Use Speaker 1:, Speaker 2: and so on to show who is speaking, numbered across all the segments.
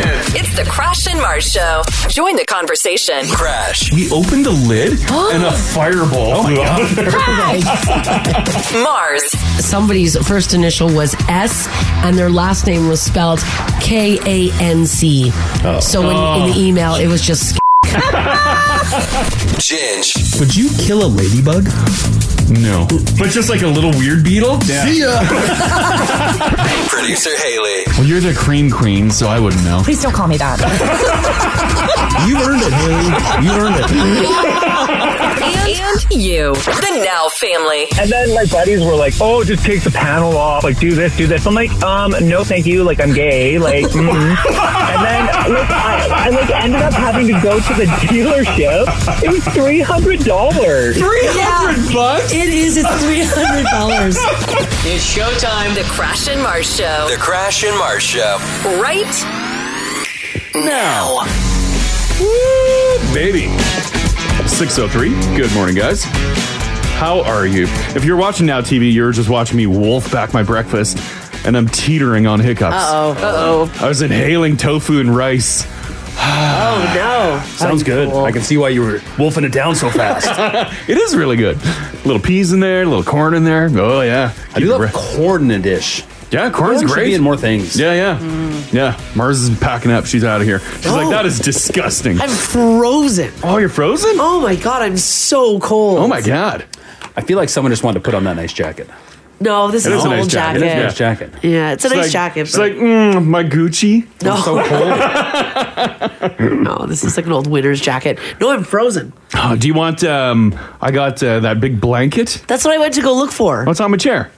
Speaker 1: The Crash and Mars Show. Join the conversation.
Speaker 2: Crash.
Speaker 3: We opened the lid and a fireball
Speaker 4: Oh
Speaker 3: flew out.
Speaker 1: Mars.
Speaker 5: Somebody's first initial was S, and their last name was spelled K A N C.
Speaker 3: Oh.
Speaker 5: So when, in the email, it was just.
Speaker 2: Ginge.
Speaker 6: Would you kill a ladybug?
Speaker 3: No. But just like a little weird beetle? Yeah.
Speaker 6: See ya.
Speaker 2: Producer Haley.
Speaker 3: Well, you're the cream queen, so I wouldn't know.
Speaker 4: Please don't call me that.
Speaker 6: You earned it, Haley. You earned it.
Speaker 1: And you. The Now Family.
Speaker 7: And then my buddies were like, "Oh, just take the panel off. Like, do this, do this." I'm like, "Um, no, thank you. Like, I'm gay. Like." mm And then like, I, I like ended up having to go to the dealership. It was three hundred dollars.
Speaker 5: It is. It's $300.
Speaker 8: It's showtime.
Speaker 1: The Crash and Mars Show.
Speaker 2: The Crash and Mars Show.
Speaker 1: Right
Speaker 2: Now.
Speaker 3: Baby. 603. Good morning, guys. How are you? If you're watching Now TV, you're just watching me wolf back my breakfast, and I'm teetering on hiccups.
Speaker 8: Uh oh.
Speaker 3: I was inhaling tofu and rice.
Speaker 8: Oh no.
Speaker 9: Sounds good. I can see why you were wolfing it down so fast.
Speaker 3: It is really good. Little peas in there, little corn in there. Oh, yeah.
Speaker 9: I do love corn in a dish.
Speaker 3: Yeah, corn's
Speaker 9: Corn should
Speaker 3: great.
Speaker 9: be in more things.
Speaker 3: Yeah, yeah.
Speaker 8: Mm.
Speaker 3: Yeah. Mars is packing up. She's out of here. She's
Speaker 9: Oh.
Speaker 3: like, that is disgusting.
Speaker 8: I'm frozen.
Speaker 3: oh, you're frozen?
Speaker 8: Oh my god, I'm so cold.
Speaker 3: Oh, my God.
Speaker 9: I feel like someone just wanted to put on that nice jacket.
Speaker 8: No, this
Speaker 3: It
Speaker 8: is
Speaker 3: is
Speaker 8: a
Speaker 3: a nice
Speaker 8: whole
Speaker 3: jacket. It
Speaker 8: jacket.
Speaker 3: is
Speaker 9: Yeah. Nice jacket.
Speaker 8: Yeah, it's a nice
Speaker 3: like,
Speaker 8: jacket.
Speaker 3: It's
Speaker 8: but-
Speaker 3: like, mm, my Gucci.
Speaker 8: no,
Speaker 9: So cold.
Speaker 8: no, this is like an old winter's jacket. No, I'm frozen.
Speaker 3: Oh, do you want, um, I got uh, that big blanket.
Speaker 8: That's what I went to go look for.
Speaker 3: Oh, it's on my chair.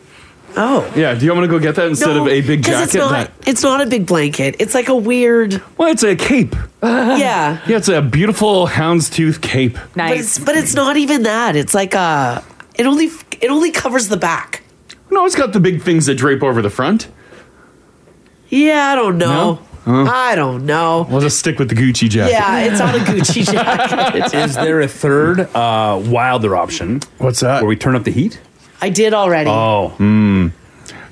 Speaker 8: Oh.
Speaker 3: Yeah, do you want me to go get that instead
Speaker 8: No,
Speaker 3: of a big
Speaker 8: 'cause
Speaker 3: jacket?
Speaker 8: It's not,
Speaker 3: That-
Speaker 8: it's not a big blanket. It's like a weird.
Speaker 3: well, it's a cape.
Speaker 8: yeah.
Speaker 3: Yeah, it's a beautiful houndstooth cape.
Speaker 8: But it's, but it's not even that. It's like a. It only it only covers the back.
Speaker 3: No, it's got the big things that drape over the front.
Speaker 8: Yeah, I don't know. I don't know.
Speaker 3: We'll just stick with the Gucci jacket.
Speaker 8: Yeah, it's on a Gucci jacket.
Speaker 9: Is there a third uh, wilder option
Speaker 3: What's that?
Speaker 9: where we turn up the heat?
Speaker 8: I did already.
Speaker 9: Oh,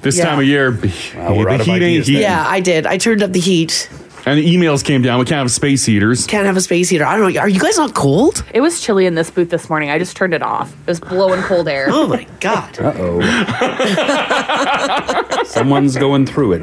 Speaker 3: this
Speaker 8: Yeah.
Speaker 3: time of year, b-
Speaker 9: we're
Speaker 3: the
Speaker 9: out of
Speaker 3: heat ain't
Speaker 9: ideas then.
Speaker 3: heat.
Speaker 8: yeah, I did. I turned up the heat.
Speaker 3: And the emails came down. We can't have space heaters.
Speaker 8: Can't have a space heater. I don't know. Are you guys not cold?
Speaker 10: It was chilly in this booth this morning. I just turned it off. It was blowing cold air.
Speaker 8: Oh my god.
Speaker 9: someone's going through it.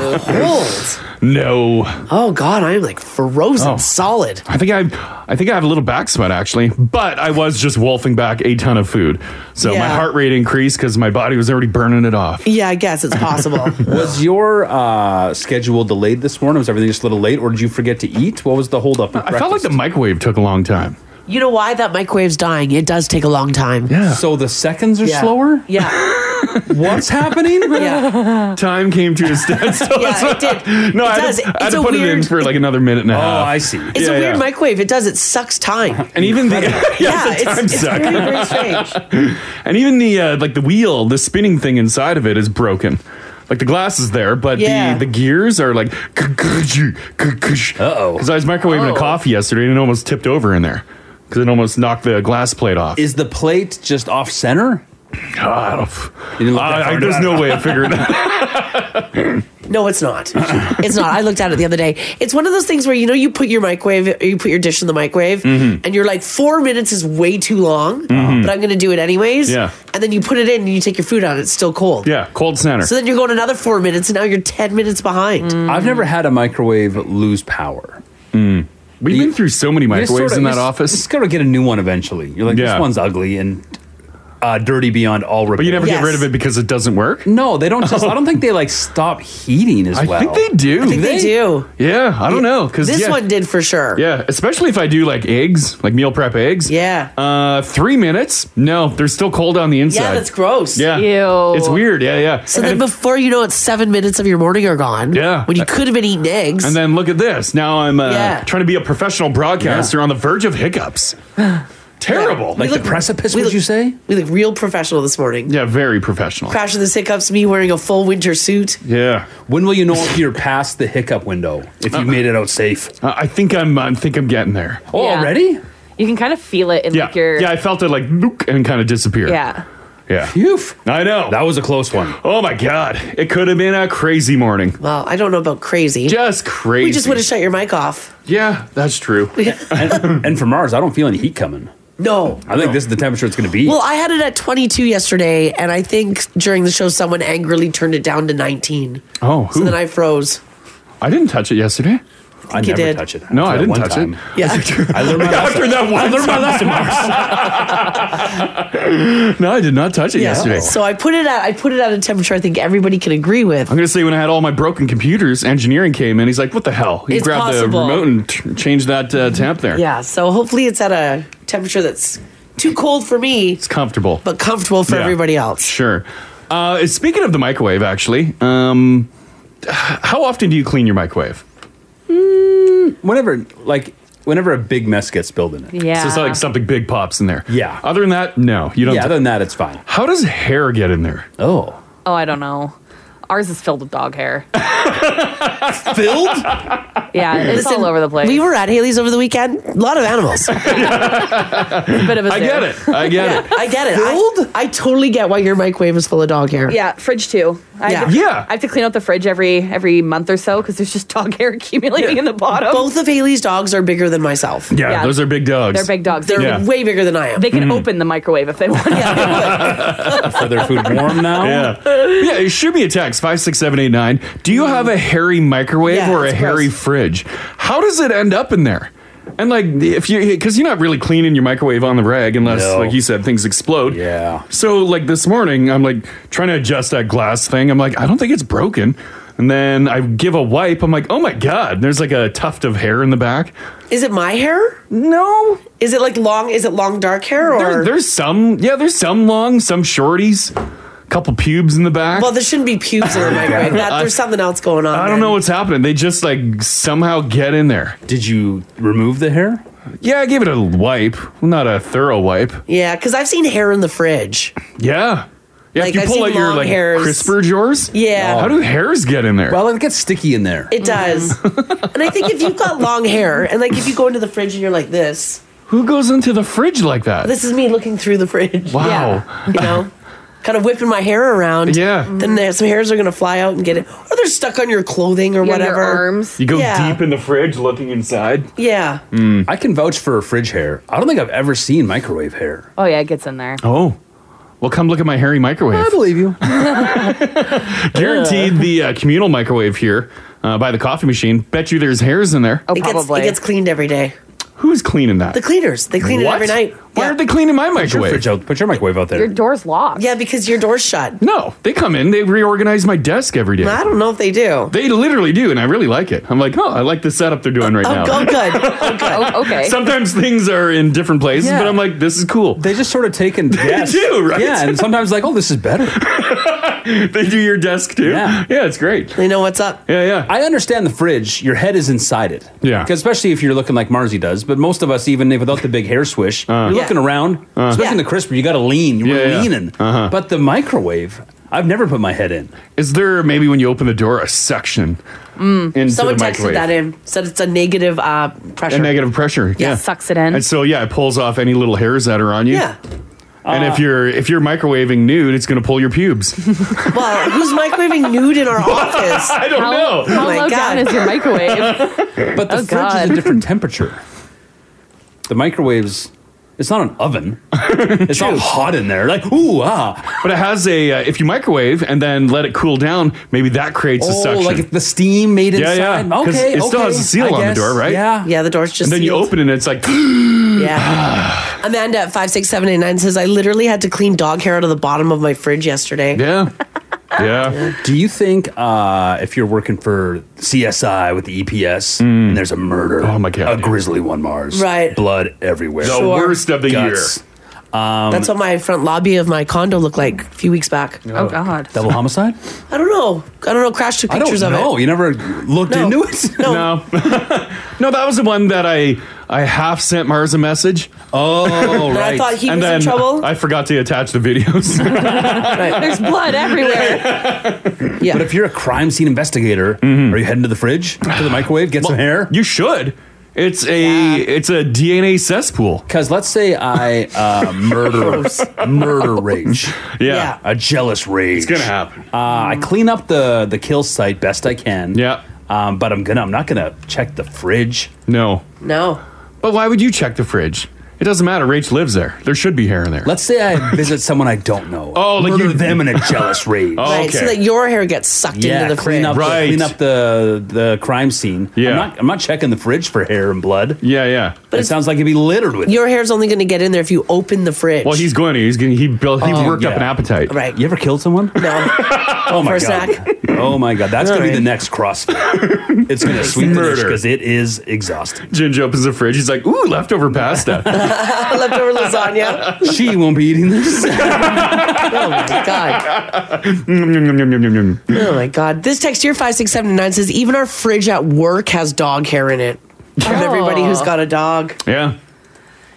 Speaker 11: Um,
Speaker 8: cold.
Speaker 3: No,
Speaker 8: Oh god, I'm like frozen
Speaker 3: Oh.
Speaker 8: solid.
Speaker 3: I think I, I think I have a little back sweat actually, but I was just wolfing back a ton of food, so my
Speaker 8: Yeah.
Speaker 3: heart rate increased because my body was already burning it off.
Speaker 8: Yeah, I guess it's possible.
Speaker 9: Was your uh, schedule delayed this morning? Was everything just a little late, or did you forget to eat? What was the holdup? with
Speaker 3: I felt like
Speaker 9: breakfast?
Speaker 3: the microwave took a long time.
Speaker 8: you know why that microwave's dying? It does take a long time.
Speaker 3: Yeah.
Speaker 9: So the seconds are
Speaker 8: Yeah.
Speaker 9: slower.
Speaker 8: Yeah.
Speaker 9: What's happening?
Speaker 8: Yeah.
Speaker 3: Time came to a standstill.
Speaker 8: Yeah, it did.
Speaker 3: No,
Speaker 8: It
Speaker 3: I had,
Speaker 8: does.
Speaker 3: to, I had
Speaker 8: It's
Speaker 3: to
Speaker 8: a
Speaker 3: put it in
Speaker 8: weird-
Speaker 3: for like another minute and a
Speaker 9: Oh,
Speaker 3: half.
Speaker 9: I see.
Speaker 8: It's
Speaker 3: Yeah,
Speaker 8: a weird
Speaker 3: yeah.
Speaker 8: microwave. It does. It sucks time.
Speaker 3: And even the yeah, it's a time
Speaker 8: it's, it's
Speaker 3: suck.
Speaker 8: very, very strange.
Speaker 3: And even the uh, like the wheel, the spinning thing inside of it is broken. Like the glass is there, but
Speaker 8: Yeah.
Speaker 3: the, the gears are like.
Speaker 9: Uh-oh.
Speaker 3: Because I was microwaving
Speaker 10: Oh.
Speaker 3: a coffee yesterday and it almost tipped over in there because it almost knocked the glass plate off.
Speaker 9: Is the plate just off center?
Speaker 3: God, Oh, I don't-
Speaker 9: didn't look that
Speaker 3: I- I-
Speaker 9: far
Speaker 3: there's
Speaker 9: down.
Speaker 3: no way of figuring it out.
Speaker 8: No, it's not. It's not. I looked at it the other day. It's one of those things where you know you put your microwave, or you put your dish in the microwave,
Speaker 3: Mm-hmm.
Speaker 8: and you're like, four minutes is way too long, but I'm going to do it anyways.
Speaker 3: Yeah.
Speaker 8: And then you put it in and you take your food out. It's still cold.
Speaker 3: Yeah, cold center.
Speaker 8: So then you're going another four minutes, and now you're ten minutes behind.
Speaker 9: I've never had a microwave lose power.
Speaker 3: Mm. We've been through so many
Speaker 9: You just
Speaker 3: microwaves
Speaker 9: sorta-
Speaker 3: in
Speaker 9: you
Speaker 3: that
Speaker 9: s- You
Speaker 3: office,
Speaker 9: just gotta get a new one eventually. You're like,
Speaker 3: Yeah.
Speaker 9: this one's ugly and uh, dirty beyond all repair.
Speaker 3: but you never
Speaker 8: Yes.
Speaker 3: get rid of it because it doesn't work.
Speaker 9: No, they don't. Just, I don't think they like stop heating as
Speaker 3: I
Speaker 9: well.
Speaker 3: think they do.
Speaker 8: I think they, do.
Speaker 3: Yeah, I don't know because
Speaker 8: This
Speaker 3: yeah,
Speaker 8: one did for sure.
Speaker 3: Yeah, especially if I do like eggs, like meal prep eggs.
Speaker 8: Yeah.
Speaker 3: Uh, three minutes? No, they're still cold on the inside.
Speaker 8: Yeah, that's gross.
Speaker 3: Yeah.
Speaker 10: Ew.
Speaker 3: It's weird. Yeah, yeah.
Speaker 8: So then
Speaker 3: and, if-
Speaker 8: before you know it, seven minutes of your morning are gone.
Speaker 3: Yeah.
Speaker 8: When you could have been eating eggs.
Speaker 3: and then look at this. Now I'm uh,
Speaker 8: Yeah.
Speaker 3: trying to be a professional broadcaster on the verge of hiccups. Terrible.
Speaker 9: Like
Speaker 3: Like,
Speaker 9: the
Speaker 8: look-
Speaker 9: precipice,
Speaker 8: we
Speaker 9: would
Speaker 8: look-
Speaker 9: you say?
Speaker 8: we look real professional this morning.
Speaker 3: yeah, very professional.
Speaker 8: Crash of the hiccups, me wearing a full winter suit.
Speaker 3: Yeah.
Speaker 9: When will you know if you're past the hiccup window? If you made it out safe
Speaker 3: Uh, I think I'm I think I'm getting there.
Speaker 9: oh,
Speaker 10: Yeah.
Speaker 9: already?
Speaker 10: You can kind of feel it in
Speaker 3: Yeah.
Speaker 10: like your
Speaker 3: yeah, I felt it like look and kind of disappear.
Speaker 10: yeah.
Speaker 3: Yeah. I know. That was a close one. Oh my God. It could have been a crazy morning.
Speaker 8: Well, I don't know about crazy.
Speaker 3: Just crazy.
Speaker 8: We just would have shut your mic off.
Speaker 3: Yeah, that's true.
Speaker 9: and, and for Mars, I don't feel any heat coming.
Speaker 8: No.
Speaker 9: I think this is the temperature it's going to be.
Speaker 8: Well, I had it at 22 yesterday, and I think during the show someone angrily turned it down to 19.
Speaker 3: Oh,
Speaker 8: So then I froze.
Speaker 3: I didn't touch it yesterday.
Speaker 8: I think you never did. touch it.
Speaker 3: No,
Speaker 8: After
Speaker 3: I
Speaker 8: that
Speaker 3: didn't
Speaker 8: one
Speaker 3: touch
Speaker 8: time.
Speaker 3: it.
Speaker 8: Yeah.
Speaker 9: I learned my lesson.
Speaker 3: After that one
Speaker 9: I learned my lesson,
Speaker 3: Mars. no, I did not touch it yesterday.
Speaker 8: So I put it at I put it at a temperature I think everybody can agree with.
Speaker 3: I'm gonna say when I had all my broken computers, engineering came in. He's like, "What the hell?" He
Speaker 8: It's
Speaker 3: grabbed
Speaker 8: possible.
Speaker 3: the remote and t- changed that uh, temp there.
Speaker 8: Yeah. So hopefully it's at a temperature that's too cold for me,
Speaker 3: it's comfortable,
Speaker 8: but comfortable for
Speaker 3: Yeah.
Speaker 8: everybody else.
Speaker 3: Sure. Uh, speaking of the microwave, actually, um, h- how often do you clean your microwave?
Speaker 9: whenever, like, whenever a big mess gets spilled in it.
Speaker 3: So it's not like something big pops in there. Yeah. Other than that, no, you don't.
Speaker 9: Yeah, other
Speaker 3: than that, it's fine. How does hair get in there?
Speaker 9: Oh.
Speaker 10: Oh, I don't know. Ours is filled with dog hair.
Speaker 9: filled?
Speaker 10: Yeah, it's
Speaker 8: Listen,
Speaker 10: all over the place.
Speaker 8: We were at Haley's over the weekend. A lot of animals.
Speaker 10: a bit of a
Speaker 3: I
Speaker 10: zoo.
Speaker 3: get it. I get
Speaker 8: Yeah,
Speaker 3: it.
Speaker 8: I get it. I, I totally get why your microwave is full of dog hair.
Speaker 10: Yeah, fridge too. I
Speaker 8: Yeah.
Speaker 10: have to,
Speaker 8: Yeah.
Speaker 10: I have to clean out the fridge every every month or so because there's just dog hair accumulating in the bottom.
Speaker 8: Both of Haley's dogs are bigger than myself.
Speaker 3: Yeah, those are big dogs.
Speaker 10: They're big dogs.
Speaker 8: They're
Speaker 3: Yeah.
Speaker 8: way bigger than I am.
Speaker 10: They can
Speaker 3: Mhm.
Speaker 10: open the microwave if they want.
Speaker 3: for their food warm now. Yeah. Yeah, it should be a text 56789. Do you have a hairy microwave
Speaker 12: Yeah,
Speaker 3: or a
Speaker 12: it's
Speaker 3: hairy fridge? How does it end up in there? And like if you because you're not really cleaning your microwave on the rag unless
Speaker 9: No.
Speaker 3: like you said things explode. Yeah. So like this morning I'm like trying to adjust that glass thing. I'm like I don't think it's broken. And then I give a wipe. I'm like, oh my god, there's like a tuft of hair in the back.
Speaker 8: Is it my hair?
Speaker 3: No.
Speaker 8: Is it like long? Is it long dark hair or?
Speaker 3: There, there's some, yeah, there's some long, some shorties, couple pubes in the back.
Speaker 8: well, there shouldn't be pubes in the microwave. That, there's something else going on.
Speaker 3: I don't know what's happening. They just like somehow get in there.
Speaker 9: Did you remove the hair?
Speaker 3: Yeah, I gave it a wipe, not a thorough wipe.
Speaker 8: Yeah, because I've seen hair in the fridge.
Speaker 3: Yeah, yeah.
Speaker 8: Like,
Speaker 3: if you
Speaker 8: I've
Speaker 3: pull
Speaker 8: seen
Speaker 3: out your
Speaker 8: long
Speaker 3: like
Speaker 8: hairs.
Speaker 3: crisper drawers,
Speaker 8: Yeah.
Speaker 3: How do hairs get in there?
Speaker 9: Well, it gets sticky in there.
Speaker 8: It does. and I think if you've got long hair, and like if you go into the fridge and you're like this,
Speaker 3: Who goes into the fridge like that?
Speaker 8: this is me looking through the fridge.
Speaker 3: Wow.
Speaker 8: You know? Kind of whipping my hair around.
Speaker 3: Yeah.
Speaker 8: Then there, some hairs are going to fly out and get it. Or they're stuck on your clothing or
Speaker 10: Yeah, your
Speaker 8: whatever.
Speaker 10: arms.
Speaker 3: You go
Speaker 8: Yeah.
Speaker 3: deep in the fridge, looking inside.
Speaker 8: Yeah.
Speaker 9: Hmm. I can vouch for fridge hair. I don't think I've ever seen microwave hair.
Speaker 10: Oh yeah, it gets in there.
Speaker 3: Oh, well, come look at my hairy microwave.
Speaker 9: believe you.
Speaker 3: Guaranteed the uh, communal microwave here uh, by the coffee machine. Bet you there's hairs in there.
Speaker 10: Oh,
Speaker 8: it gets, it gets cleaned every day.
Speaker 3: Who's cleaning that?
Speaker 8: The cleaners, they clean
Speaker 3: What?
Speaker 8: it every night.
Speaker 3: Why aren't they cleaning my
Speaker 9: Put your
Speaker 3: microwave?
Speaker 9: fridge out. Put your microwave out there.
Speaker 10: door's locked.
Speaker 8: Yeah, because your door's shut.
Speaker 3: No, they come in, they reorganize my desk every day.
Speaker 8: I don't know if they do.
Speaker 3: They literally do, and I really like it. I'm like, oh, I like the setup they're doing right now.
Speaker 8: Oh, good.
Speaker 10: Oh, okay.
Speaker 3: Sometimes things are in different places,
Speaker 9: Yeah.
Speaker 3: but I'm like, this is cool.
Speaker 9: They just sort of take and guess.
Speaker 3: do, right?
Speaker 9: Yeah, and sometimes like, oh, this is better.
Speaker 3: they do your desk too.
Speaker 9: Yeah,
Speaker 3: yeah, it's great.
Speaker 8: They know what's up.
Speaker 3: Yeah, yeah.
Speaker 9: I understand the fridge. Your head is inside it.
Speaker 3: Yeah.
Speaker 9: because especially if you're looking like Marzi does, but most of us, even if without the big hair swish, you're
Speaker 8: Yeah.
Speaker 9: looking around. Especially in the crisper, you got to lean. You're
Speaker 3: Uh. Yeah, Uh-huh. yeah.
Speaker 9: leaning. But the microwave, I've never put my head in.
Speaker 3: Is there maybe when you open the door a suction into
Speaker 8: Mm. Someone
Speaker 3: the
Speaker 8: texted
Speaker 3: microwave?
Speaker 8: that in. Said it's a negative uh, pressure.
Speaker 3: A negative pressure. Yeah,
Speaker 10: sucks it in.
Speaker 3: And so yeah, it pulls off any little hairs that are on you.
Speaker 8: Yeah.
Speaker 3: And
Speaker 9: Uh,
Speaker 3: if you're if you're microwaving nude, it's gonna pull your pubes.
Speaker 8: Well, who's microwaving nude in our office?
Speaker 3: I don't
Speaker 10: How-
Speaker 3: know.
Speaker 10: How
Speaker 8: Oh my God.
Speaker 10: low down is your microwave?
Speaker 9: But the fridge
Speaker 10: Oh,
Speaker 9: is
Speaker 10: God.
Speaker 9: a different temperature. The microwave's. It's not an oven. It's not hot in there. Like ooh ah.
Speaker 3: But it has a uh, if you microwave and then let it cool down, maybe that creates a
Speaker 9: Oh,
Speaker 3: suction.
Speaker 9: like if the steam made
Speaker 3: Yeah,
Speaker 9: inside.
Speaker 3: yeah. 'Cause
Speaker 9: Okay,
Speaker 3: it still
Speaker 9: okay,
Speaker 3: has a seal
Speaker 9: I
Speaker 3: on the
Speaker 9: guess.
Speaker 3: door, right?
Speaker 9: Yeah,
Speaker 8: Yeah, the door's just.
Speaker 3: and then you
Speaker 8: sealed.
Speaker 3: open it, and it's like
Speaker 8: Yeah. Amanda at 56789 says, I literally had to clean dog hair out of the bottom of my fridge yesterday. Um,
Speaker 3: yeah, yeah.
Speaker 9: Do you think uh, if you're working for CSI with the EPS
Speaker 3: Mm.
Speaker 9: and there's a murder, oh my god, a grisly one Mars,
Speaker 8: Right.
Speaker 9: Blood everywhere,
Speaker 3: The Sure. worst of the
Speaker 9: year. Um,
Speaker 8: That's what my front lobby of my condo looked like a few weeks back.
Speaker 10: oh God.
Speaker 9: double homicide.
Speaker 8: I don't know. I don't know. Crash took
Speaker 9: I don't
Speaker 8: pictures of
Speaker 9: know.
Speaker 8: it.
Speaker 9: You never looked into it.
Speaker 8: No.
Speaker 3: No, no, that was the one that I I half sent Mars a message.
Speaker 9: Oh,
Speaker 8: And I thought he was in trouble.
Speaker 3: I forgot to attach the videos.
Speaker 10: There's blood everywhere.
Speaker 9: But if you're a crime scene investigator, are you heading to the fridge, to the microwave, get some hair?
Speaker 3: Mm-hmm. you should. It's a it's a DNA cesspool.
Speaker 9: Because let's say I uh, murder murder rage.
Speaker 3: Yeah. Yeah.
Speaker 9: a jealous rage. It's
Speaker 3: gonna happen.
Speaker 9: Uh, I clean up the the kill site best I can.
Speaker 3: Yeah,
Speaker 9: um, but I'm gonna I'm not gonna check the fridge.
Speaker 3: No.
Speaker 8: No.
Speaker 3: But why would you check the fridge? It doesn't matter. Rach lives there. There should be hair in there.
Speaker 9: Let's say I visit someone I don't know.
Speaker 3: Oh, like
Speaker 9: Murder
Speaker 3: you-
Speaker 9: them in a jealous rage.
Speaker 3: Oh,
Speaker 8: Right, so that your hair gets sucked
Speaker 9: yeah,
Speaker 8: into the
Speaker 9: clean
Speaker 8: fridge.
Speaker 9: up the, clean up the the crime scene. Yeah, I'm not, I'm not checking the fridge for hair and blood.
Speaker 3: Yeah, yeah.
Speaker 9: But it sounds like it'd be littered with.
Speaker 8: Your hair's only going to get in there if you open the fridge.
Speaker 3: Well, he's going to. He's going. He built. He
Speaker 9: Oh,
Speaker 3: worked up
Speaker 9: yeah.
Speaker 3: an appetite.
Speaker 8: Right.
Speaker 9: You ever killed someone?
Speaker 8: No.
Speaker 9: Oh my
Speaker 8: For a
Speaker 9: god.
Speaker 8: snack.
Speaker 9: Oh my god. That's gonna be
Speaker 8: Alright.
Speaker 9: the next CrossFit. It's gonna sweep murder
Speaker 3: Murder.
Speaker 9: because it is exhausting.
Speaker 3: Ginger opens the fridge. He's like, "Ooh, leftover pasta."
Speaker 8: Leftover lasagna.
Speaker 9: she won't be eating this.
Speaker 8: Oh my god. Oh my god. This text here five six seven nine says even our fridge at work has dog hair in it. From
Speaker 9: Oh.
Speaker 8: everybody who's got a dog.
Speaker 3: yeah.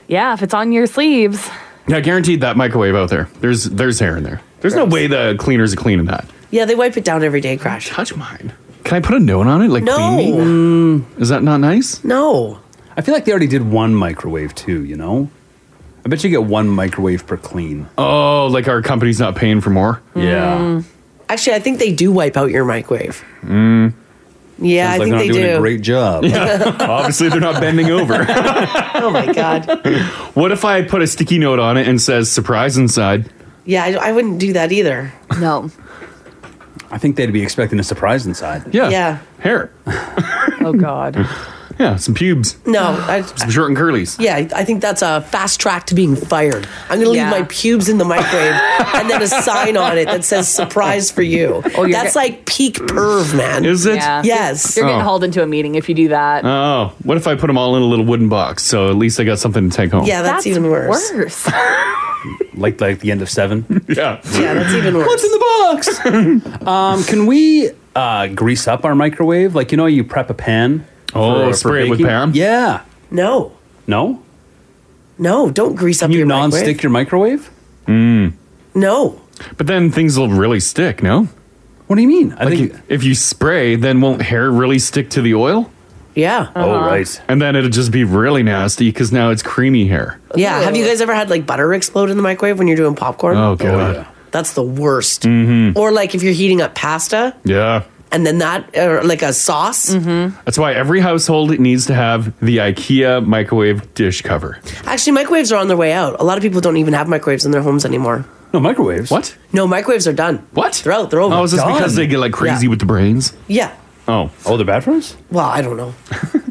Speaker 10: Yeah, if it's on your sleeves.
Speaker 3: Yeah, guaranteed that microwave out there. There's there's hair in there. There's no way the cleaners are cleaning that.
Speaker 8: Yeah, they wipe it down every day. Crash.
Speaker 3: Touch mine. Can I put a note on it? Like
Speaker 8: No.
Speaker 3: clean me? Is that not nice?
Speaker 8: No.
Speaker 9: Mm. I feel like they already did one microwave too, you know? I bet you get one microwave per clean.
Speaker 3: Oh, like our company's not paying for more.
Speaker 9: Yeah.
Speaker 8: Mm. Actually, I think they do wipe out your microwave.
Speaker 3: Mm.
Speaker 8: Yeah, I
Speaker 9: Sounds
Speaker 8: think
Speaker 9: like
Speaker 8: they
Speaker 9: they're not doing
Speaker 8: do.
Speaker 9: a great job.
Speaker 3: Obviously, they're not bending over.
Speaker 8: oh my god.
Speaker 3: what if I put a sticky note on it and says "surprise" inside?
Speaker 8: Yeah, I, I wouldn't do that either.
Speaker 10: No.
Speaker 9: I think they'd be expecting a surprise inside.
Speaker 3: Yeah.
Speaker 8: Yeah.
Speaker 3: Hair.
Speaker 10: Oh God.
Speaker 3: Yeah. Some pubes.
Speaker 8: No. I,
Speaker 3: Some short and curlies.
Speaker 8: yeah, I think that's a fast track to being fired. I'm going to leave
Speaker 10: Yeah.
Speaker 8: my pubes in the microwave and then a sign on it that says "surprise for you."
Speaker 10: Oh, you're
Speaker 8: that's
Speaker 10: get-
Speaker 8: like peak perv, man.
Speaker 3: Is it?
Speaker 10: Yeah.
Speaker 8: Yes.
Speaker 10: You're getting
Speaker 3: Oh.
Speaker 10: hauled into a meeting if you do that.
Speaker 3: Oh, what if I put them all in a little wooden box? So at least I got something to take home.
Speaker 8: Yeah, that's, even worse.
Speaker 10: worse.
Speaker 9: Like like the end of seven.
Speaker 3: Yeah.
Speaker 8: Yeah, that's even worse.
Speaker 9: What's in the box? um, can we uh, grease up our microwave? Like you know, you prep a pan.
Speaker 3: Oh, spray it with
Speaker 9: baking?
Speaker 3: Pam?
Speaker 9: Yeah.
Speaker 8: no,
Speaker 9: No.
Speaker 8: no, don't grease up
Speaker 9: Can you
Speaker 8: your
Speaker 9: non-stick
Speaker 8: microwave.
Speaker 9: your microwave?
Speaker 8: No,
Speaker 3: Hmm. But then things will really stick, no?
Speaker 9: What do you mean? I
Speaker 3: Like
Speaker 9: think.
Speaker 3: you- if you spray, then won't hair really stick to the oil?
Speaker 8: yeah,
Speaker 3: Uh-huh.
Speaker 9: Oh right.
Speaker 3: And then it'll just be really nasty because now it's creamy hair.
Speaker 8: yeah. Have you guys ever had like butter explode in the microwave when you're doing popcorn?
Speaker 3: Oh, God.
Speaker 9: yeah.
Speaker 8: That's the worst. Or like if you're heating up pasta
Speaker 3: Mm-hmm. yeah.
Speaker 8: and then that, or like a sauce.
Speaker 9: Mm-hmm.
Speaker 3: That's why every household needs to have the IKEA microwave dish cover.
Speaker 8: Actually, microwaves are on their way out. A lot of people don't even have microwaves in their homes anymore.
Speaker 9: No microwaves.
Speaker 3: What?
Speaker 8: No, microwaves are done.
Speaker 3: What?
Speaker 8: They're out. They're over.
Speaker 3: Oh, is this
Speaker 9: Done.
Speaker 3: because they get like crazy
Speaker 8: Yeah.
Speaker 3: with the brains?
Speaker 8: yeah.
Speaker 3: Oh.
Speaker 9: Oh, they're bad for us.
Speaker 8: Well, I don't know.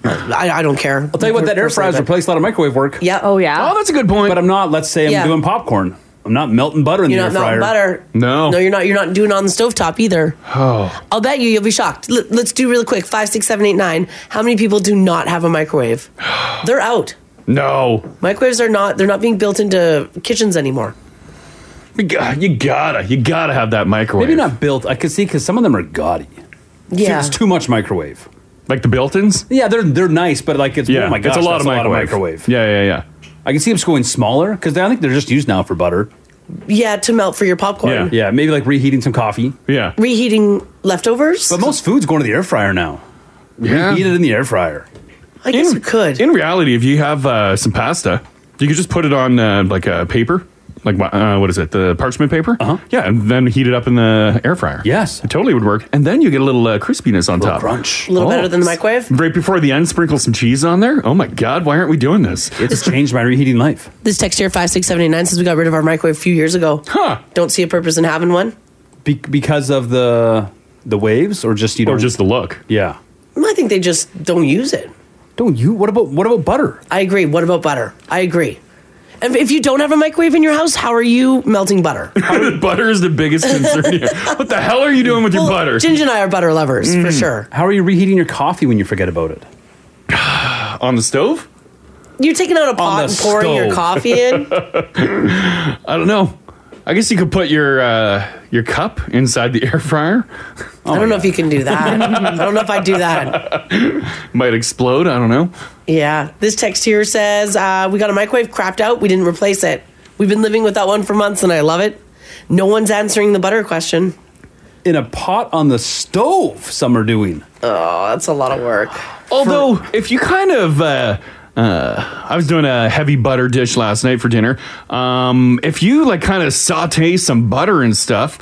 Speaker 8: I, I don't care.
Speaker 9: I'll tell you what, that air fryer's replaced a lot of microwave work.
Speaker 8: Yeah.
Speaker 10: Oh yeah.
Speaker 3: Oh, that's a good point.
Speaker 9: But I'm not. Let's say I'm
Speaker 8: Yeah.
Speaker 9: doing popcorn. I'm not melting butter in the
Speaker 8: You're not
Speaker 9: air fryer.
Speaker 8: melting butter.
Speaker 3: No.
Speaker 8: No, you're not. You're not doing it on the stovetop either.
Speaker 3: oh.
Speaker 8: I'll bet you you'll be shocked. L- let's do real quick. Five, six, seven, eight, nine. How many people do not have a microwave? They're out.
Speaker 3: No.
Speaker 8: Microwaves are not. They're not being built into kitchens anymore.
Speaker 3: You gotta, you gotta, you gotta have that microwave.
Speaker 9: Maybe not built. I could see because some of them are gaudy.
Speaker 8: Yeah.
Speaker 9: It's too much microwave.
Speaker 3: Like the built ins?
Speaker 9: Yeah, they're they're nice, but like it's
Speaker 3: Yeah.
Speaker 9: oh my gosh,
Speaker 3: it's a lot,
Speaker 9: that's
Speaker 3: of, microwave.
Speaker 9: microwave.
Speaker 3: Yeah, yeah, yeah.
Speaker 9: I can see them going smaller because I think they're just used now for butter.
Speaker 8: yeah, to melt for your popcorn.
Speaker 3: Yeah.
Speaker 9: Yeah, maybe like reheating some coffee.
Speaker 3: Yeah.
Speaker 8: Reheating leftovers.
Speaker 9: But most food's going to the air fryer now.
Speaker 3: Yeah.
Speaker 9: Heat it in the air fryer.
Speaker 8: I guess you could.
Speaker 3: In reality, if you have uh, some pasta, you could just put it on uh, like a paper, like uh, what is it, the parchment paper?
Speaker 9: Uh-huh.
Speaker 3: Yeah, and then heat it up in the air fryer.
Speaker 9: Yes.
Speaker 3: it totally would work. And then you get a little uh, crispiness on top.
Speaker 9: Crunch.
Speaker 8: a little
Speaker 3: Oh.
Speaker 8: better than the microwave.
Speaker 3: Right before the end, sprinkle some cheese on there. Oh my God, why aren't we doing this?
Speaker 9: It's changed my reheating life.
Speaker 8: This text here, 56789, says we got rid of our microwave a few years ago.
Speaker 3: Huh?
Speaker 8: Don't see a purpose in having one.
Speaker 9: Be- because of the the waves or just you
Speaker 3: Or
Speaker 9: don't-
Speaker 3: just the look?
Speaker 9: yeah.
Speaker 8: I think they just don't use it.
Speaker 9: Don't you? What about what about butter?
Speaker 8: I agree. What about butter? I agree. And if you don't have a microwave in your house, how are you melting butter?
Speaker 3: butter is the biggest concern here. What the hell are you doing with your
Speaker 8: Well,
Speaker 3: butter? Mm.
Speaker 8: Ginger and I are butter lovers for sure.
Speaker 9: How are you reheating your coffee when you forget about it?
Speaker 3: on the stove?
Speaker 8: You're taking out a pot
Speaker 9: the
Speaker 8: and pouring
Speaker 9: stove.
Speaker 8: your
Speaker 9: Oh
Speaker 8: coffee in.
Speaker 3: I don't know. I guess you could put your uh, your cup inside the air fryer.
Speaker 8: I don't know if you can do that. I don't know if I do that.
Speaker 3: Might explode. I don't know.
Speaker 8: Yeah. This text here says uh, we got a microwave crapped out. We didn't replace it. We've been living with that one for months, and I love it. No one's answering the butter question.
Speaker 9: In a pot on the stove, some are doing.
Speaker 8: Oh, that's a lot of work.
Speaker 3: Although, if you kind of, uh, uh, I was doing a heavy butter dish last night for dinner. Um, if you like kind of saute some butter and stuff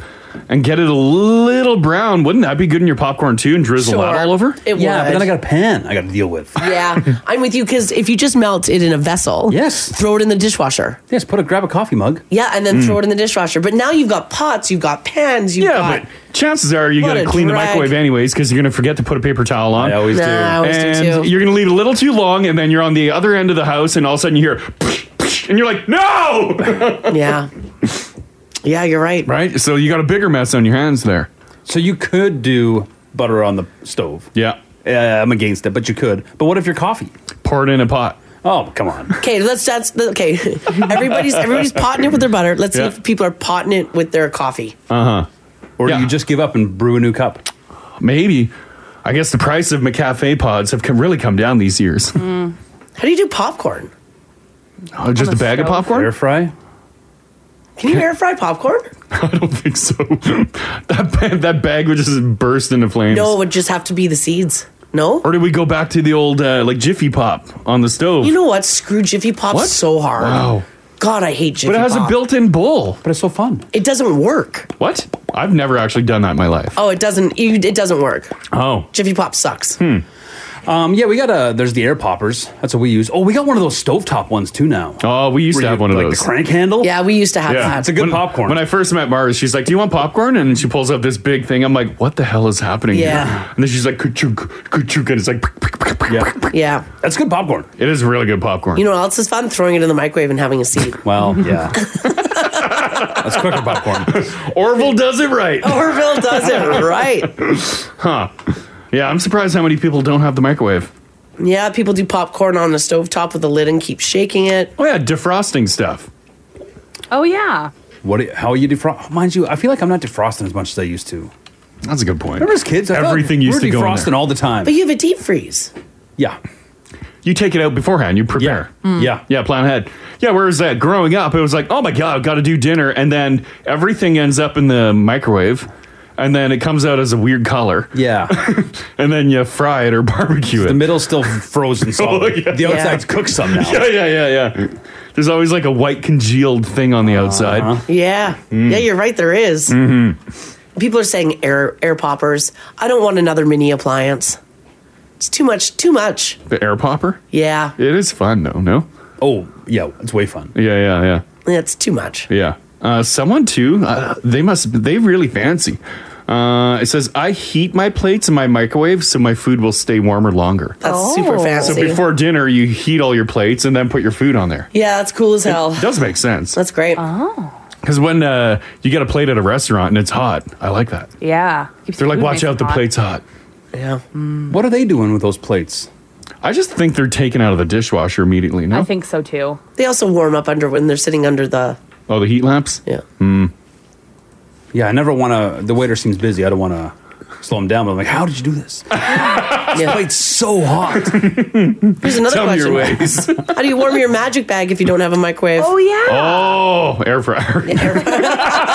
Speaker 3: and get it a little brown, wouldn't that be good in your popcorn too and drizzle that
Speaker 8: Sure.
Speaker 3: all over?
Speaker 8: It Yeah, but would. then I got
Speaker 3: a pan I got to deal with.
Speaker 8: Yeah, I'm with you because if you just melt it in a vessel, yes, throw it in the dishwasher.
Speaker 9: Yes, put a grab a coffee mug.
Speaker 8: Yeah, and then
Speaker 3: Mm.
Speaker 8: throw it in the dishwasher. But now you've got pots, you've got pans, you've
Speaker 3: Yeah,
Speaker 8: got.
Speaker 3: but chances are you got
Speaker 8: What
Speaker 3: to
Speaker 8: a
Speaker 3: clean
Speaker 8: drag.
Speaker 3: the microwave anyways because you're going to forget to put a paper towel on. I always
Speaker 8: Nah, do. I always do
Speaker 3: and
Speaker 8: too.
Speaker 3: You're going to leave it a little too long, and then you're on the other end of the house, and all of a sudden you hear, "Psh, psh," and you're like, no.
Speaker 8: yeah. Yeah, you're right.
Speaker 3: Right. So you got a bigger mess on your hands there.
Speaker 9: So you could do butter on the stove. Uh,
Speaker 3: Yeah.
Speaker 9: I'm against it, but you could. But what if your coffee?
Speaker 3: Pour it in a pot.
Speaker 9: Oh, come on.
Speaker 8: Okay, let's that's the- okay. Everybody's everybody's potting it with their butter. Let's
Speaker 9: Yeah.
Speaker 8: see if people are potting it with their coffee.
Speaker 3: Uh huh.
Speaker 9: Or do you just give up and brew a new cup?
Speaker 3: Maybe. I guess the price of McCafe pods have come, really come down these years.
Speaker 8: How do you do popcorn?
Speaker 3: Oh, just
Speaker 8: On
Speaker 3: a
Speaker 8: a
Speaker 3: bag of
Speaker 8: stove?
Speaker 3: popcorn? Air
Speaker 9: fry?
Speaker 8: Can you air fry popcorn?
Speaker 3: I don't think so. that, bag, that bag would just burst into flames.
Speaker 8: No, it would just have to be the seeds. No?
Speaker 3: Or did we go back to the old, uh, like, Jiffy Pop on the stove?
Speaker 8: You know what? Screw Jiffy Pop
Speaker 3: What?
Speaker 8: so hard.
Speaker 3: Wow.
Speaker 8: God, I hate Jiffy
Speaker 3: but it has
Speaker 8: Pop.
Speaker 3: a built-in bowl.
Speaker 9: But it's so fun.
Speaker 8: It doesn't work.
Speaker 3: What? I've never actually done that in my life.
Speaker 8: Oh, it doesn't. You, it doesn't work.
Speaker 3: Oh.
Speaker 8: Jiffy Pop sucks.
Speaker 9: Hmm. Um, yeah, we got a. There's the air poppers. That's what we use. Oh, we got one of those stovetop ones too now.
Speaker 3: Oh, we used to have one of
Speaker 9: like
Speaker 3: those.
Speaker 9: The crank handle.
Speaker 8: Yeah, we used to have that.
Speaker 9: It's a good
Speaker 3: when,
Speaker 9: popcorn.
Speaker 3: When I first met Mars, she's like, "Do you want popcorn?" And she pulls up this big thing. I'm like, "What the hell is happening?" here?"
Speaker 8: Yeah.
Speaker 3: And then she's like, "Kuchuk, kuchuk," and it's like, yeah,
Speaker 8: yeah.
Speaker 9: That's good popcorn.
Speaker 3: It is really good popcorn.
Speaker 8: You know what else is fun? Throwing it in the microwave and having a seed.
Speaker 9: well, yeah. That's quicker popcorn.
Speaker 3: Orville does it right.
Speaker 8: Orville does it right.
Speaker 3: huh? Yeah, I'm surprised how many people don't have the microwave.
Speaker 8: Yeah, people do popcorn on the stovetop with a lid and keep shaking it.
Speaker 3: Oh yeah, defrosting stuff.
Speaker 10: Oh yeah.
Speaker 9: What? do you- How are you defrost? Mind you, I feel like I'm not defrosting as much as I used to.
Speaker 3: That's a good point.
Speaker 9: Remember as kids, I felt like
Speaker 3: everything
Speaker 9: we
Speaker 3: used
Speaker 9: were
Speaker 3: to go in
Speaker 9: defrosting
Speaker 3: there.
Speaker 9: all the time.
Speaker 8: But you have a deep freeze.
Speaker 9: Yeah.
Speaker 3: You take it out beforehand. You prepare. Yeah.
Speaker 9: Mm. Yeah.
Speaker 3: plan ahead. Yeah. Whereas that growing up, it was like, oh my God, I've got to do dinner. And then everything ends up in the microwave. And then it comes out as a weird color.
Speaker 9: Yeah.
Speaker 3: and then you fry it or barbecue it. The
Speaker 9: middle's still frozen solid. The outside's cooked some now.
Speaker 3: Yeah, yeah, yeah, yeah. There's always like a white congealed thing on the
Speaker 9: Uh-huh.
Speaker 3: outside.
Speaker 8: Yeah.
Speaker 3: Mm.
Speaker 8: Yeah, you're right. There is.
Speaker 3: Mm-hmm.
Speaker 8: People are saying air air poppers. I don't want another mini appliance. It's too much. Too much.
Speaker 3: The air popper.
Speaker 8: Yeah.
Speaker 3: It is fun though, no?
Speaker 9: Oh, yeah, it's way fun.
Speaker 3: Yeah, yeah, yeah.
Speaker 8: That's too much.
Speaker 3: Yeah. Uh, someone too. Uh, they must. They really fancy. Uh, it says I heat my plates in my microwave so my food will stay warmer longer.
Speaker 8: That's super fancy.
Speaker 3: So before dinner, you heat all your plates and then put your food on there.
Speaker 8: Yeah, that's cool as hell.
Speaker 3: It does make sense
Speaker 8: That's great. Oh.
Speaker 3: because when uh, you get a plate at a restaurant and it's hot, I like that.
Speaker 10: Yeah. Keeps
Speaker 3: They're like,
Speaker 10: food
Speaker 3: watch
Speaker 10: nice
Speaker 3: out,
Speaker 10: and
Speaker 3: the
Speaker 10: hot."
Speaker 3: plate's hot.
Speaker 8: Yeah.
Speaker 9: What are they doing with those plates?
Speaker 3: I just think they're taken out of the dishwasher immediately. No,
Speaker 8: I
Speaker 10: think so too.
Speaker 8: They also warm up under when they're sitting under the.
Speaker 3: oh, the heat lamps.
Speaker 8: Yeah.
Speaker 3: Hmm.
Speaker 9: Yeah, I never want to. The waiter seems busy. I don't want to slow him down. But I'm like, how did you do this?
Speaker 8: Yeah.
Speaker 9: plate's so hot.
Speaker 8: Here's another
Speaker 9: Tell me
Speaker 8: question.
Speaker 9: your ways.
Speaker 8: How do you warm your magic bag if you don't have a microwave? Oh
Speaker 3: Oh, air fryer.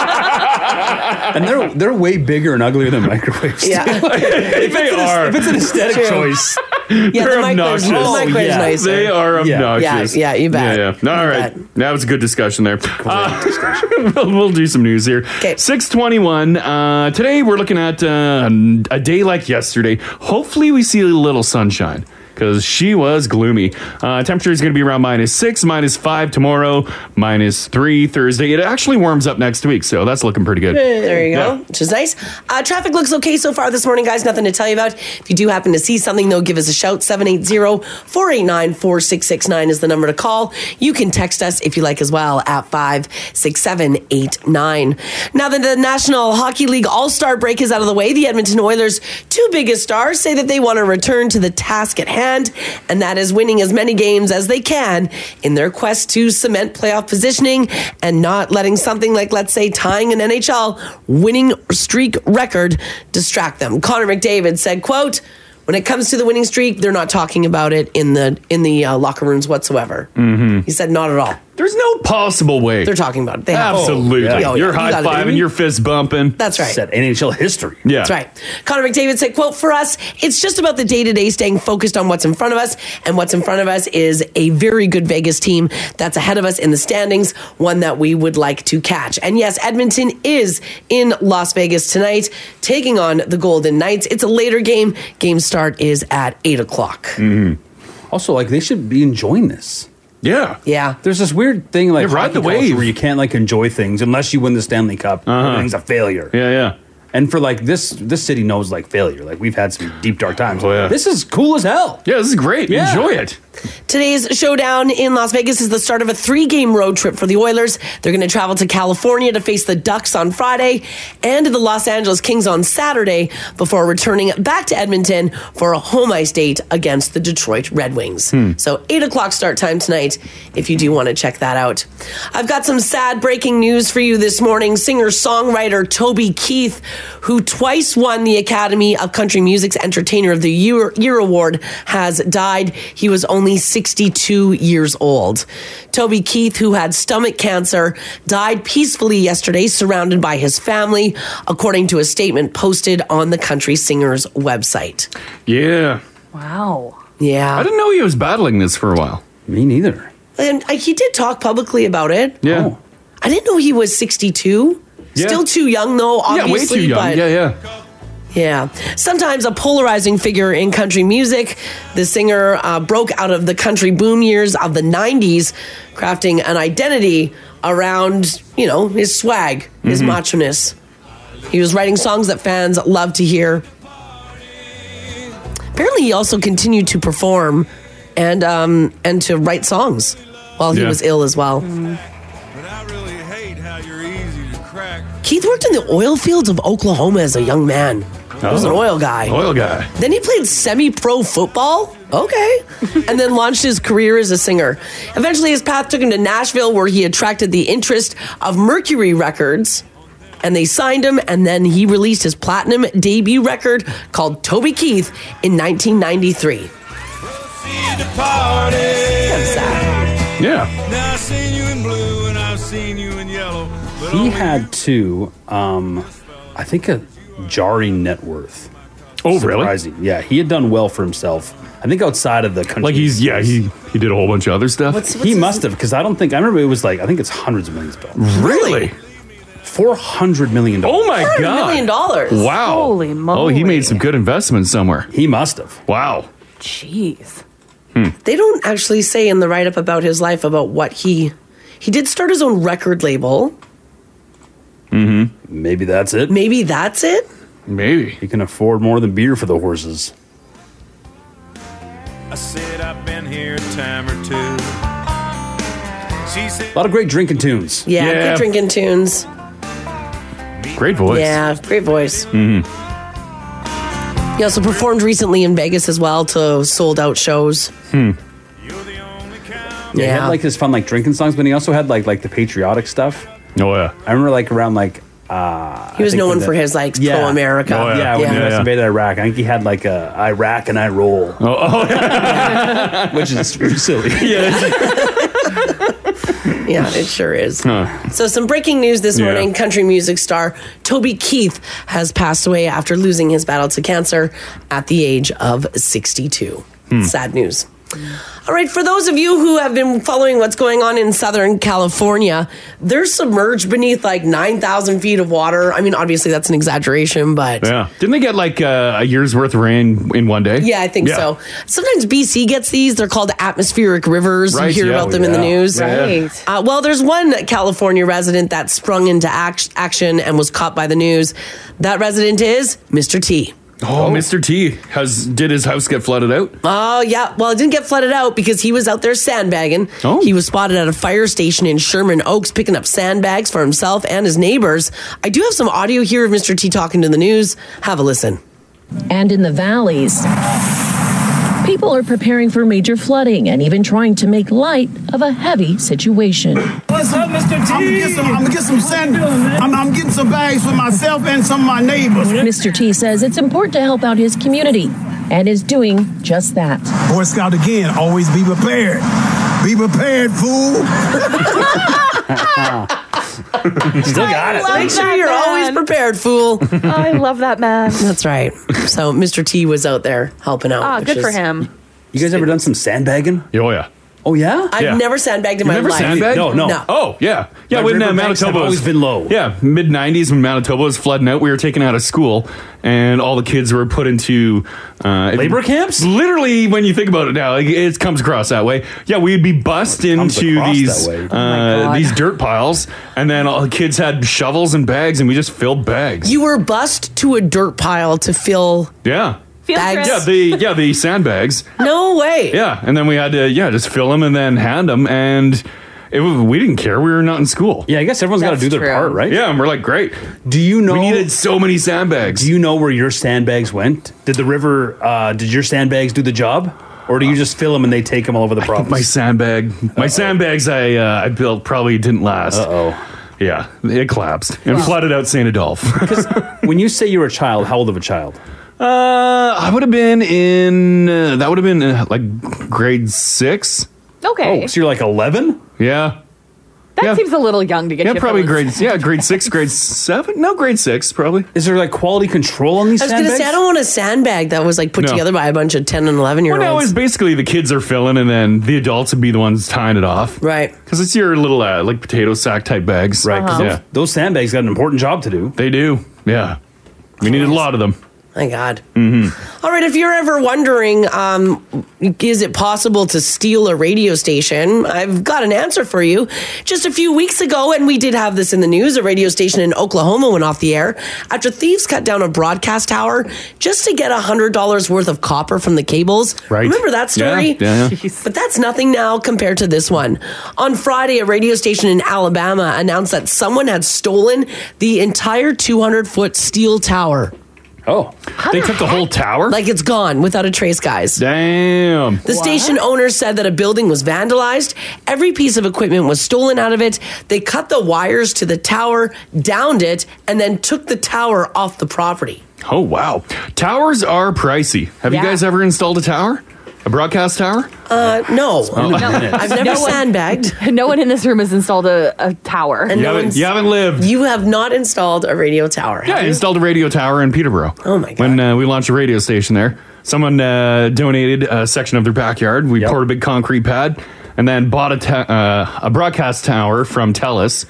Speaker 9: and they're they're way bigger and uglier than microwaves.
Speaker 8: Yeah.
Speaker 9: if
Speaker 3: they
Speaker 9: it's an-
Speaker 3: are.
Speaker 9: if it's an aesthetic
Speaker 3: True.
Speaker 9: choice.
Speaker 3: Yeah,
Speaker 9: They're
Speaker 3: the microwave's- the
Speaker 9: obnoxious.
Speaker 3: microwave's
Speaker 9: yeah.
Speaker 3: nicer. They are
Speaker 9: Yeah.
Speaker 3: obnoxious.
Speaker 9: Yeah, yeah, you bet.
Speaker 3: Yeah, yeah. All right. That was a good discussion there. Uh, we'll, we'll do some news here. Okay. 621. Uh, today we're looking at uh, a day like yesterday. Hopefully we see a little sunshine. Because she was gloomy. Uh, temperature is going to be around minus six, minus five tomorrow, minus three Thursday. It actually warms up next week, so that's looking pretty good.
Speaker 8: There you go,
Speaker 3: Yeah.
Speaker 8: which is nice. Uh, traffic looks okay so far this morning, guys. Nothing to tell you about. If you do happen to see something, though, give us a shout. 780 489 4669 is the number to call. You can text us if you like as well at 56789. Now that the National Hockey League All Star break is out of the way, the Edmonton Oilers' two biggest stars say that they want to return to the task at hand, and that is winning as many games as they can in their quest to cement playoff positioning and not letting something like, let's say, tying an NHL winning streak record distract them. Connor McDavid said, quote, when it comes to the winning streak, they're not talking about it in the in the uh, locker rooms whatsoever.
Speaker 3: Mhm.
Speaker 8: He said, not at all.
Speaker 3: There's no possible way. They're
Speaker 8: talking about it. They have to.
Speaker 3: Absolutely.
Speaker 8: Yeah. Oh, yeah.
Speaker 3: You're
Speaker 8: You
Speaker 3: high
Speaker 8: gotta do
Speaker 3: fiving,
Speaker 8: it.
Speaker 3: you're fist bumping.
Speaker 8: That's right. Set
Speaker 3: NHL history. Yeah.
Speaker 8: That's right. Connor McDavid said, quote, for us, it's just about the day to day staying focused on what's in front of us. And what's in front of us is a very good Vegas team that's ahead of us in the standings, one that we would like to catch. And yes, Edmonton is in Las Vegas tonight, taking on the Golden Knights. It's a later game. Game start is at eight o'clock.
Speaker 9: Also, like they should be enjoying this.
Speaker 3: Mm-hmm. Yeah.
Speaker 8: Yeah.
Speaker 9: There's this weird thing like
Speaker 3: Yeah, ride
Speaker 9: hockey
Speaker 3: the
Speaker 9: culture
Speaker 3: wave. Uh-huh.
Speaker 9: where you can't like enjoy things unless you win the Stanley Cup. Everything's a failure.
Speaker 3: Yeah, yeah.
Speaker 9: And for like this this city knows like failure. Like we've had some deep dark times. This is cool as hell.
Speaker 3: Oh, Yeah, this is great. Enjoy it.
Speaker 8: Today's showdown in Las Vegas is the start of a three game road trip for the Oilers. They're going to travel to California to face the Ducks on Friday and the Los Angeles Kings on Saturday before returning back to Edmonton for a home ice date against the Detroit Red Wings. So, 8 o'clock start time tonight if you do want to check that out. I've got some sad breaking news for you this morning. Singer songwriter Toby Keith, who twice won the Academy of Country Music's Entertainer of the Year, Year Award, has died. He was only 62 years old. Toby Keith, who had stomach cancer, died peacefully yesterday, surrounded by his family, according to a statement posted on the country singer's website.
Speaker 3: Yeah.
Speaker 13: Wow.
Speaker 8: Yeah.
Speaker 3: I didn't know he was battling this for a while.
Speaker 9: Me neither. Oh.
Speaker 8: And uh, he did talk publicly about it.
Speaker 3: Yeah.
Speaker 8: I didn't know he was 62.
Speaker 3: Yeah.
Speaker 8: Still too young, though,
Speaker 3: yeah, way
Speaker 8: obviously.
Speaker 3: too young.
Speaker 8: But
Speaker 3: Yeah, yeah.
Speaker 8: Yeah. Sometimes a polarizing figure in country music, the singer uh, broke out of the country boom years of the 90s, crafting an identity around, you know, his swag, his
Speaker 10: Mhm.
Speaker 3: Mm-hmm.
Speaker 8: macho-ness. He was writing songs that fans loved to hear. Apparently, he also continued to perform and um, and to write songs while he
Speaker 10: Yeah.
Speaker 8: was ill as well. Keith worked in the oil fields of Oklahoma as a young man. He was an
Speaker 3: Oh.
Speaker 8: oil guy.
Speaker 3: Oil guy.
Speaker 8: Then he played semi pro football. Okay. and then launched his career as a singer. Eventually, his path took him to Nashville, where he attracted the interest of Mercury Records. And they signed him, and then he released his platinum debut record called Toby Keith in 1993.
Speaker 3: Yeah.
Speaker 10: Now I've seen you in blue and I've seen you in yellow. But
Speaker 9: He
Speaker 10: only-
Speaker 9: had to um I think a jarring net worth.
Speaker 3: Oh, really?
Speaker 9: really? Yeah, he had done well for himself. I think outside of the country.
Speaker 3: Like he's yeah, he he did a whole bunch of other stuff.
Speaker 9: he must have because I don't think I remember it was like I think it's hundreds of millions of dollars.
Speaker 3: Really?
Speaker 9: Four hundred million dollars.
Speaker 3: Oh my
Speaker 8: $400
Speaker 3: god.
Speaker 8: million dollars.
Speaker 3: Wow.
Speaker 8: Holy
Speaker 3: Oh, he
Speaker 8: moly.
Speaker 3: made some good investments somewhere.
Speaker 9: He must have.
Speaker 3: Wow.
Speaker 8: Jeez.
Speaker 3: Hmm.
Speaker 8: They don't actually say in the write up about his life about what he. He did start his own record label.
Speaker 9: Mm-hmm. Maybe that's it.
Speaker 8: Maybe that's it.
Speaker 3: Maybe.
Speaker 9: He can afford more than beer for the horses.
Speaker 10: I said I've been here a time or two. She said
Speaker 9: A lot of great drinking tunes.
Speaker 8: Yeah, good drinking tunes.
Speaker 3: Great
Speaker 8: Yeah, great voice.
Speaker 3: Mm-hmm.
Speaker 8: He also performed recently in Vegas as well to sold out shows.
Speaker 9: Hmm. Yeah, he
Speaker 8: Yeah.
Speaker 9: had like his fun like drinking songs, but he also had like like the patriotic stuff.
Speaker 3: Oh yeah,
Speaker 9: I remember like around like uh
Speaker 8: He
Speaker 9: I think
Speaker 8: was
Speaker 9: when
Speaker 8: known
Speaker 9: the-
Speaker 8: for his, like,
Speaker 9: Yeah.
Speaker 8: pro-America.
Speaker 9: Yeah,
Speaker 8: Oh, yeah.
Speaker 9: when
Speaker 8: Yeah.
Speaker 9: the
Speaker 8: Yeah.
Speaker 9: US invaded Iraq, I think he had like a Iraq and I roll,
Speaker 3: oh,
Speaker 9: which is silly.
Speaker 8: Yeah, it sure is.
Speaker 3: Huh.
Speaker 8: So, some breaking news this
Speaker 3: Yeah.
Speaker 8: morning country music star Toby Keith has passed away after losing his battle to cancer at the age of 62.
Speaker 10: Hmm.
Speaker 8: Sad news. All right, for those of you who have been following what's going on in Southern California, they're submerged beneath like 9,000 feet of water. I mean, obviously, that's an exaggeration, but.
Speaker 3: Yeah. Didn't they get like uh, a year's worth of rain in one day?
Speaker 8: Yeah, I think so. Sometimes BC gets these. They're called atmospheric rivers.
Speaker 3: Right,
Speaker 8: you
Speaker 3: yeah.
Speaker 8: hear
Speaker 3: oh,
Speaker 8: about them in the
Speaker 3: Yeah.
Speaker 8: news.
Speaker 3: Yeah. Right.
Speaker 8: Uh, well, there's one California resident that sprung into act- action and was caught by the news. That resident is Mr. T.
Speaker 3: Oh, Mr. T has did his house get flooded out?
Speaker 8: Oh, yeah. Well, it didn't get flooded out because he was out there sandbagging. Oh. He was spotted at a fire station in Sherman Oaks picking up sandbags for himself and his neighbors. I do have some audio here of Mr. T talking to the news. Have a listen.
Speaker 5: and in the valleys. People are preparing for major flooding and even trying to make light of a heavy situation.
Speaker 11: What's up, Mr. T? I'm gonna get some, I'm gonna get some sand. I'm, I'm getting some bags for myself and some of my neighbors.
Speaker 5: Mr. T says it's important to help out his community and is doing just that.
Speaker 11: Boy Scout again, always be prepared.
Speaker 14: Be prepared, fool.
Speaker 9: Still got
Speaker 10: it. Make sure you're always
Speaker 8: prepared, fool.
Speaker 10: Oh, I love that man.
Speaker 8: That's right. So Mr. T was out there helping out.
Speaker 10: Ah,
Speaker 8: which
Speaker 10: good for
Speaker 8: is-
Speaker 10: him.
Speaker 9: You guys ever done some sandbagging?
Speaker 3: Oh yeah.
Speaker 9: Oh yeah.
Speaker 8: I've never sandbagged in
Speaker 3: You
Speaker 8: my
Speaker 3: never
Speaker 8: life.
Speaker 3: sandbagged?
Speaker 9: No, no.
Speaker 3: Oh, yeah. Yeah,
Speaker 9: My
Speaker 3: when uh,
Speaker 9: riverbanks have
Speaker 3: Manitoba
Speaker 9: always been low.
Speaker 3: Yeah, mid 90s when Manitoba was flooding out, we were taken out of school and all the kids were put into uh, labor camps. Literally, when you think about it now, like, it comes across that way. Yeah, we'd be bussed into
Speaker 9: across
Speaker 3: these
Speaker 9: that way.
Speaker 8: Oh
Speaker 3: uh, these dirt piles, and then all the kids had shovels and bags, and we just filled bags.
Speaker 8: You were bussed to a dirt pile to fill.
Speaker 3: yeah.
Speaker 8: Field Bags. trip.
Speaker 3: Yeah, the yeah the sandbags.
Speaker 8: No way.
Speaker 3: Yeah, and then we had to yeah just fill them and then hand them, and it was, we didn't care. We were not in school.
Speaker 9: Yeah, I guess everyone's got to do their part, right?
Speaker 3: Yeah, and we're like, great.
Speaker 9: Do you know? We
Speaker 3: needed so many sandbags.
Speaker 9: Do you know where your sandbags went? Did the river? Uh, did your sandbags do the job, or do you just fill them and they take them all over the province?
Speaker 3: my sandbag, my sandbags I uh, I built probably didn't last. oh. Yeah, it collapsed and
Speaker 9: Wow.
Speaker 3: flooded out St. Adolph.
Speaker 9: when you say you're a child, how old of a child?
Speaker 3: Uh, I would have been in uh, that would have been uh, like grade six.
Speaker 10: Okay.
Speaker 9: Oh, so you're like eleven?
Speaker 3: Yeah,
Speaker 10: that
Speaker 3: Oh, yeah.
Speaker 10: seems a little young to get
Speaker 3: yeah,
Speaker 10: you.
Speaker 3: probably
Speaker 10: fellas.
Speaker 3: grade yeah grade six, grade seven. No, grade six probably.
Speaker 9: Is there like quality control on
Speaker 8: I was going to say, I don't want a sandbag that was like put
Speaker 3: No.
Speaker 8: together by a bunch of 10 and 11 year
Speaker 3: Well, now it's
Speaker 8: olds.
Speaker 3: basically the kids are filling, and then the adults would be the ones tying it off,
Speaker 8: right?
Speaker 3: Because it's your little uh, like potato sack type bags,
Speaker 9: Right, 'cause Uh-huh. those-
Speaker 3: those sandbags got an important job to do. They do, yeah. We needed a lot of them.
Speaker 8: Thank God.
Speaker 3: hmm
Speaker 8: All right, if you're ever wondering, um, is it possible to steal a radio station? I've got an answer for you. Just a few weeks ago, and we did have this in the news, a radio station in Oklahoma went off the air after thieves cut down a broadcast tower just to get $100 worth of copper from the cables.
Speaker 15: Right.
Speaker 8: Remember that story?
Speaker 15: Yeah, yeah, yeah.
Speaker 8: But that's nothing now compared to this one. On Friday, a radio station in Alabama announced that someone had stolen the entire 200 foot steel tower.
Speaker 9: Oh,
Speaker 3: they took the whole tower?
Speaker 8: Like it's gone without a trace, guys.
Speaker 3: Damn.
Speaker 8: The station owners said that a building was vandalized. Every piece of equipment was stolen out of it. They cut the wires to the tower, downed it, and then took the tower off the property.
Speaker 3: Oh wow, towers are pricey. Have
Speaker 8: Yeah.
Speaker 3: you guys ever installed a tower, a broadcast tower?
Speaker 8: Uh, no.
Speaker 3: Oh.
Speaker 8: I've never
Speaker 10: one-
Speaker 8: sandbagged.
Speaker 10: no one in this room has installed a, a tower.
Speaker 8: And
Speaker 3: you,
Speaker 8: no
Speaker 3: haven't,
Speaker 8: one's-
Speaker 3: you haven't lived.
Speaker 8: You have not installed a radio tower.
Speaker 3: Yeah, I installed a radio tower in Peterborough. Oh my god! When uh, we launched a radio station there, someone uh, donated a section of their backyard. We poured a big concrete pad, and then bought a ta- uh, a broadcast tower from Telus.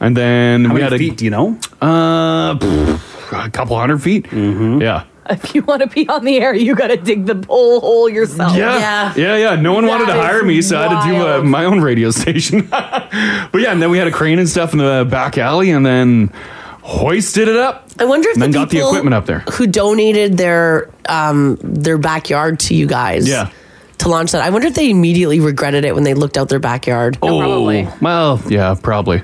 Speaker 3: And then we
Speaker 9: many
Speaker 3: had a
Speaker 9: feet, Do you know?
Speaker 3: Uh, pff, a couple hundred feet.
Speaker 9: Mm-hmm.
Speaker 3: Yeah.
Speaker 10: If you want to be on the air, you got to dig the whole hole yourself.
Speaker 3: Yeah. yeah, yeah, No one wanted to
Speaker 10: That is
Speaker 3: hire me, so I had to do uh,
Speaker 10: wild.
Speaker 3: my own radio station. but yeah, and then we had a crane and stuff in the back alley, and then hoisted it up.
Speaker 8: I wonder if
Speaker 3: and
Speaker 8: the
Speaker 3: then got the
Speaker 8: people
Speaker 3: equipment up there.
Speaker 8: who donated their um, their backyard to you guys.
Speaker 3: Yeah.
Speaker 8: To launch that, I wonder if they immediately regretted it when they looked out their backyard.
Speaker 3: oh, well, yeah, probably.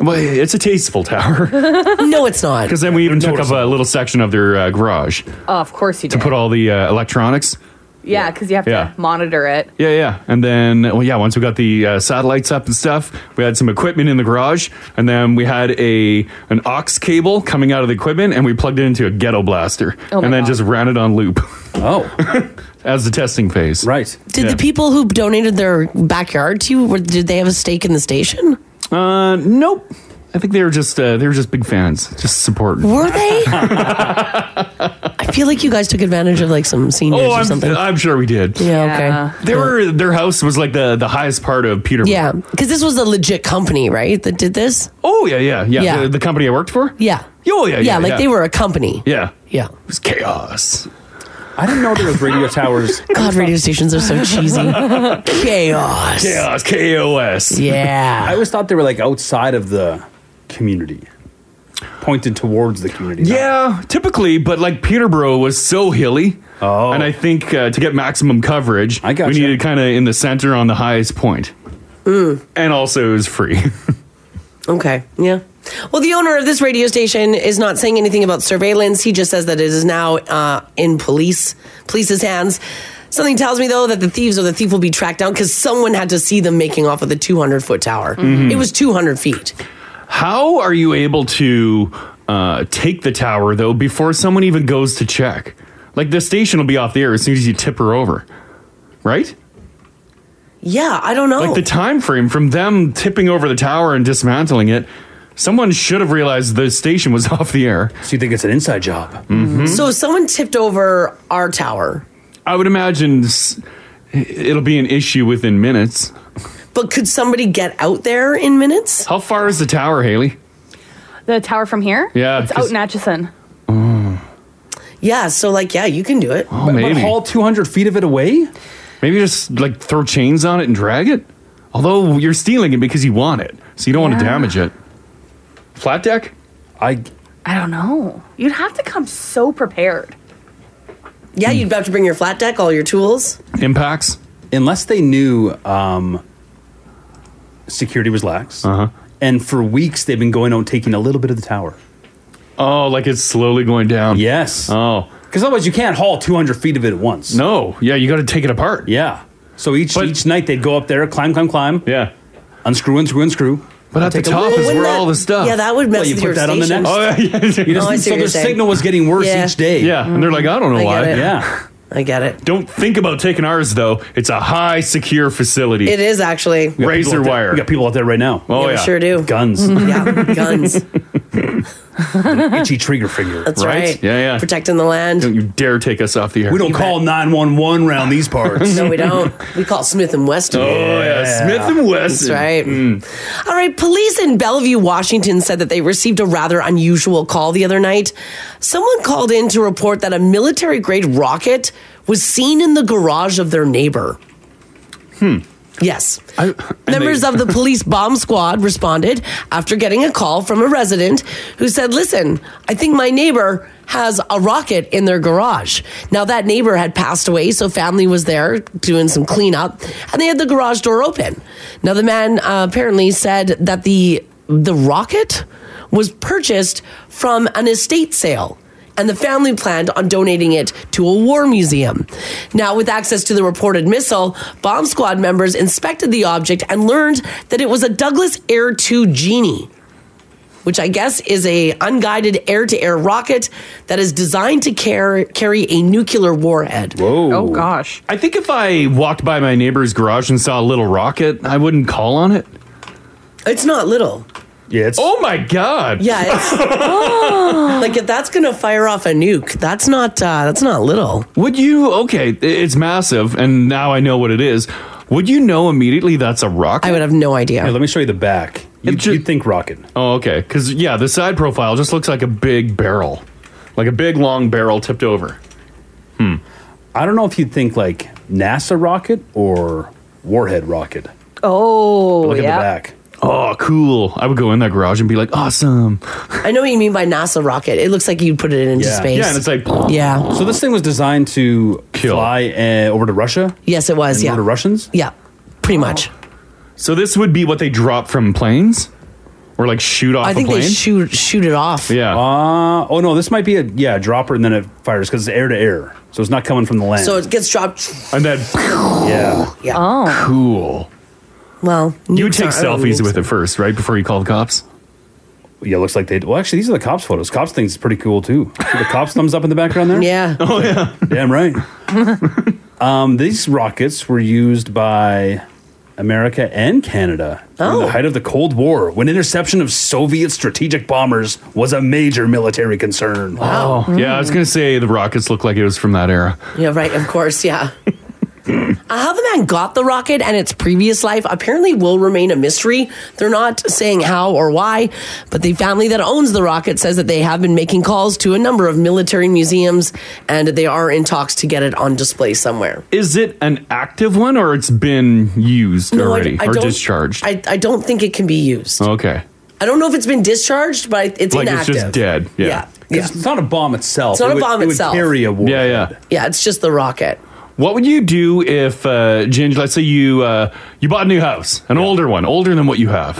Speaker 3: Well, it's a tasteful tower.
Speaker 8: no, it's not.
Speaker 3: Because then we even took up a little section of their uh, garage
Speaker 10: Oh, of course you
Speaker 3: to
Speaker 10: did.
Speaker 3: put all the uh, electronics.
Speaker 10: yeah, because you have
Speaker 3: Yeah.
Speaker 10: to monitor it.
Speaker 3: Yeah, yeah. And then, well, yeah, once we got the uh, satellites up and stuff, we had some equipment in the garage, and then we had a an aux cable coming out of the equipment, and we plugged it into a ghetto blaster,
Speaker 8: Oh my
Speaker 3: and then
Speaker 8: God.
Speaker 3: just ran it on loop. Oh, as the testing phase,
Speaker 9: right?
Speaker 8: Did the people who donated their backyard to you, were, did they have a stake in the station?
Speaker 3: people? Uh, nope. I think they were just uh, they were just big fans, just supporting.
Speaker 8: Were they? I feel like you guys took advantage of like some seniors
Speaker 3: Oh,
Speaker 8: or
Speaker 3: I'm,
Speaker 8: something.
Speaker 3: I'm sure we did.
Speaker 8: Yeah, okay. Yeah.
Speaker 3: They were their house was like the the highest part of Peterborough.
Speaker 8: yeah, because this was a legit company, right? That did this.
Speaker 3: Oh yeah, yeah, yeah.
Speaker 8: Yeah.
Speaker 3: The, the company I worked for.
Speaker 8: Yeah.
Speaker 3: Oh yeah, yeah.
Speaker 8: like
Speaker 3: yeah.
Speaker 8: they were a company.
Speaker 3: Yeah.
Speaker 8: Yeah. It
Speaker 3: was chaos.
Speaker 9: I didn't know there was radio towers.
Speaker 8: God, radio stations are so cheesy. Chaos.
Speaker 3: Chaos. KOS.
Speaker 8: Yeah.
Speaker 9: I always thought they were like outside of the community, pointed towards the community.
Speaker 3: Yeah, typically, but like Peterborough was so hilly. Oh. And I think uh, to get maximum coverage, I we needed kind of in the center on the highest point.
Speaker 8: Mm.
Speaker 3: And also it was free.
Speaker 8: Okay. Yeah. Well, the owner of this radio station is not saying anything about surveillance. He just says that it is now uh, in police police's hands. Something tells me though that the thieves or the thief will be tracked down because someone had to see them making off with the 200 foot tower.
Speaker 3: Mhm.
Speaker 8: It was 200 feet.
Speaker 3: How are you able to uh, take the tower though before someone even goes to check? Like the station will be off the air as soon as you tip her over, right?
Speaker 8: Yeah, I don't know.
Speaker 3: Like the time frame from them tipping over the tower and dismantling it, someone should have realized the station was off the air. So you think it's an inside job? Mm-hmm.
Speaker 8: So if someone tipped over our tower,
Speaker 3: I would imagine s- it'll be an issue within minutes.
Speaker 8: but could somebody get out there in minutes?
Speaker 3: How far is the tower, Haley?
Speaker 10: The tower from here?
Speaker 3: Yeah,
Speaker 10: It's out in Atchison.
Speaker 8: Yeah, so like, yeah, you can do it.
Speaker 3: Oh, maybe haul two hundred feet of it away. Maybe just like throw chains on it and drag it. Although you're stealing it because you want it, so you don't want
Speaker 10: Yeah.
Speaker 3: to damage it. Flat deck. I
Speaker 10: I don't know. You'd have to come so prepared.
Speaker 8: Yeah, you'd have to bring your flat deck, all your tools.
Speaker 3: impacts.
Speaker 9: Unless they knew um, security was lax, uh-huh. and for weeks they've been going out and taking a little bit of the tower.
Speaker 3: Oh, like it's slowly going down.
Speaker 9: Yes.
Speaker 3: Oh,
Speaker 9: because otherwise you can't haul 200 feet of it at once.
Speaker 3: No. Yeah, you got to take it apart.
Speaker 9: Yeah. So each each night they'd go up there, climb, climb, climb.
Speaker 3: Yeah.
Speaker 9: Unscrew, unscrew, unscrew.
Speaker 3: But at the top is where all the stuff.
Speaker 8: yeah, that would mess
Speaker 9: well, you
Speaker 8: with
Speaker 9: put
Speaker 8: your
Speaker 9: that on
Speaker 8: station.
Speaker 9: the next.
Speaker 3: Oh, yeah, yeah.
Speaker 9: You just-
Speaker 8: Oh, I
Speaker 9: so
Speaker 8: see what
Speaker 9: their
Speaker 8: you're saying.
Speaker 9: signal was getting worse
Speaker 8: Yeah.
Speaker 9: each day.
Speaker 3: Yeah, and they're like, I don't know
Speaker 8: I get
Speaker 3: why.
Speaker 8: it.
Speaker 9: Yeah,
Speaker 8: I get it.
Speaker 3: Don't think about taking ours though. It's a high secure facility.
Speaker 8: It is actually
Speaker 3: We got razor
Speaker 9: people out there-
Speaker 3: wire.
Speaker 9: we got people out there right now.
Speaker 3: Oh
Speaker 8: Yeah,
Speaker 3: yeah,
Speaker 8: we sure do. Mm.
Speaker 9: Guns.
Speaker 8: yeah, guns.
Speaker 9: Itchy trigger finger.
Speaker 8: That's right.
Speaker 3: Yeah, yeah.
Speaker 8: Protecting the land.
Speaker 3: Don't you dare take us off the air.
Speaker 9: We don't call nine one one round these parts.
Speaker 8: no, we don't. We call it Smith and Wesson.
Speaker 9: Oh, yeah, Smith and Wesson. Hmm.
Speaker 8: That's right. All right. Police in Bellevue, Washington, said that they received a rather unusual call the other night. Someone called in to report that a military-grade rocket was seen in the garage of their neighbor.
Speaker 3: Hmm.
Speaker 8: Yes.
Speaker 3: I,
Speaker 8: Members of the police bomb squad responded after getting a call from a resident who said, Listen, I think my neighbor has a rocket in their garage. Now, that neighbor had passed away, so family was there doing some cleanup, and they had the garage door open. Now, the man uh, apparently said that the, the rocket was purchased from an estate sale and the family planned on donating it to a war museum. Now, with access to the reported missile, bomb squad members inspected the object and learned that it was a Douglas Air 2 Genie, which I guess is a unguided air-to-air rocket that is designed to car- carry a nuclear warhead.
Speaker 3: Whoa.
Speaker 10: Oh, gosh.
Speaker 3: I think if I walked by my neighbor's garage and saw a little rocket, I wouldn't call on it.
Speaker 8: It's not little.
Speaker 9: Yeah. It's-
Speaker 3: oh my god.
Speaker 8: Yeah, it's, like if that's going to fire off a nuke, that's not uh, that's not little.
Speaker 3: Would you? Okay, i- it's massive, and now I know what it is. Would you know immediately that's a rocket? I
Speaker 8: would have no idea.
Speaker 9: let me show you the back. You, you'd think rocket.
Speaker 3: Oh, okay. Because yeah, the side profile just looks like a big barrel, like a big long barrel tipped over.
Speaker 9: Hmm. I don't know if you'd think like NASA rocket or warhead rocket.
Speaker 10: Oh,
Speaker 9: Look
Speaker 10: yeah.
Speaker 9: at the back.
Speaker 3: Oh, cool! I would go in that garage and be like, awesome.
Speaker 8: I know what you mean by NASA rocket. It looks like you'd put it into space.
Speaker 3: like
Speaker 8: Yeah.
Speaker 9: So this thing was designed to fly uh, over to Russia.
Speaker 8: Yes, it was.
Speaker 9: And
Speaker 8: yeah.
Speaker 9: over to Russians.
Speaker 8: Yeah, pretty much.
Speaker 3: So this would be what they drop from planes, or like shoot off.
Speaker 8: I think
Speaker 3: a
Speaker 8: they
Speaker 3: plane?
Speaker 8: shoot shoot it off.
Speaker 3: Yeah.
Speaker 9: Uh, oh no, this might be a yeah dropper, and then it fires because it's air to air, so it's not coming from the land.
Speaker 8: So it gets dropped.
Speaker 3: and then
Speaker 9: yeah,
Speaker 8: yeah.
Speaker 10: Oh,
Speaker 3: cool.
Speaker 8: Well,
Speaker 3: You would
Speaker 8: nukes
Speaker 3: take
Speaker 8: are- oh,
Speaker 3: selfies
Speaker 8: nukes.
Speaker 3: with it first, right? Before you call the cops.
Speaker 9: Yeah, looks like they. Well, actually, these are the cops' photos. Cops things is pretty cool too. See the cops thumbs up in the background there.
Speaker 8: Yeah.
Speaker 3: Oh yeah.
Speaker 9: Damn right. um, these rockets were used by America and Canada during
Speaker 8: Oh.
Speaker 9: the height of the Cold War, when interception of Soviet strategic bombers was a major military concern.
Speaker 3: Oh,
Speaker 8: Hmm.
Speaker 3: yeah. I was gonna say the rockets look like it was from that era.
Speaker 8: Yeah, right. Of course, yeah. uh, how the man got the rocket and its previous life apparently will remain a mystery. They're not saying how or why, but the family that owns the rocket says that they have been making calls to a number of military museums and they are in talks to get it on display somewhere.
Speaker 3: Is it an active one, or it's been used already, or
Speaker 8: don't-
Speaker 3: discharged?
Speaker 8: I, I don't think it can be used.
Speaker 3: okay.
Speaker 8: I don't know if it's been discharged, but it's
Speaker 3: like
Speaker 8: inactive.
Speaker 3: it's just dead. Yeah. yeah.
Speaker 9: It's not a bomb itself.
Speaker 8: It's not a bomb itself.
Speaker 9: a war.
Speaker 3: Yeah, yeah.
Speaker 8: Yeah, it's just the rocket.
Speaker 3: What would you do if, uh, Ginger, let's say you uh, you bought a new house, an older one, older than what you have,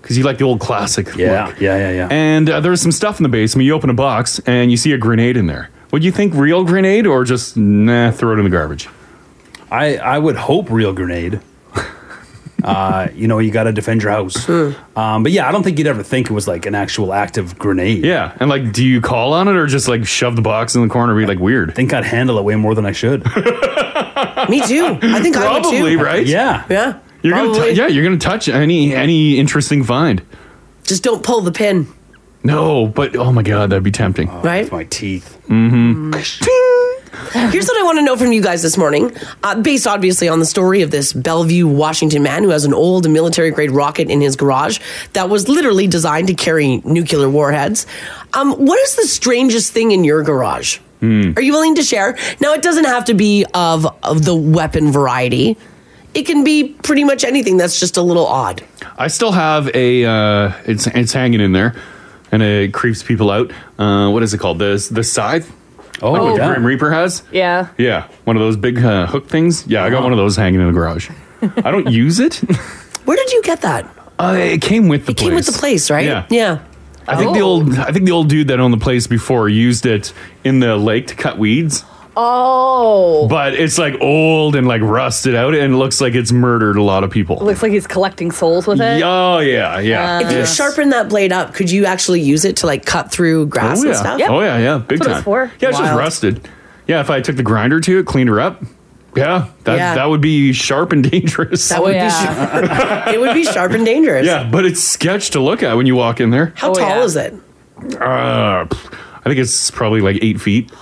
Speaker 3: because you like the old classic.
Speaker 9: Uh-huh. Yeah,
Speaker 3: look.
Speaker 9: yeah, yeah, yeah.
Speaker 3: And uh, there's some stuff in the basement. You open a box and you see a grenade in there. Would you think real grenade or just nah, throw it in the garbage?
Speaker 9: I, I would hope real grenade. uh, you know, you got to defend your house.
Speaker 8: Hmm.
Speaker 9: um, but yeah, I don't think you'd ever think it was like an actual active grenade.
Speaker 3: Yeah, and like, do you call on it or just like shove the box in the corner? and Be like weird.
Speaker 9: I think I'd handle it way more than I should.
Speaker 8: Me too. I think I would too.
Speaker 3: Probably, right?
Speaker 8: Yeah. Yeah.
Speaker 3: You're gonna
Speaker 8: Probably.
Speaker 3: t- yeah, you're gonna touch any any interesting find.
Speaker 8: Just don't pull the pin.
Speaker 3: No, but oh my god, that'd be tempting.
Speaker 8: Right?
Speaker 3: My teeth. Mm-hmm.
Speaker 8: Here's what I want to know from you guys this morning, uh, based obviously on the story of this Bellevue, Washington man who has an old military grade rocket in his garage that was literally designed to carry nuclear warheads. Um, what is the strangest thing in your garage?
Speaker 3: Hmm.
Speaker 8: Are you willing to share? Now, it doesn't have to be of, of the weapon variety, it can be pretty much anything that's just a little odd.
Speaker 3: I still have a. Uh, it's it's hanging in there, and it creeps people out. Uh, what is it called? The the scythe.
Speaker 10: Oh,
Speaker 3: like what
Speaker 10: yeah.
Speaker 3: Grim Reaper has.
Speaker 10: Yeah.
Speaker 3: Yeah, one of those big uh, hook things. Yeah, I got one of those hanging in the garage. I don't use it.
Speaker 8: Where did you get that?
Speaker 3: Uh, it came with the. It place.
Speaker 8: came with the place, right?
Speaker 3: Yeah.
Speaker 8: Yeah.
Speaker 3: I think the
Speaker 10: Oh.
Speaker 3: old I think the old dude that owned the place before used it in the lake to cut weeds.
Speaker 10: Oh.
Speaker 3: But it's like old and like rusted out, and it looks like it's murdered a lot of people.
Speaker 10: Looks like he's collecting souls with it. Uh,
Speaker 3: Oh yeah, yeah.
Speaker 8: If
Speaker 3: yeah.
Speaker 8: you sharpen that blade up, could you actually use it to like cut through grass
Speaker 3: oh yeah,
Speaker 8: and stuff?
Speaker 3: oh yeah, yeah, big time. Yeah, it's just
Speaker 8: Wild.
Speaker 3: rusted. Yeah, if I took the grinder to it, cleaned her up. Yeah, that
Speaker 8: Yeah.
Speaker 3: that would be sharp and dangerous.
Speaker 8: That
Speaker 10: Oh,
Speaker 8: would be sharp. it would be sharp and dangerous.
Speaker 3: Yeah, but it's sketch to look at when you walk in there.
Speaker 8: How
Speaker 10: Oh,
Speaker 8: tall is it?
Speaker 3: Uh, pff, I think it's probably like eight feet.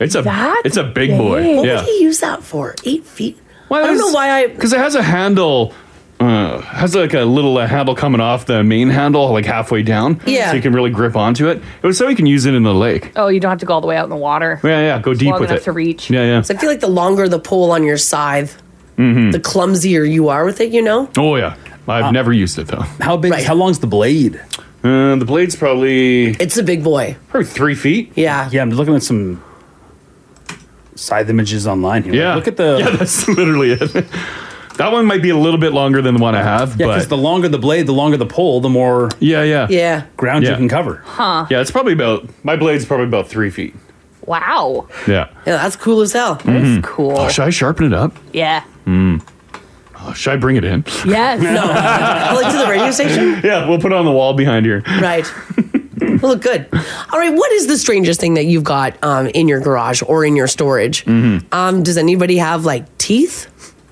Speaker 3: It's a it's a big boy.
Speaker 8: What
Speaker 3: yeah,
Speaker 8: would he use that for? Eight feet?
Speaker 3: Well,
Speaker 8: I don't know why I.
Speaker 3: because it has a handle. Uh, has like a little uh, handle coming off the main handle, like halfway down.
Speaker 10: Yeah.
Speaker 3: so you can really grip onto it. It was so you can use it in the lake.
Speaker 10: Oh, you don't have to go all the way out in the water.
Speaker 3: Yeah, yeah, go
Speaker 10: It's
Speaker 3: deep
Speaker 10: long
Speaker 3: with
Speaker 10: enough
Speaker 3: it.
Speaker 10: to reach.
Speaker 3: Yeah, yeah. Hmm.
Speaker 8: So I feel like the longer the pole on your scythe, the clumsier you are with it. You know.
Speaker 3: Oh yeah,
Speaker 8: Ah.
Speaker 3: I've never used it though.
Speaker 9: How big? How long's the blade?
Speaker 3: Uh, the blade's probably. It's
Speaker 8: a big boy.
Speaker 3: Probably three feet.
Speaker 8: Yeah.
Speaker 9: Yeah, I'm looking at some scythe images online here.
Speaker 3: Yeah,
Speaker 9: Look at the.
Speaker 3: yeah. That's literally it. that one might be a little bit longer than the one I have,
Speaker 9: Yeah, because
Speaker 3: but
Speaker 9: the longer the blade, the longer the pole, the more
Speaker 3: yeah, yeah,
Speaker 8: Yeah.
Speaker 9: ground
Speaker 3: Yeah.
Speaker 9: you can cover.
Speaker 10: Huh.
Speaker 3: yeah, it's probably about my blade's probably about three feet.
Speaker 10: Wow.
Speaker 3: Yeah,
Speaker 8: Yeah, that's cool as hell.
Speaker 3: Mhm.
Speaker 10: cool.
Speaker 3: Oh, should I sharpen it up?
Speaker 10: Yeah.
Speaker 3: Mm. Oh, should I bring it in?
Speaker 10: Yes.
Speaker 8: No. like to the radio station.
Speaker 3: Yeah, we'll put it on the wall behind here.
Speaker 8: Right. well, good. All right. What is the strangest thing that you've got um, in your garage or in your storage?
Speaker 3: Mm.
Speaker 8: Um, does anybody have like teeth?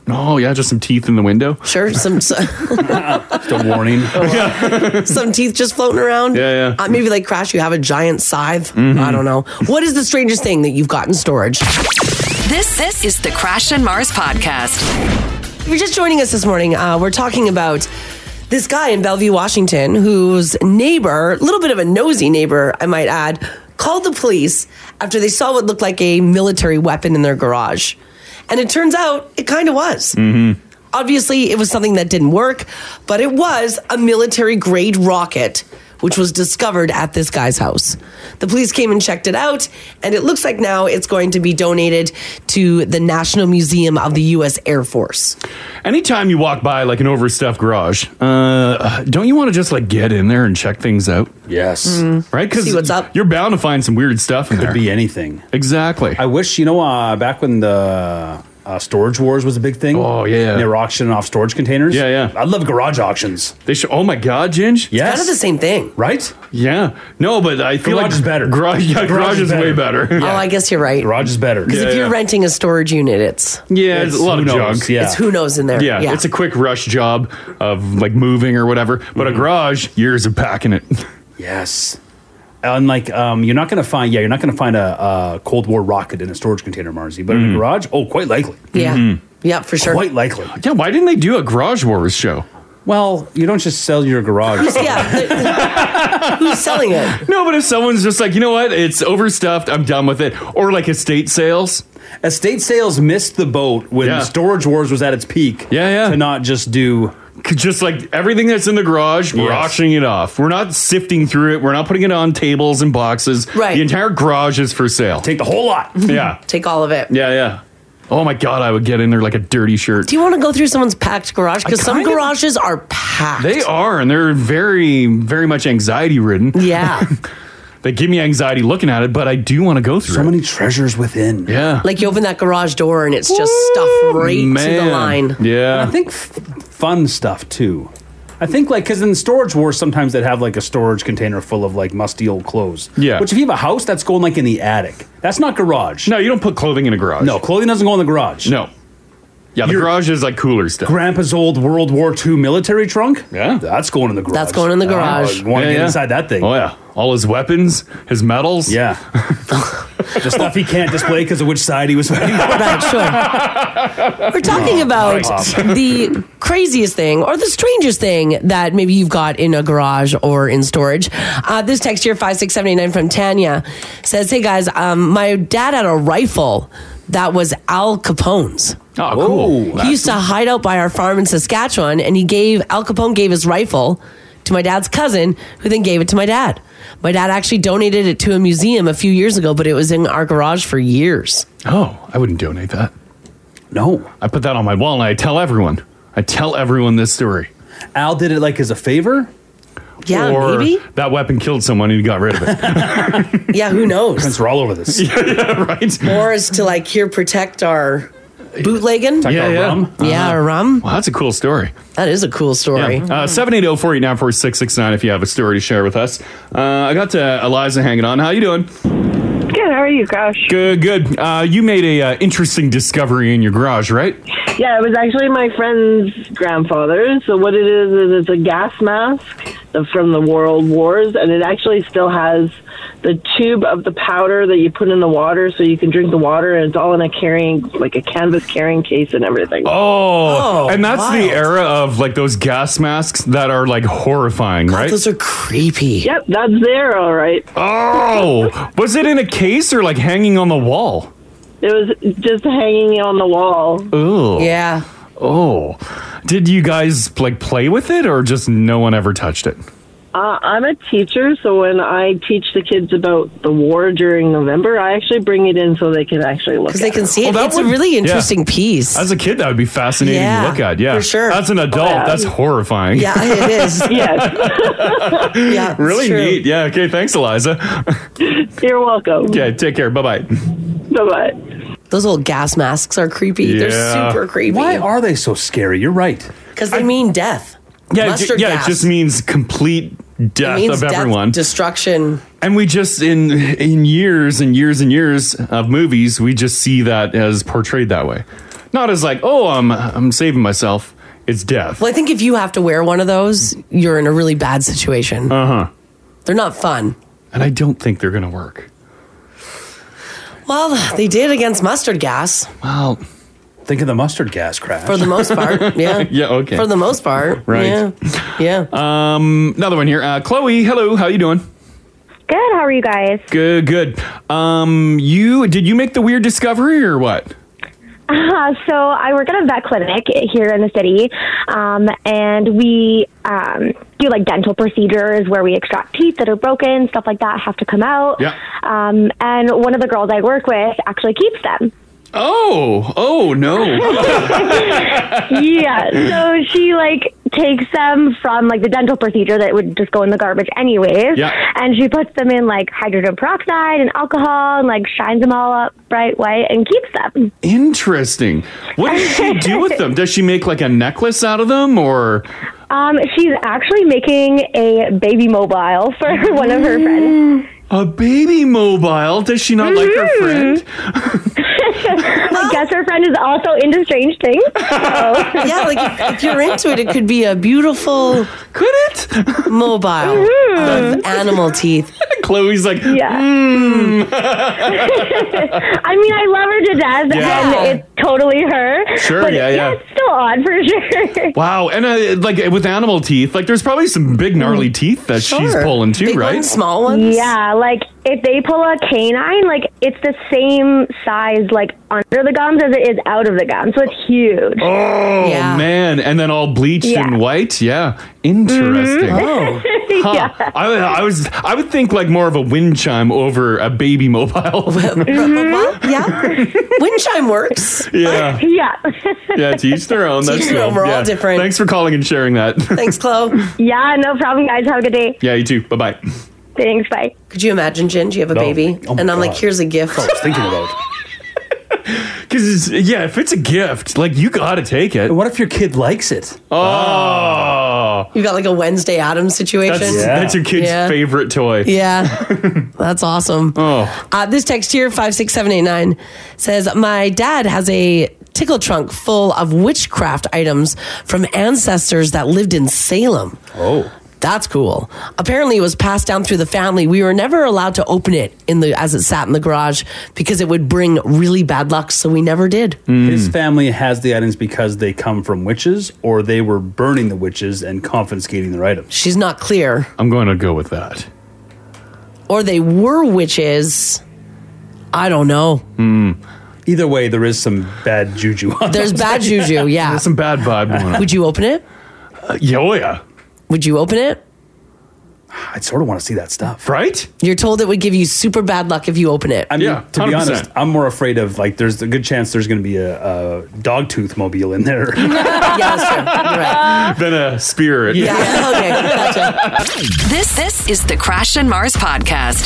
Speaker 3: Mm-hmm. Oh yeah, just some teeth in the window.
Speaker 8: Sure, some some,
Speaker 3: Just a warning.
Speaker 8: some teeth just floating around.
Speaker 3: Yeah, yeah.
Speaker 8: Uh, maybe like Crash, you have a giant scythe.
Speaker 3: Mhm.
Speaker 8: I don't know. What is the strangest thing that you've got in storage?
Speaker 1: This this is the Crash and Mars podcast.
Speaker 8: If you're just joining us this morning, uh, we're talking about this guy in Bellevue, Washington, whose neighbor, a little bit of a nosy neighbor, I might add, called the police after they saw what looked like a military weapon in their garage. And it turns out it kind of was.
Speaker 11: Mm-hmm.
Speaker 8: Obviously, it was something that didn't work, but it was a military grade rocket, which was discovered at this guy's house. The police came and checked it out, and it looks like now it's going to be donated to the National Museum of the U.S. Air Force.
Speaker 3: Anytime you walk by like an overstuffed garage, uh, don't you want to just like get in there and check things out?
Speaker 9: Yes.
Speaker 8: Mm.
Speaker 3: Right?
Speaker 9: See what's up.
Speaker 3: You're bound to find some weird stuff in
Speaker 9: Could
Speaker 3: there.
Speaker 9: be anything.
Speaker 3: Exactly.
Speaker 9: I wish you know uh, back when the uh, storage wars was a big thing. Oh
Speaker 3: yeah.
Speaker 9: They were auctioning off storage containers.
Speaker 3: Yeah, yeah.
Speaker 9: I love garage auctions.
Speaker 3: They should. Oh my God, Ginge.
Speaker 9: Yes.
Speaker 8: Kind of the same thing.
Speaker 9: Right?
Speaker 3: Yeah. No, but I feel
Speaker 9: Garage
Speaker 3: like
Speaker 9: is better.
Speaker 3: Garage, yeah, garage, is, way better.
Speaker 8: Oh, I guess you're right.
Speaker 9: Garage is better.
Speaker 8: Because if you're renting a storage unit, it's
Speaker 3: Yeah, it's, a lot of junk.
Speaker 8: It's who knows in there.
Speaker 3: Yeah, it's a quick rush job of like moving or whatever. But
Speaker 9: Mm-hmm.
Speaker 3: a garage, years of packing it.
Speaker 9: Yes. And like, um, you're not going to find, yeah, you're not going to find a, a Cold War rocket in a storage container, Marzi, but
Speaker 3: Mm-hmm.
Speaker 9: in a garage, oh, quite likely.
Speaker 8: Yeah. Yeah, for sure.
Speaker 9: Mm-hmm. Quite likely.
Speaker 3: Yeah, why didn't they do a Garage Wars show?
Speaker 9: Well, you don't just sell your garage.
Speaker 8: Who's selling it?
Speaker 3: No, but if someone's just like, you know what, it's overstuffed, I'm done with it, or like estate sales.
Speaker 9: Estate sales missed the boat when
Speaker 3: Yeah.
Speaker 9: storage wars was at its peak. Yeah, yeah. To not just do
Speaker 3: just like everything that's in the garage, we're auctioning it off. We're not sifting through it. We're not putting it on tables and boxes.
Speaker 8: Right.
Speaker 3: The entire garage is for sale.
Speaker 9: Take the whole lot.
Speaker 3: yeah.
Speaker 8: Take all of it.
Speaker 3: Yeah, yeah. Oh my god, I would get in there like a dirty shirt.
Speaker 8: Do you want to go through someone's packed garage? Because some
Speaker 3: kind of-
Speaker 8: garages are packed.
Speaker 3: They are, and they're very, very much anxiety ridden.
Speaker 8: Yeah.
Speaker 3: they give me anxiety looking at it, but I do want to go through. So
Speaker 9: many treasures within.
Speaker 3: Yeah.
Speaker 8: Like you open that garage door and it's just stuff right to the line.
Speaker 3: Yeah.
Speaker 9: And I think f- fun stuff too. I think like because in storage wars sometimes they'd have like a storage container full of like musty old clothes.
Speaker 3: Yeah.
Speaker 9: Which if you have a house, that's going like in the attic. That's not garage. No,
Speaker 3: you don't put clothing in a garage.
Speaker 9: No, clothing doesn't go in the garage.
Speaker 3: No. Yeah, the garage is like cooler stuff.
Speaker 9: Grandpa's old World War II military trunk.
Speaker 3: Yeah,
Speaker 9: that's going in the garage.
Speaker 8: That's going in the garage.
Speaker 9: want to get inside that thing?
Speaker 3: Oh yeah, all his weapons, his medals.
Speaker 9: Yeah, the stuff he can't display because of which side he was fighting. right,
Speaker 8: sure. We're talking
Speaker 9: Oh,
Speaker 8: about
Speaker 9: right.
Speaker 8: the craziest thing or the strangest thing that maybe you've got in a garage or in storage. Uh, this text here, 56789 from Tanya, says, Hey guys, um, my dad had a rifle that was Al Capone's.
Speaker 3: Oh, cool.
Speaker 8: He used to hide out by our farm in Saskatchewan, and he gave Al Capone gave his rifle to my dad's cousin, who then gave it to my dad. My dad actually donated it to a museum a few years ago, but it was in our garage for years.
Speaker 3: Oh, I wouldn't donate that.
Speaker 9: No,
Speaker 3: I put that on my wall and I tell everyone. I tell everyone this story.
Speaker 9: Al did it like as a favor.
Speaker 8: Yeah,
Speaker 3: or
Speaker 8: maybe.
Speaker 3: that weapon killed someone and he got rid of it.
Speaker 8: Yeah, who knows?
Speaker 9: Since we're all over this.
Speaker 3: yeah, yeah, right.
Speaker 8: Or is to like here protect our bootlegging.
Speaker 3: yeah, yeah.
Speaker 8: Yeah, or rum.
Speaker 3: Well, that's a cool story.
Speaker 8: That is a cool story.
Speaker 3: Yeah. Uh, 780-489-4669 if you have a story to share with us. Uh, I got to Eliza hanging on. How you doing? Good.
Speaker 16: How are you, Gosh?
Speaker 3: Good, good. Uh, you made a uh, interesting discovery in your garage, right?
Speaker 16: Yeah, it was actually my friend's grandfather. So what it is is it's a gas mask from the World Wars, and it actually still has the tube of the powder that you put in the water, so you can drink the water, and it's all in a carrying, like a canvas carrying case and everything.
Speaker 3: Oh, and that's
Speaker 16: wild.
Speaker 3: the era of like those gas masks that are like horrifying, right?
Speaker 8: Those are creepy.
Speaker 16: Yep, that's there, all right.
Speaker 3: Oh, was it in a case or like hanging on the wall?
Speaker 16: It was just hanging on the wall.
Speaker 3: Oh,
Speaker 8: Yeah.
Speaker 3: Oh, did you guys like play with it or just no one ever touched it?
Speaker 16: Uh, I'm a teacher, so when I teach the kids about the war during November, I actually bring it in so they can actually look. Because
Speaker 8: they can see it. It's a really interesting piece.
Speaker 3: As a kid, that would be fascinating
Speaker 16: Yeah,
Speaker 3: to look at. Yeah,
Speaker 16: for sure.
Speaker 3: As an adult,
Speaker 16: Oh, Yeah.
Speaker 3: that's horrifying.
Speaker 16: Yeah,
Speaker 8: it is.
Speaker 16: yes. yeah.
Speaker 3: really neat. Yeah. Okay. Thanks, Eliza.
Speaker 16: You're welcome.
Speaker 3: Okay. Take care. Bye bye.
Speaker 16: Bye bye.
Speaker 8: Those old gas masks are creepy.
Speaker 3: Yeah.
Speaker 8: They're super creepy.
Speaker 9: Why are they so scary? You're right.
Speaker 8: Because they mean death.
Speaker 3: Yeah. It, ju-
Speaker 8: Mustard
Speaker 3: yeah.
Speaker 8: gas.
Speaker 3: It just means complete death
Speaker 8: means
Speaker 3: of
Speaker 8: death,
Speaker 3: everyone.
Speaker 8: destruction.
Speaker 3: And we just in in years and years and years of movies, we just see that as portrayed that way, not as like, oh, I'm I'm saving myself. It's death.
Speaker 8: Well, I think if you have to wear one of those, you're in a really bad situation.
Speaker 3: Uh huh.
Speaker 8: They're not fun.
Speaker 3: And I don't think they're gonna work.
Speaker 8: Well, they did against mustard gas
Speaker 3: Well,
Speaker 9: think of the mustard gas crash.
Speaker 8: for the most part. Yeah.
Speaker 3: yeah. Okay.
Speaker 8: For the most part.
Speaker 3: Right.
Speaker 8: Yeah. Er, Yeah.
Speaker 3: Um, another one here. Uh, Chloe, hello. How you doing?
Speaker 17: Good. How are you guys?
Speaker 3: Good. Good. Um, you did you make the weird discovery or what?
Speaker 17: Uh, so I work at a vet clinic here in the city, um, and we um, do like dental procedures where we extract teeth that are broken, stuff like that have to come out.
Speaker 3: Yeah.
Speaker 17: Um, and one of the girls I work with actually keeps them.
Speaker 3: Oh, oh no.
Speaker 17: yeah. So she like takes them from like the dental procedure that would just go in the garbage anyways.
Speaker 5: Yeah.
Speaker 17: And she puts them in like hydrogen peroxide and alcohol and like shines them all up bright white and keeps them.
Speaker 3: Interesting. What does she do with them? Does she make like a necklace out of them or
Speaker 17: Um, she's actually making a baby mobile for one of her friends.
Speaker 3: a baby mobile? Does she not like
Speaker 17: Mm-hmm.
Speaker 3: her friend?
Speaker 17: I guess her friend is also into strange things. so-
Speaker 8: yeah, like if, if you're into it, it could be a beautiful.
Speaker 3: Could it? Mm-hmm.
Speaker 8: Mobile of animal teeth.
Speaker 3: Chloe's like, mm.
Speaker 17: yeah. I mean, I love her to death,
Speaker 3: Yeah.
Speaker 17: and it's totally her.
Speaker 3: Sure,
Speaker 17: but
Speaker 3: yeah, yeah.
Speaker 17: It's still odd for sure.
Speaker 3: Wow, and uh, like with animal teeth, like there's probably some big gnarly teeth that she's pulling too, right?
Speaker 17: Yeah, like if they pull a canine, like it's the same size, like under the gums as it is out of the gums, so it's huge.
Speaker 3: Oh man, and then all bleached
Speaker 17: Yeah.
Speaker 3: and white. Yeah, interesting.
Speaker 17: Mhm. Oh.
Speaker 3: Huh.
Speaker 17: Yeah.
Speaker 3: I, would- I was I would think like more of a wind chime over a baby mobile.
Speaker 8: Mm-hmm. yeah. Wind chime works.
Speaker 3: yeah,
Speaker 17: Mm-hmm. Yeah.
Speaker 3: yeah. To each their own.
Speaker 17: To
Speaker 3: That's
Speaker 17: each their own,
Speaker 3: cool.
Speaker 17: we're all
Speaker 3: Yeah.
Speaker 17: different.
Speaker 3: Thanks for calling and sharing that.
Speaker 8: Thanks, Chloe.
Speaker 17: Yeah, no problem, guys. Have a good day.
Speaker 3: yeah, you too. Bye bye.
Speaker 17: Thanks. Bye.
Speaker 8: Could you imagine, Ginge? You have a
Speaker 3: No.
Speaker 8: baby,
Speaker 3: Oh my
Speaker 8: and I'm like,
Speaker 3: God.
Speaker 8: here's a gift.
Speaker 9: thinking about.
Speaker 3: Because yeah, if it's a gift, like you got to take it. What
Speaker 9: if your kid likes it?
Speaker 3: Oh,
Speaker 8: You got like a Wednesday Adams situation.
Speaker 3: that's, that's your kid's
Speaker 8: Yeah.
Speaker 3: favorite toy.
Speaker 8: Yeah. That's awesome.
Speaker 3: Oh,
Speaker 8: Uh, this text here, 56789, says My dad has a tickle trunk full of witchcraft items from ancestors that lived in Salem.
Speaker 9: Oh.
Speaker 8: That's cool. Apparently, it was passed down through the family. We were never allowed to open it in the as it sat in the garage because it would bring really bad luck. So we never did.
Speaker 9: His
Speaker 3: Hmm.
Speaker 9: family has the items because they come from witches, or they were burning the witches and confiscating their items.
Speaker 8: She's not clear.
Speaker 3: I'm going to go with that.
Speaker 8: Or they were witches. I don't know.
Speaker 9: Hmm. Either way, there is some bad juju. On
Speaker 8: There's
Speaker 9: those.
Speaker 8: bad juju, yeah.
Speaker 3: There's some bad vibe going on.
Speaker 8: Would you open it?
Speaker 3: Uh, yeah, oh yeah.
Speaker 8: Would you open it?
Speaker 9: I sort of want to see that stuff.
Speaker 3: Right?
Speaker 8: You're told it would give you super bad luck if you open it.
Speaker 9: I mean, to be honest, I'm more afraid of like there's a good chance there's going to be a, a dog tooth mobile in there.
Speaker 3: Than a spirit.
Speaker 1: This this is the Crash and Mars podcast.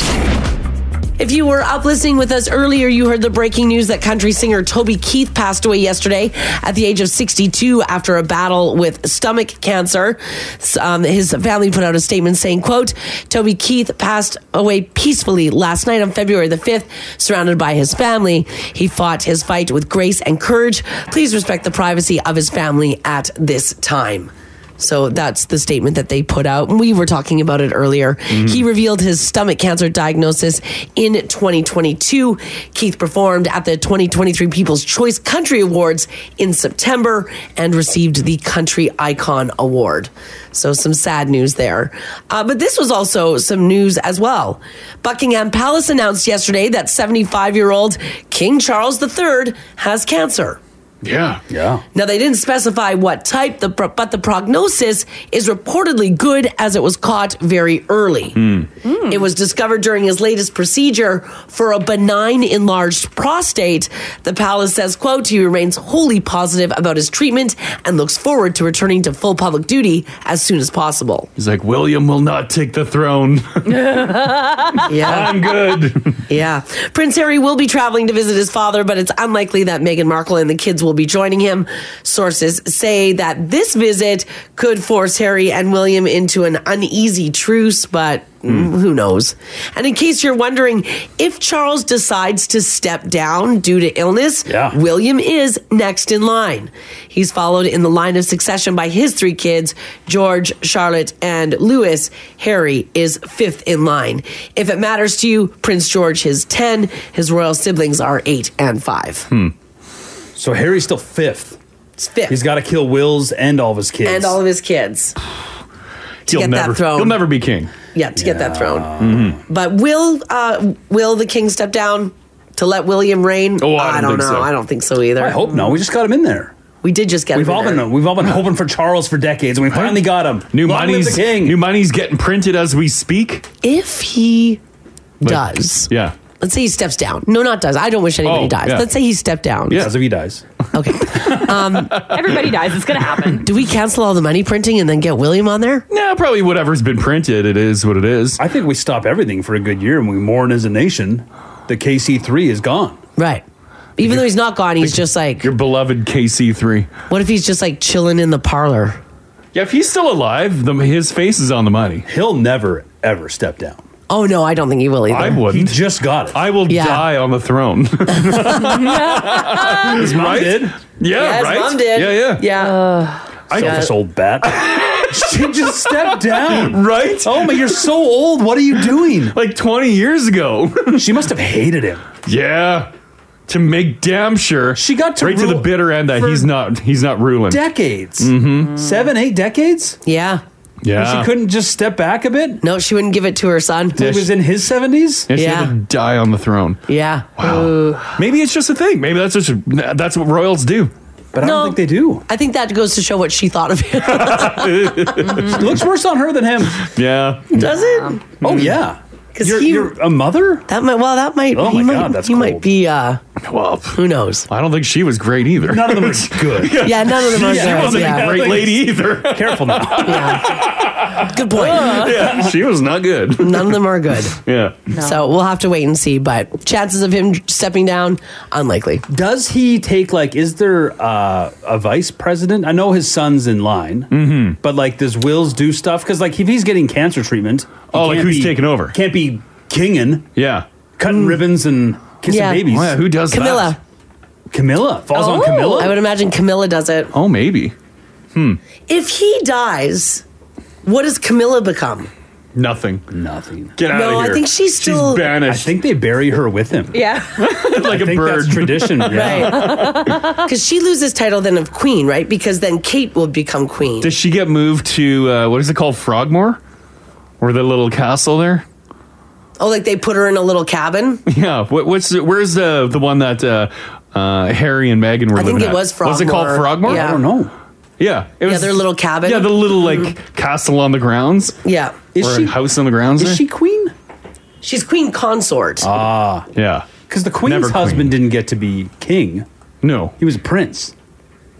Speaker 8: If you were up listening with us earlier, you heard the breaking news that country singer Toby Keith passed away yesterday at the age of 62 after a battle with stomach cancer. S- Um, his family put out a statement saying, quote, Toby Keith passed away peacefully last night on February the 5th, surrounded by his family. He fought his fight with grace and courage. Please respect the privacy of his family at this time. So that's the statement that they put out. We were talking about it earlier. He revealed his stomach cancer diagnosis in 2022. Keith performed at the 2023 People's Choice Country Awards in September and received the Country Icon Award. So some sad news there. Uh, but this was also some news as well. Buckingham Palace announced yesterday that 75 year old King Charles III has cancer.
Speaker 3: Yeah.
Speaker 9: Yeah.
Speaker 8: Now they didn't specify what type, the pro- but the prognosis is reportedly good as it was caught very early. It was discovered during his latest procedure for a benign enlarged prostate. The palace says, "quote He remains wholly positive about his treatment and looks forward to returning to full public duty as soon as possible."
Speaker 3: He's like, William will not take the throne.
Speaker 8: yeah,
Speaker 3: I'm good.
Speaker 8: Yeah. Prince Harry will be traveling to visit his father, but it's unlikely that Meghan Markle and the kids will be joining him. Sources say that this visit could force Harry and William into an uneasy truce, but mm, who knows? And in case you're wondering, if Charles decides to step down due to illness, William is next in line. He's followed in the line of succession by his three kids, George, Charlotte, and Louis. Harry is fifth in line. If it matters to you, Prince George is 10. His royal siblings are 8 and 5.
Speaker 9: Hmm. So Harry's still fifth.
Speaker 8: It's fifth.
Speaker 9: He's got to kill Wills and all of his kids.
Speaker 8: And all of his kids. to get
Speaker 9: never,
Speaker 8: that throne.
Speaker 9: He'll
Speaker 3: never be king. Mm-hmm.
Speaker 8: Yeah, to get that throne. But will uh, will the king step down to let William reign? Oh, I don't,
Speaker 9: think
Speaker 8: know.
Speaker 9: so.
Speaker 8: I don't think so either.
Speaker 9: I hope not. We just got him in there.
Speaker 8: We did just get
Speaker 9: we've
Speaker 8: him in
Speaker 9: all been
Speaker 8: there.
Speaker 9: we've all been hoping for Charles for decades, and we finally got him.
Speaker 3: New
Speaker 9: Long live
Speaker 3: money's
Speaker 9: the king.
Speaker 3: new money's getting printed as we speak.
Speaker 8: if he
Speaker 3: Like,
Speaker 8: does,
Speaker 3: Yeah.
Speaker 8: let's say he steps down. No, not does. I don't wish anybody
Speaker 3: Oh,
Speaker 8: dies.
Speaker 3: yeah.
Speaker 8: Let's say he stepped down.
Speaker 9: Yeah, if he dies.
Speaker 8: Um,
Speaker 10: Everybody dies. It's gonna happen.
Speaker 8: Do we cancel all the money printing and then get William on there?
Speaker 3: Yeah, probably whatever's been printed. It is what it is.
Speaker 9: I think we stop everything for a good year and we mourn as a nation. The KC3 is gone.
Speaker 8: Right. Even though he's not gone, he's just like
Speaker 3: your beloved KC3.
Speaker 8: What if he's just like chilling in the parlor?
Speaker 3: Yeah, if he's still alive, the, his face is on the money.
Speaker 9: He'll never ever step down.
Speaker 8: Oh no, I don't think he will either.
Speaker 3: I wouldn't. He
Speaker 9: just got it.
Speaker 3: I will
Speaker 8: Yeah.
Speaker 3: die on the throne.
Speaker 8: his
Speaker 3: mom did. Yeah,
Speaker 8: his
Speaker 3: right?
Speaker 8: mom did.
Speaker 3: Yeah, yeah.
Speaker 8: yeah.
Speaker 9: I
Speaker 3: Yeah.
Speaker 9: this old bat. she just stepped down.
Speaker 3: Right?
Speaker 9: Oh my, you're so old. What are you doing?
Speaker 3: Like 20 years ago.
Speaker 9: she must have hated him.
Speaker 3: Yeah. To make damn sure she
Speaker 9: got to
Speaker 3: right to the
Speaker 9: rule
Speaker 3: bitter end that
Speaker 9: for
Speaker 3: he's not he's not ruling.
Speaker 9: Decades.
Speaker 3: Mhm.
Speaker 9: Seven, eight decades?
Speaker 8: Yeah.
Speaker 3: Yeah.
Speaker 9: She couldn't just step back a bit?
Speaker 8: No, she wouldn't give it to her son.
Speaker 9: He was in his 70s?
Speaker 3: And she had to die on the throne.
Speaker 8: Yeah. Uh,
Speaker 3: Wow. Maybe it's just a thing. Maybe that's just that's what royals do.
Speaker 9: But I don't think they do.
Speaker 8: I think that goes to show what she thought of him.
Speaker 3: Mm-hmm.
Speaker 9: Looks worse on her than him.
Speaker 3: Yeah.
Speaker 8: Mm-hmm. Does it?
Speaker 9: Oh yeah.
Speaker 8: Because you're,
Speaker 9: a mother.
Speaker 8: That might. Well, that might.
Speaker 9: Oh
Speaker 8: he
Speaker 9: my
Speaker 8: might,
Speaker 9: God, that's
Speaker 8: he might be. uh
Speaker 3: Well, who
Speaker 8: knows?
Speaker 3: I don't think she was great either.
Speaker 9: None of them are good.
Speaker 8: Yeah, none of them are
Speaker 3: she,
Speaker 8: good,
Speaker 3: She wasn't
Speaker 8: yeah.
Speaker 3: a great lady either.
Speaker 9: Careful now.
Speaker 8: Good point.
Speaker 3: yeah, she was not good.
Speaker 8: None of them are good.
Speaker 3: Yeah.
Speaker 8: So we'll have to wait and see. But chances of him stepping down, unlikely.
Speaker 9: Does he take like? Is there uh, a vice president? I know his son's in line, mm-hmm. but like, does Wills do stuff? Because like, if he's getting cancer treatment, he
Speaker 3: Oh, like
Speaker 9: can't
Speaker 3: who's
Speaker 9: be-
Speaker 3: taking over?
Speaker 9: Can't be kinging,
Speaker 3: yeah,
Speaker 9: cutting ribbons and kissing
Speaker 8: Mm. Yeah.
Speaker 9: babies.
Speaker 8: Oh, yeah, who does that? Camilla.
Speaker 9: Camilla falls on
Speaker 8: Oh.
Speaker 9: Camilla.
Speaker 8: I would imagine Camilla does it.
Speaker 3: Oh, maybe. Hmm.
Speaker 8: If he dies, what does Camilla become?
Speaker 3: Nothing.
Speaker 9: Nothing.
Speaker 3: Get out
Speaker 8: No,
Speaker 3: of
Speaker 8: I
Speaker 3: here.
Speaker 8: think she's still-
Speaker 3: banished. I
Speaker 9: think they bury her with him.
Speaker 10: Yeah.
Speaker 3: like
Speaker 9: a
Speaker 3: a bird.
Speaker 9: that's tradition. yeah.
Speaker 8: Right. Because she loses title then of queen, right? Because then Kate will become queen.
Speaker 3: Does she get moved to uh, what is it called, Frogmore, or the little castle there?
Speaker 8: Oh, like they put her in a little cabin?
Speaker 3: Yeah. What, what's the- where's the the one that uh, uh, Harry and Meghan were
Speaker 8: I think
Speaker 3: living
Speaker 8: it
Speaker 3: at?
Speaker 8: was
Speaker 3: Was it called
Speaker 8: Frogmore.
Speaker 3: Frogmore?
Speaker 8: Yeah. I don't
Speaker 9: know.
Speaker 3: Yeah. It
Speaker 8: Yeah,
Speaker 3: was,
Speaker 8: their little cabin. Mm-hmm.
Speaker 3: Yeah, the little like castle on the grounds.
Speaker 8: Yeah.
Speaker 3: Is or a house on the grounds. there?
Speaker 9: queen?
Speaker 8: She's queen consort.
Speaker 9: Ah,
Speaker 3: yeah.
Speaker 9: Because the queen's
Speaker 3: Never queen.
Speaker 9: husband didn't get to be king.
Speaker 3: No,
Speaker 9: he was a prince.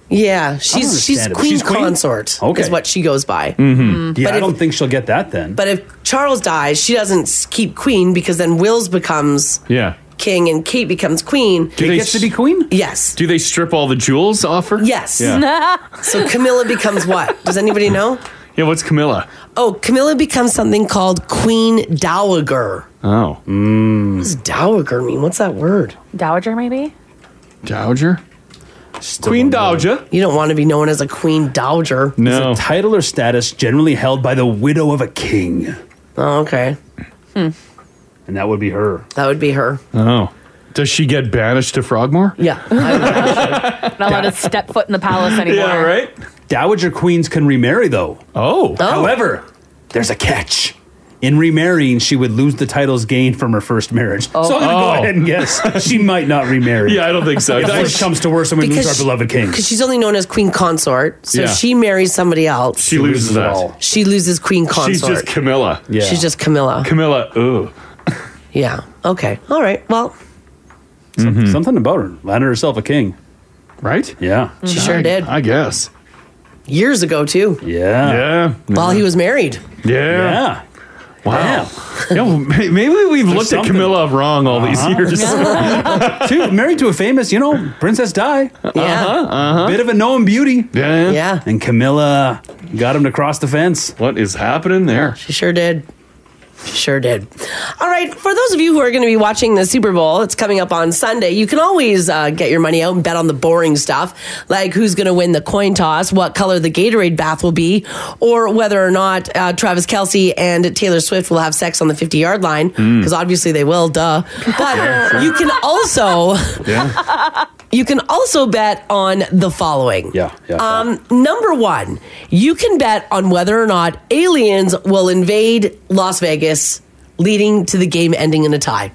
Speaker 8: yeah,
Speaker 9: I don't
Speaker 8: she's she's
Speaker 9: understand it.
Speaker 8: queen,
Speaker 9: She's queen?
Speaker 8: consort.
Speaker 9: Okay.
Speaker 8: Is what she goes by.
Speaker 9: Mm-hmm. Yeah,
Speaker 8: But
Speaker 9: I
Speaker 8: if-
Speaker 9: don't think she'll get that then.
Speaker 8: But if Charles dies, she doesn't s- keep queen because then Wills becomes
Speaker 3: Yeah.
Speaker 8: king and Kate becomes
Speaker 3: Do
Speaker 8: queen.
Speaker 3: they Kate gets to be
Speaker 9: queen?
Speaker 8: Yes.
Speaker 3: Do they strip all the jewels off her?
Speaker 8: Yes.
Speaker 3: Yeah.
Speaker 8: so Camilla becomes what? Does anybody know?
Speaker 3: yeah what's Camilla?
Speaker 8: Oh, Camilla becomes something called Queen Dowager.
Speaker 3: Oh.
Speaker 8: What does dowager mean? What's that word?
Speaker 10: Dowager, maybe?
Speaker 3: Dowager? queen Dowager.
Speaker 8: You don't want to be known as a Queen Dowager.
Speaker 3: No.
Speaker 9: It's a title or status generally held by the widow of a king.
Speaker 8: Oh, okay.
Speaker 10: Hmm.
Speaker 9: And that would be her.
Speaker 8: That would be her.
Speaker 3: Oh. Does she get banished to Frogmore?
Speaker 8: Yeah.
Speaker 10: Not allowed to step foot in the palace anymore.
Speaker 9: Dowager queens can remarry, though.
Speaker 3: Oh.
Speaker 9: However, there's a catch. In remarrying, she would lose the titles gained from her first marriage. So I'm going to
Speaker 3: Oh.
Speaker 9: go ahead and guess she might not remarry.
Speaker 3: Yeah, I don't think so.
Speaker 9: If push comes to worse, and we lose our
Speaker 8: she-
Speaker 9: beloved king.
Speaker 8: Because she's only known as queen consort. So
Speaker 9: Yeah.
Speaker 8: she marries somebody else.
Speaker 3: She loses that.
Speaker 8: She loses queen consort.
Speaker 3: She's just Camilla.
Speaker 8: Yeah. She's just Camilla.
Speaker 3: Camilla. Ooh.
Speaker 8: Yeah. Okay. All right. Well,
Speaker 9: Something, something about her landed herself a king,
Speaker 3: Mm-hmm. right?
Speaker 9: Yeah,
Speaker 8: She sure did.
Speaker 3: I guess
Speaker 8: years ago too.
Speaker 9: Yeah.
Speaker 3: Yeah.
Speaker 8: While he was married.
Speaker 3: Yeah. Wow. Yeah, well, may- maybe we've
Speaker 9: There's
Speaker 3: looked
Speaker 9: something.
Speaker 3: at Camilla wrong all these
Speaker 9: Uh-huh.
Speaker 3: years.
Speaker 9: Yeah. Too married to a famous, you know, Princess Di.
Speaker 8: Yeah.
Speaker 3: uh-huh.
Speaker 9: Bit of a known beauty.
Speaker 3: Yeah.
Speaker 8: Yeah.
Speaker 9: And Camilla got him to cross the fence.
Speaker 3: What is happening there?
Speaker 8: She sure did. She sure did. All right. For those of you who are going to be watching the Super Bowl, it's coming up on Sunday. You can always uh, get your money out and bet on the boring stuff, like who's going to win the coin toss, what color the Gatorade bath will be, or whether or not uh, Travis Kelsey and Taylor Swift will have sex on the 50 yard line,
Speaker 5: Mm.
Speaker 8: because obviously they will, duh. But
Speaker 5: Yeah, sure.
Speaker 8: you can also. You can also bet on the following.
Speaker 9: Yeah.
Speaker 8: um, Number one, you can bet on whether or not aliens will invade Las Vegas, leading to the game ending in a tie.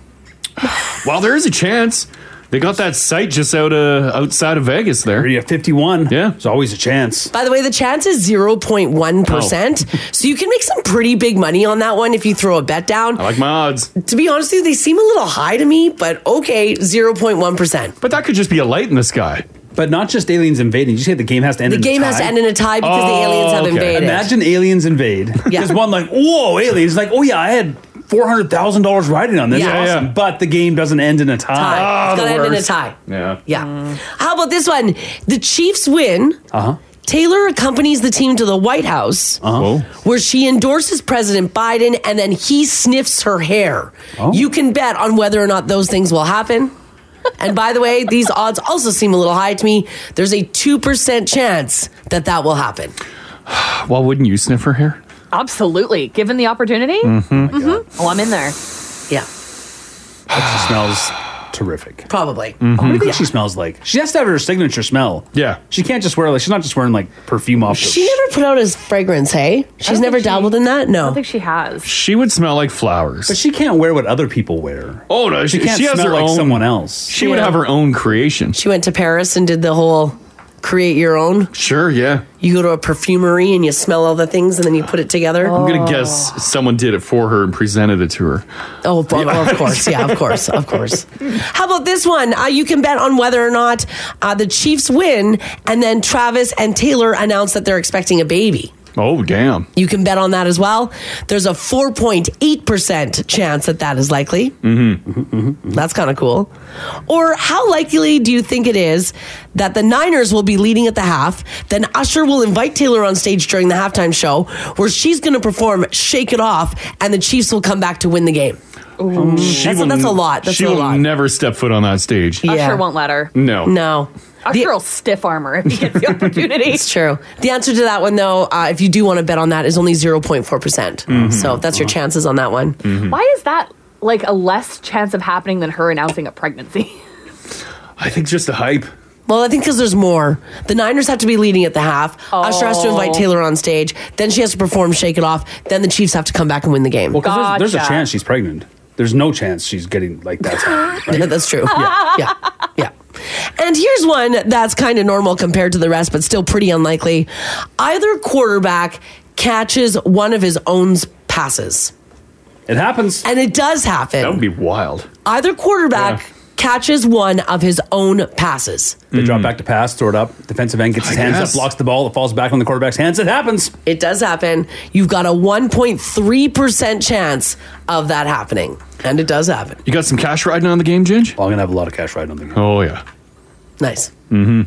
Speaker 3: Well, there is a chance. They got that site just out uh, outside of Vegas there.
Speaker 9: Yeah, 51.
Speaker 3: Yeah.
Speaker 9: There's always a chance.
Speaker 8: By the way, the chance is
Speaker 3: Oh.
Speaker 8: 0.1%. So you can make some pretty big money on that one if you throw a bet down.
Speaker 3: I like my odds.
Speaker 8: To be honest with you, they seem a little high to me, but okay, 0.1%.
Speaker 3: But that could just be a light in the sky.
Speaker 9: But not just aliens invading. You say the game has to end
Speaker 8: The
Speaker 9: in a
Speaker 8: game has
Speaker 9: tie?
Speaker 8: to end in a tie because the aliens
Speaker 3: Oh,
Speaker 8: have
Speaker 9: okay.
Speaker 8: invaded.
Speaker 9: Imagine aliens invade.
Speaker 8: Yeah.
Speaker 9: There's one like, whoa, aliens. Like, oh, yeah, I had $400,000 riding on this.
Speaker 8: Yeah. Yeah,
Speaker 9: awesome. But the game doesn't end in a tie.
Speaker 8: Tie. It's
Speaker 9: Ah,
Speaker 8: gotta
Speaker 9: the
Speaker 8: end in a
Speaker 9: worst.
Speaker 8: tie.
Speaker 3: Yeah.
Speaker 8: Yeah. How about this one? The Chiefs win.
Speaker 3: Uh-huh.
Speaker 9: Uh huh.
Speaker 8: Taylor accompanies the team to the White House,
Speaker 9: Uh-huh.
Speaker 8: where she endorses President Biden, and then he sniffs her hair. You can bet on whether or not those things will happen. and by the way, these odds also seem a little high to me. There's a 2% chance that that will happen.
Speaker 3: Well, wouldn't you sniff her hair?
Speaker 10: Absolutely. Given the opportunity.
Speaker 3: Mhm.
Speaker 10: Mm-hmm. Oh, I'm in there.
Speaker 8: Yeah.
Speaker 9: She smells terrific.
Speaker 8: Probably.
Speaker 3: Mm-hmm.
Speaker 8: Oh,
Speaker 9: What do you think she smells like? She has to have her signature smell. Yeah. She can't just wear like she's not just wearing like perfume off.
Speaker 8: She never put out his fragrance, hey? She's never dabbled in that? No. I don't think
Speaker 10: she has.
Speaker 3: She would smell like flowers.
Speaker 9: But she can't wear what other people wear.
Speaker 3: Oh no, she,
Speaker 9: She can't
Speaker 3: she has
Speaker 9: smell
Speaker 3: her
Speaker 9: like
Speaker 3: own,
Speaker 9: someone else.
Speaker 3: She would have her own creation.
Speaker 8: She went to Paris and did the whole create your own?
Speaker 3: Sure, yeah.
Speaker 8: You go to a perfumery and you smell all the things and then you put it together?
Speaker 3: I'm going to guess someone did it for her and presented it to her.
Speaker 8: Oh, well, of course. Yeah, Mm. of course. Of course. How about this one? Uh, you can bet on whether or not uh, the Chiefs win, and then Travis and Taylor announce that they're expecting a baby.
Speaker 3: Oh, damn.
Speaker 8: You can bet on that as well. There's a 4.8% chance that that is likely.
Speaker 3: Mm-hmm.
Speaker 8: That's kind of cool. Or how likely do you think it is that the Niners will be leading at the half? Then Usher will invite Taylor on stage during the halftime show where she's going to perform Shake It Off and the Chiefs will come back to win the game.
Speaker 3: She
Speaker 8: that's,
Speaker 3: will-
Speaker 8: that's a lot. That's
Speaker 3: she
Speaker 8: a
Speaker 3: will
Speaker 8: lot.
Speaker 3: never step foot on that stage.
Speaker 10: Usher won't let her.
Speaker 3: No.
Speaker 8: No.
Speaker 10: Usher will stiff armor if he gets the opportunity.
Speaker 8: It's true. The answer to that one, though, uh, if you do want to bet on that, is only 0.4%. percent
Speaker 3: Mm-hmm.
Speaker 10: Mhm.
Speaker 8: So that's
Speaker 3: Uh-huh.
Speaker 8: your chances on that one.
Speaker 10: Why is that like a less chance of happening than her announcing a pregnancy?
Speaker 3: I think just the hype.
Speaker 8: Well, I think because there's more. The Niners have to be leading at the half. Usher has to invite
Speaker 10: Oh.
Speaker 8: Taylor on stage. Then she has to perform Shake It Off. Then the Chiefs have to come back and win the game.
Speaker 9: Well, 'cause there's, there's a chance she's pregnant. There's no chance she's getting like that.
Speaker 8: That's true. Yeah. yeah. And here's one that's kind of normal compared to the rest, but still pretty unlikely. Either quarterback catches one of his own passes.
Speaker 9: It happens.
Speaker 8: And it does happen.
Speaker 3: That would be wild.
Speaker 8: Either quarterback catches one of his own passes.
Speaker 9: They
Speaker 3: Mm.
Speaker 9: drop back to pass, throw it up. Defensive end gets his
Speaker 8: I
Speaker 9: hands
Speaker 8: guess.
Speaker 9: up, blocks the ball. It falls back on the quarterback's hands. It happens.
Speaker 8: It does happen. You've got a 1.3% chance of that happening. And it does happen.
Speaker 3: You got some cash riding on the game, Ginge?
Speaker 9: Oh, I'm going to have a lot of cash riding on the game.
Speaker 3: Oh, yeah.
Speaker 8: Nice.
Speaker 3: Mm hmm.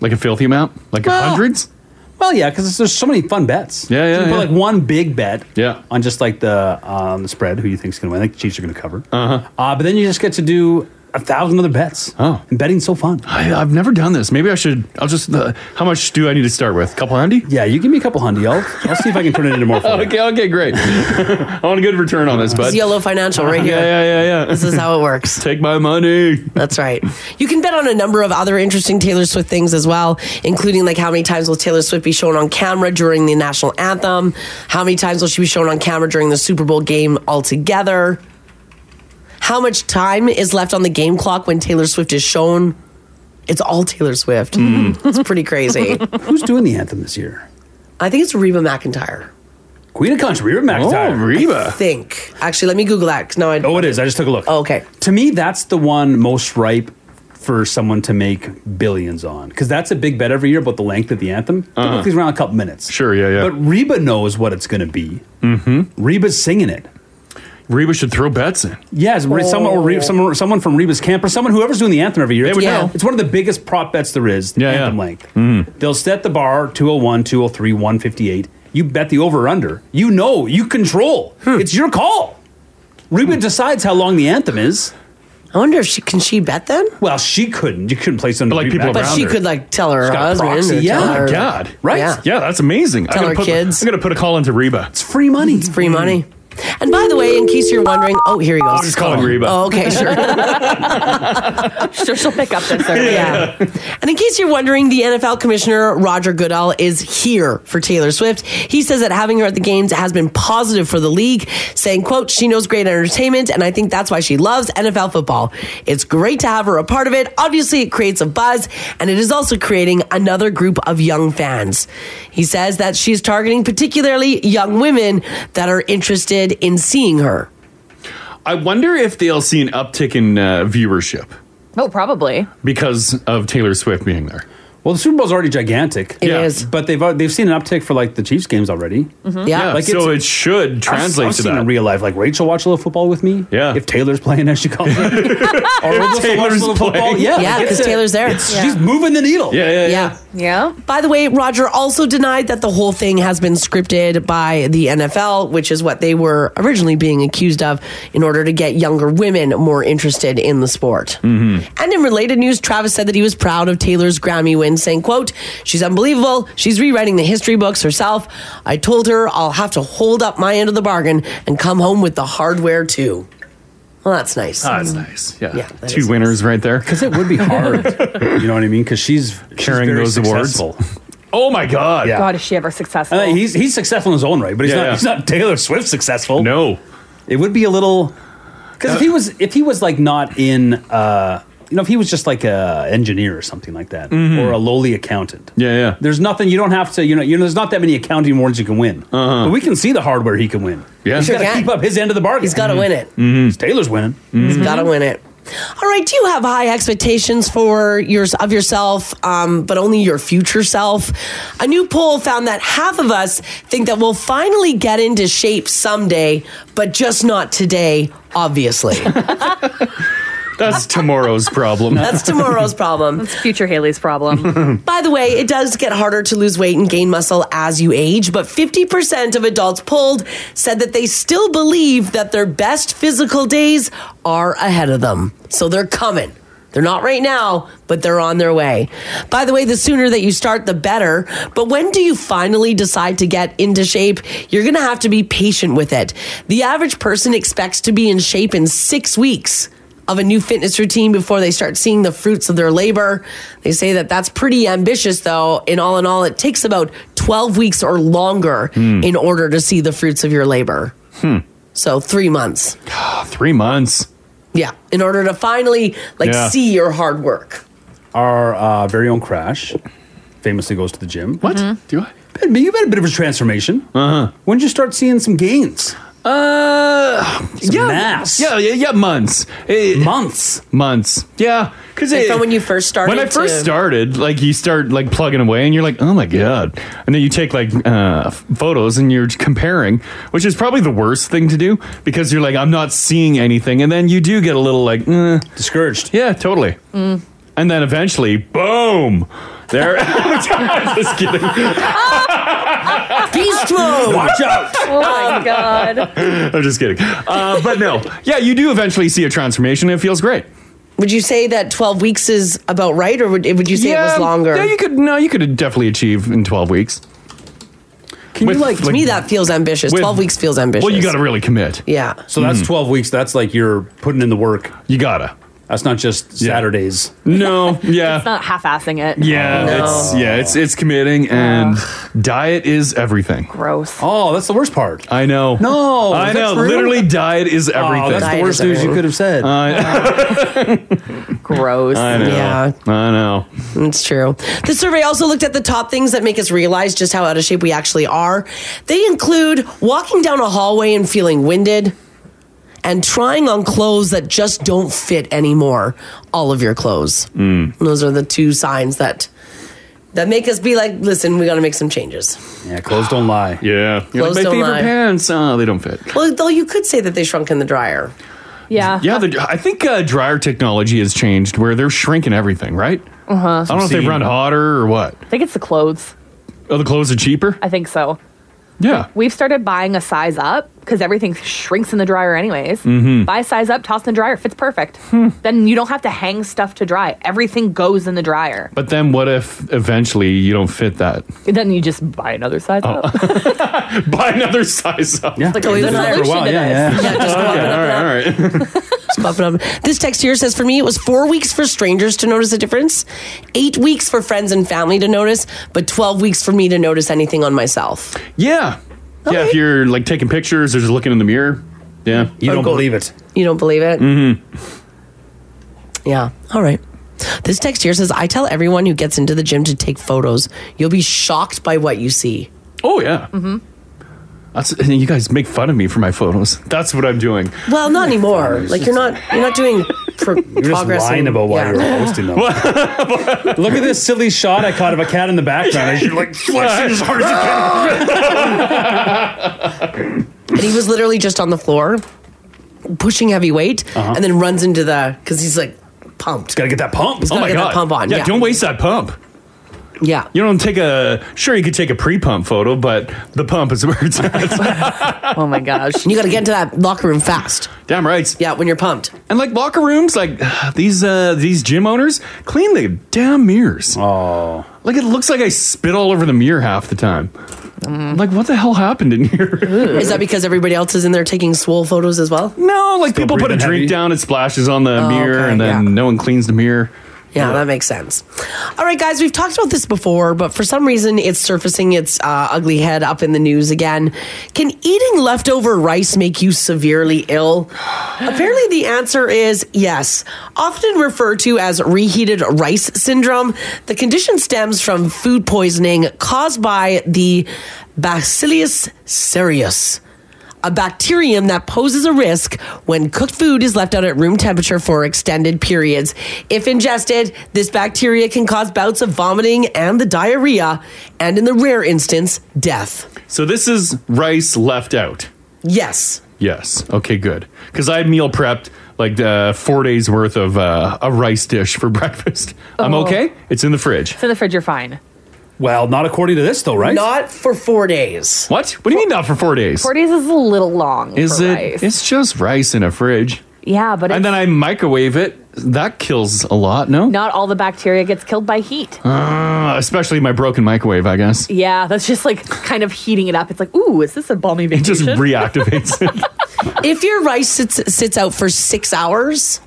Speaker 3: Like a filthy amount? Like a
Speaker 9: Well-
Speaker 3: hundreds?
Speaker 9: Well, yeah, because there's so many fun bets.
Speaker 3: Yeah, yeah,
Speaker 9: So you
Speaker 3: yeah.
Speaker 9: put like one big bet.
Speaker 3: Yeah.
Speaker 9: On just like the um, the spread, who you think's going to win? I think the Chiefs are going to cover. Uh-huh. Uh But then you just get to do a thousand other bets. Oh, and betting's so fun.
Speaker 3: I, I've never done this. Maybe I should. I'll just. Uh, how much do I need to start with? Couple Oh, hundy?
Speaker 9: Yeah, you give me a couple hundy. I'll, I'll see if I can turn it into more fun.
Speaker 3: okay, okay, great. I want a good return on this,
Speaker 8: This
Speaker 3: bud.
Speaker 8: is Yellow Financial right here.
Speaker 3: Yeah, yeah, yeah, yeah.
Speaker 8: This is how it works.
Speaker 3: Take my money.
Speaker 8: That's right. You can bet on a number of other interesting Taylor Swift things as well, including like how many times will Taylor Swift be shown on camera during the national anthem? How many times will she be shown on camera during the Super Bowl game altogether? How much time is left on the game clock when Taylor Swift is shown? It's all Taylor Swift. It's pretty crazy.
Speaker 9: Mm. Who's doing the anthem this year?
Speaker 8: I think it's Reba McIntyre.
Speaker 9: Queen of Country, Reba
Speaker 3: Oh,
Speaker 9: McIntyre.
Speaker 8: I think. Actually, let me Google that. 'cause Now I.
Speaker 9: Oh, it is. I just took a look.
Speaker 8: okay.
Speaker 9: To me, that's the one most ripe for someone to make billions on because that's a big bet every year about the length of the anthem.
Speaker 3: Uh-huh.
Speaker 9: Typically, it's around a couple minutes.
Speaker 3: Sure, yeah, yeah.
Speaker 9: But Reba knows what it's going to be.
Speaker 3: Mm-hmm.
Speaker 9: Reba's singing it.
Speaker 3: Reba should throw bets in.
Speaker 9: Yes, Re- someone, or
Speaker 8: Oh.
Speaker 9: Re- someone, someone from Reba's camp or someone whoever's doing the anthem every year.
Speaker 3: They
Speaker 9: It's,
Speaker 3: would know.
Speaker 9: it's one of the biggest prop bets there is. The
Speaker 3: Yeah,
Speaker 9: anthem
Speaker 3: yeah.
Speaker 9: length.
Speaker 3: Mm.
Speaker 9: They'll set the bar 201, 203, 158. You bet the over or under. You know, you control.
Speaker 8: Hmm.
Speaker 9: It's your call. Reba decides how long the anthem is.
Speaker 8: I wonder if she can she bet then.
Speaker 9: Well, she couldn't. You couldn't place under. But
Speaker 3: like, people
Speaker 8: But
Speaker 3: around
Speaker 8: she
Speaker 3: her.
Speaker 8: could like tell her
Speaker 3: She's got
Speaker 8: husband. or
Speaker 3: proxy.
Speaker 8: tell
Speaker 3: Yeah,
Speaker 8: her-
Speaker 3: God, right?
Speaker 8: Yeah.
Speaker 3: Yeah, that's amazing.
Speaker 8: Tell
Speaker 3: I'm
Speaker 8: her
Speaker 3: gonna put,
Speaker 8: kids.
Speaker 3: I'm gonna put a call into Reba. Mm.
Speaker 9: It's free money. It's
Speaker 8: free money. And by the way, in case you're wondering, oh, here he goes.
Speaker 3: I'm just calling Reba.
Speaker 8: Oh, okay, sure.
Speaker 10: sure, she'll pick up this.
Speaker 8: Yeah.
Speaker 10: early.
Speaker 8: And in case you're wondering, the NFL commissioner, Roger Goodell, is here for Taylor Swift. He says that having her at the games has been positive for the league, saying, quote, she knows great entertainment, and I think that's why she loves NFL football. It's great to have her a part of it. Obviously, it creates a buzz, and it is also creating another group of young fans. He says that she's targeting particularly young women that are interested in seeing her.
Speaker 3: I wonder if they'll see an uptick in uh, viewership
Speaker 10: Oh, probably.
Speaker 3: because of Taylor Swift being there.
Speaker 9: Well, the Super Bowl's already gigantic.
Speaker 10: It Yeah. is.
Speaker 9: But they've uh, they've seen an uptick for like the Chiefs games already.
Speaker 8: Mm-hmm.
Speaker 10: Mhm. Yeah.
Speaker 3: Yeah, so it should
Speaker 9: I've-
Speaker 3: translate
Speaker 9: I've
Speaker 3: to
Speaker 9: seen
Speaker 3: that.
Speaker 9: in real life. Like Rachel watch a little football with me. Yeah. If Taylor's playing as she calls it. or
Speaker 8: If
Speaker 9: Rachel's watching
Speaker 8: Taylor's
Speaker 9: a little football.
Speaker 8: playing.
Speaker 9: Yeah.
Speaker 8: Yeah,
Speaker 9: it's
Speaker 8: 'cause
Speaker 9: a-
Speaker 8: Taylor's there.
Speaker 9: it's-
Speaker 8: Yeah.
Speaker 9: She's moving the needle.
Speaker 8: yeah. Yeah. By the way, Roger also denied that the whole thing has been scripted by the NFL, which is what they were originally being accused of in order to get younger women more interested in the sport.
Speaker 5: Mm-hmm.
Speaker 8: And in related news, Travis said that he was proud of Taylor's Grammy win, saying, quote, She's unbelievable. She's rewriting the history books herself. I told her I'll have to hold up my end of the bargain and come home with the hardware too. Well, that's nice.
Speaker 3: Ah, that's nice. Yeah,
Speaker 8: Mm. that
Speaker 3: two
Speaker 8: is
Speaker 3: winners right there.
Speaker 9: Because it would be hard. you know what I mean? Because she's
Speaker 3: carrying
Speaker 9: very
Speaker 3: those awards.
Speaker 9: successful.
Speaker 3: Oh my God! Uh,
Speaker 9: Yeah.
Speaker 10: God, is she ever successful?
Speaker 9: And then he's he's successful in his own right, but he's
Speaker 3: Yeah,
Speaker 9: not
Speaker 3: yeah.
Speaker 9: he's not Taylor Swift successful.
Speaker 3: No,
Speaker 9: it would be a little because if he was if he was like not in uh you know, if he was just like a engineer or something like that,
Speaker 3: Mhm.
Speaker 9: or a lowly accountant.
Speaker 3: Yeah, yeah.
Speaker 9: There's nothing you don't have to. You know, you know, there's not that many accounting wars you can win. But we can see the hardware he can win.
Speaker 3: Uh-huh. Yeah. Mm-hmm.
Speaker 9: he's
Speaker 3: Sure
Speaker 9: got to
Speaker 3: can.
Speaker 9: keep up his end of the bargain. Mm-hmm.
Speaker 8: He's gotta win it.
Speaker 9: Taylor's winning.
Speaker 8: He's got
Speaker 3: Mm-hmm.
Speaker 9: Mm-hmm.
Speaker 8: to win it. All right. Do you have high expectations for yours of yourself, um, but only your future self? A new poll found that half of us think that we'll finally get into shape someday, but just not today. Obviously,
Speaker 3: That's tomorrow's problem.
Speaker 8: that's tomorrow's problem. That's
Speaker 10: future Haley's problem.
Speaker 8: By the way, it does get harder to lose weight and gain muscle as you age, but 50% of adults polled said that they still believe that their best physical days are ahead of them. So they're coming. They're not right now, but they're on their way. By the way, the sooner that you start, the better. But when do you finally decide to get into shape? You're going to have to be patient with it. The average person expects to be in shape in six weeks of a new fitness routine before they start seeing the fruits of their labor. They say that that's pretty ambitious, though. In all in all, it takes about 12 weeks or longer
Speaker 3: Hmm.
Speaker 8: in order to see the fruits of your labor.
Speaker 3: Hmm. Ah,
Speaker 8: So, three months.
Speaker 3: Three months.
Speaker 8: Yeah. In order to finally like
Speaker 9: Yeah.
Speaker 8: see your hard work.
Speaker 9: Our uh, very own Crash famously goes to the gym. What
Speaker 3: do I? Uh-huh.
Speaker 9: You've had a bit of a transformation. Uh huh. When did you start seeing some gains?
Speaker 3: Uh, yeah,
Speaker 9: mass.
Speaker 3: yeah, yeah, yeah, months,
Speaker 9: months,
Speaker 3: months. Yeah, because
Speaker 8: Like from when you first started
Speaker 3: When I first
Speaker 8: to-
Speaker 3: started, like you start like plugging away, and you're like, oh my god, and then you take like uh, f- photos and you're comparing, which is probably the worst thing to do because you're like, I'm not seeing anything, and then you do get a little like eh.
Speaker 9: discouraged.
Speaker 3: Yeah, totally. And then eventually, boom, there. Just kidding.
Speaker 8: Beast mode.
Speaker 3: Watch out.
Speaker 10: oh my god.
Speaker 3: I'm just kidding. Uh, but no, yeah, you do eventually see a transformation. and It feels great.
Speaker 8: Would you say that 12 weeks is about right, or would, would you say it was longer?
Speaker 3: Yeah, you could. No, you could definitely achieve in 12 weeks.
Speaker 9: Can
Speaker 8: you like, to me, that feels ambitious. 12 weeks feels ambitious.
Speaker 3: Well, you got to really commit.
Speaker 8: Yeah.
Speaker 9: So that's
Speaker 3: Mhm.
Speaker 9: 12 weeks. That's like you're putting in the work.
Speaker 3: You gotta.
Speaker 9: That's not just Saturdays.
Speaker 3: No.
Speaker 10: It's
Speaker 3: Yeah.
Speaker 10: not half-assing it.
Speaker 3: Yeah, it's yeah, it's it's committing and diet is everything.
Speaker 10: Gross.
Speaker 9: Oh, that's the worst part.
Speaker 3: I know.
Speaker 9: No,
Speaker 3: I
Speaker 9: is that
Speaker 3: know.
Speaker 9: true?
Speaker 3: Literally, diet is
Speaker 9: Oh,
Speaker 3: everything.
Speaker 9: that's the Diet worst is news you everything. could have said.
Speaker 10: Gross.
Speaker 3: I know.
Speaker 8: Yeah.
Speaker 3: I know.
Speaker 8: It's true. The survey also looked at the top things that make us realize just how out of shape we actually are. They include walking down a hallway and feeling winded, and trying on clothes that just don't fit anymore. All of your clothes. Those are the two signs that that make us be like, listen, we got to make some changes.
Speaker 9: Yeah, clothes don't lie.
Speaker 3: Yeah. You're like,
Speaker 8: Clothes
Speaker 3: my
Speaker 8: don't
Speaker 3: favorite
Speaker 8: lie."
Speaker 3: pants. Oh, they don't fit.
Speaker 8: Well, though you could say that they shrunk in the dryer.
Speaker 10: Yeah.
Speaker 3: Yeah, the, I think uh, dryer technology has changed where they're shrinking everything, right?
Speaker 10: Uh
Speaker 8: Uh-huh.
Speaker 10: huh.
Speaker 3: I don't know if they've run hotter or what.
Speaker 10: I think it's the clothes.
Speaker 3: Oh, the clothes are cheaper?
Speaker 10: I think so.
Speaker 3: Yeah.
Speaker 10: We've started buying a size up because everything shrinks in the dryer anyways.
Speaker 3: Mhm.
Speaker 10: Buy a size up, toss in the dryer, fits perfect.
Speaker 3: Hmm.
Speaker 10: Then you don't have to hang stuff to dry. Everything goes in the dryer.
Speaker 3: But then what if eventually you don't fit that?
Speaker 10: Then you just buy another size
Speaker 3: Oh.
Speaker 10: up.
Speaker 3: Buy another size up.
Speaker 10: Yeah. Like a
Speaker 3: You've been
Speaker 10: solution
Speaker 3: there for a while.
Speaker 10: to
Speaker 3: yeah,
Speaker 10: this.
Speaker 3: yeah.
Speaker 10: Yeah, just
Speaker 3: okay, all right, all right.
Speaker 8: Just pop it up. This text here says for me it was four weeks for strangers to notice a difference, eight weeks for friends and family to notice, but twelve weeks for me to notice anything on myself.
Speaker 3: Yeah. Yeah, if you're like taking pictures or just looking in the mirror. Yeah.
Speaker 9: You
Speaker 8: Or don't go- believe
Speaker 9: it.
Speaker 8: You don't believe it?
Speaker 3: Mm-hmm.
Speaker 8: Yeah. All right. This text here says I tell everyone who gets into the gym to take photos. You'll be shocked by what you see.
Speaker 3: Oh yeah.
Speaker 8: Mm-hmm.
Speaker 3: That's and you guys make fun of me for my photos. That's what I'm doing.
Speaker 8: Well, not anymore. Like you're not you're not doing pro-
Speaker 3: just
Speaker 8: progress.
Speaker 3: lying
Speaker 8: in-
Speaker 3: about why
Speaker 8: yeah.
Speaker 3: you're
Speaker 9: We're hosting them. Look at this silly shot I caught of a cat in the background. You're like flexing as hard as you can.
Speaker 8: And he was literally just on the floor, pushing heavy weight,
Speaker 3: Uh-huh.
Speaker 8: and then runs into the because he's like pumped.
Speaker 9: Gotta get that pump.
Speaker 8: He's
Speaker 3: oh
Speaker 8: gotta
Speaker 3: my
Speaker 8: get
Speaker 3: god.
Speaker 8: that pump on.
Speaker 3: Yeah,
Speaker 8: Yeah,
Speaker 3: Don't waste that pump.
Speaker 8: Yeah.
Speaker 3: You don't take a sure. You could take a pre-pump photo, but the pump is where it's at.
Speaker 10: oh my gosh.
Speaker 8: You got to get into that locker room fast.
Speaker 3: Damn right.
Speaker 8: Yeah, when you're pumped.
Speaker 3: And like locker rooms, like these uh these gym owners clean the damn mirrors.
Speaker 9: Oh.
Speaker 3: Like it looks like I spit all over the mirror half the time. I'm Like what the hell happened in here?
Speaker 8: Mm. Is that because everybody else is in there taking swole photos as well?
Speaker 3: No, like people put a drink down, it splashes on the
Speaker 8: Oh,
Speaker 3: mirror,
Speaker 8: okay,
Speaker 3: and then
Speaker 8: yeah.
Speaker 3: no one cleans the mirror.
Speaker 8: Yeah, that makes sense. All right, guys, we've talked about this before, but for some reason it's surfacing its uh, ugly head up in the news again. Can eating leftover rice make you severely ill? Apparently, the answer is yes. Often referred to as reheated rice syndrome, the condition stems from food poisoning caused by the Bacillus cereus a bacterium that poses a risk when cooked food is left out at room temperature for extended periods. If ingested, this bacteria can cause bouts of vomiting and the diarrhea, and in the rare instance, death.
Speaker 3: So this is rice left out.
Speaker 8: Yes.
Speaker 3: Yes. Okay, good. Because I meal prepped like uh, four days worth of uh, a rice dish for breakfast. I'm
Speaker 10: Oh.
Speaker 3: okay. It's in the fridge.
Speaker 10: It's in the fridge. You're fine.
Speaker 9: Well, not according to this, though, right?
Speaker 8: Not for four days.
Speaker 3: What? What do you mean not for four days?
Speaker 10: Four days is a little long.
Speaker 3: Is
Speaker 10: for
Speaker 3: it?
Speaker 10: rice.
Speaker 3: It's just rice in a fridge.
Speaker 10: Yeah, but it's,
Speaker 3: and then I microwave it. That kills a lot. No.
Speaker 10: not all the bacteria gets killed by heat.
Speaker 3: Uh, especially my broken microwave, I guess.
Speaker 10: Yeah, that's just like kind of heating it up. It's like, ooh, is this a balmy
Speaker 3: It
Speaker 10: vacation?
Speaker 3: just reactivates it.
Speaker 8: if your rice sits, sits out for six hours,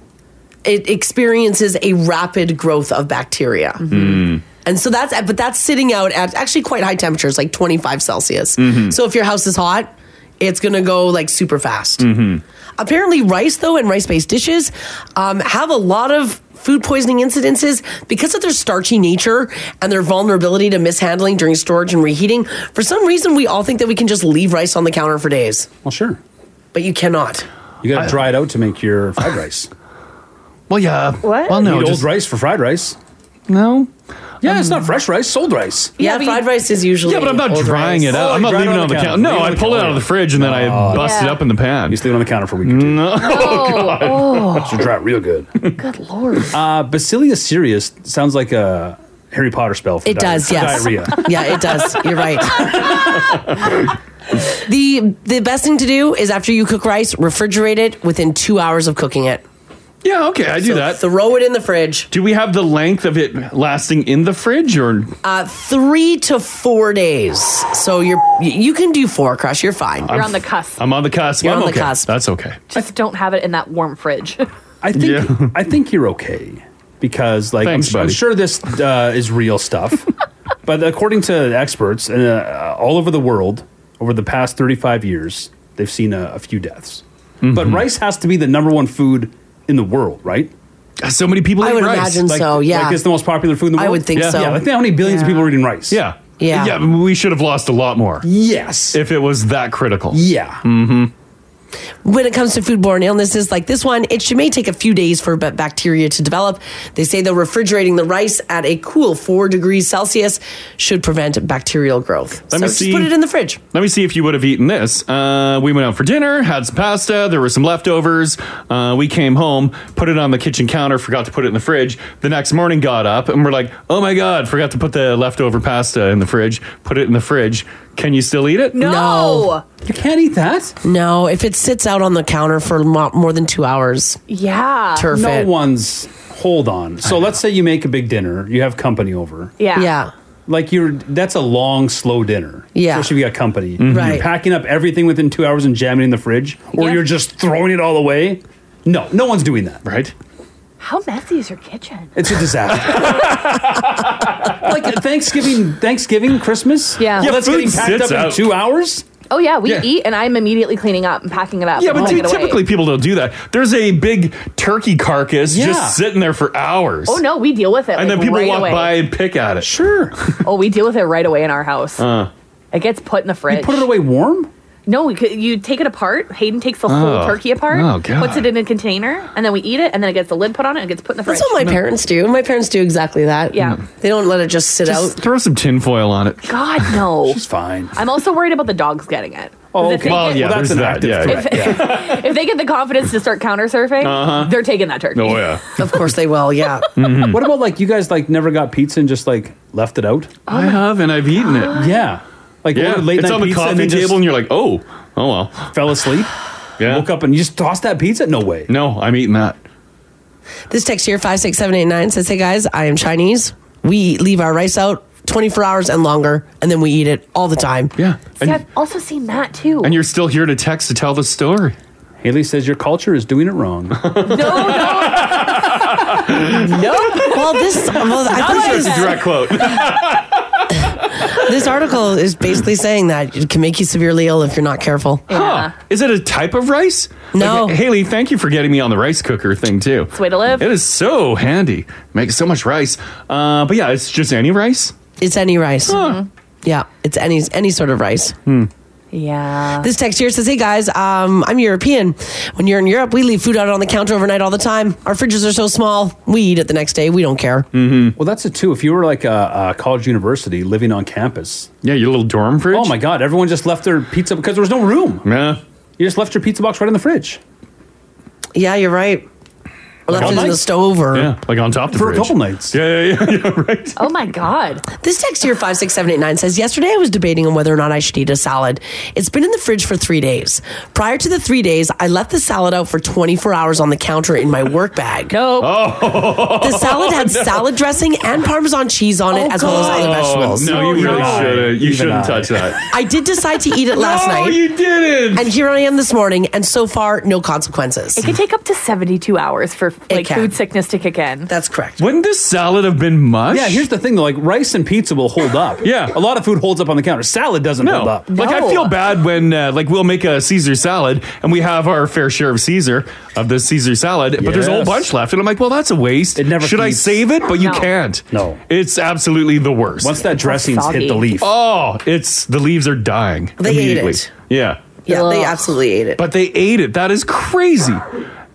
Speaker 8: it experiences a rapid growth of bacteria.
Speaker 5: Mm-hmm.
Speaker 8: And so that's, but that's sitting out at actually quite high temperatures, like 25 Celsius. Mm-hmm.
Speaker 5: Mhm.
Speaker 8: So if your house is hot, it's going to go like super fast.
Speaker 5: Mm-hmm.
Speaker 8: Apparently, rice though and rice-based dishes um, have a lot of food poisoning incidences because of their starchy nature and their vulnerability to mishandling during storage and reheating. For some reason, we all think that we can just leave rice on the counter for days.
Speaker 9: Well, sure,
Speaker 8: but you cannot.
Speaker 9: You got to dry it out to make your fried rice.
Speaker 3: Well, yeah.
Speaker 8: What?
Speaker 3: Well, no,
Speaker 9: You need
Speaker 3: just-
Speaker 9: old rice for fried rice.
Speaker 3: No. Um,
Speaker 9: Yeah, it's not fresh rice, sold rice.
Speaker 8: Yeah, fried rice is usually.
Speaker 3: Yeah, but I'm not
Speaker 9: Old
Speaker 3: drying
Speaker 9: rice.
Speaker 3: it out.
Speaker 9: Oh,
Speaker 3: I'm
Speaker 9: you
Speaker 3: not
Speaker 9: dry it
Speaker 3: leaving it on the counter. No,
Speaker 9: Leave it
Speaker 3: I
Speaker 9: on the
Speaker 3: pull it out of
Speaker 9: counter.
Speaker 3: the fridge and then I
Speaker 9: No.
Speaker 3: bust it
Speaker 9: Yeah.
Speaker 3: up in the pan. You
Speaker 9: leave it on the counter for a week or two.
Speaker 3: No.
Speaker 10: God. oh.
Speaker 9: So dry it real good.
Speaker 10: Good lord.
Speaker 9: Uh, Bacillus cereus sounds like a Harry Potter spell. For
Speaker 8: It
Speaker 9: di-
Speaker 8: does,
Speaker 9: for
Speaker 8: yes.
Speaker 9: Diarrhea.
Speaker 8: Yeah, it does. You're right. the the best thing to do is after you cook rice, refrigerate it within two hours of cooking it.
Speaker 3: Yeah, okay, I do that.
Speaker 8: Throw it in the fridge.
Speaker 3: Do we have the length of it lasting in the fridge or
Speaker 8: Uh, three to four days. So you're you can do four crush. You're fine.
Speaker 10: You're on the cusp.
Speaker 3: I'm on the cusp.
Speaker 10: You're
Speaker 3: I'm
Speaker 10: on the
Speaker 3: okay.
Speaker 10: cusp.
Speaker 3: That's okay.
Speaker 10: Just don't have it in that warm fridge.
Speaker 9: I think I think you're okay because like
Speaker 3: Thanks,
Speaker 9: I'm, su- I'm
Speaker 3: buddy.
Speaker 9: sure this uh, is real stuff, but according to experts uh, all over the world, over the past 35 years, they've seen a, a few deaths.
Speaker 3: Mm-hmm.
Speaker 9: But rice has to be the number one food in the world, right?
Speaker 3: Uh, So many people
Speaker 8: I eat would rice. imagine so, yeah.
Speaker 9: like it's the most popular food in the
Speaker 8: I
Speaker 9: world.
Speaker 8: would think
Speaker 9: yeah.
Speaker 8: so.
Speaker 9: Yeah, like how many billions of people are eating rice?
Speaker 3: Yeah.
Speaker 8: Yeah.
Speaker 3: Yeah, but we should have lost a lot more.
Speaker 9: Yes.
Speaker 3: If it was that critical.
Speaker 9: Yeah.
Speaker 3: Mm-hmm.
Speaker 8: when it comes to foodborne illnesses like this one, it should may take a few days for b- bacteria to develop. They say though refrigerating the rice at a cool four degrees Celsius should prevent bacterial growth.
Speaker 3: Let
Speaker 8: so
Speaker 3: me
Speaker 8: just
Speaker 3: see.
Speaker 8: put it in the fridge.
Speaker 3: Let me see if you would have eaten this. Uh, we went out for dinner, had some pasta. There were some leftovers. Uh, we came home, put it on the kitchen counter, forgot to put it in the fridge. The next morning, got up and we're like, "Oh my god, forgot to put the leftover pasta in the fridge. Put it in the fridge. Can you still eat it?
Speaker 9: You can't eat that?
Speaker 8: No, if it sits out on the counter for mo- more than two hours.
Speaker 10: Yeah.
Speaker 8: Turf
Speaker 9: Uh, no
Speaker 8: it.
Speaker 9: one's hold on. So let's say you make a big dinner, you have company over.
Speaker 10: Yeah.
Speaker 8: Yeah.
Speaker 9: Like you're that's a long, slow dinner.
Speaker 8: Yeah.
Speaker 9: Especially if you got company.
Speaker 8: Mhm. Right.
Speaker 9: You're packing up everything within two hours and jamming it in the fridge, or you're just throwing it all away. No, no one's doing that.
Speaker 3: Right?
Speaker 10: How messy is your kitchen?
Speaker 9: It's a disaster. like Thanksgiving Thanksgiving, Christmas?
Speaker 10: Yeah.
Speaker 9: Well,
Speaker 10: Yeah,
Speaker 9: that's
Speaker 10: food
Speaker 9: getting packed
Speaker 3: sits
Speaker 9: up in
Speaker 3: out.
Speaker 9: two hours?
Speaker 10: Oh yeah, we
Speaker 3: Yeah.
Speaker 10: eat and I'm immediately cleaning up and packing it up.
Speaker 3: Yeah,
Speaker 10: and
Speaker 3: but
Speaker 10: putting
Speaker 3: dude,
Speaker 10: it away.
Speaker 3: typically people don't do that. There's a big turkey carcass
Speaker 10: Yeah.
Speaker 3: just sitting there for hours.
Speaker 10: Oh no, we deal with it.
Speaker 3: And
Speaker 10: like,
Speaker 3: then people
Speaker 10: right
Speaker 3: walk
Speaker 10: away.
Speaker 3: by and pick at it.
Speaker 9: Sure.
Speaker 10: Oh, we deal with it right away in our house.
Speaker 3: Uh,
Speaker 10: It gets put in the fridge.
Speaker 9: Put it away warm?
Speaker 10: No, we could, you take it apart. Hayden takes the
Speaker 9: Oh.
Speaker 10: whole turkey apart,
Speaker 9: Oh, God.
Speaker 10: puts it in a container, and then we eat it, and then it gets the lid put on it and it gets put in the fridge.
Speaker 8: That's what my parents do. My parents do exactly that. Yeah. They don't let it just sit
Speaker 3: just
Speaker 8: out.
Speaker 3: throw some tinfoil on it.
Speaker 10: God, no.
Speaker 9: She's fine.
Speaker 10: I'm also worried about the dogs getting it. 'Cause if they
Speaker 3: Oh, Well,
Speaker 10: get-
Speaker 3: yeah, there's that. Yeah,
Speaker 10: If they get the confidence to start counter surfing,
Speaker 9: Uh-huh.
Speaker 10: they're taking that turkey.
Speaker 3: yeah.
Speaker 8: Of course they will, yeah.
Speaker 9: What about like you guys like never got pizza and just like left it out?
Speaker 3: I
Speaker 8: Oh,
Speaker 3: have and I've eaten
Speaker 8: Uh,
Speaker 3: it.
Speaker 9: Yeah. Like
Speaker 3: Yeah,
Speaker 9: ordered late
Speaker 3: it's
Speaker 9: night
Speaker 3: on the
Speaker 9: pizza
Speaker 3: coffee
Speaker 9: and then just
Speaker 3: table and you're like, oh, oh well.
Speaker 9: Fell asleep.
Speaker 3: Yeah.
Speaker 9: Woke up and you just tossed that pizza? No way.
Speaker 3: No, I'm eating that.
Speaker 8: This text here, 56789, says, Hey guys, I am Chinese. We leave our rice out 24 hours and longer, and then we eat it all the time.
Speaker 3: Yeah.
Speaker 10: See, I've also seen that too.
Speaker 3: And you're still here to text to tell the story.
Speaker 9: Haley says your culture is doing it wrong.
Speaker 10: no, no.
Speaker 8: no. Well, this well,
Speaker 3: I'm
Speaker 8: I
Speaker 3: pretty
Speaker 8: think
Speaker 3: sure it's a
Speaker 8: this,
Speaker 3: direct quote.
Speaker 8: this article is basically saying that it can make you severely ill if you're not careful.
Speaker 3: Huh. Is it a type of rice? No. Haley, thank you for getting me on the rice cooker thing too. It's
Speaker 10: way to live.
Speaker 3: It is so handy. Makes so much rice. Uh, but yeah, it's just any rice.
Speaker 8: It's any rice. Yeah, it's any any sort of rice.
Speaker 3: Hmm.
Speaker 10: Yeah.
Speaker 8: This text here says, "Hey guys, um, I'm European. When you're in Europe, we leave food out on the counter overnight all the time. Our fridges are so small, we eat it the next day. We don't care." Mm-hmm.
Speaker 9: Well, that's it too. If you were like a, a college university living on campus,
Speaker 3: yeah, your little dorm fridge.
Speaker 9: Oh my god, everyone just left their pizza because there was no room.
Speaker 3: Yeah,
Speaker 9: you just left your pizza box right in the fridge.
Speaker 8: Yeah, you're right. Left it in the stove or
Speaker 3: yeah, like on top of the
Speaker 9: For a
Speaker 3: fridge.
Speaker 9: couple nights.
Speaker 3: Yeah, yeah, yeah. yeah right.
Speaker 10: Oh my God.
Speaker 8: This text here, 56789, says Yesterday I was debating on whether or not I should eat a salad. It's been in the fridge for three days. Prior to the three days, I left the salad out for 24 hours on the counter in my work bag.
Speaker 10: No.
Speaker 3: Oh.
Speaker 8: The salad had salad dressing and Parmesan cheese on
Speaker 10: Oh,
Speaker 8: it, as well as other vegetables.
Speaker 3: Oh, No,
Speaker 9: Oh,
Speaker 3: you really shouldn't. You shouldn't touch that.
Speaker 8: I did decide to eat it last
Speaker 3: No,
Speaker 8: night.
Speaker 3: you didn't.
Speaker 8: And here I am this morning, and so far, no consequences.
Speaker 10: It could take up to 72 hours for like food sickness to kick in.
Speaker 8: That's correct.
Speaker 3: Wouldn't this salad have been much?
Speaker 9: Yeah, here's the thing though, like rice and pizza will hold up. yeah. A lot of food holds up on the counter. Salad doesn't hold
Speaker 3: No.
Speaker 9: up.
Speaker 3: Like I feel bad when uh, like we'll make a Caesar salad and we have our fair share of Caesar of this Caesar salad, but there's a whole
Speaker 9: Yes.
Speaker 3: bunch left, and I'm like, well, that's a waste. It never should I
Speaker 9: keeps-
Speaker 3: save it, but you
Speaker 9: No.
Speaker 3: can't.
Speaker 9: No.
Speaker 3: it's absolutely the worst.
Speaker 9: Once that dressing's hit the Soggy. leaf.
Speaker 3: oh, it's the leaves are dying.
Speaker 8: They ate
Speaker 3: immediately.
Speaker 8: it.
Speaker 3: Yeah,
Speaker 8: Yeah, they absolutely ate it.
Speaker 3: but they ate it. That is crazy,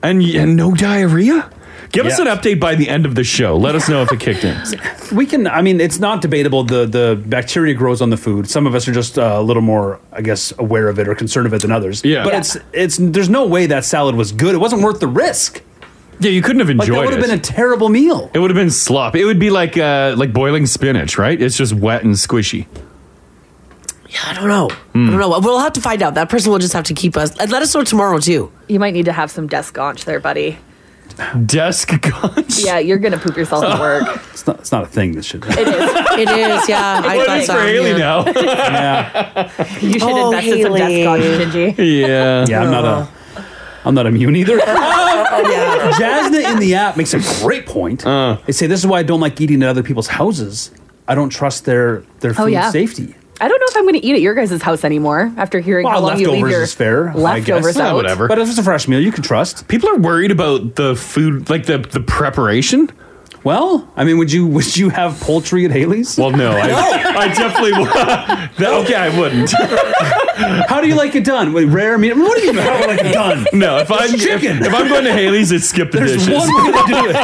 Speaker 3: and and no diarrhea. Give us an
Speaker 9: Yeah.
Speaker 3: update by the end of the show. Let us know if it kicked in.
Speaker 9: We can. I mean, it's not debatable. The the bacteria grows on the food. Some of us are just uh, a little more, I guess, aware of it or concerned of it than others.
Speaker 3: Yeah.
Speaker 9: But
Speaker 3: Yeah.
Speaker 9: it's it's. There's no way that salad was good. It wasn't worth the risk.
Speaker 3: Yeah, you couldn't have
Speaker 9: Like, that
Speaker 3: enjoyed
Speaker 9: would have
Speaker 3: it.
Speaker 9: been a terrible meal.
Speaker 3: It would have been slop. It would be like uh, like boiling spinach, right? It's just wet and squishy.
Speaker 8: I don't know. I
Speaker 3: Hmm.
Speaker 8: don't know. We'll have to find out. That person will just have to keep us. And let us know tomorrow, too.
Speaker 10: You might need to have some desconch there, buddy.
Speaker 3: Desk gun.
Speaker 10: Yeah, you're going to poop yourself at work.
Speaker 9: It's not. It's not a thing. This should.
Speaker 10: It is.
Speaker 8: It is, yeah. I Well, it thought is so, for Haley yeah. now.
Speaker 9: yeah.
Speaker 10: You should
Speaker 8: Oh,
Speaker 10: invest in some
Speaker 8: Haley.
Speaker 10: desconch, Gingy.
Speaker 3: Yeah.
Speaker 9: Yeah. I'm not a. I'm not immune either.
Speaker 8: Oh,
Speaker 9: Jasna in the app makes a great point.
Speaker 3: Uh.
Speaker 9: they say this is why I don't like eating at other people's houses. I don't trust their their food
Speaker 10: Oh, yeah.
Speaker 9: safety.
Speaker 10: I don't know if I'm going to eat at your guys' house anymore after hearing how
Speaker 9: Well,
Speaker 10: long you leave
Speaker 9: leftovers
Speaker 10: your
Speaker 9: is fair. I guess.
Speaker 10: leftovers out.
Speaker 9: But if it's a fresh meal, you can trust.
Speaker 3: People are worried about the food, like the the preparation.
Speaker 9: Well, I mean, would you would you have poultry at Haley's?
Speaker 3: Well, no, I, I definitely would. okay, I wouldn't.
Speaker 9: How do you like it done? Wait, rare meat? What do you mean? How do I like it done?
Speaker 3: No, if
Speaker 9: It's
Speaker 3: I'm
Speaker 9: chicken.
Speaker 3: If, if I'm going to Haley's, it's skip the
Speaker 9: There's
Speaker 3: dishes.
Speaker 9: one way to do it.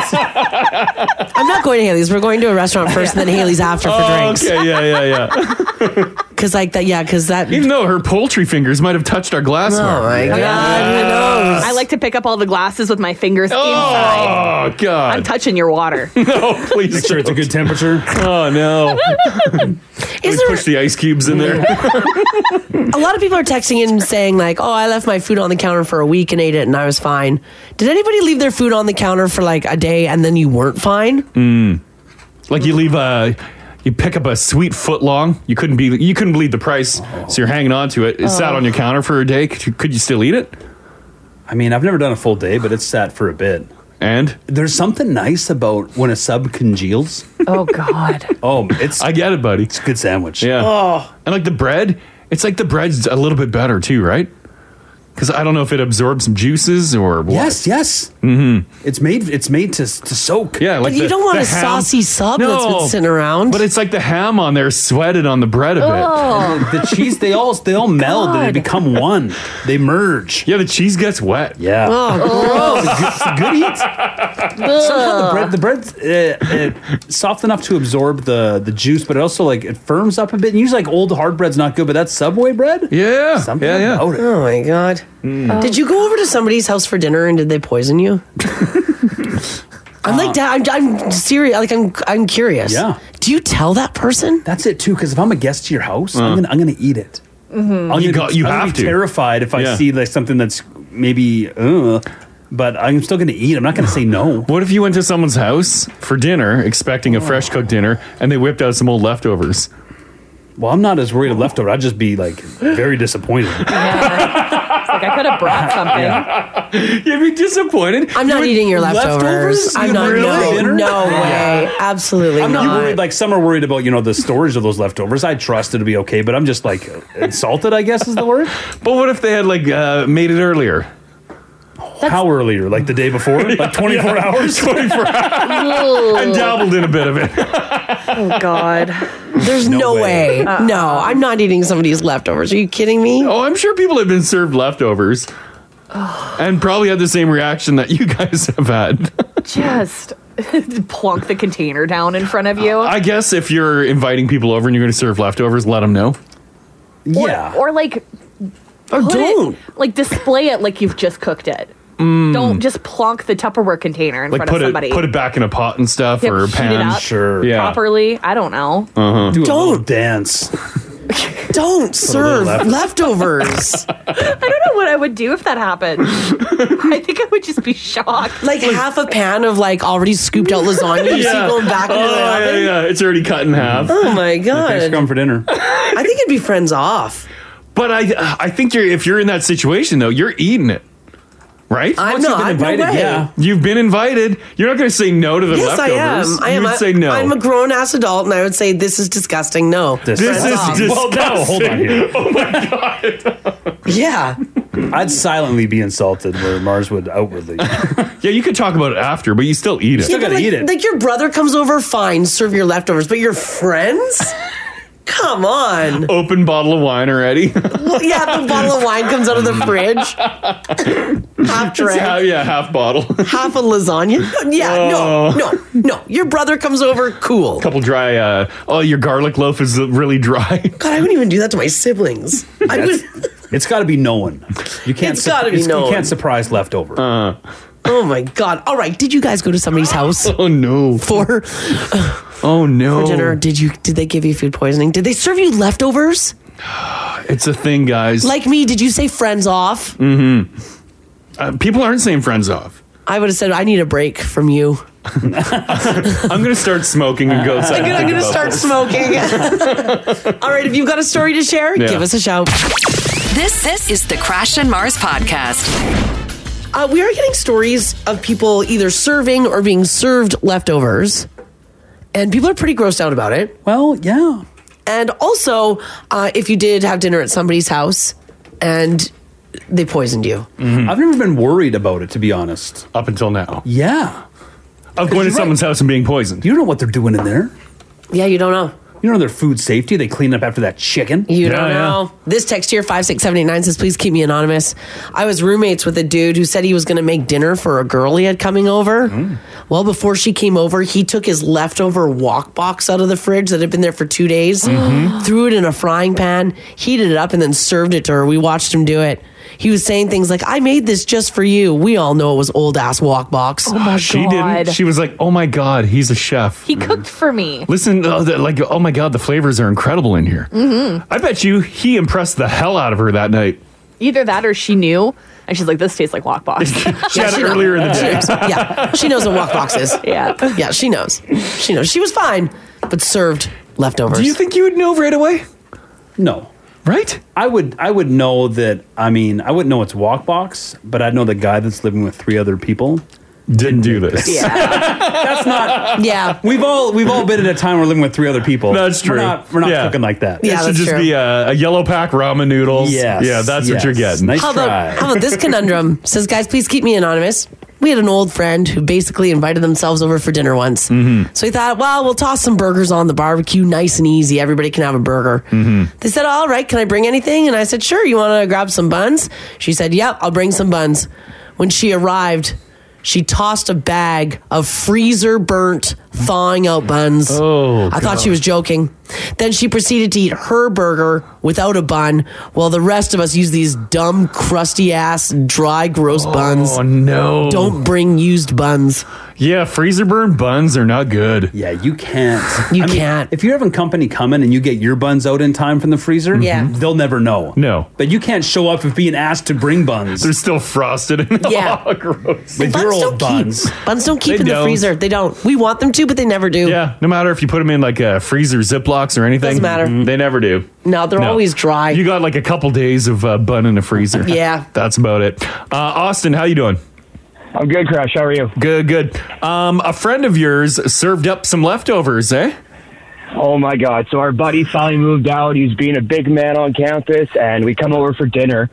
Speaker 8: I'm not going to Haley's. We're going to a restaurant first and then Haley's after for
Speaker 3: Oh,
Speaker 8: drinks.
Speaker 3: okay, yeah, yeah, yeah.
Speaker 8: Because, like, that, yeah, because that.
Speaker 3: Even though her poultry fingers might have touched our glassware.
Speaker 8: Oh, my God, who knows?
Speaker 10: I like to pick up all the glasses with my fingers inside.
Speaker 3: Oh God!
Speaker 10: I'm touching your water.
Speaker 3: no, please.
Speaker 9: Make sure it's a good temperature.
Speaker 3: Oh no! we push the ice cubes in there.
Speaker 8: a lot of people are texting in saying, like, oh, I left my food on the counter for a week and ate it and I was fine. Did anybody leave their food on the counter for like a day and then you weren't fine?
Speaker 3: Mm. Like you leave a, you pick up a sweet foot long. You couldn't be, you couldn't believe the price, so you're hanging on to it. It sat
Speaker 9: Oh.
Speaker 3: on your counter for a day. Could you, could you still eat it?
Speaker 9: I mean, I've never done a full day, but it's sat for a bit.
Speaker 3: And
Speaker 9: there's something nice about when a sub congeals.
Speaker 10: Oh God.
Speaker 9: Oh, it's I
Speaker 3: get it, buddy.
Speaker 9: It's a good sandwich.
Speaker 3: Yeah.
Speaker 10: Oh.
Speaker 3: And like the bread, it's like the bread's a little bit better too, right? Because I don't know if it absorbs some juices or what.
Speaker 9: Yes, yes.
Speaker 3: Mm-hmm.
Speaker 9: It's made. It's made to to soak.
Speaker 3: Yeah, like
Speaker 8: but you
Speaker 3: the-
Speaker 8: don't want
Speaker 3: the
Speaker 8: a
Speaker 3: ham-
Speaker 8: saucy sub that's
Speaker 3: No.
Speaker 8: been sitting around.
Speaker 3: But it's like the ham on there sweated on the bread a bit.
Speaker 8: Oh.
Speaker 9: the cheese, they all they all meld and they become one. They merge.
Speaker 3: Yeah, the cheese gets wet.
Speaker 9: Yeah.
Speaker 8: Oh,
Speaker 9: good eats. Somehow the bread, the bread, uh, uh, soft enough to absorb the the juice, but it also like it firms up a bit. And usually, like old hard bread's not good, but that Subway bread,
Speaker 3: yeah,
Speaker 9: something
Speaker 8: Yeah, yeah.
Speaker 9: about it.
Speaker 8: Oh my god!
Speaker 9: Hmm.
Speaker 8: Did you go over to somebody's house for dinner and did they poison you? I'm like, Dad, I'm, I'm serious. Like, I'm, I'm curious.
Speaker 9: Yeah.
Speaker 8: Do you tell that person?
Speaker 9: That's it too. Because if I'm a guest to your house, I'm gonna I'm gonna eat it.
Speaker 8: Hmm.
Speaker 10: Mhm.
Speaker 9: I'm
Speaker 3: You
Speaker 9: gonna
Speaker 3: got-
Speaker 9: be-
Speaker 3: you
Speaker 9: I'm gonna
Speaker 3: have
Speaker 9: be
Speaker 3: to.
Speaker 9: terrified if I
Speaker 3: Yeah.
Speaker 9: see like something that's maybe, uh, but I'm still gonna eat. I'm not gonna say no.
Speaker 3: What if you went to someone's house for dinner, expecting a fresh cooked dinner, and they whipped out some old leftovers?
Speaker 9: Well, I'm not as worried of leftover. I'd just be like very disappointed.
Speaker 10: Like I could have brought something.
Speaker 3: You'd be disappointed.
Speaker 8: I'm not eating your leftovers. I'm not. no, no way. Absolutely
Speaker 9: I'm not,
Speaker 8: not.
Speaker 9: worried. Like some are worried about you know the storage of those leftovers. I trust it'll be okay, but I'm just like insulted. I guess is the word.
Speaker 3: but what if they had like uh, made it earlier?
Speaker 9: How earlier? Like the day before? Like 24 hours?
Speaker 3: 24
Speaker 9: hours.
Speaker 3: I dabbled in a bit of it.
Speaker 8: Oh God. There's no, way.
Speaker 10: Uh-uh.
Speaker 8: No, I'm not eating somebody's leftovers. Are you kidding me?
Speaker 3: Oh, I'm sure people have been served leftovers. and probably had the same reaction that you guys have had.
Speaker 10: Just plunk the container down in front of you.
Speaker 3: I guess if you're inviting people over and you're going to serve leftovers, let them know.
Speaker 10: yeah. Or, like,
Speaker 3: Or
Speaker 10: put it-
Speaker 3: Oh, don't.
Speaker 10: like display it like you've just cooked it.
Speaker 3: Mm.
Speaker 10: Don't just plonk the Tupperware container in
Speaker 3: like
Speaker 10: front
Speaker 3: put
Speaker 10: of
Speaker 3: it
Speaker 10: somebody.
Speaker 3: put it back in a pot and stuff
Speaker 10: Yep,
Speaker 3: or a
Speaker 10: heat it
Speaker 3: pan.
Speaker 10: up
Speaker 9: Sure.
Speaker 3: Yeah.
Speaker 10: properly. I don't know.
Speaker 3: Uh-huh.
Speaker 9: Do Don't dance.
Speaker 8: Don't
Speaker 10: serve
Speaker 8: leftovers.
Speaker 10: I don't know what I would do if that happened. I think I would just be shocked.
Speaker 8: Like half a pan of like already scooped out lasagna. You see going back into
Speaker 3: oh,
Speaker 8: the
Speaker 3: yeah,
Speaker 8: oven.
Speaker 3: yeah, it's already cut in half.
Speaker 8: Oh my god.
Speaker 3: Thanks for
Speaker 9: coming for dinner.
Speaker 8: I think it'd be friends off.
Speaker 3: But I I think you're if you're in that situation though, you're eating it. Right?
Speaker 8: I'm Once you've been not. No invited, way. yeah.
Speaker 3: You've been invited. You're not going to say no to the
Speaker 8: yes, I am.
Speaker 3: leftovers.
Speaker 8: I am.
Speaker 3: You'd
Speaker 8: I-
Speaker 3: say no.
Speaker 8: I'm a grown ass adult, and I would say this is disgusting. No,
Speaker 3: This is disgusting. Well, now, hold on here.
Speaker 9: Oh my god.
Speaker 8: yeah.
Speaker 9: I'd silently be insulted where Mars would outwardly.
Speaker 3: yeah, you could talk about it after, but you still eat it.
Speaker 8: Yeah, but like, Like your brother comes over, fine, serve your leftovers, but your friends? Come on.
Speaker 3: Open bottle of wine already.
Speaker 8: Well, yeah, the bottle of wine comes out of the fridge. half
Speaker 3: It's
Speaker 8: drink,
Speaker 3: half- yeah, half bottle.
Speaker 8: half a lasagna. No, Yeah,
Speaker 3: Oh.
Speaker 8: no, no, no. Your brother comes over, cool.
Speaker 3: Couple dry. Uh, oh, your garlic loaf is really dry.
Speaker 8: God, I wouldn't even do that to my siblings. I would.
Speaker 9: It's got to be known. You can't.
Speaker 8: It's gotta be known.
Speaker 9: You can't surprise leftover.
Speaker 3: Uh.
Speaker 8: Oh my god! All right, did you guys go to somebody's house?
Speaker 3: Oh no!
Speaker 8: For
Speaker 3: oh no!
Speaker 8: For dinner, did you? Did they give you food poisoning? Did they serve you leftovers?
Speaker 3: It's a thing, guys.
Speaker 8: Like me, did you say friends off?
Speaker 3: Mm-hmm. Uh, people aren't saying friends off.
Speaker 8: I would have said I need a break from you.
Speaker 3: I'm gonna start smoking and go. outside
Speaker 8: I'm
Speaker 3: and
Speaker 8: gonna, I'm
Speaker 3: think
Speaker 8: gonna
Speaker 3: about
Speaker 8: start
Speaker 3: this.
Speaker 8: smoking. All right, if you've got a story to share,
Speaker 3: Yeah.
Speaker 8: give us a shout.
Speaker 1: This this is the Crash and Mars podcast.
Speaker 8: Uh, we are getting stories of people either serving or being served leftovers, and people are pretty grossed out about it.
Speaker 9: Well, yeah.
Speaker 8: And also, uh, if you did have dinner at somebody's house and they poisoned you,
Speaker 9: I've never been worried about it, to be honest.
Speaker 3: Mm-hmm. Up until now.
Speaker 9: Yeah.
Speaker 3: Of going to someone's house and being poisoned.
Speaker 9: You don't know what they're doing in there.
Speaker 8: Yeah, you don't know.
Speaker 9: You don't know their food safety. They clean up after that chicken.
Speaker 8: You don't know. This text here, 56789, says, Please keep me anonymous. I was roommates with a dude who said he was going to make dinner for a girl he had coming over. Well, before she came over, he took his leftover wok box out of the fridge that had been there for two days, threw it in a frying pan, heated it up, and then served it to her. We watched him do it. He was saying things like, I made this just for you. We all know it was old ass wok box. Oh
Speaker 3: my she didn't. She was like, "Oh my god, he's a chef."
Speaker 10: He cooked for me.
Speaker 3: Listen, uh, the, like, oh my god, the flavors are incredible in here.
Speaker 10: Mm-hmm.
Speaker 3: I bet you he impressed the hell out of her that night.
Speaker 10: Either that or she knew, and she's like, "This tastes like wok box." she
Speaker 3: Yeah, had it she knows. earlier in the day.
Speaker 8: yeah, she knows what walk box is.
Speaker 10: Yeah,
Speaker 8: yeah, she knows. She knows. She was fine, but served leftovers.
Speaker 9: Do you
Speaker 3: think you would know right away?
Speaker 9: No.
Speaker 3: Right?
Speaker 9: I would I would know that I mean I wouldn't know it's walk box, but I'd know the guy that's living with three other people
Speaker 3: didn't do this.
Speaker 9: That's not
Speaker 8: Yeah.
Speaker 9: We've all we've all been at a time we're living with three other people.
Speaker 3: That's true.
Speaker 9: We're not, we're not
Speaker 3: Yeah.
Speaker 9: cooking like that.
Speaker 3: it should just be a, a yellow pack ramen noodles.
Speaker 9: Yes,
Speaker 3: yeah, that's
Speaker 9: yes.
Speaker 3: what you're getting.
Speaker 9: Nice
Speaker 8: how about how about this conundrum? Says, guys, please keep me anonymous. We had an old friend who basically invited themselves over for dinner once. So he thought, well, we'll toss some burgers on the barbecue, nice and easy. Everybody can have a burger. They said, all right, can I bring anything? And I said, sure. You want to grab some buns? She said, yep, I'll bring some buns. When she arrived, she tossed a bag of freezer burnt thawing out buns. Oh, I thought she was joking. Then she proceeded to eat her burger without a bun, while the rest of us use these dumb, crusty ass, dry, gross buns.
Speaker 3: Oh no!
Speaker 8: Don't bring used buns.
Speaker 3: Yeah, freezer burn buns are not good.
Speaker 9: Yeah, you can't.
Speaker 8: You can't.
Speaker 9: If you're having company coming and you get your buns out in time from the freezer, Mm-hmm.
Speaker 8: Yeah. Mhm.
Speaker 9: they'll never know.
Speaker 3: No.
Speaker 9: But you can't show up with being asked to bring buns. They're
Speaker 3: still frosted. Oh,
Speaker 8: Yeah.
Speaker 9: gross.
Speaker 8: Buns
Speaker 9: With your
Speaker 8: don't
Speaker 9: old buns.
Speaker 8: Keep, buns don't keep
Speaker 3: They
Speaker 8: in
Speaker 3: don't.
Speaker 8: the freezer. They don't. We want them to, but they never do.
Speaker 3: Yeah, no matter if you put them in like a freezer Ziplocs or anything.
Speaker 8: Doesn't matter.
Speaker 3: They never do.
Speaker 8: No, they're always dry.
Speaker 3: You got like a couple days of uh, bun in the freezer.
Speaker 8: Yeah.
Speaker 3: That's about it. Uh, Austin, how you doing?
Speaker 2: I'm good, Crash. How are you?
Speaker 3: Good, good. Um, a friend of yours served up some leftovers, eh?
Speaker 2: Oh my God. So our buddy finally moved out. He was being a big man on campus, and we come over for dinner.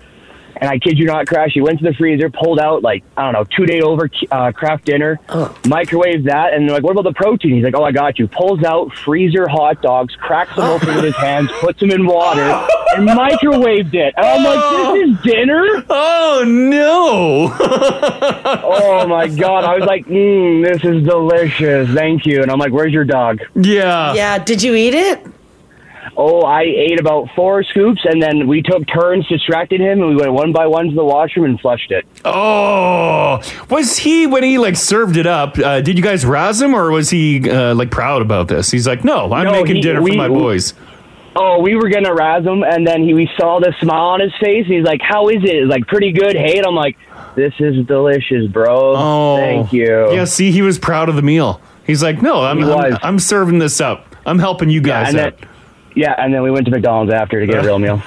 Speaker 2: And I kid you not, Crash, he went to the freezer, pulled out like, I don't know, two day over uh, craft dinner,
Speaker 3: Oh.
Speaker 2: microwaved that, and they're like, what about the protein? He's like, oh, I got you. Pulls out freezer hot dogs, cracks them open with his hands, puts them in water, and microwaved it. And I'm like, this is dinner?
Speaker 3: Oh, no.
Speaker 2: oh my God. I was like, mm, this is delicious. Thank you. And I'm like, where's your dog?
Speaker 3: Yeah.
Speaker 8: Yeah. Did you eat it?
Speaker 2: Oh, I ate about four scoops, and then we took turns distracting him, and we went one by one to the washroom and flushed it.
Speaker 3: Oh, was he when he like served it up? Uh, did you guys razz him, or was he uh, like proud about this? He's like, no, I'm
Speaker 2: No,
Speaker 3: making
Speaker 2: he-
Speaker 3: dinner
Speaker 2: we-
Speaker 3: for my boys.
Speaker 2: Oh, we were gonna razz him, and then he, we saw the smile on his face, and he's like, "How is it? It's like pretty good." Hey, and I'm like, "This is delicious, bro.
Speaker 3: Oh,
Speaker 2: Thank you."
Speaker 3: Yeah, see, he was proud of the meal. He's like, no, I'm I'm, I'm serving this up. I'm helping you
Speaker 2: yeah,
Speaker 3: guys
Speaker 2: and then,
Speaker 3: out.
Speaker 2: yeah, and then we went to McDonald's after to get a real meal.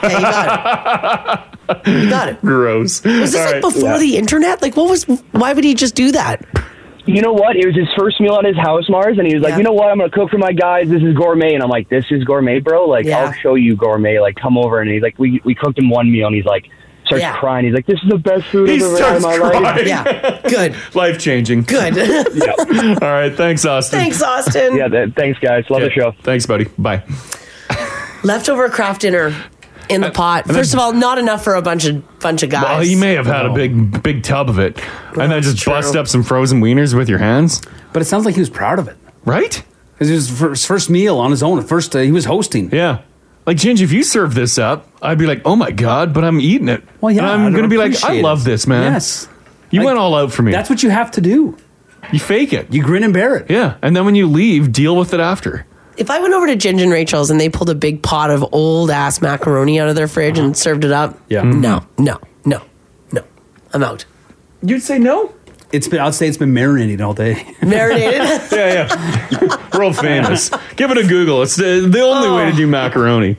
Speaker 3: Gross.
Speaker 8: Was this like before the internet? Like, what was? Why would he just do that?
Speaker 2: You know what? It was his first meal at his house, Mars, and he was like, "You know what? I'm gonna cook for my guys. This is gourmet." And I'm like, "This is gourmet, bro. Like, I'll show you gourmet. Like, come over." And he's like, "We we cooked him one meal, and he's like." Starts
Speaker 8: Yeah.
Speaker 2: crying. He's like, "This is the best food
Speaker 8: He
Speaker 2: I've ever had in my
Speaker 8: starts
Speaker 2: life."
Speaker 8: crying. Yeah, good.
Speaker 3: Life changing.
Speaker 8: Good.
Speaker 3: yeah. All right. Thanks, Austin.
Speaker 8: Thanks, Austin.
Speaker 2: Yeah. Th- thanks, guys. Love the show.
Speaker 3: Thanks, buddy. Bye.
Speaker 8: Leftover craft dinner in the pot.
Speaker 3: Uh, and
Speaker 8: First
Speaker 3: then-
Speaker 8: of all, not enough for a bunch of bunch of guys.
Speaker 3: Well, he may have had a big, big tub of it, and then just bust up some frozen wieners with your hands.
Speaker 9: But it sounds like he was proud of it.
Speaker 3: Right?
Speaker 9: Because it was his first, first meal on his own. First, uh, he was hosting.
Speaker 3: Yeah. Like, Ginge, if you serve this up, I'd be like, oh my God, but I'm eating it. Well,
Speaker 9: yeah,
Speaker 3: And I'm
Speaker 9: I'd
Speaker 3: going to be like, I
Speaker 9: appreciate
Speaker 3: love
Speaker 9: it.
Speaker 3: this, man.
Speaker 9: Yes.
Speaker 3: You went all out for me.
Speaker 9: That's what you have to do.
Speaker 3: You fake it.
Speaker 9: You grin and bear it.
Speaker 3: Yeah. And then when you leave, deal with it after.
Speaker 8: If I went over to Ginger and Rachel's and they pulled a big pot of old ass macaroni out of their fridge and served it up,
Speaker 9: Yeah.
Speaker 8: no, no, no, no, I'm out.
Speaker 3: You'd say no?
Speaker 9: It's been, I'd say it's been marinating all day.
Speaker 8: Marinated. yeah,
Speaker 3: yeah. World famous. Give it a Google. It's the, the only way to do macaroni.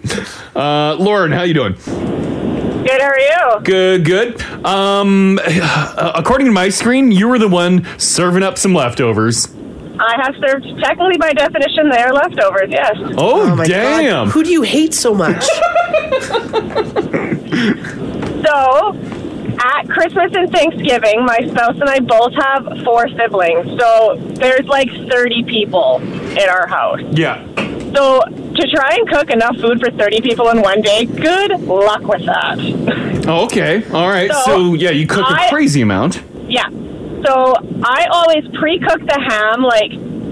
Speaker 3: Uh, Lauren, how you doing?
Speaker 5: Good, how are you?
Speaker 3: Good, good. Um, according to my screen, you were the one serving up some leftovers.
Speaker 5: I have served, technically by definition, they are leftovers, yes.
Speaker 3: Oh, damn.
Speaker 8: Who do you hate so much?
Speaker 5: So, at Christmas and Thanksgiving, my spouse and I both have four siblings. So, there's like 30 people in our house.
Speaker 3: Yeah.
Speaker 5: So, to try and cook enough food for 30 people in one day, good luck with that.
Speaker 3: Oh, okay. All right. So,
Speaker 5: So,
Speaker 3: yeah, you cooked a
Speaker 5: I-
Speaker 3: crazy amount.
Speaker 5: Yeah. So I always pre-cook the ham like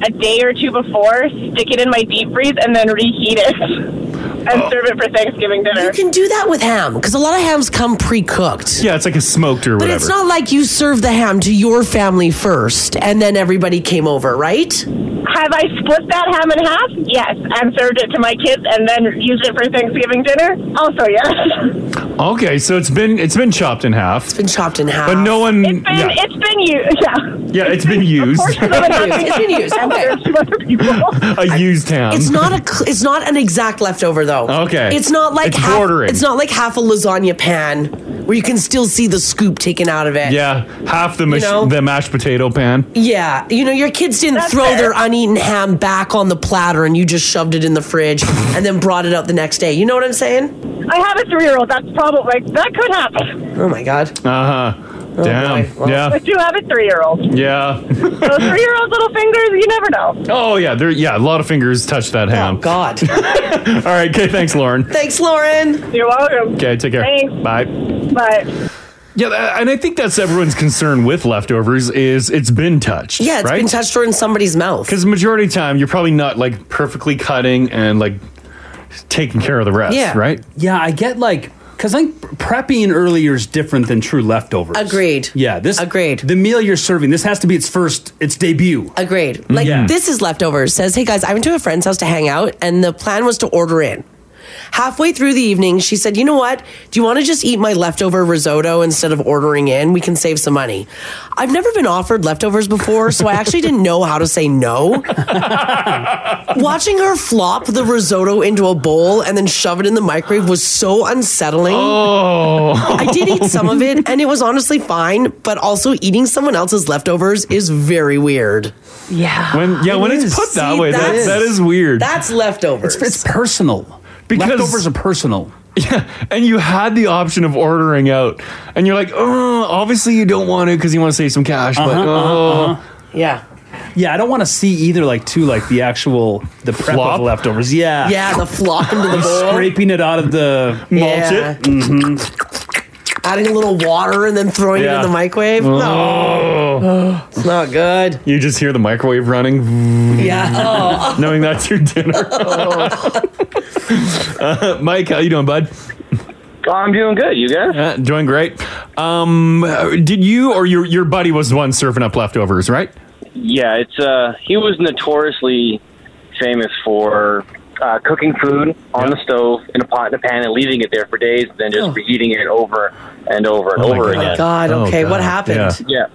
Speaker 5: a day or two before, stick it in my deep freeze, and then reheat it and serve it for Thanksgiving dinner.
Speaker 8: you can do that with ham because a lot of hams come pre-cooked.
Speaker 3: Yeah, it's like a smoked or
Speaker 8: But
Speaker 3: whatever.
Speaker 8: it's not like you served the ham to your family first and then everybody came over, right?
Speaker 5: Have I split that ham in half? Yes, and served it to my kids, and then used it for Thanksgiving dinner. Also, yes.
Speaker 3: Okay, so it's been it's been chopped in half. It's
Speaker 8: been chopped in half.
Speaker 3: But no one
Speaker 5: It's been
Speaker 3: yeah,
Speaker 5: it's been used. Yeah.
Speaker 3: yeah, it's been used.
Speaker 8: It's been used. Okay.
Speaker 3: a used ham.
Speaker 8: It's not a. cl- It's not an exact leftover though.
Speaker 3: Um. Okay.
Speaker 8: It's not like
Speaker 3: It's
Speaker 8: half.
Speaker 3: bordering.
Speaker 8: It's not like half a lasagna pan where you can still see the scoop taken out of it.
Speaker 3: Yeah, half the mash
Speaker 8: know?
Speaker 3: the mashed potato pan.
Speaker 8: Yeah, you know, your kids didn't throw their uneaten ham back on the platter and you just shoved it in the fridge and then brought it out the next day. You know what I'm saying?
Speaker 5: I have a three-year-old. That's probably like that could happen.
Speaker 8: Oh my god. Oh,
Speaker 3: Uh huh. Damn.
Speaker 5: I
Speaker 3: yeah.
Speaker 5: do have a three-year-old.
Speaker 3: Yeah.
Speaker 5: Those three-year-old little fingers, you never know.
Speaker 3: Oh yeah. There. Yeah. A lot of fingers touch that ham. Oh
Speaker 8: God.
Speaker 3: All right. Okay. Thanks, Lauren.
Speaker 8: Thanks, Lauren.
Speaker 5: You're welcome.
Speaker 3: Okay. Take care.
Speaker 5: Thanks.
Speaker 3: Bye.
Speaker 5: But
Speaker 3: Yeah, tha- and I think that's everyone's concern with leftovers is it's been touched.
Speaker 8: Yeah, it's
Speaker 3: right?
Speaker 8: been touched or in somebody's mouth.
Speaker 3: Because majority of the time you're probably not like perfectly cutting and like taking care of the rest. Right.
Speaker 9: Yeah, I get like Because I think prepping earlier is different than true leftovers.
Speaker 8: Agreed.
Speaker 9: Yeah, this agreed. The meal you're serving, this has to be its first, its debut.
Speaker 8: Agreed. Like
Speaker 9: Yeah.
Speaker 8: this is leftovers. Says, hey guys, I went to a friend's house to hang out, and the plan was to order in. Halfway through the evening, she said, "You know what? Do you want to just eat my leftover risotto instead of ordering in? We can save some money." I've never been offered leftovers before, so I actually didn't know how to say no. Watching her flop the risotto into a bowl and then shove it in the microwave was so unsettling.
Speaker 3: Oh.
Speaker 8: I did eat some of it and it was honestly fine, but also eating someone else's leftovers is very weird.
Speaker 10: Yeah.
Speaker 3: When yeah, when it's put that way, that, that is weird.
Speaker 8: That's leftovers.
Speaker 9: It's, it's personal.
Speaker 3: Because
Speaker 9: leftovers are personal.
Speaker 3: Yeah, and you had the option of ordering out, and you're like, oh, obviously you don't want to because you want to save some cash, but
Speaker 9: Uh-huh,
Speaker 3: oh,
Speaker 9: uh-huh, uh-huh.
Speaker 8: Yeah.
Speaker 9: Yeah, I don't want to see either. Like too, like the actual the prep
Speaker 3: Flop?
Speaker 9: of leftovers. Yeah,
Speaker 8: Yeah, the flop into the
Speaker 9: You're
Speaker 8: bowl.
Speaker 9: scraping it out of the
Speaker 8: Mulch it.
Speaker 9: Mhm.
Speaker 8: Adding a little water and then throwing it
Speaker 3: Yeah. Oh.
Speaker 8: in the microwave. No. it's not good.
Speaker 3: You just hear the microwave running.
Speaker 8: Yeah. Oh.
Speaker 3: knowing that's your dinner. uh, Mike, how you doing, bud?
Speaker 18: I'm doing good. You guys?
Speaker 3: Yeah, doing great. Um, did you or your your buddy was the one surfing up leftovers, right?
Speaker 18: Yeah, it's uh, he was notoriously famous for uh, cooking food on the stove in a pot and a pan and leaving it there for days, and then
Speaker 9: Oh.
Speaker 18: just reheating it over and over and
Speaker 8: Oh my
Speaker 18: over
Speaker 8: God.
Speaker 18: again.
Speaker 8: God, Oh, okay, what God. happened?
Speaker 18: Yeah.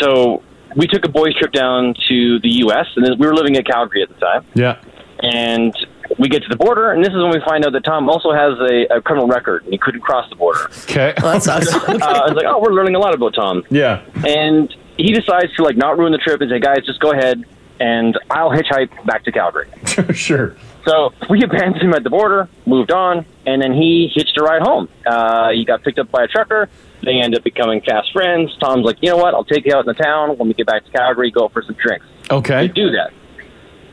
Speaker 18: so we took a boys trip down to the U.S. and then we were living in Calgary at the time,
Speaker 3: Yeah.
Speaker 18: and we get to the border, and this is when we find out that Tom also has a, a criminal record and he couldn't cross the border.
Speaker 3: Okay.
Speaker 8: that sucks.
Speaker 18: uh, I was like, oh, we're learning a lot about Tom.
Speaker 3: Yeah.
Speaker 18: And he decides to like not ruin the trip and say, guys, just go ahead and I'll hitchhike back to Calgary.
Speaker 3: sure.
Speaker 18: So we abandoned him at the border, moved on, and then he hitched a ride home. Uh, he got picked up by a trucker. They end up becoming fast friends. Tom's like, you know what? I'll take you out in the town. When we get back to Calgary, go for some drinks. They
Speaker 3: Okay.
Speaker 18: do that.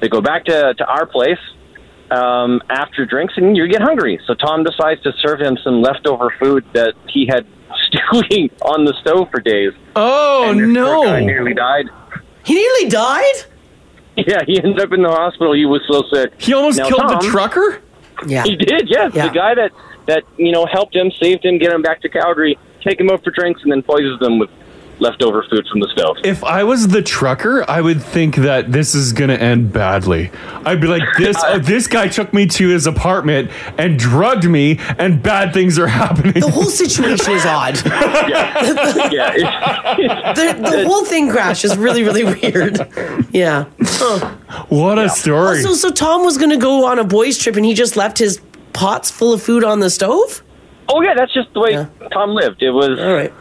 Speaker 18: They go back to, to our place um, after drinks, and you get hungry. So Tom decides to serve him some leftover food that he had stewing on the stove for days.
Speaker 3: Oh
Speaker 18: And this
Speaker 3: no!
Speaker 18: poor guy nearly died.
Speaker 8: He nearly died.
Speaker 18: Yeah, he ended up in the hospital. He was so sick.
Speaker 3: He almost
Speaker 18: Now,
Speaker 3: killed the
Speaker 18: Tom-
Speaker 3: trucker.
Speaker 8: Yeah.
Speaker 18: He did. Yes, the guy that that you know helped him, saved him, get him back to Calgary, take him out for drinks, and then poisons them with leftover food from the stove.
Speaker 3: If I was the trucker, I would think that this is gonna end badly. I'd be like, this oh, this guy took me to his apartment and drugged me, and bad things are happening. The
Speaker 8: whole situation is odd.
Speaker 18: yeah.
Speaker 8: the, the whole thing crashes really, really weird. Yeah.
Speaker 3: What a story!
Speaker 8: Also, so Tom was going to go on a boys' trip and he just left his pots full of food on the stove?
Speaker 18: Oh, yeah, that's just the way Tom lived. It was all
Speaker 8: right.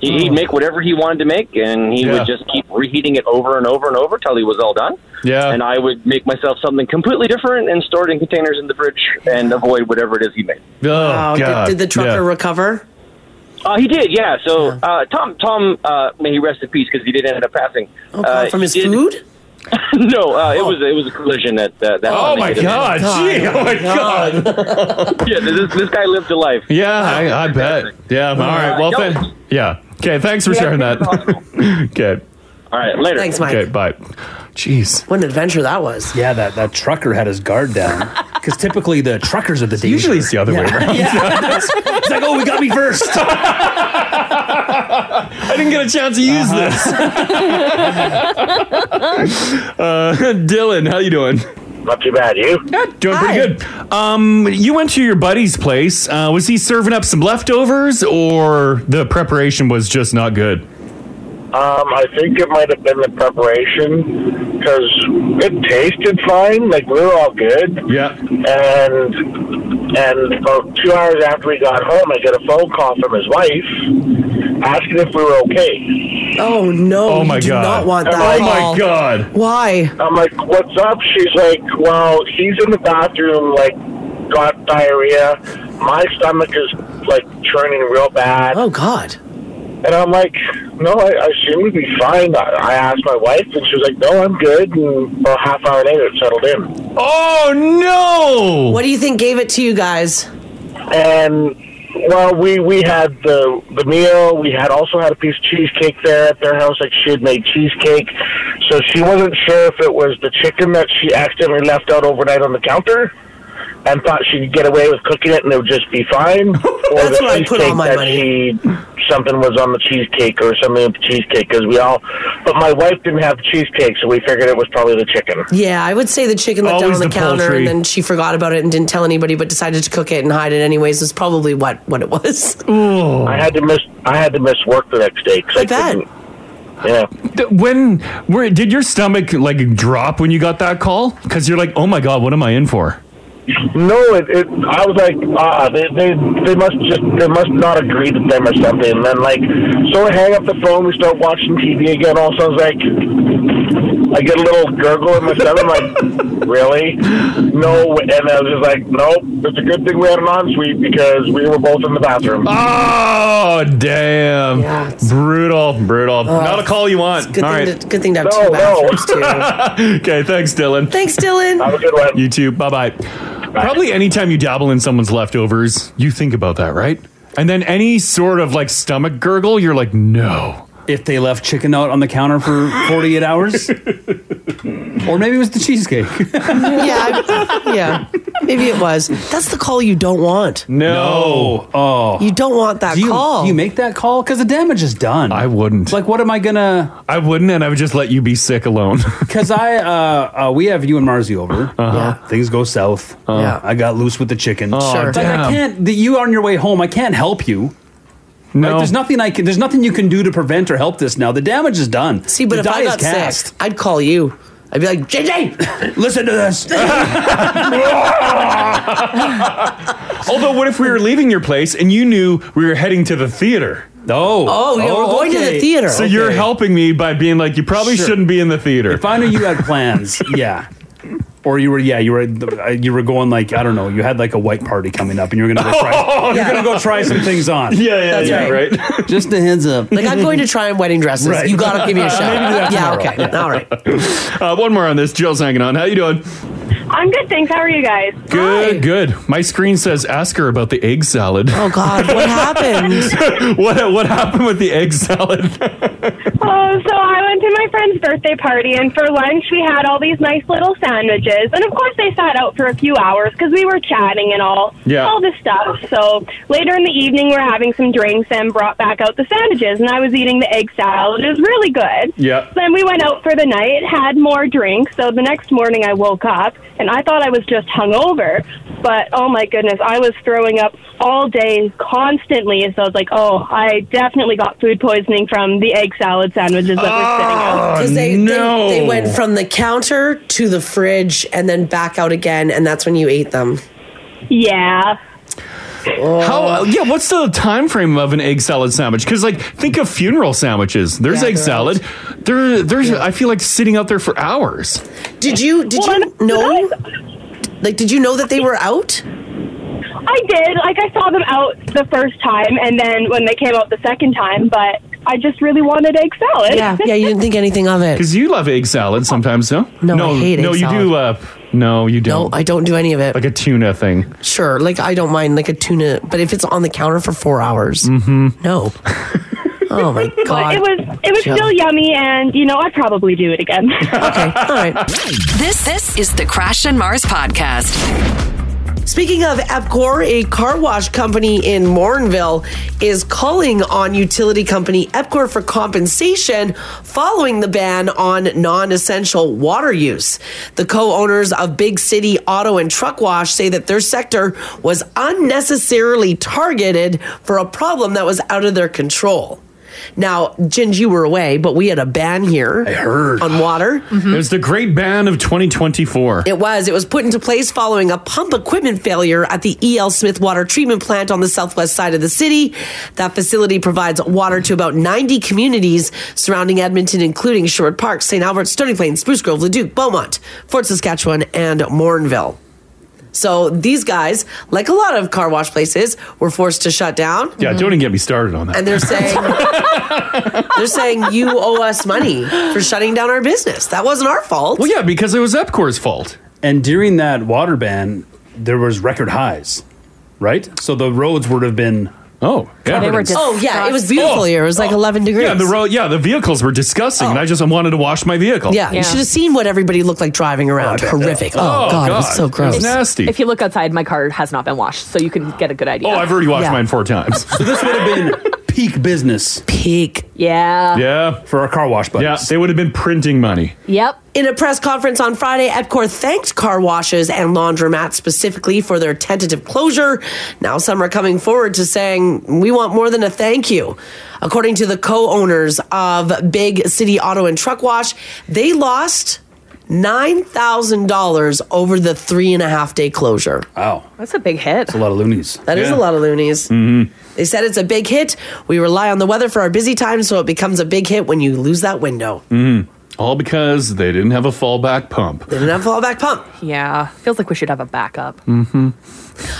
Speaker 18: He, he'd make whatever he wanted to make, and he
Speaker 3: Yeah.
Speaker 18: would just keep reheating it over and over and over till he was all done.
Speaker 3: Yeah.
Speaker 18: And I would make myself something completely different and store it in containers in the fridge and avoid whatever it is he made.
Speaker 3: Oh,
Speaker 8: did,
Speaker 18: God.
Speaker 8: did the trucker
Speaker 18: Yeah.
Speaker 8: recover?
Speaker 18: Uh, he did, yeah. So uh, Tom, Tom, uh, may he rest in peace because he did end up passing.
Speaker 8: Oh,
Speaker 18: uh,
Speaker 8: from
Speaker 18: he
Speaker 8: his
Speaker 18: did-
Speaker 8: food?
Speaker 18: no, uh, it was it was a collision that that. that
Speaker 3: Oh my God! Gee! Oh my God!
Speaker 18: yeah, this, this guy lived a life.
Speaker 3: Yeah, I, I bet. Yeah. All right. Well,
Speaker 18: Uh,
Speaker 3: thank yeah. Okay. Thanks for
Speaker 18: Yeah,
Speaker 3: sharing that. okay.
Speaker 18: All right. Later.
Speaker 8: Thanks, Mike.
Speaker 3: Okay. Bye. Jeez.
Speaker 8: What an adventure that was.
Speaker 9: Yeah, that, that trucker had his guard down. Because typically the truckers are the danger.
Speaker 3: Usually it's the other way around.
Speaker 9: it's like, oh, we got me first.
Speaker 3: I didn't get a chance to use
Speaker 9: Uh-huh.
Speaker 3: this. uh, Dylan, how you doing?
Speaker 11: Not too bad. You?
Speaker 3: Yeah, doing pretty good. Um, you went to your buddy's place. Uh, was he serving up some leftovers, or the preparation was just not good?
Speaker 11: Um, I think it might have been the preparation because it tasted fine. Like we were all good.
Speaker 3: Yeah.
Speaker 11: And and about two hours after we got home, I get a phone call from his wife asking if we were okay.
Speaker 8: Oh no!
Speaker 3: Oh, my
Speaker 11: do
Speaker 3: God.
Speaker 11: not want
Speaker 3: Oh
Speaker 11: that
Speaker 3: my
Speaker 11: call.
Speaker 3: God!
Speaker 8: Why?
Speaker 11: I'm like, what's up? She's like, well, he's in the bathroom, like, got diarrhea. My stomach is, like, churning real bad.
Speaker 8: Oh, God.
Speaker 11: And I'm like, no, I, I assume we'd be fine. I, I asked my wife, and she was like, no, I'm good. And about a half hour later, it settled in.
Speaker 3: Oh no!
Speaker 8: What do you think gave it to you guys?
Speaker 11: And,
Speaker 18: Um,
Speaker 11: well, we, we had the, the meal. We had also had a piece of cheesecake there at their house. Like, she had made cheesecake. So she wasn't sure if it was the chicken that she accidentally left out overnight on the counter. and thought she'd get away with cooking it and it would just be fine. Or the cheesecake that she something was on the cheesecake or something of the cheesecake because we all. But my wife didn't have cheesecake, so we figured it was probably the chicken.
Speaker 8: Yeah, I would say the chicken left down on
Speaker 11: Always
Speaker 8: the,
Speaker 11: the
Speaker 8: counter,
Speaker 11: poultry.
Speaker 8: and then she forgot about it and didn't tell anybody, but decided to cook it and hide it anyways. Is probably what what it was.
Speaker 11: I had to miss. I had to miss work the next day because I, couldn't. Yeah.
Speaker 3: D- When where did your stomach like drop when you got that call? Because you're like, oh my god, what am I in for?
Speaker 11: No, it, it. I was like, ah, they, they, they must just, they must not agree with them or something. And then like, so I hang up the phone, we start watching TV again. Also, I was like, I get a little gurgle in my stomach. I'm like, really? No, and I was just like, nope. It's a good thing we had an ensuite because we were both in the bathroom.
Speaker 3: Oh damn! brutal, brutal. Not a call you want.
Speaker 11: good
Speaker 3: All
Speaker 11: thing
Speaker 3: right.
Speaker 11: to- good thing to have No, two bathrooms,
Speaker 3: okay, thanks, Dylan.
Speaker 8: Thanks, Dylan.
Speaker 11: Have a good one.
Speaker 3: You too. Bye bye. Probably anytime you dabble in someone's leftovers, you think about that, right? And then any sort of like stomach gurgle, you're like, no.
Speaker 9: If they left chicken out on the counter for 48 hours, or maybe it was the cheesecake.
Speaker 8: yeah, I- yeah. Maybe it was. That's the call you don't want.
Speaker 9: No. Oh.
Speaker 8: You don't want that
Speaker 9: do you,
Speaker 8: call.
Speaker 9: do you make that call because the damage is done. I
Speaker 3: wouldn't.
Speaker 9: Like, what am I gonna?
Speaker 3: I wouldn't, and I would just let you be sick alone.
Speaker 9: Because I, uh, uh, we have you and Marzi over. Uh-huh. Things go south.
Speaker 3: Yeah.
Speaker 9: I got loose with the chicken.
Speaker 3: Oh, Sure.
Speaker 9: Like, I
Speaker 3: Uh. damn.
Speaker 9: can't. The, you on your way home. I can't help you.
Speaker 3: No.
Speaker 9: There's nothing I can. There's nothing you can do to prevent or help this now. The damage is done.
Speaker 8: See, but
Speaker 9: the
Speaker 8: if I got sick, I'd call you. I'd be like, JJ,
Speaker 9: listen to this.
Speaker 3: Although, what if we were leaving your place and you knew we were heading to the theater?
Speaker 9: Oh.
Speaker 8: Oh, yeah, we're going to the okay. theater.
Speaker 3: So you're
Speaker 8: Okay.
Speaker 3: helping me by being like, you probably
Speaker 9: Sure.
Speaker 3: shouldn't be in the theater.
Speaker 9: If I knew you had plans, yeah. Or you were, yeah, you were, you were going like, I don't know, you had like a white party coming up, and you were gonna go try,
Speaker 3: Oh,
Speaker 9: you're
Speaker 3: yeah.
Speaker 9: gonna go try some things on.
Speaker 3: Yeah, yeah, That's yeah, right.
Speaker 9: Just a heads up.
Speaker 8: like I'm going to try on wedding dresses.
Speaker 3: Right.
Speaker 8: You gotta give me a
Speaker 3: Maybe do
Speaker 8: shot.
Speaker 3: that
Speaker 8: yeah,
Speaker 3: tomorrow.
Speaker 8: okay, all right.
Speaker 3: uh, one more on this. Jill's hanging on. How you doing?
Speaker 5: I'm good, thanks. How are you guys?
Speaker 3: Good, good. My screen says ask her about the egg salad. Oh
Speaker 8: God, what happened?
Speaker 3: what what happened with the egg salad?
Speaker 5: Oh, so I went to my friend's birthday party, and for lunch we had all these nice little sandwiches. And of course, they sat out for a few hours because we were chatting and all,
Speaker 14: Yeah.
Speaker 5: all this stuff. So later in the evening, we're having some drinks and brought back out the sandwiches, and I was eating the egg salad. It was really good.
Speaker 14: Yeah.
Speaker 5: Then we went out for the night, had more drinks. So the next morning, I woke up and I thought I was just hungover, but oh my goodness, I was throwing up all day constantly. So I was like, oh, I definitely got food poisoning from the egg salad sandwiches that were sitting out.
Speaker 8: Because they, they they went from the counter to the fridge and then back out again, and that's when you ate them.
Speaker 5: Yeah.
Speaker 8: Oh.
Speaker 3: How? Yeah. What's the time frame of an egg salad sandwich? Because like, think of funeral sandwiches. There's
Speaker 8: Yeah,
Speaker 3: egg
Speaker 8: there
Speaker 3: salad. There, there's. I feel like sitting out there for hours.
Speaker 8: Did you did you know? Like, did you know that they were out?
Speaker 5: I did. Like, I saw them out the first time, and then when they came out the second time, but I just really wanted egg salad.
Speaker 8: Yeah, yeah. You didn't think anything of it.
Speaker 3: Because you love egg salad sometimes, no? No, no,
Speaker 8: I hate egg
Speaker 3: no. you do. Uh, no, you don't.
Speaker 8: No, I don't do any of it.
Speaker 3: Like a tuna thing.
Speaker 8: Sure, like I don't mind like a tuna, but if it's on the counter for four hours, mm-hmm. no. oh my
Speaker 5: But
Speaker 8: god,
Speaker 5: it was it was
Speaker 8: Jill.
Speaker 5: still yummy, and you know I'd probably do it again.
Speaker 8: okay, all right.
Speaker 1: This this is the Crash and Mars podcast.
Speaker 8: Speaking of Epcor, a car wash company in Mornville is calling on utility company Epcor for compensation following the ban on non essential water use. The co owners of Big City Auto and Truck Wash say that their sector was unnecessarily targeted for a problem that was out of their control. Now, Ginge, you were away, but we had a ban here. I heard. On water. Mm-hmm.
Speaker 3: It was the great ban of 2024.
Speaker 8: It was. It was put into place following a pump equipment failure at the E.L. Smith Water Treatment Plant on the southwest side of the city. That facility provides water to about 90 communities surrounding Edmonton, including Sherwood Park, St. Albert, Sturdy Plain, Spruce Grove, Leduc, Beaumont, Fort Saskatchewan, and Mornville. So these guys, like a lot of car wash places, were forced to shut down.
Speaker 3: Yeah, don't even get me started on that.
Speaker 8: And they're saying they're saying you owe us money for shutting down our business. That wasn't our fault.
Speaker 3: Well, yeah, because it was Epcor's fault.
Speaker 9: And during that water ban, there was record highs, right? So the roads would have been
Speaker 3: Oh, yeah.
Speaker 8: They were Oh, yeah, it was beautiful here. It was
Speaker 9: Oh.
Speaker 8: like 11 degrees. Oh.
Speaker 3: Yeah, the road. Yeah, the vehicles were disgusting, and I just wanted to wash my vehicle.
Speaker 8: Yeah, you should have seen what everybody looked like driving around. Horrific. Oh, God, it was so gross.
Speaker 3: It's nasty.
Speaker 10: If you look outside, my car has not been washed, so you can get a good idea.
Speaker 3: oh, I've already washed mine four times.
Speaker 9: So this would have been peak business.
Speaker 8: Peak.
Speaker 10: Yeah.
Speaker 3: yeah,
Speaker 9: for our car wash buddies.
Speaker 3: Yeah, they would have been printing money.
Speaker 10: Yep.
Speaker 8: In a press conference on Friday, Epcor thanked car washes and laundromats specifically for their tentative closure. Now some are coming forward to saying, we want more than a thank you. According to the co owners of Big City Auto and Truck Wash, they lost $9,000 over the three and a half day closure.
Speaker 9: Wow.
Speaker 10: That's a big hit.
Speaker 9: That's a lot of loonies. Mm-hmm.
Speaker 8: That is a lot of loonies. They said it's a big hit. We rely on the weather for our busy time, so it becomes a big hit when you lose that window.
Speaker 3: Mm. All because they didn't have a fallback pump.
Speaker 8: They didn't have fallback pump.
Speaker 10: Yeah. Feels like we should have a backup.
Speaker 3: Mm-hmm.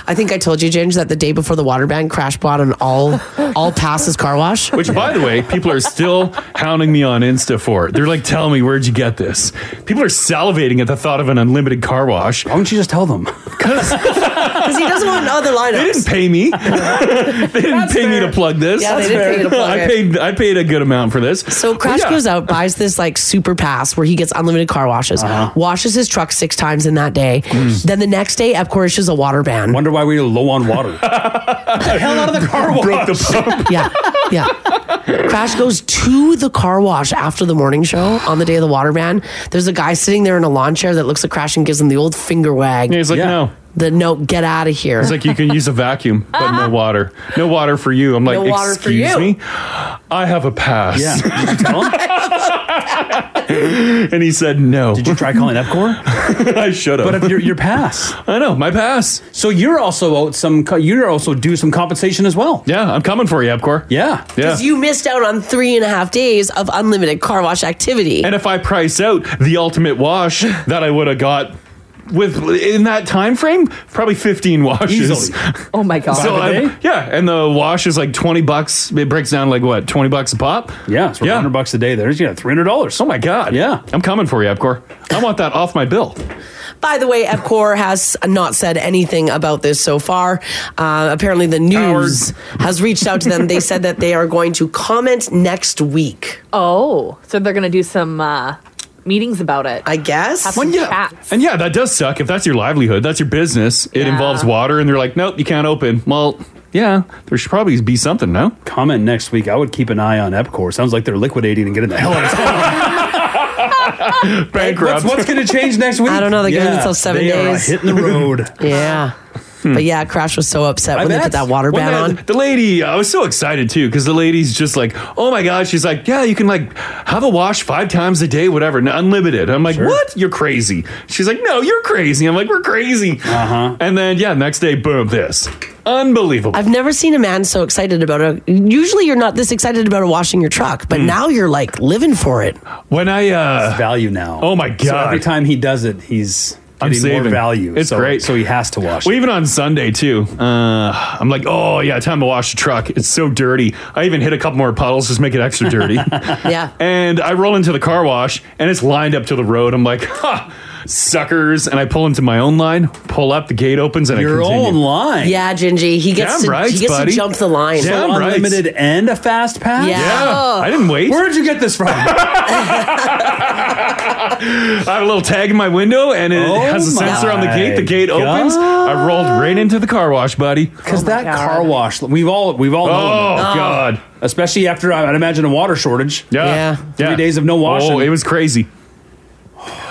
Speaker 8: I think I told you, Ginge, that the day before the water ban, Crash bought an all all passes car wash.
Speaker 3: Which, by the way, people are still hounding me on Insta for it. They're like, "Tell me, where'd you get this?" People are salivating at the thought of an unlimited car wash. Why
Speaker 9: don't you just tell them?
Speaker 8: Because he doesn't want other lineups.
Speaker 3: They didn't pay me. they didn't pay me to plug this.
Speaker 8: Yeah, they didn't pay you to plug
Speaker 3: I
Speaker 8: it.
Speaker 3: paid. I paid a good amount for this.
Speaker 8: So
Speaker 3: But
Speaker 8: Crash
Speaker 3: yeah.
Speaker 8: goes out, buys this like super pass where he gets unlimited car washes, washes his truck six times in that day. Then the next day, Epcor issues a water ban.
Speaker 9: Wonder why we were low on water.
Speaker 3: hell out of the car wash. Broke the pump.
Speaker 8: yeah, yeah. Crash goes to the car wash after the morning show on the day of the water ban. There's a guy sitting there in a lawn chair that looks at Crash and gives him the old finger wag.
Speaker 3: Yeah, he's like, Yeah. "No."
Speaker 8: The no, get out of here.
Speaker 3: It's like you can use a vacuum, but no water. No water for you. I'm like,
Speaker 8: No water for
Speaker 3: excuse
Speaker 8: you."
Speaker 3: me, I have a pass.
Speaker 8: Yeah.
Speaker 3: and he said Uh, no. Did
Speaker 9: you try calling Epcor?
Speaker 3: I should have.
Speaker 9: But if your your pass,
Speaker 3: I know my pass.
Speaker 9: So you're also out some. co- You're also due some compensation as well.
Speaker 3: Yeah, I'm coming for you, Epcor.
Speaker 9: Yeah,
Speaker 8: Because you missed out on three and a half days of unlimited car wash activity.
Speaker 3: And if I price out the ultimate wash that I would have got with in that time frame, probably 15 washes.
Speaker 10: Easily. Oh my God.
Speaker 3: So I'm- yeah, and the wash is like 20 bucks. It breaks down like what, 20 bucks a pop?
Speaker 9: Yeah, it's 100 bucks a day there. Yeah, $300.
Speaker 3: Oh my God. Yeah. I'm coming for you, Epcor. I want that off my bill.
Speaker 8: By the way, Epcor has not said anything about this so far. Uh, apparently, the news has reached out to them. They said that they are going to comment next week.
Speaker 10: Oh, so they're going to do some uh, meetings about it.
Speaker 8: I guess.
Speaker 10: Have
Speaker 3: Well,
Speaker 10: some
Speaker 3: yeah.
Speaker 10: chat.
Speaker 3: And yeah, that does suck. If that's your livelihood, that's your business, it
Speaker 10: Yeah.
Speaker 3: involves water, and they're like, nope, you can't open. Well, yeah, there should probably be something, no?
Speaker 9: Comment next week. I would keep an eye on Epcor. Sounds like they're liquidating and getting the hell out of town.
Speaker 3: Bankrupt.
Speaker 9: What's, what's going to change next week?
Speaker 8: I don't know. They're giving themselves seven
Speaker 9: they
Speaker 8: days.
Speaker 9: Are hitting the road.
Speaker 8: Yeah. But yeah, Crash was so upset
Speaker 3: I
Speaker 8: when they
Speaker 3: bet.
Speaker 8: put that water
Speaker 3: When
Speaker 8: ban
Speaker 3: the-
Speaker 8: on.
Speaker 3: The lady, I was so excited too because the lady's just like, oh my god, she's like, yeah, you can like have a wash five times a day, whatever, and unlimited. I'm like, what? You're crazy. She's like, no, you're crazy. I'm like, we're crazy. Uh
Speaker 8: Uh-huh.
Speaker 3: huh. And then yeah, next day, boom, this, unbelievable.
Speaker 8: I've never seen a man so excited about it. Usually, you're not this excited about washing your truck,
Speaker 3: Hmm.
Speaker 8: but now you're like living for it.
Speaker 3: When I uh,
Speaker 9: value now.
Speaker 3: Oh my
Speaker 9: So
Speaker 3: God.
Speaker 9: every time he does it, he's
Speaker 3: I'm
Speaker 9: getting more
Speaker 3: saving.
Speaker 9: value.
Speaker 3: It's
Speaker 9: so,
Speaker 3: great.
Speaker 9: So he has to wash.
Speaker 3: Well, even on Sunday too, uh, I'm like, oh yeah, time to wash the truck. It's so dirty. I even hit a couple more puddles, just make it extra dirty.
Speaker 8: yeah.
Speaker 3: And I roll into the car wash, and it's lined up to the road. I'm like, ha, suckers! And I pull into my own line, pull up, the gate opens, and
Speaker 9: Your
Speaker 3: I continue.
Speaker 9: own line.
Speaker 8: Yeah, Gingy. He gets
Speaker 3: Damn
Speaker 8: to
Speaker 3: right,
Speaker 8: he gets
Speaker 3: buddy.
Speaker 8: to jump the line.
Speaker 3: Damn
Speaker 9: So
Speaker 3: right.
Speaker 9: unlimited and a fast pass.
Speaker 8: Yeah. Oh. Yeah.
Speaker 3: I didn't wait.
Speaker 9: Where'd you get this from?
Speaker 3: I have a little tag in my window, and it
Speaker 9: Oh
Speaker 3: has a sensor on the
Speaker 9: my
Speaker 3: gate. The gate opens. I rolled right into the car wash, buddy.
Speaker 9: Because that car wash, we've all we've all. known
Speaker 3: Oh,
Speaker 9: it.
Speaker 3: God.
Speaker 9: Especially after I- I'd imagine a water shortage.
Speaker 3: Yeah.
Speaker 9: Three days of no washing.
Speaker 3: Oh, it was crazy.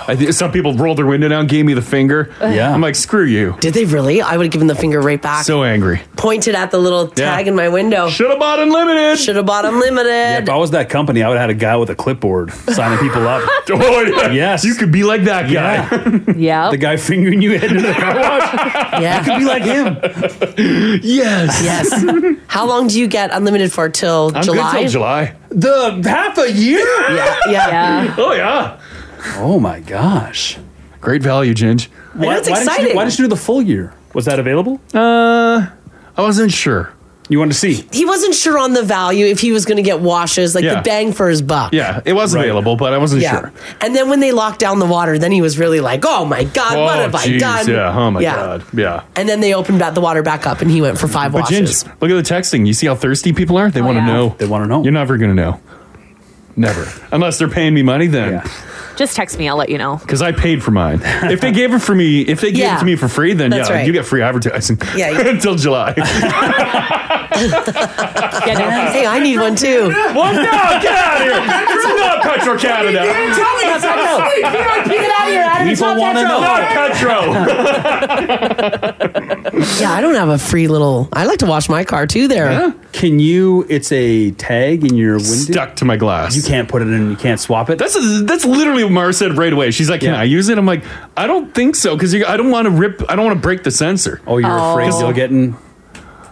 Speaker 3: I thi- some people rolled their window down, gave me the finger.
Speaker 8: Yeah.
Speaker 3: I'm like, screw you.
Speaker 8: Did they really? I would have given the finger right back.
Speaker 3: So angry.
Speaker 8: Pointed at the little
Speaker 3: Yeah.
Speaker 8: tag in my window.
Speaker 3: Should have bought unlimited.
Speaker 8: Should have bought unlimited.
Speaker 9: Yeah, if I was that company, I would have had a guy with a clipboard signing people up.
Speaker 3: oh, yeah.
Speaker 9: Yes. You
Speaker 3: could be like that guy.
Speaker 10: Yeah.
Speaker 9: The guy fingering you head into the car wash.
Speaker 8: Yeah.
Speaker 9: You could be like him.
Speaker 3: yes.
Speaker 8: Yes. How long do you get unlimited for till
Speaker 9: I'm good
Speaker 8: July?
Speaker 9: till
Speaker 3: July.
Speaker 9: The half a year?
Speaker 8: Yeah. Yeah.
Speaker 3: Oh yeah.
Speaker 9: Oh my gosh.
Speaker 3: Great value, Ginge.
Speaker 9: Why,
Speaker 8: that's
Speaker 9: why didn't you do-
Speaker 8: exciting.
Speaker 9: why didn't you do the full year? Was that available?
Speaker 3: Uh, I wasn't sure.
Speaker 9: You wanted to see.
Speaker 8: He wasn't sure on the value if he was going to get washes, like
Speaker 3: Yeah.
Speaker 8: the bang for his buck.
Speaker 3: Yeah, it was available, but I wasn't sure.
Speaker 8: And then when they locked down the water, then he was really like, oh my God, what
Speaker 3: Oh,
Speaker 8: have I
Speaker 3: jeez,
Speaker 8: done?
Speaker 3: Yeah. Oh my god. Yeah.
Speaker 8: And then they opened back the water back up and he went for five
Speaker 3: But
Speaker 8: washes.
Speaker 3: Ginge, look at the texting. You see how thirsty people are? They want to know. They want to know. You're never going to know. Never. Unless they're paying me money then.
Speaker 10: Just text me. I'll let you know.
Speaker 3: Because I paid for mine. If they gave it for me, if they gave
Speaker 10: Yeah.
Speaker 3: it to me for free, then
Speaker 10: That's
Speaker 3: yeah,
Speaker 10: right.
Speaker 3: you get free advertising.
Speaker 10: Yeah, you-
Speaker 3: until July.
Speaker 8: hey, I need one too.
Speaker 3: Well, no, get out of here. It's not Petro Canada.
Speaker 8: Not Petro. Get out of here, Adam. It's not Petro.
Speaker 3: Not Petro.
Speaker 8: Yeah, I don't have a free little. I like to wash my car too. There.
Speaker 9: Can you? It's a tag in your window. Stuck
Speaker 3: to my glass.
Speaker 9: You can't put it in. You can't swap it.
Speaker 3: That's that's literally what Mara said right away. She's like, "Can I use it?" I'm like, "I don't think so," because I don't want to rip. I don't want to break the sensor.
Speaker 9: Oh, you're afraid
Speaker 3: Oh.
Speaker 9: they'll get in.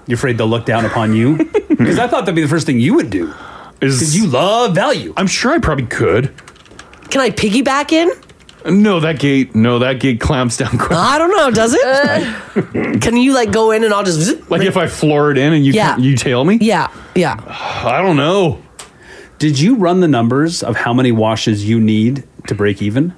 Speaker 9: You're afraid they'll look down upon you. Because I thought that'd be the first thing you would do.
Speaker 3: Because
Speaker 9: you love value.
Speaker 3: I'm sure I probably could.
Speaker 8: Can I piggyback in?
Speaker 3: No, that gate. No, that gate clamps down quick.
Speaker 8: I don't know. Does it? can you like go in and I'll just? zip?
Speaker 3: Like if I floor it in and you
Speaker 8: Yeah.
Speaker 3: you tail me.
Speaker 8: Yeah, yeah.
Speaker 3: I don't know.
Speaker 9: Did you run the numbers of how many washes you need to break even?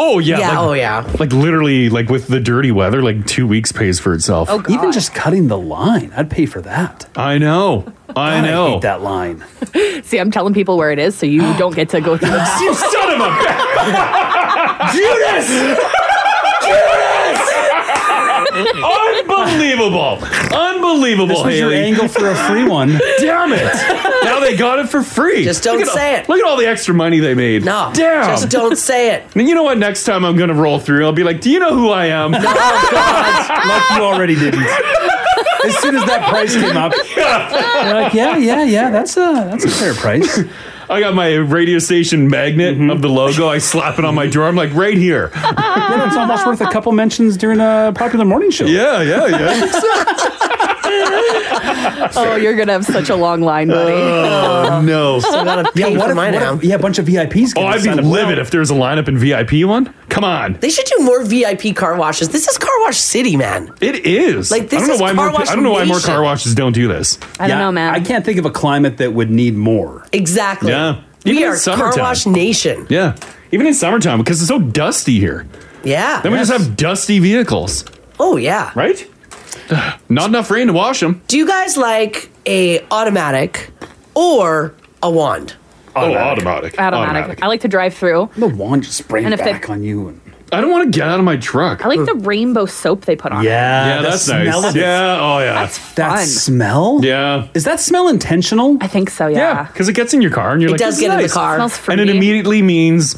Speaker 3: Oh yeah.
Speaker 9: Yeah,
Speaker 3: like-
Speaker 9: oh, yeah.
Speaker 3: Like literally, like with the dirty weather, like two weeks pays for itself.
Speaker 9: even just cutting the line, I'd pay for that.
Speaker 3: I know. I
Speaker 9: God, I
Speaker 3: know.
Speaker 9: hate that line.
Speaker 10: See, I'm telling people where it is, so you don't get to go through.
Speaker 3: you son of a
Speaker 9: Judas!
Speaker 3: Judas! Unbelievable! Unbelievable!
Speaker 9: This was your
Speaker 3: Haley.
Speaker 9: angle for a free one.
Speaker 3: Damn it! Now they got it for free.
Speaker 9: Just don't
Speaker 3: Look at
Speaker 9: say
Speaker 3: all, it. Look at all the extra money they made. No. Damn.
Speaker 8: Just don't say it.
Speaker 3: And you know what? Next time I'm gonna roll through. I'll be like, "Do you know who I am?"
Speaker 8: No, God.
Speaker 9: like you already didn't. As soon as that price came up, you're like, yeah, yeah, yeah. That's a that's a fair price. Mm-hmm.
Speaker 3: I got my radio station magnet of the logo. I slap it on my drawer. I'm like, right here.
Speaker 9: Yeah, it's almost worth a couple mentions during a popular morning show.
Speaker 3: Yeah, yeah, yeah.
Speaker 10: oh, you're gonna have such a long line, buddy.
Speaker 3: Oh no!
Speaker 9: yeah, what if, what if- yeah, a bunch of VIPs.
Speaker 3: Oh, I'd be livid if there's a lineup in VIP one. Come on.
Speaker 8: They should do more VIP car washes. This is car wash city, man.
Speaker 3: It is.
Speaker 8: Like, this
Speaker 3: I don't
Speaker 8: is
Speaker 3: know why
Speaker 8: car
Speaker 3: more.
Speaker 8: wash
Speaker 3: I don't know why more
Speaker 8: nation.
Speaker 3: car washes don't do this.
Speaker 8: I don't know, man.
Speaker 9: I can't think of a climate that would need more.
Speaker 8: Exactly.
Speaker 3: Yeah.
Speaker 8: We
Speaker 3: Even in
Speaker 8: are car
Speaker 3: summertime.
Speaker 8: wash nation.
Speaker 3: Yeah. Even in summertime because it's so dusty here.
Speaker 8: Yeah.
Speaker 3: Then we just have dusty vehicles,
Speaker 8: Oh yeah.
Speaker 3: right? Not enough rain to wash them.
Speaker 8: Do you guys like a automatic or a wand?
Speaker 3: Oh, automatic.
Speaker 10: Automatic. I like to drive through.
Speaker 9: The wand just spraying
Speaker 10: And if it-
Speaker 9: back on you. And-
Speaker 3: I don't want to get out of my truck.
Speaker 10: I like the rainbow soap they put on. it.
Speaker 3: yeah,
Speaker 9: the
Speaker 3: that's
Speaker 9: smell
Speaker 3: nice.
Speaker 9: of it.
Speaker 3: Yeah, oh yeah.
Speaker 9: that
Speaker 10: fun.
Speaker 9: smell.
Speaker 3: Yeah,
Speaker 9: is that smell intentional?
Speaker 10: I think so.
Speaker 3: yeah,
Speaker 10: Yeah.
Speaker 3: because it gets in your car and you're
Speaker 10: It
Speaker 3: like,
Speaker 10: does
Speaker 3: "This is
Speaker 10: get in the
Speaker 3: nice."
Speaker 10: car. It smells fruity.
Speaker 3: and it immediately means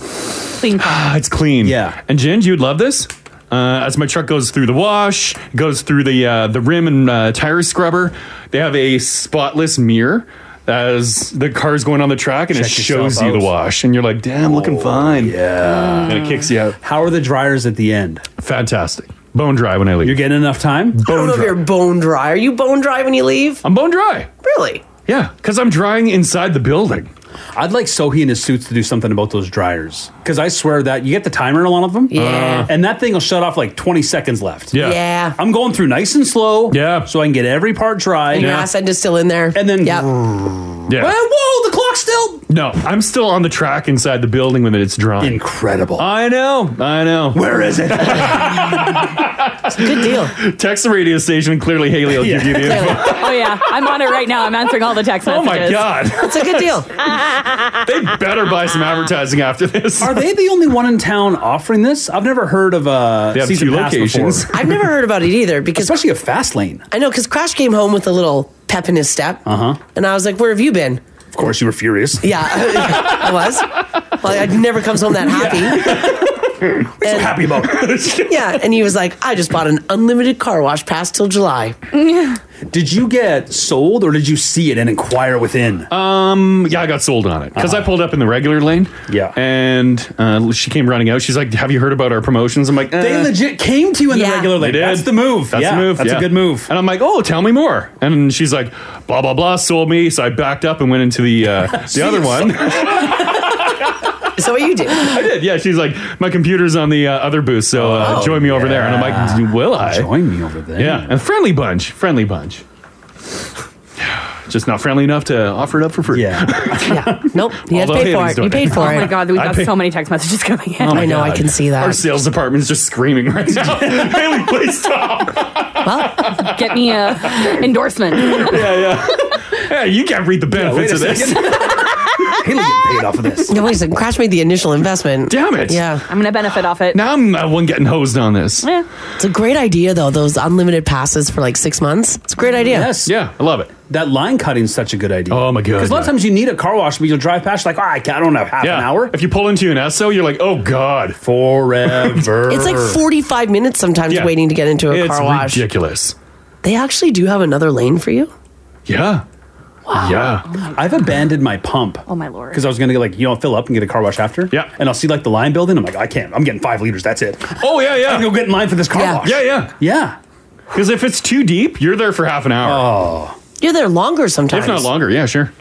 Speaker 10: Clean car.
Speaker 3: "Ah, it's clean. Yeah, and Ginge, you'd love this. Uh, as my truck goes through the wash, goes through the uh, the rim and uh, tire scrubber, they have a spotless mirror as the car's going on the track, and it
Speaker 9: Check yourself
Speaker 3: shows you the
Speaker 9: out. Oh,
Speaker 3: wash, and you're like, "Damn, looking fine." Yeah, and it kicks you out.
Speaker 9: How are the dryers at the end?
Speaker 3: Fantastic. Bone dry when I leave. You're
Speaker 9: getting enough time.
Speaker 8: I don't know if you're bone dry. Are you bone dry when you leave?
Speaker 3: I'm bone dry.
Speaker 8: Really?
Speaker 3: Yeah, because I'm drying inside the building.
Speaker 9: I'd like Sohi and his suits to do something about those dryers. Because I swear that you get the timer on one of them.
Speaker 3: Yeah.
Speaker 9: And that thing will shut off like 20 seconds left.
Speaker 3: Uh-huh. Yeah.
Speaker 8: Yeah.
Speaker 9: I'm going through nice and slow. Yeah. So I can get every part dry.
Speaker 8: And your ass end is still in there.
Speaker 9: And then
Speaker 3: Yeah.
Speaker 9: Well, whoa, the clock's still.
Speaker 3: No, I'm still on the track inside the building when it's drying.
Speaker 9: Incredible.
Speaker 3: I know. I know.
Speaker 9: Where is it?
Speaker 8: Good deal.
Speaker 3: Text the radio station and clearly Haley will give you the info.
Speaker 10: oh yeah, I'm on it right now. I'm answering all the text
Speaker 3: Oh,
Speaker 10: messages.
Speaker 3: my God.
Speaker 8: It's a good deal.
Speaker 3: They better buy some
Speaker 8: ah.
Speaker 3: advertising after this.
Speaker 9: Are they the only one in town offering this? I've never heard of a
Speaker 3: They have
Speaker 9: season
Speaker 3: two
Speaker 9: pass
Speaker 3: locations.
Speaker 9: before.
Speaker 8: I've never heard about it either because
Speaker 9: especially a fast lane.
Speaker 8: I know because Crash came home with a little pep in his step,
Speaker 9: Uh huh.
Speaker 8: and I was like, "Where have you been?"
Speaker 9: Of course, you were furious.
Speaker 8: Yeah, I was. Well, I never comes home that happy.
Speaker 9: so happy about
Speaker 8: yeah, and he was like, "I just bought an unlimited car wash pass till July."
Speaker 9: Did you get sold or did you see it and inquire within?
Speaker 3: Um, yeah, I got sold on it
Speaker 9: Uh-huh.
Speaker 3: because I pulled up in the regular lane. Yeah, and uh, she came running out. She's like, "Have you heard about our promotions?" I'm like,
Speaker 9: They
Speaker 3: "Eh."
Speaker 9: legit came to you in the regular lane.
Speaker 3: They did.
Speaker 9: That's the move.
Speaker 3: That's
Speaker 9: yeah,
Speaker 3: the move.
Speaker 9: That's
Speaker 3: yeah.
Speaker 9: a good move.
Speaker 3: And I'm like, "Oh, tell me more." And she's like, "Blah blah blah, sold me." So I backed up and went into the uh, the other one.
Speaker 8: So what you did?
Speaker 3: I did. Yeah, she's like, my computer's on the uh, other booth, so uh,
Speaker 9: Oh,
Speaker 3: join me over there. And I'm like, will I?
Speaker 9: Join me over there.
Speaker 3: Yeah, and friendly bunch, friendly bunch. just not friendly enough to offer it up for free. Yeah.
Speaker 8: Nope. You had to
Speaker 3: Although
Speaker 8: pay for
Speaker 3: Haley's
Speaker 8: it. You
Speaker 3: doing
Speaker 8: paid
Speaker 3: it.
Speaker 8: for it.
Speaker 3: Oh my God, we've I got pay- so
Speaker 10: many text messages coming
Speaker 3: Oh my
Speaker 8: I know. I
Speaker 3: God.
Speaker 8: can see
Speaker 3: Our
Speaker 8: that.
Speaker 3: sales department's just screaming right now. Haley, please stop.
Speaker 10: Get me a endorsement.
Speaker 3: yeah, yeah. Yeah, you can't read the benefits of this.
Speaker 8: Haley
Speaker 3: getting paid off of this.
Speaker 8: No, wait a second. Crash made the initial investment.
Speaker 3: Damn it.
Speaker 8: Yeah.
Speaker 10: I'm gonna benefit off it.
Speaker 3: Now
Speaker 9: uh,
Speaker 3: I'm the one getting hosed on this.
Speaker 10: Yeah.
Speaker 8: It's a great idea, though. Those unlimited passes for like six months. It's a great idea.
Speaker 9: Yes.
Speaker 3: Yeah, I love it.
Speaker 9: That line cutting is such a good idea. Oh my
Speaker 3: God,
Speaker 9: Because a lot of times you need a car wash, but you'll drive past like, oh, I can't- I don't have half an hour.
Speaker 3: If you pull into an Esso, you're like, oh God,
Speaker 9: forever.
Speaker 8: It's like 45 minutes sometimes
Speaker 3: Yeah.
Speaker 8: waiting to get into a
Speaker 3: it's
Speaker 8: car wash.
Speaker 3: ridiculous.
Speaker 8: They actually do have another lane for you.
Speaker 3: Yeah. Yeah.
Speaker 9: I've abandoned my pump. Oh
Speaker 10: my lord.
Speaker 9: Because I was gonna like you know fill up and get a car wash after. Yeah. And I'll see like the line building. I'm like, I can't. I'm getting five liters. That's it.
Speaker 3: Oh yeah, yeah.
Speaker 9: I can go get in line for this car
Speaker 3: Yeah.
Speaker 9: wash.
Speaker 3: Yeah, yeah,
Speaker 9: yeah.
Speaker 3: Because if it's too deep, you're there for half an hour.
Speaker 9: Oh.
Speaker 8: You're there longer sometimes.
Speaker 3: If not longer, yeah, sure.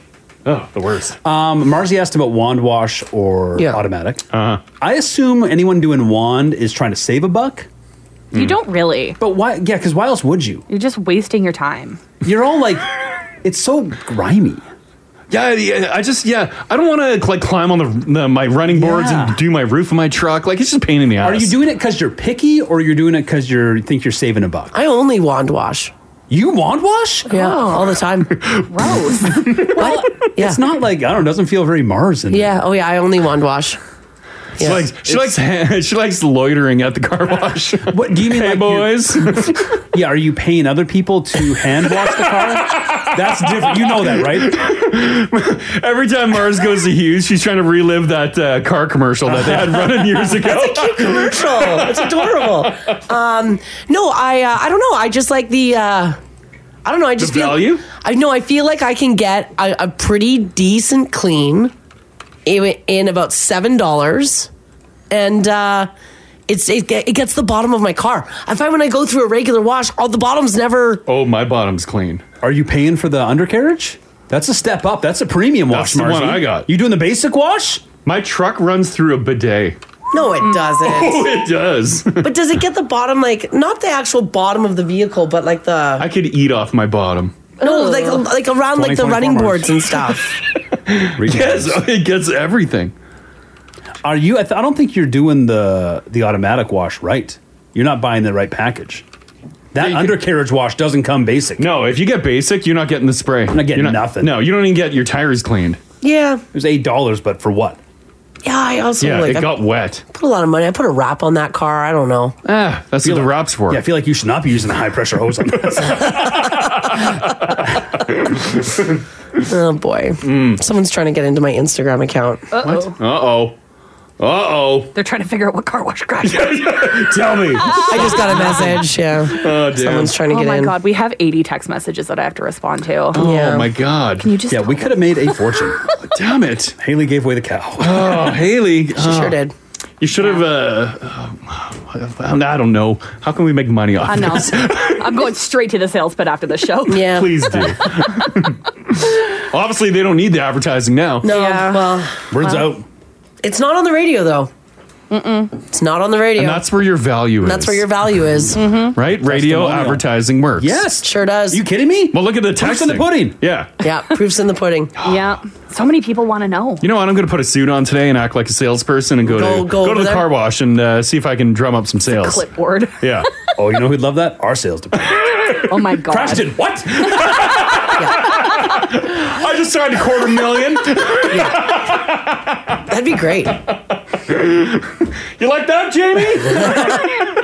Speaker 3: Oh, the worst.
Speaker 9: Um, Marzi asked about wand wash or
Speaker 10: Yeah.
Speaker 9: automatic. Uh-huh. I assume anyone doing wand is trying to save a buck.
Speaker 10: You don't really.
Speaker 9: But why? Yeah, because why else would you?
Speaker 10: You're just wasting your time.
Speaker 9: You're all like, it's so grimy.
Speaker 3: Yeah, yeah, I just yeah, I don't want to like climb on the, the my running boards and do my roof of my truck. Like it's just a pain in the ass.
Speaker 9: Are you doing it because you're picky, or you're doing it because you think you're saving a buck?
Speaker 8: I only wand wash.
Speaker 9: You wand wash? Oh.
Speaker 8: Yeah, all the time.
Speaker 10: Gross.
Speaker 9: well, it's not like I don't. know, Doesn't feel very Mars. In
Speaker 8: Yeah. Oh yeah. I only wand wash.
Speaker 3: She likes she likes she likes loitering at the car wash.
Speaker 9: What do you mean,
Speaker 3: hey boys?
Speaker 9: yeah, are you paying other people to hand wash the car? That's different. You know that, right?
Speaker 3: Every time Mars goes to Hughes, she's trying to relive that uh, car commercial that they had running years ago.
Speaker 8: That's a cute commercial. It's adorable. Um, no, I uh, I don't know. I just like the. Uh, I don't know. I just feel.
Speaker 3: value?
Speaker 8: I know. I feel like I can get a, a pretty decent clean in, in about seven dollars, and uh, it's it, ge- it gets the bottom of my car. I find when I go through a regular wash, all the bottoms never.
Speaker 3: Oh, my bottom's clean.
Speaker 9: Are you paying for the undercarriage? That's a step up. That's a premium
Speaker 3: That's
Speaker 9: wash.
Speaker 3: the one
Speaker 9: Marzi.
Speaker 3: I got.
Speaker 9: You doing the basic wash?
Speaker 3: My truck runs through a bidet.
Speaker 8: No, it doesn't.
Speaker 3: Oh, it does.
Speaker 8: But does it get the bottom like not the actual bottom of the vehicle, but like the
Speaker 3: I could eat off my bottom.
Speaker 8: no like like around like the
Speaker 9: 20,
Speaker 8: running
Speaker 9: 24
Speaker 8: boards and stuff.
Speaker 3: yes, it gets everything.
Speaker 9: Are you? I, th- I don't think you're doing the the automatic wash right. You're not buying the right package. That undercarriage wash doesn't come basic.
Speaker 3: No, if you get basic, you're not getting the spray. You're not
Speaker 9: getting nothing.
Speaker 3: No, you don't even get your tires cleaned.
Speaker 8: Yeah.
Speaker 9: It was eight dollars, but for what?
Speaker 8: Yeah, I also
Speaker 3: yeah,
Speaker 8: like
Speaker 3: it
Speaker 8: I
Speaker 3: got wet.
Speaker 8: put a lot of money. I put a wrap on that car. I don't know.
Speaker 3: Ah, that's what the wraps were.
Speaker 9: Yeah, I feel like you should not be using a high pressure hose on this.
Speaker 8: Oh boy.
Speaker 3: Mm.
Speaker 8: Someone's trying to get into my Instagram account.
Speaker 10: Uh-oh.
Speaker 3: Uh oh. Uh oh.
Speaker 10: They're trying to figure out what car wash crash.
Speaker 3: Tell me.
Speaker 8: I just got a message. Yeah.
Speaker 3: Oh, damn.
Speaker 8: Someone's trying to
Speaker 10: oh
Speaker 8: get
Speaker 10: my
Speaker 8: in.
Speaker 10: god, we have 80 text messages that I have to respond to.
Speaker 3: Oh my god. Can
Speaker 10: you just
Speaker 9: yeah, we could have made a fortune.
Speaker 3: Damn it.
Speaker 9: Haley gave away the cow.
Speaker 3: Oh, Haley. She
Speaker 8: sure did.
Speaker 3: You should have. Uh, uh, I don't know. How can we make money off
Speaker 10: I know.
Speaker 3: this?
Speaker 10: I'm going straight to the sales pit after the show.
Speaker 8: Yeah.
Speaker 3: Please do. Obviously, they don't need the advertising now.
Speaker 8: No, well,
Speaker 3: Words
Speaker 8: well,
Speaker 3: out.
Speaker 8: It's not on the radio though. Mm-mm. It's not on the radio.
Speaker 3: And that's where your value is.
Speaker 8: That's where your value is. mm-hmm.
Speaker 3: Right? Radio
Speaker 8: Testimonial.
Speaker 3: advertising works.
Speaker 8: Yes. Sure does. You
Speaker 9: kidding me?
Speaker 3: Well, look at the text.
Speaker 9: in the pudding.
Speaker 3: Yeah.
Speaker 8: Yeah, proofs in the pudding.
Speaker 10: yeah. So many people want to know.
Speaker 3: You know what? I'm going to put a suit on today and act like a salesperson and go,
Speaker 10: Go-
Speaker 3: to
Speaker 10: go
Speaker 3: to
Speaker 10: over
Speaker 3: the
Speaker 10: there.
Speaker 3: car wash and uh, see if I can drum up some sales.
Speaker 10: Clipboard.
Speaker 3: Yeah.
Speaker 9: oh, you know who'd love that? Our sales department.
Speaker 10: Oh my god.
Speaker 9: Preston, what?
Speaker 3: I just signed a quarter million.
Speaker 8: That'd be great.
Speaker 3: You like that, Jamie?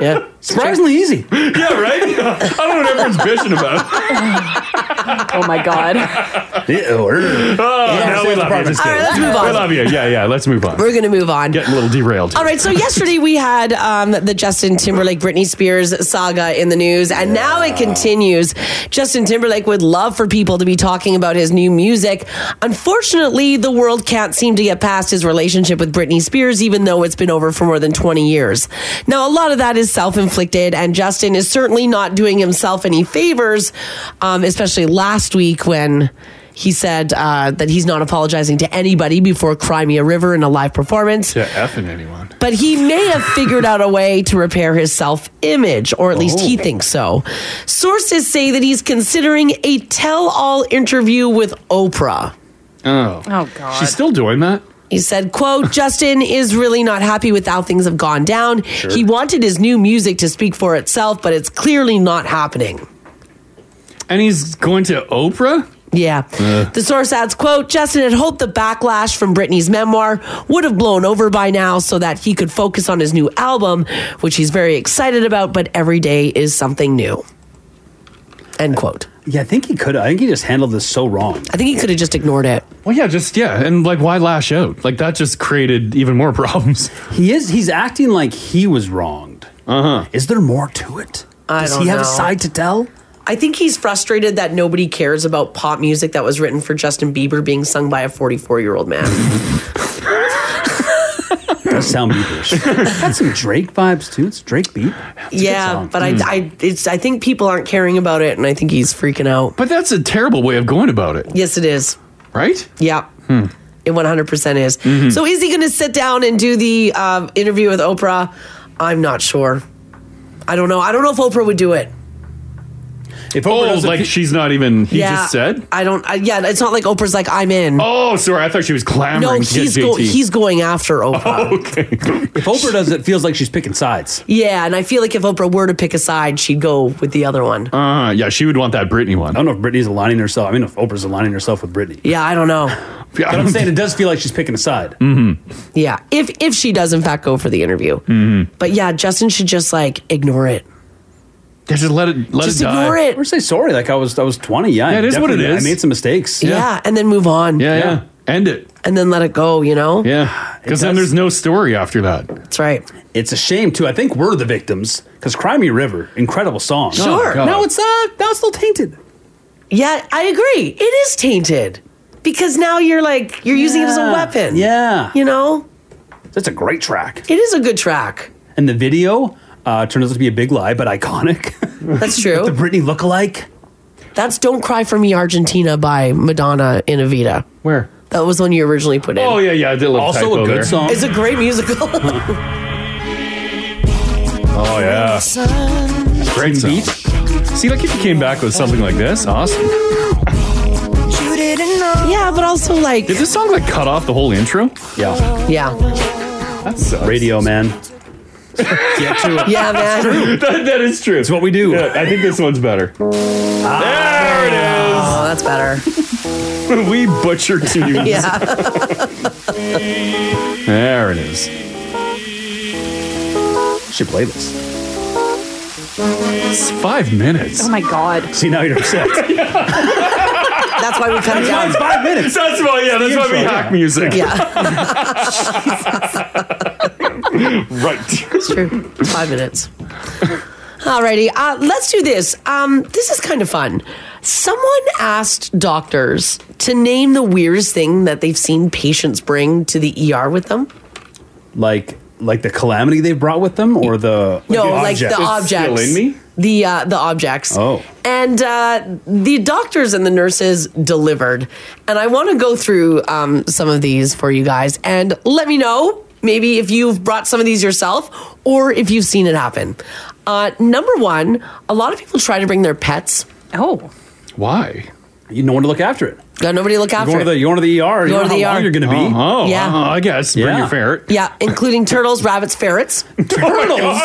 Speaker 8: yeah.
Speaker 9: Surprisingly easy.
Speaker 3: yeah, right? I don't know what everyone's bitching about.
Speaker 10: Oh my god.
Speaker 3: Oh,
Speaker 8: Yeah.
Speaker 3: no, we love you. Just
Speaker 8: All right,
Speaker 3: kidding.
Speaker 8: let's move on.
Speaker 3: We love you. Yeah, yeah, let's move on.
Speaker 8: We're gonna move on.
Speaker 3: Getting a little derailed.
Speaker 8: All right, so yesterday we had um, the Justin Timberlake Britney Spears saga in the news, and now it continues. Justin Timberlake would love for people to be talking about his new music. Unfortunately, the world can't seem to get past his relationship with Britney Spears, even though it's been over for more than 20 years. Now, a lot of that is self inflicted, and Justin is certainly not doing himself any favors, um, especially last week when He said uh, that he's not apologizing to anybody before Crimea River in a live performance.
Speaker 3: To effing anyone.
Speaker 8: But he may have figured out a way to repair his self image, or at least he thinks so. Sources say that he's considering a tell all interview with Oprah.
Speaker 3: Oh.
Speaker 8: Oh, God.
Speaker 3: She's still doing that?
Speaker 8: He said, quote, Justin is really not happy with how things have gone down.
Speaker 3: Sure.
Speaker 8: He wanted his new music to speak for itself, but it's clearly not happening.
Speaker 3: And he's going to Oprah?
Speaker 8: Yeah. The source adds, quote, Justin had hoped the backlash from Britney's memoir would have blown over by now so that he could focus on his new album, which he's very excited about, but every day is something new. End quote.
Speaker 9: Yeah, I think he could. I think he just handled this so wrong.
Speaker 8: I think he could have just ignored it.
Speaker 3: Well, yeah, just, yeah. And like, why lash out? Like, that just created even more problems.
Speaker 9: He is, he's acting like he was wronged. Uh
Speaker 3: Uh-huh.
Speaker 9: huh. Is there more to it?
Speaker 8: I
Speaker 9: Does
Speaker 8: don't
Speaker 9: he have a
Speaker 8: know.
Speaker 9: side to tell?
Speaker 8: I think he's frustrated that nobody cares about pop music that was written for Justin Bieber being sung by a 44 year old man.
Speaker 9: That sound beepish. Got some Drake vibes too. It's Drake beat.
Speaker 8: yeah, but I,
Speaker 9: Mm.
Speaker 8: I, it's, I think people aren't caring about it, and I think he's freaking out.
Speaker 3: But that's a terrible way of going about it.
Speaker 8: Yes, it is.
Speaker 3: Right?
Speaker 8: Yeah.
Speaker 3: Hmm.
Speaker 8: It 100% is.
Speaker 3: Mhm.
Speaker 8: So is he going to sit down and do the um, interview with Oprah? I'm not sure. I don't know. I don't know if Oprah would do it.
Speaker 9: If
Speaker 3: oh,
Speaker 8: Oprah doesn't
Speaker 3: like
Speaker 8: pe-
Speaker 3: she's not even, he
Speaker 8: Yeah.
Speaker 3: just said?
Speaker 8: I don't. I, yeah, it's not like Oprah's like I'm in.
Speaker 3: Oh, sorry. I thought she was clamoring
Speaker 8: No,
Speaker 3: to get
Speaker 8: he's go-
Speaker 3: JT.
Speaker 8: he's going after Oprah.
Speaker 3: Oh, okay.
Speaker 9: If Oprah does it, it feels like she's picking sides.
Speaker 8: Yeah, and I feel like if Oprah were to pick a side, she'd go with the other one.
Speaker 3: Uh, yeah, she would want that Britney one.
Speaker 9: I don't know if Britney's aligning herself. I mean, if Oprah's aligning herself with Britney.
Speaker 8: Yeah, I don't know.
Speaker 9: But I'm saying it does feel like she's picking a side.
Speaker 3: Mm-hmm.
Speaker 8: Yeah, if if she does in fact go for the interview, mm-hmm. but yeah, Justin should just like ignore it.
Speaker 3: Yeah, just let it
Speaker 8: Just ignore it.
Speaker 9: Or say sorry. Like I was, I was 20. Yeah,
Speaker 8: Yeah,
Speaker 9: I
Speaker 8: it is what
Speaker 9: definitely-
Speaker 3: it is.
Speaker 9: I made some mistakes.
Speaker 8: Yeah. and then move on.
Speaker 3: Yeah, yeah. End it.
Speaker 8: And then let it go. You know.
Speaker 3: Yeah, because then
Speaker 9: does-
Speaker 3: there's no story after that.
Speaker 8: That's right.
Speaker 9: It's a shame too. I think we're the victims because "Crimey River," incredible song.
Speaker 3: Oh,
Speaker 8: Sure.
Speaker 9: now it's
Speaker 8: uh now it's still tainted. Yeah, I agree. It is tainted because now you're like you're using it as a
Speaker 9: Yeah.
Speaker 8: weapon.
Speaker 9: Yeah.
Speaker 8: You know?
Speaker 9: That's a great track.
Speaker 8: It is a good track.
Speaker 9: And the video uh, turns out to be a big lie, but iconic.
Speaker 8: That's true.
Speaker 9: the Britney lookalike.
Speaker 8: That's "Don't Cry for Me, Argentina" by Madonna in Evita.
Speaker 3: Where?
Speaker 8: That was one you originally put in.
Speaker 3: Oh yeah, yeah. I did a little
Speaker 9: Also a
Speaker 3: typo
Speaker 9: good
Speaker 3: there.
Speaker 9: song.
Speaker 8: It's a great musical.
Speaker 3: Oh yeah, great song. See, like if you came back with something like this, awesome.
Speaker 8: Yeah, but also like
Speaker 3: Did this song like cut off the whole intro?
Speaker 9: Yeah,
Speaker 8: yeah,
Speaker 3: that's
Speaker 9: radio man. Get to it.
Speaker 8: Yeah, man.
Speaker 3: that, that is true. It's
Speaker 9: what we do.
Speaker 3: I think this one's better. there it is.
Speaker 8: Oh, that's better.
Speaker 3: we butcher tunes.
Speaker 8: yeah.
Speaker 3: There it is.
Speaker 9: Should play this.
Speaker 3: It's five minutes.
Speaker 10: Oh my god.
Speaker 9: See now you're upset.
Speaker 8: That's why we cut it down.
Speaker 9: five minutes.
Speaker 3: That's why. Yeah, that's
Speaker 9: The
Speaker 3: why we
Speaker 9: intro,
Speaker 3: hack
Speaker 9: yeah.
Speaker 3: music.
Speaker 8: Yeah,
Speaker 3: right.
Speaker 8: it's true. Five minutes. Alrighty, uh, let's do this. Um, this is kind of fun. Someone asked doctors to name the weirdest thing that they've seen patients bring to the ER with them.
Speaker 9: Like, like the calamity they brought with them, or the
Speaker 8: no,
Speaker 9: the
Speaker 8: like
Speaker 9: object?
Speaker 8: the objects. The uh, the objects.
Speaker 9: Oh.
Speaker 8: And uh, the doctors and the nurses delivered. And I want to go through um, some of these for you guys and let me know maybe if you've brought some of these yourself or if you've seen it happen. Uh, number one, a lot of people try to bring their pets.
Speaker 10: Oh.
Speaker 3: Why?
Speaker 9: You no one to look after it.
Speaker 8: Got nobody to look
Speaker 9: You're
Speaker 8: after.
Speaker 9: going to
Speaker 8: it.
Speaker 9: the you're going to the ER. You
Speaker 8: Go
Speaker 9: know
Speaker 8: to
Speaker 9: how
Speaker 8: the
Speaker 9: long
Speaker 8: ER.
Speaker 9: you're going to be.
Speaker 3: Oh,
Speaker 8: Yeah.
Speaker 3: uh, I guess. Bring your ferret.
Speaker 8: Yeah, including turtles, rabbits, ferrets.
Speaker 9: Turtles.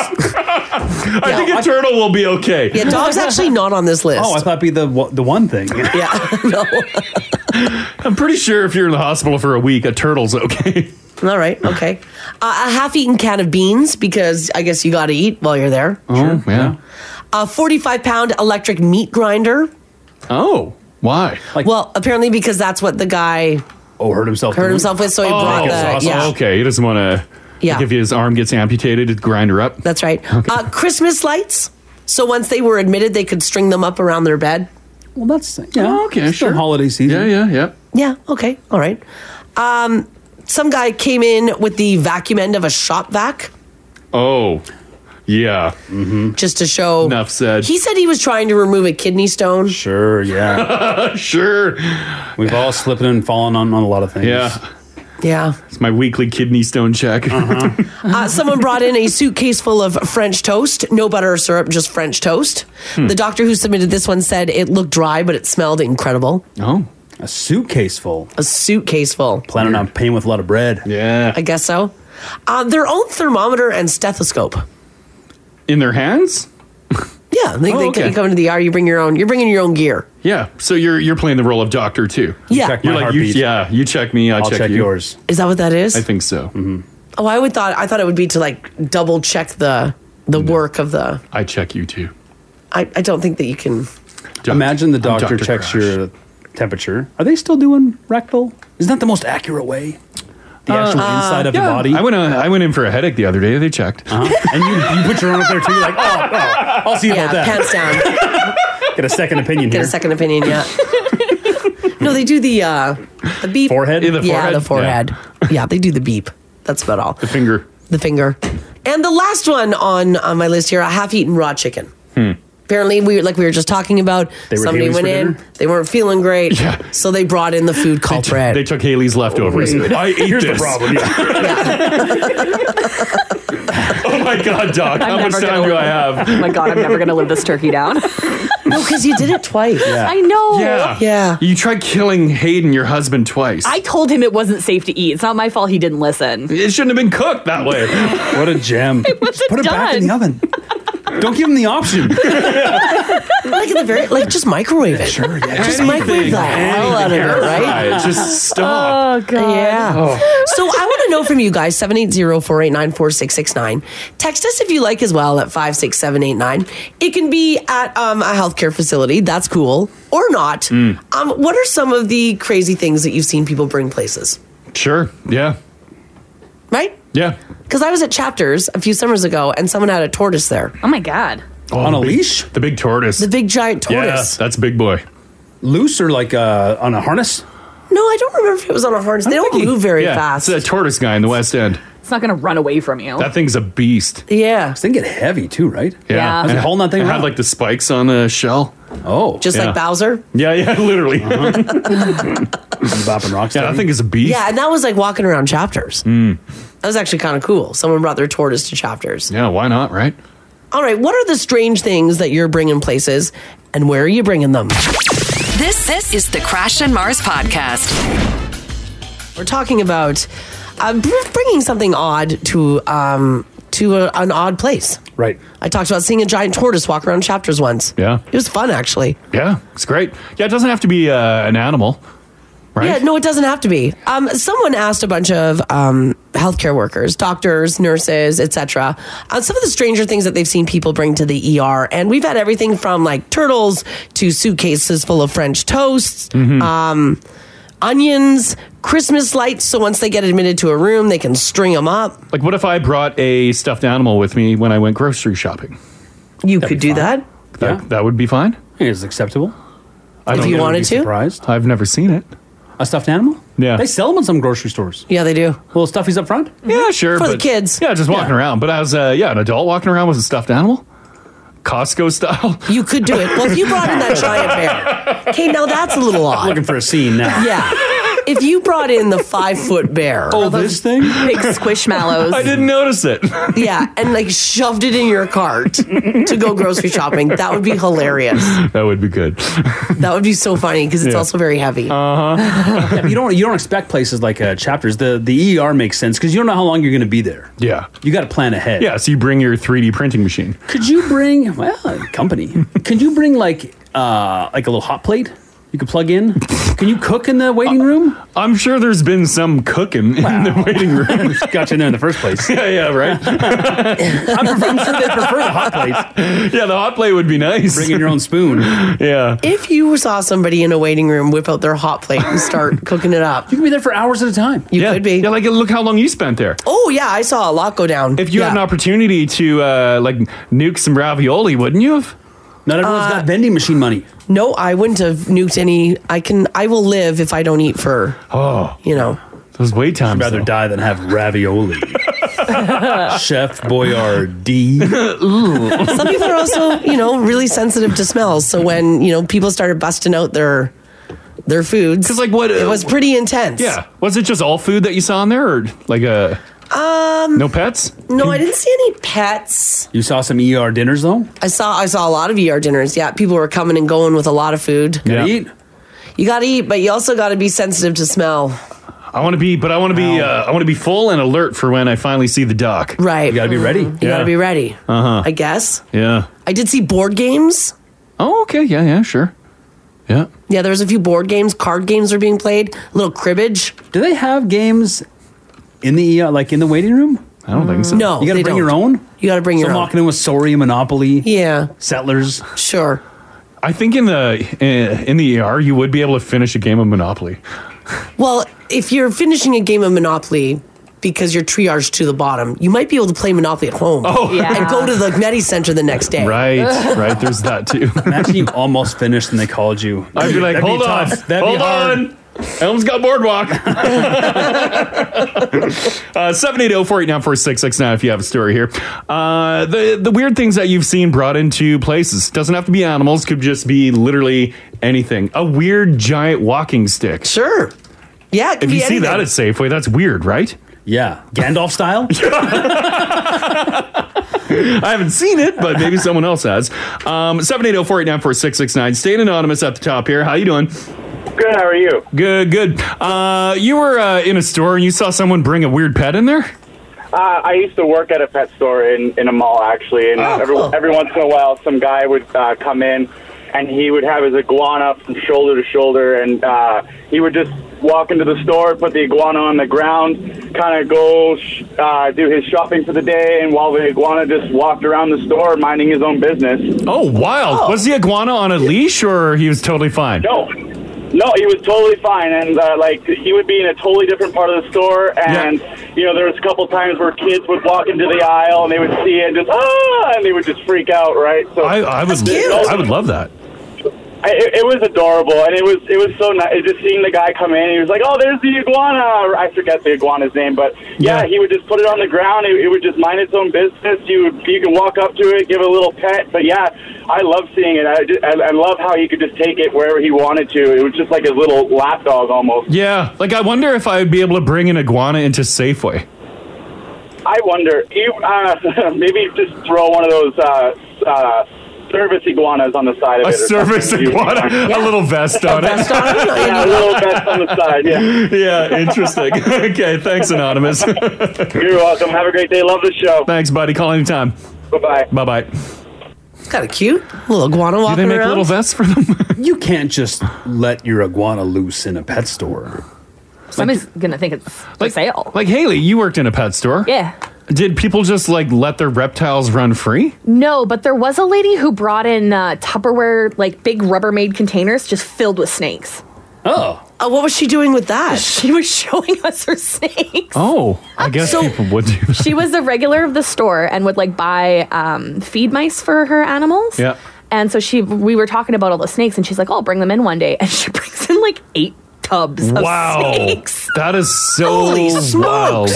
Speaker 3: I think a turtle will be okay.
Speaker 8: Yeah, dog's actually not on this list.
Speaker 9: Oh, I thought it'd be the one- the one thing.
Speaker 8: Yeah, no.
Speaker 3: I'm pretty sure if you're in the hospital for a week, a turtle's okay.
Speaker 8: All right, okay. Uh, a half-eaten can of beans because I guess you got to eat while you're there.
Speaker 3: Oh, yeah.
Speaker 8: A 45 pound electric meat grinder.
Speaker 3: Oh, why?
Speaker 8: well, apparently because that's what the guy
Speaker 9: Oh, hurt himself. Oh,
Speaker 8: hurt himself with, so he brought the. Yeah.
Speaker 3: Oh, Okay, he doesn't want to.
Speaker 8: Yeah.
Speaker 3: If his arm gets amputated, it'd grind her up.
Speaker 8: That's right. Uh, Christmas lights. So once they were admitted, they could string them up around their bed.
Speaker 9: Well, that's yeah.
Speaker 3: Oh, okay,
Speaker 9: It's the
Speaker 3: sure.
Speaker 9: holiday season.
Speaker 3: Yeah, yeah, yeah.
Speaker 8: Yeah, okay, all right. Um, some guy came in with the vacuum end of a shop vac.
Speaker 3: Oh, Yeah.
Speaker 9: Mm-hmm.
Speaker 8: Just to show.
Speaker 3: Enough said.
Speaker 8: He said he was trying to remove a kidney stone.
Speaker 9: Sure, yeah.
Speaker 3: sure.
Speaker 9: We've all slipped and fallen on, on a lot of things.
Speaker 3: Yeah.
Speaker 8: Yeah.
Speaker 3: It's my weekly kidney stone check.
Speaker 9: Uh-huh.
Speaker 8: Uh, someone brought in a suitcase full of French toast, no butter or syrup, just French toast.
Speaker 3: Hmm.
Speaker 8: The doctor who submitted this one said it looked dry, but it smelled incredible.
Speaker 3: Oh,
Speaker 9: a suitcase full.
Speaker 8: A suitcase full.
Speaker 9: Planning on paying with a lot of bread.
Speaker 3: Yeah.
Speaker 8: I guess so. Uh, their own thermometer and stethoscope.
Speaker 3: In their hands?
Speaker 8: Yeah, they,
Speaker 3: Oh,
Speaker 8: they
Speaker 3: okay.
Speaker 8: you come into the ER. You bring your own. You're bringing your own gear.
Speaker 3: Yeah. So you're you're playing the role of doctor too.
Speaker 8: Yeah. check
Speaker 3: You're
Speaker 8: my
Speaker 3: like you,
Speaker 8: heartbeat.
Speaker 3: yeah. You check me. I
Speaker 9: I'll
Speaker 3: check,
Speaker 9: check
Speaker 3: you.
Speaker 9: yours.
Speaker 8: Is that what that is?
Speaker 3: I think so. Mm-hmm.
Speaker 8: Oh, I would thought I thought it would be to like double check the the work of the.
Speaker 3: I check you too.
Speaker 8: I, I don't think that you can.
Speaker 9: Imagine the
Speaker 8: I'm
Speaker 9: doctor
Speaker 8: Dr.
Speaker 9: checks your temperature. Are they still doing rectal? Isn't that the most accurate way? Uh, The actual inside of the body. Uh-huh.
Speaker 3: I went uh, I went in for a headache the other day. They checked.
Speaker 9: and you, you put your own up there too. You're like, oh, no, I'll see
Speaker 8: yeah,
Speaker 9: about that.
Speaker 8: pants down.
Speaker 9: Get a second opinion
Speaker 8: Get
Speaker 9: here.
Speaker 8: a second opinion. Yeah. no, they do the uh, the beep
Speaker 9: Forehead? Yeah, the
Speaker 8: Yeah, the
Speaker 9: forehead.
Speaker 8: forehead. Yeah. they do the beep. That's about all. The
Speaker 3: finger.
Speaker 8: The finger. And the last one on on my list here: a half-eaten raw chicken.
Speaker 3: Hmm.
Speaker 8: Apparently, we were like we were just talking about.
Speaker 3: They were
Speaker 8: somebody
Speaker 3: Haley's for
Speaker 8: went in.
Speaker 3: dinner?
Speaker 8: They weren't feeling great. So they brought in the food culprit.
Speaker 3: They took Haley's leftovers.
Speaker 8: Wait.
Speaker 3: I ate
Speaker 8: Here's the
Speaker 3: this.
Speaker 8: problem,
Speaker 3: oh my god, Doc! How much time do I have?
Speaker 10: Oh my god, I'm never gonna live this turkey down.
Speaker 8: no, because you did it twice.
Speaker 3: Yeah.
Speaker 10: I know.
Speaker 3: Yeah. Yeah. You tried killing Hayden, your husband, twice.
Speaker 10: I told him it wasn't safe to eat. It's not my fault he didn't listen.
Speaker 3: it shouldn't have been cooked that way.
Speaker 9: what a gem.
Speaker 10: Just
Speaker 9: put it back in the oven. Don't give him the option.
Speaker 8: like at the very, like just microwave it. Sure, yeah. Just microwave the hell out of it, right?
Speaker 3: Just
Speaker 10: stop. Oh god.
Speaker 8: Yeah. So I want to know from you guys 780-489-4669. Text us if you like as well at 56789. It can be at um, a healthcare facility. That's cool. Or not. Um, what are some of the crazy things that you've seen people bring places?
Speaker 3: Sure. Yeah.
Speaker 8: Right?
Speaker 3: Yeah.
Speaker 8: Because I was at Chapters a few summers ago and someone had a tortoise there.
Speaker 10: Oh my god.
Speaker 9: on
Speaker 3: the
Speaker 9: a
Speaker 3: big-
Speaker 9: leash?
Speaker 3: The big tortoise.
Speaker 8: The big giant tortoise.
Speaker 3: that's big boy.
Speaker 9: Loose or like uh, on a harness?
Speaker 8: No, I don't remember if it was on a harness. They don't move very
Speaker 3: yeah,
Speaker 8: fast.
Speaker 3: It's a tortoise guy in the West End.
Speaker 10: It's not gonna run away from you.
Speaker 3: That thing's a beast.
Speaker 8: Yeah.
Speaker 9: This thing get Oh. heavy too, right?
Speaker 3: Yeah.
Speaker 10: Yeah.
Speaker 3: And
Speaker 10: It's
Speaker 3: holding that thing. It had like the spikes on the shell.
Speaker 9: Oh, Uh-huh.
Speaker 8: Just like Bowser?
Speaker 3: Yeah, yeah, literally.
Speaker 9: Bopping rocks.
Speaker 3: Yeah, that thing is a beast.
Speaker 8: Yeah, and that was like walking around Chapters.
Speaker 3: Mm.
Speaker 8: That was actually kind of cool. Someone brought their tortoise to Chapters.
Speaker 3: Yeah, why not, right?
Speaker 8: All right, what are the strange things that you're bringing places and where are you bringing them?
Speaker 1: This this is the Crash and Mars podcast.
Speaker 8: We're talking about uh, br- bringing something odd to um, to a, an odd place.
Speaker 9: Right.
Speaker 8: I talked about seeing a giant tortoise walk around Chapters once.
Speaker 3: Yeah.
Speaker 8: It was fun, actually.
Speaker 3: Yeah, it's great. Yeah, it doesn't have to be uh, an animal, right?
Speaker 8: Yeah, no, it doesn't have to be. Um, someone asked a bunch of um, healthcare workers, doctors, nurses, etc., on some of the stranger things that they've seen people bring to the ER. And we've had everything from like turtles to suitcases full of French toasts, um, onions, Christmas lights. So once they get admitted to a room, they can string them up.
Speaker 3: Like, what if I brought a stuffed animal with me when I went grocery shopping?
Speaker 8: You could do that.
Speaker 3: That, that would be fine.
Speaker 9: It is acceptable.
Speaker 3: I
Speaker 8: If
Speaker 3: don't
Speaker 8: you
Speaker 3: know,
Speaker 8: wanted
Speaker 3: I'd be
Speaker 8: to?
Speaker 9: surprised.
Speaker 3: I've never seen it.
Speaker 9: A stuffed animal?
Speaker 3: Yeah.
Speaker 9: They sell them in some grocery stores.
Speaker 8: Yeah, they do.
Speaker 9: Little stuffies up front?
Speaker 3: Yeah, sure.
Speaker 9: For the
Speaker 8: kids.
Speaker 3: Yeah, just walking around. But as uh, yeah, an adult walking around with a stuffed animal, Costco style.
Speaker 8: You could do it. Well, if you brought in that giant bear, okay, now that's a little odd.
Speaker 9: Looking for a scene now.
Speaker 8: Yeah. If you brought in the five foot bear,
Speaker 9: Oh, this thing?
Speaker 10: Big squishmallows.
Speaker 3: I didn't notice it.
Speaker 8: yeah, and like shoved it in your cart to go grocery shopping, that would be hilarious.
Speaker 3: that would be good.
Speaker 8: That would be so funny because it's
Speaker 9: Yeah.
Speaker 8: also very heavy.
Speaker 9: Uh huh. you don't you don't expect places like uh, chapters. The the ER makes sense because you don't know how long you're going to be there.
Speaker 3: Yeah.
Speaker 9: You got to plan ahead.
Speaker 3: Yeah, so you bring your 3D printing machine.
Speaker 9: Could you bring well company? could you bring like uh like a little hot plate? You could plug in. Can you cook in the waiting room?
Speaker 3: I'm sure there's been some cooking in the waiting room.
Speaker 9: got you in there in the first place.
Speaker 3: yeah, yeah, right.
Speaker 9: I'm, I'm sure they prefer the hot plate.
Speaker 3: Yeah, the hot plate would be nice.
Speaker 9: Bring in your own spoon.
Speaker 3: yeah.
Speaker 8: If you saw somebody in a waiting room whip out their hot plate and start cooking it up,
Speaker 9: you could be there for hours at a time.
Speaker 8: You could be.
Speaker 3: Yeah, like look how long you spent there.
Speaker 8: Oh yeah, I saw a lot go down.
Speaker 3: If you had an opportunity to uh, like nuke some ravioli, wouldn't you have?
Speaker 9: Not everyone's
Speaker 8: Uh,
Speaker 9: got vending machine money.
Speaker 8: no, I wouldn't have nuked any. I can. I will live if I don't eat for.
Speaker 3: Oh,
Speaker 8: you know.
Speaker 3: Those wait times.
Speaker 9: I'd rather die than have ravioli. Chef Boyardee.
Speaker 8: Some people are also, you know, really sensitive to smells. So when you know people started busting out their their foods, because
Speaker 3: like what uh,
Speaker 8: it was pretty intense.
Speaker 3: Yeah. Was it just all food that you saw in there, or like a
Speaker 8: Um.
Speaker 3: no pets?
Speaker 8: No, I didn't see any pets.
Speaker 9: You saw some ER dinners though.
Speaker 8: I saw I saw a lot of ER dinners. Yeah, people were coming and going with a lot of food.
Speaker 9: Gotta Yeah. eat.
Speaker 8: You gotta eat, but you also gotta be sensitive to smell.
Speaker 3: I want to be, but I want to be, uh, I want to be full and alert for when I finally see the doc.
Speaker 8: Right. You
Speaker 3: gotta be ready. You
Speaker 8: You gotta be ready.
Speaker 3: Uh huh.
Speaker 8: I guess.
Speaker 3: Yeah.
Speaker 8: I did see board games.
Speaker 3: Oh, okay. Yeah, yeah, sure. Yeah.
Speaker 8: Yeah, there was a few board games, card games were being played, a little cribbage.
Speaker 9: Do they have games in
Speaker 3: E
Speaker 9: the ER, like in the waiting room?
Speaker 3: I don't think so.
Speaker 8: No,
Speaker 9: you gotta
Speaker 8: they
Speaker 9: bring your
Speaker 8: don't.
Speaker 9: own.
Speaker 8: You gotta bring
Speaker 9: so
Speaker 8: your
Speaker 9: I'm
Speaker 8: own.
Speaker 9: walking in with Sorry, Monopoly.
Speaker 8: Yeah.
Speaker 9: Settlers.
Speaker 8: Sure.
Speaker 3: I think in the eh, in the ER you would be able to finish a game of Monopoly.
Speaker 8: Well, if you're finishing a game of Monopoly because you're triaged to the bottom, you might be able to play Monopoly at home.
Speaker 3: Oh. Yeah.
Speaker 8: and go to the Medi Center the next day.
Speaker 3: Right, right. There's that too.
Speaker 9: Imagine you almost finished and they called you.
Speaker 3: I'd be like,
Speaker 9: That'd
Speaker 3: hold on,
Speaker 9: tough. That'd be
Speaker 3: hold
Speaker 9: hard.
Speaker 3: on. Elm's got boardwalk. Uh, Seven eight zero four eight nine four six six nine. If you have a story here, uh, the the weird things that you've seen brought into places doesn't have to be animals. Could just be literally anything. A weird giant walking stick.
Speaker 8: Sure. Yeah.
Speaker 3: If you see that at Safeway, that's weird, right?
Speaker 9: Yeah, Gandalf style.
Speaker 3: I haven't seen it, but maybe someone else has. Um, 780-489-4669. Staying anonymous at the top here. How you doing?
Speaker 14: Good. How are you?
Speaker 3: Good. Good. Uh, you were uh, in a store and you saw someone bring a weird pet in there.
Speaker 14: Uh, I used to work at a pet store in, in a mall, actually,
Speaker 9: Oh,
Speaker 14: and every, every once in a while, some guy would uh, come in, and he would have his iguana from shoulder to shoulder, and uh, he would just walk into the store, put the iguana on the ground, kind of go sh- uh, do his shopping for the day, and while the iguana just walked around the store, minding his own business.
Speaker 3: Oh, wild! Was the iguana on a leash or he was totally fine?
Speaker 14: No, no, he was totally fine, and uh, like he would be in a totally different part of the store. And you know, there was a couple times where kids would walk into the aisle and they would see it, and just ah, and they would just freak out, right? So
Speaker 3: I, I would. I would love that.
Speaker 14: I- It, it was adorable, and it was it was so nice. It just seeing the guy come in, he was like, "Oh, there's the iguana." I forget the iguana's name, but yeah, he would just put it on the ground. It, it would just mind its own business. You would, you can walk up to it, give it a little pet. But yeah, I love seeing it. I, just, I, I love how he could just take it wherever he wanted to. It was just like his little lap dog almost.
Speaker 3: Yeah, like I wonder if I would be able to bring an iguana into Safeway.
Speaker 14: I wonder, you, uh, maybe just throw one of those uh, uh, service iguanas on the side of
Speaker 3: A
Speaker 14: it. or
Speaker 3: service
Speaker 14: something.
Speaker 3: iguana, a little vest on it.
Speaker 14: yeah, a little vest on the side. Yeah.
Speaker 3: yeah, interesting. okay, thanks, Anonymous. You're
Speaker 14: welcome. Have a great day. Love the show.
Speaker 3: Thanks, buddy. Call anytime.
Speaker 14: Bye bye.
Speaker 3: Bye bye.
Speaker 8: It's kind of cute. Little iguana
Speaker 9: Do
Speaker 8: walking
Speaker 9: they make
Speaker 8: around.
Speaker 9: little
Speaker 3: vests for them?
Speaker 9: you can't just let your iguana loose in a pet store.
Speaker 10: Somebody's gonna think it's for sale.
Speaker 3: Like Haley, you worked in a pet store.
Speaker 10: Yeah.
Speaker 3: Did people just like let their reptiles run free?
Speaker 10: No, but there was a lady who brought in uh, Tupperware, like big Rubbermaid containers just filled with snakes.
Speaker 9: Oh.
Speaker 8: Uh, what was she doing with that?
Speaker 10: She was showing us her snakes.
Speaker 3: Oh, I guess people would do. That.
Speaker 10: she was the regular of the store and would like buy um, feed mice for her animals.
Speaker 3: Yeah.
Speaker 10: And so she, we were talking about all the snakes, and she's like, oh, "I'll bring them in one day," and she brings in like eight tubs of
Speaker 3: Wow,
Speaker 10: snakes.
Speaker 3: that is so wild.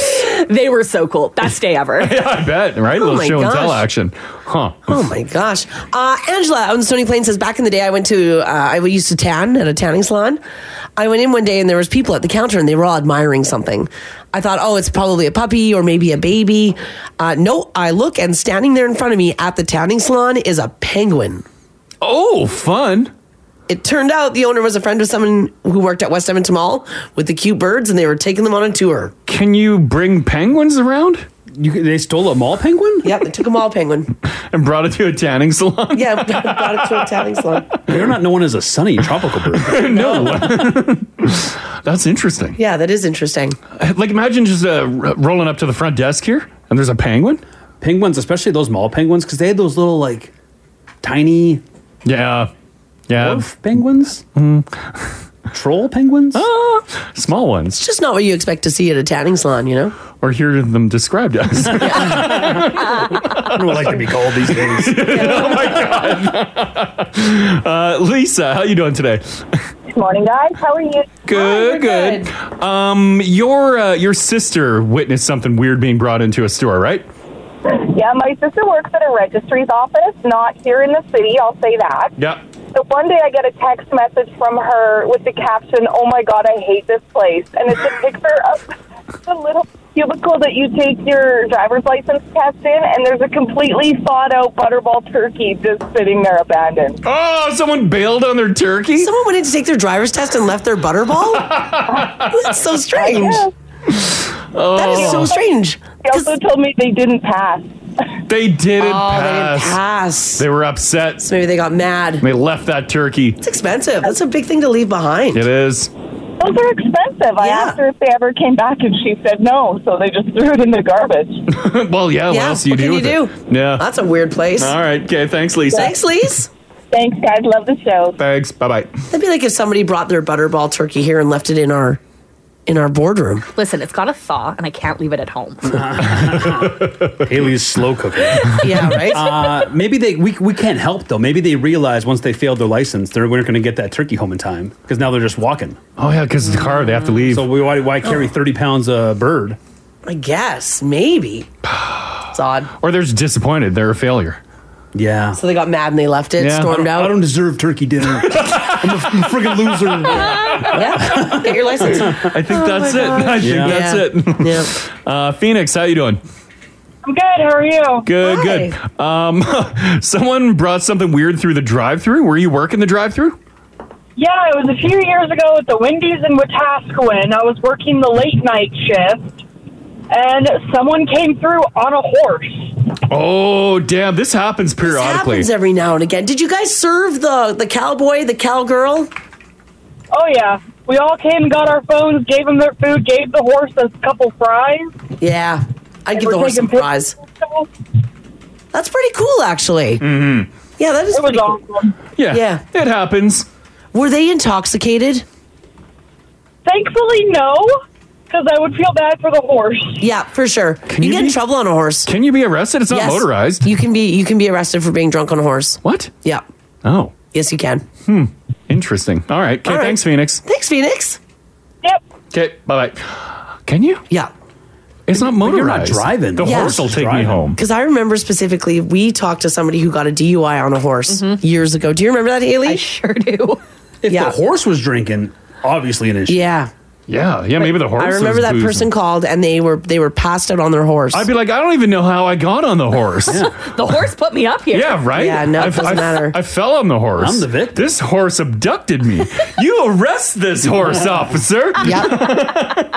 Speaker 10: They were so cool. Best day ever.
Speaker 3: Yeah, I bet. Right,
Speaker 8: Oh
Speaker 3: little
Speaker 8: my
Speaker 3: show and tell
Speaker 8: gosh.
Speaker 3: action, huh?
Speaker 8: Oh my gosh. Uh, Angela out in Stony Plain says, back in the day, I went to, uh, I used to tan at a tanning salon. I went in one day and there was people at the counter and they were all admiring something. I thought, oh, it's probably a puppy or maybe a baby. Uh, no, I look and standing there in front of me at the tanning salon is a penguin.
Speaker 3: Oh, fun.
Speaker 8: It turned out the owner was a friend of someone who worked at West Edmonton Mall with the cute birds and they were taking them on a tour.
Speaker 3: Can you bring penguins around?
Speaker 9: You, they stole a mall penguin?
Speaker 8: Yeah, they took a mall penguin.
Speaker 3: and brought it to a tanning salon.
Speaker 8: yeah, brought it to a tanning salon.
Speaker 9: They're not known as a sunny tropical bird.
Speaker 3: no. That's interesting.
Speaker 8: Yeah, that is interesting.
Speaker 3: Like, imagine just uh, r- rolling up to the front desk here, and there's a penguin.
Speaker 9: Penguins, especially those mall penguins, because they had those little like tiny
Speaker 3: Yeah, yeah, Mm-hmm.
Speaker 9: dwarf penguins, troll penguins.
Speaker 3: small ones.
Speaker 8: Ah. Just not what you expect to see at a tanning salon, you know?
Speaker 3: or hear them described as.
Speaker 9: I don't like to be called these
Speaker 3: Oh
Speaker 9: days.
Speaker 3: Uh, Lisa, how you doing today?
Speaker 5: this morning, guys. How are you?
Speaker 3: Good, good. Um, your uh, your sister witnessed something weird being brought into a store, right?
Speaker 5: Yeah, my sister works at a registry's office, not here in the city, I'll say that.
Speaker 3: Yeah.
Speaker 5: So one day I get a text message from her with the caption, Oh my God, I hate this place. And it's a picture of the little cubicle that you take your driver's license test in, and there's a completely thawed out Butterball turkey just sitting there abandoned.
Speaker 3: Oh, someone bailed on their turkey.
Speaker 8: Someone went in to take their driver's test and left their butterball. That's so strange.
Speaker 3: Oh.
Speaker 8: That is so strange.
Speaker 5: They Oh. also told me they didn't pass.
Speaker 3: They didn't
Speaker 8: Oh, they
Speaker 3: pass.
Speaker 8: didn't pass.
Speaker 3: They were upset. So
Speaker 8: maybe they got mad.
Speaker 3: They left that turkey.
Speaker 8: It's expensive. That's a big thing to leave behind.
Speaker 3: It is.
Speaker 5: Those are expensive. I asked her if they ever came back, and she said no, so they just threw it in the garbage.
Speaker 3: well, yeah, What
Speaker 5: Yeah,
Speaker 3: else do you
Speaker 5: what
Speaker 3: do
Speaker 5: can
Speaker 3: with
Speaker 5: you
Speaker 3: it? Yeah.
Speaker 8: That's a weird place.
Speaker 3: All right. Okay. Thanks, Lisa.
Speaker 8: Thanks, Lise.
Speaker 5: Thanks, guys. Love the show.
Speaker 3: Thanks. Bye bye.
Speaker 8: That'd be like if somebody brought their butterball turkey here and left it in our in our boardroom.
Speaker 10: Listen, it's got a thaw, and I can't leave it at home.
Speaker 8: Uh-huh.
Speaker 9: Haley's slow cooking.
Speaker 10: Yeah, right?
Speaker 9: Uh, maybe they we, we can't help though. Maybe they realize once they failed their license, they're we're not going to get that turkey home in time because now they're just walking.
Speaker 3: Oh yeah, because the car they have to leave.
Speaker 9: So we, why why
Speaker 8: Oh.
Speaker 9: carry thirty pounds a bird?
Speaker 8: I guess maybe. It's odd.
Speaker 3: Or they're just disappointed. They're a failure.
Speaker 9: Yeah.
Speaker 8: So they got mad and they left it,
Speaker 3: Yeah.
Speaker 8: stormed out.
Speaker 9: I don't deserve turkey dinner. I'm a friggin' loser.
Speaker 8: yeah, get your license. Oh,
Speaker 3: I think that's it. I think that's it. Yeah. Uh, Phoenix, how you doing?
Speaker 5: I'm good. How are you?
Speaker 3: Good, good. Um, someone brought something weird through the drive-through. Were you working the drive-through?
Speaker 5: Yeah, it was a few years ago at the Wendy's in Wetaskiwin. I was working the late night shift, and someone came through on a horse.
Speaker 3: Oh, damn! This happens periodically.
Speaker 8: Happens every now and again. Did you guys serve the the cowboy, the cowgirl?
Speaker 5: Oh yeah, we all came, got our phones, gave them their food, gave the horse a couple fries.
Speaker 8: Yeah, I'd give the horse some prize. That's pretty cool, actually.
Speaker 3: Mm-hmm.
Speaker 8: Yeah, that is. It was awesome.
Speaker 3: Yeah,
Speaker 8: yeah,
Speaker 3: it happens.
Speaker 8: Were they intoxicated?
Speaker 5: Thankfully, no, because I would feel bad for the horse.
Speaker 8: Yeah, for sure. you, get in trouble on a horse.
Speaker 3: Can you be arrested? It's not motorized.
Speaker 8: You can be. You can be arrested for being drunk on a horse.
Speaker 3: What?
Speaker 8: Yeah.
Speaker 3: Oh.
Speaker 8: Yes, you can.
Speaker 3: Hmm. Interesting. All right. Okay.
Speaker 8: All right.
Speaker 3: Thanks, Phoenix.
Speaker 8: Thanks, Phoenix.
Speaker 5: Yep.
Speaker 3: Okay. Bye bye. Can you?
Speaker 8: Yeah.
Speaker 3: It's not
Speaker 9: But
Speaker 3: motorized.
Speaker 9: you're not driving.
Speaker 3: The
Speaker 9: Yeah.
Speaker 3: horse will take me
Speaker 9: Driving.
Speaker 3: home.
Speaker 8: Because I remember specifically, we talked to somebody who got a DUI on a horse years ago. Do you remember that, Haley? I
Speaker 10: Mm-hmm. sure do.
Speaker 9: If
Speaker 8: yeah.
Speaker 9: the horse was drinking, obviously an issue.
Speaker 8: Yeah.
Speaker 3: Yeah, yeah. Maybe the horse.
Speaker 8: I remember
Speaker 3: was
Speaker 8: that
Speaker 3: boozing.
Speaker 8: person called and they were they were passed out on their horse.
Speaker 3: I'd be like, I don't even know how I got on the horse.
Speaker 10: the horse put me up here.
Speaker 3: Yeah, right?
Speaker 8: Yeah, no, it
Speaker 3: I,
Speaker 8: doesn't
Speaker 3: I-
Speaker 8: matter.
Speaker 3: I fell on the horse.
Speaker 9: I'm the
Speaker 3: victim. This horse abducted me. you arrest this horse, officer.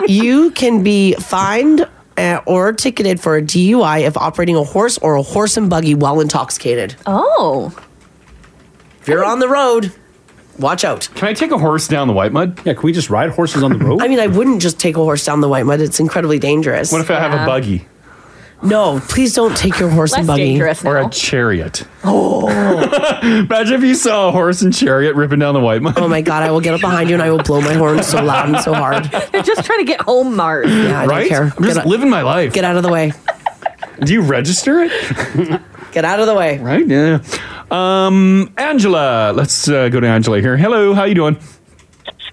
Speaker 8: you can be fined uh, or ticketed for a DUI if operating a horse or a horse and buggy while intoxicated.
Speaker 10: Oh.
Speaker 8: If you're on the road, watch out.
Speaker 3: Can I take a horse down the white mud?
Speaker 9: Yeah, can we just ride horses on the road?
Speaker 8: I mean, I wouldn't just take a horse down the white mud. It's incredibly dangerous.
Speaker 3: What if I have a buggy?
Speaker 8: No, please don't take your horse and buggy.
Speaker 3: Or a chariot.
Speaker 8: Oh.
Speaker 3: Imagine if you saw a horse and chariot ripping down the white mud.
Speaker 8: Oh my god, I will get up behind you and I will blow my horn so loud and so hard.
Speaker 10: They're just trying to get home, Mars.
Speaker 8: Yeah, I
Speaker 3: right?
Speaker 8: don't care.
Speaker 3: I'm just
Speaker 8: Get out-
Speaker 3: living my life.
Speaker 8: Get out of the way.
Speaker 3: Do you register it?
Speaker 8: Get out of the way.
Speaker 3: Right? Yeah. Um, Angela, let's uh, go to Angela here. Hello, how you doing?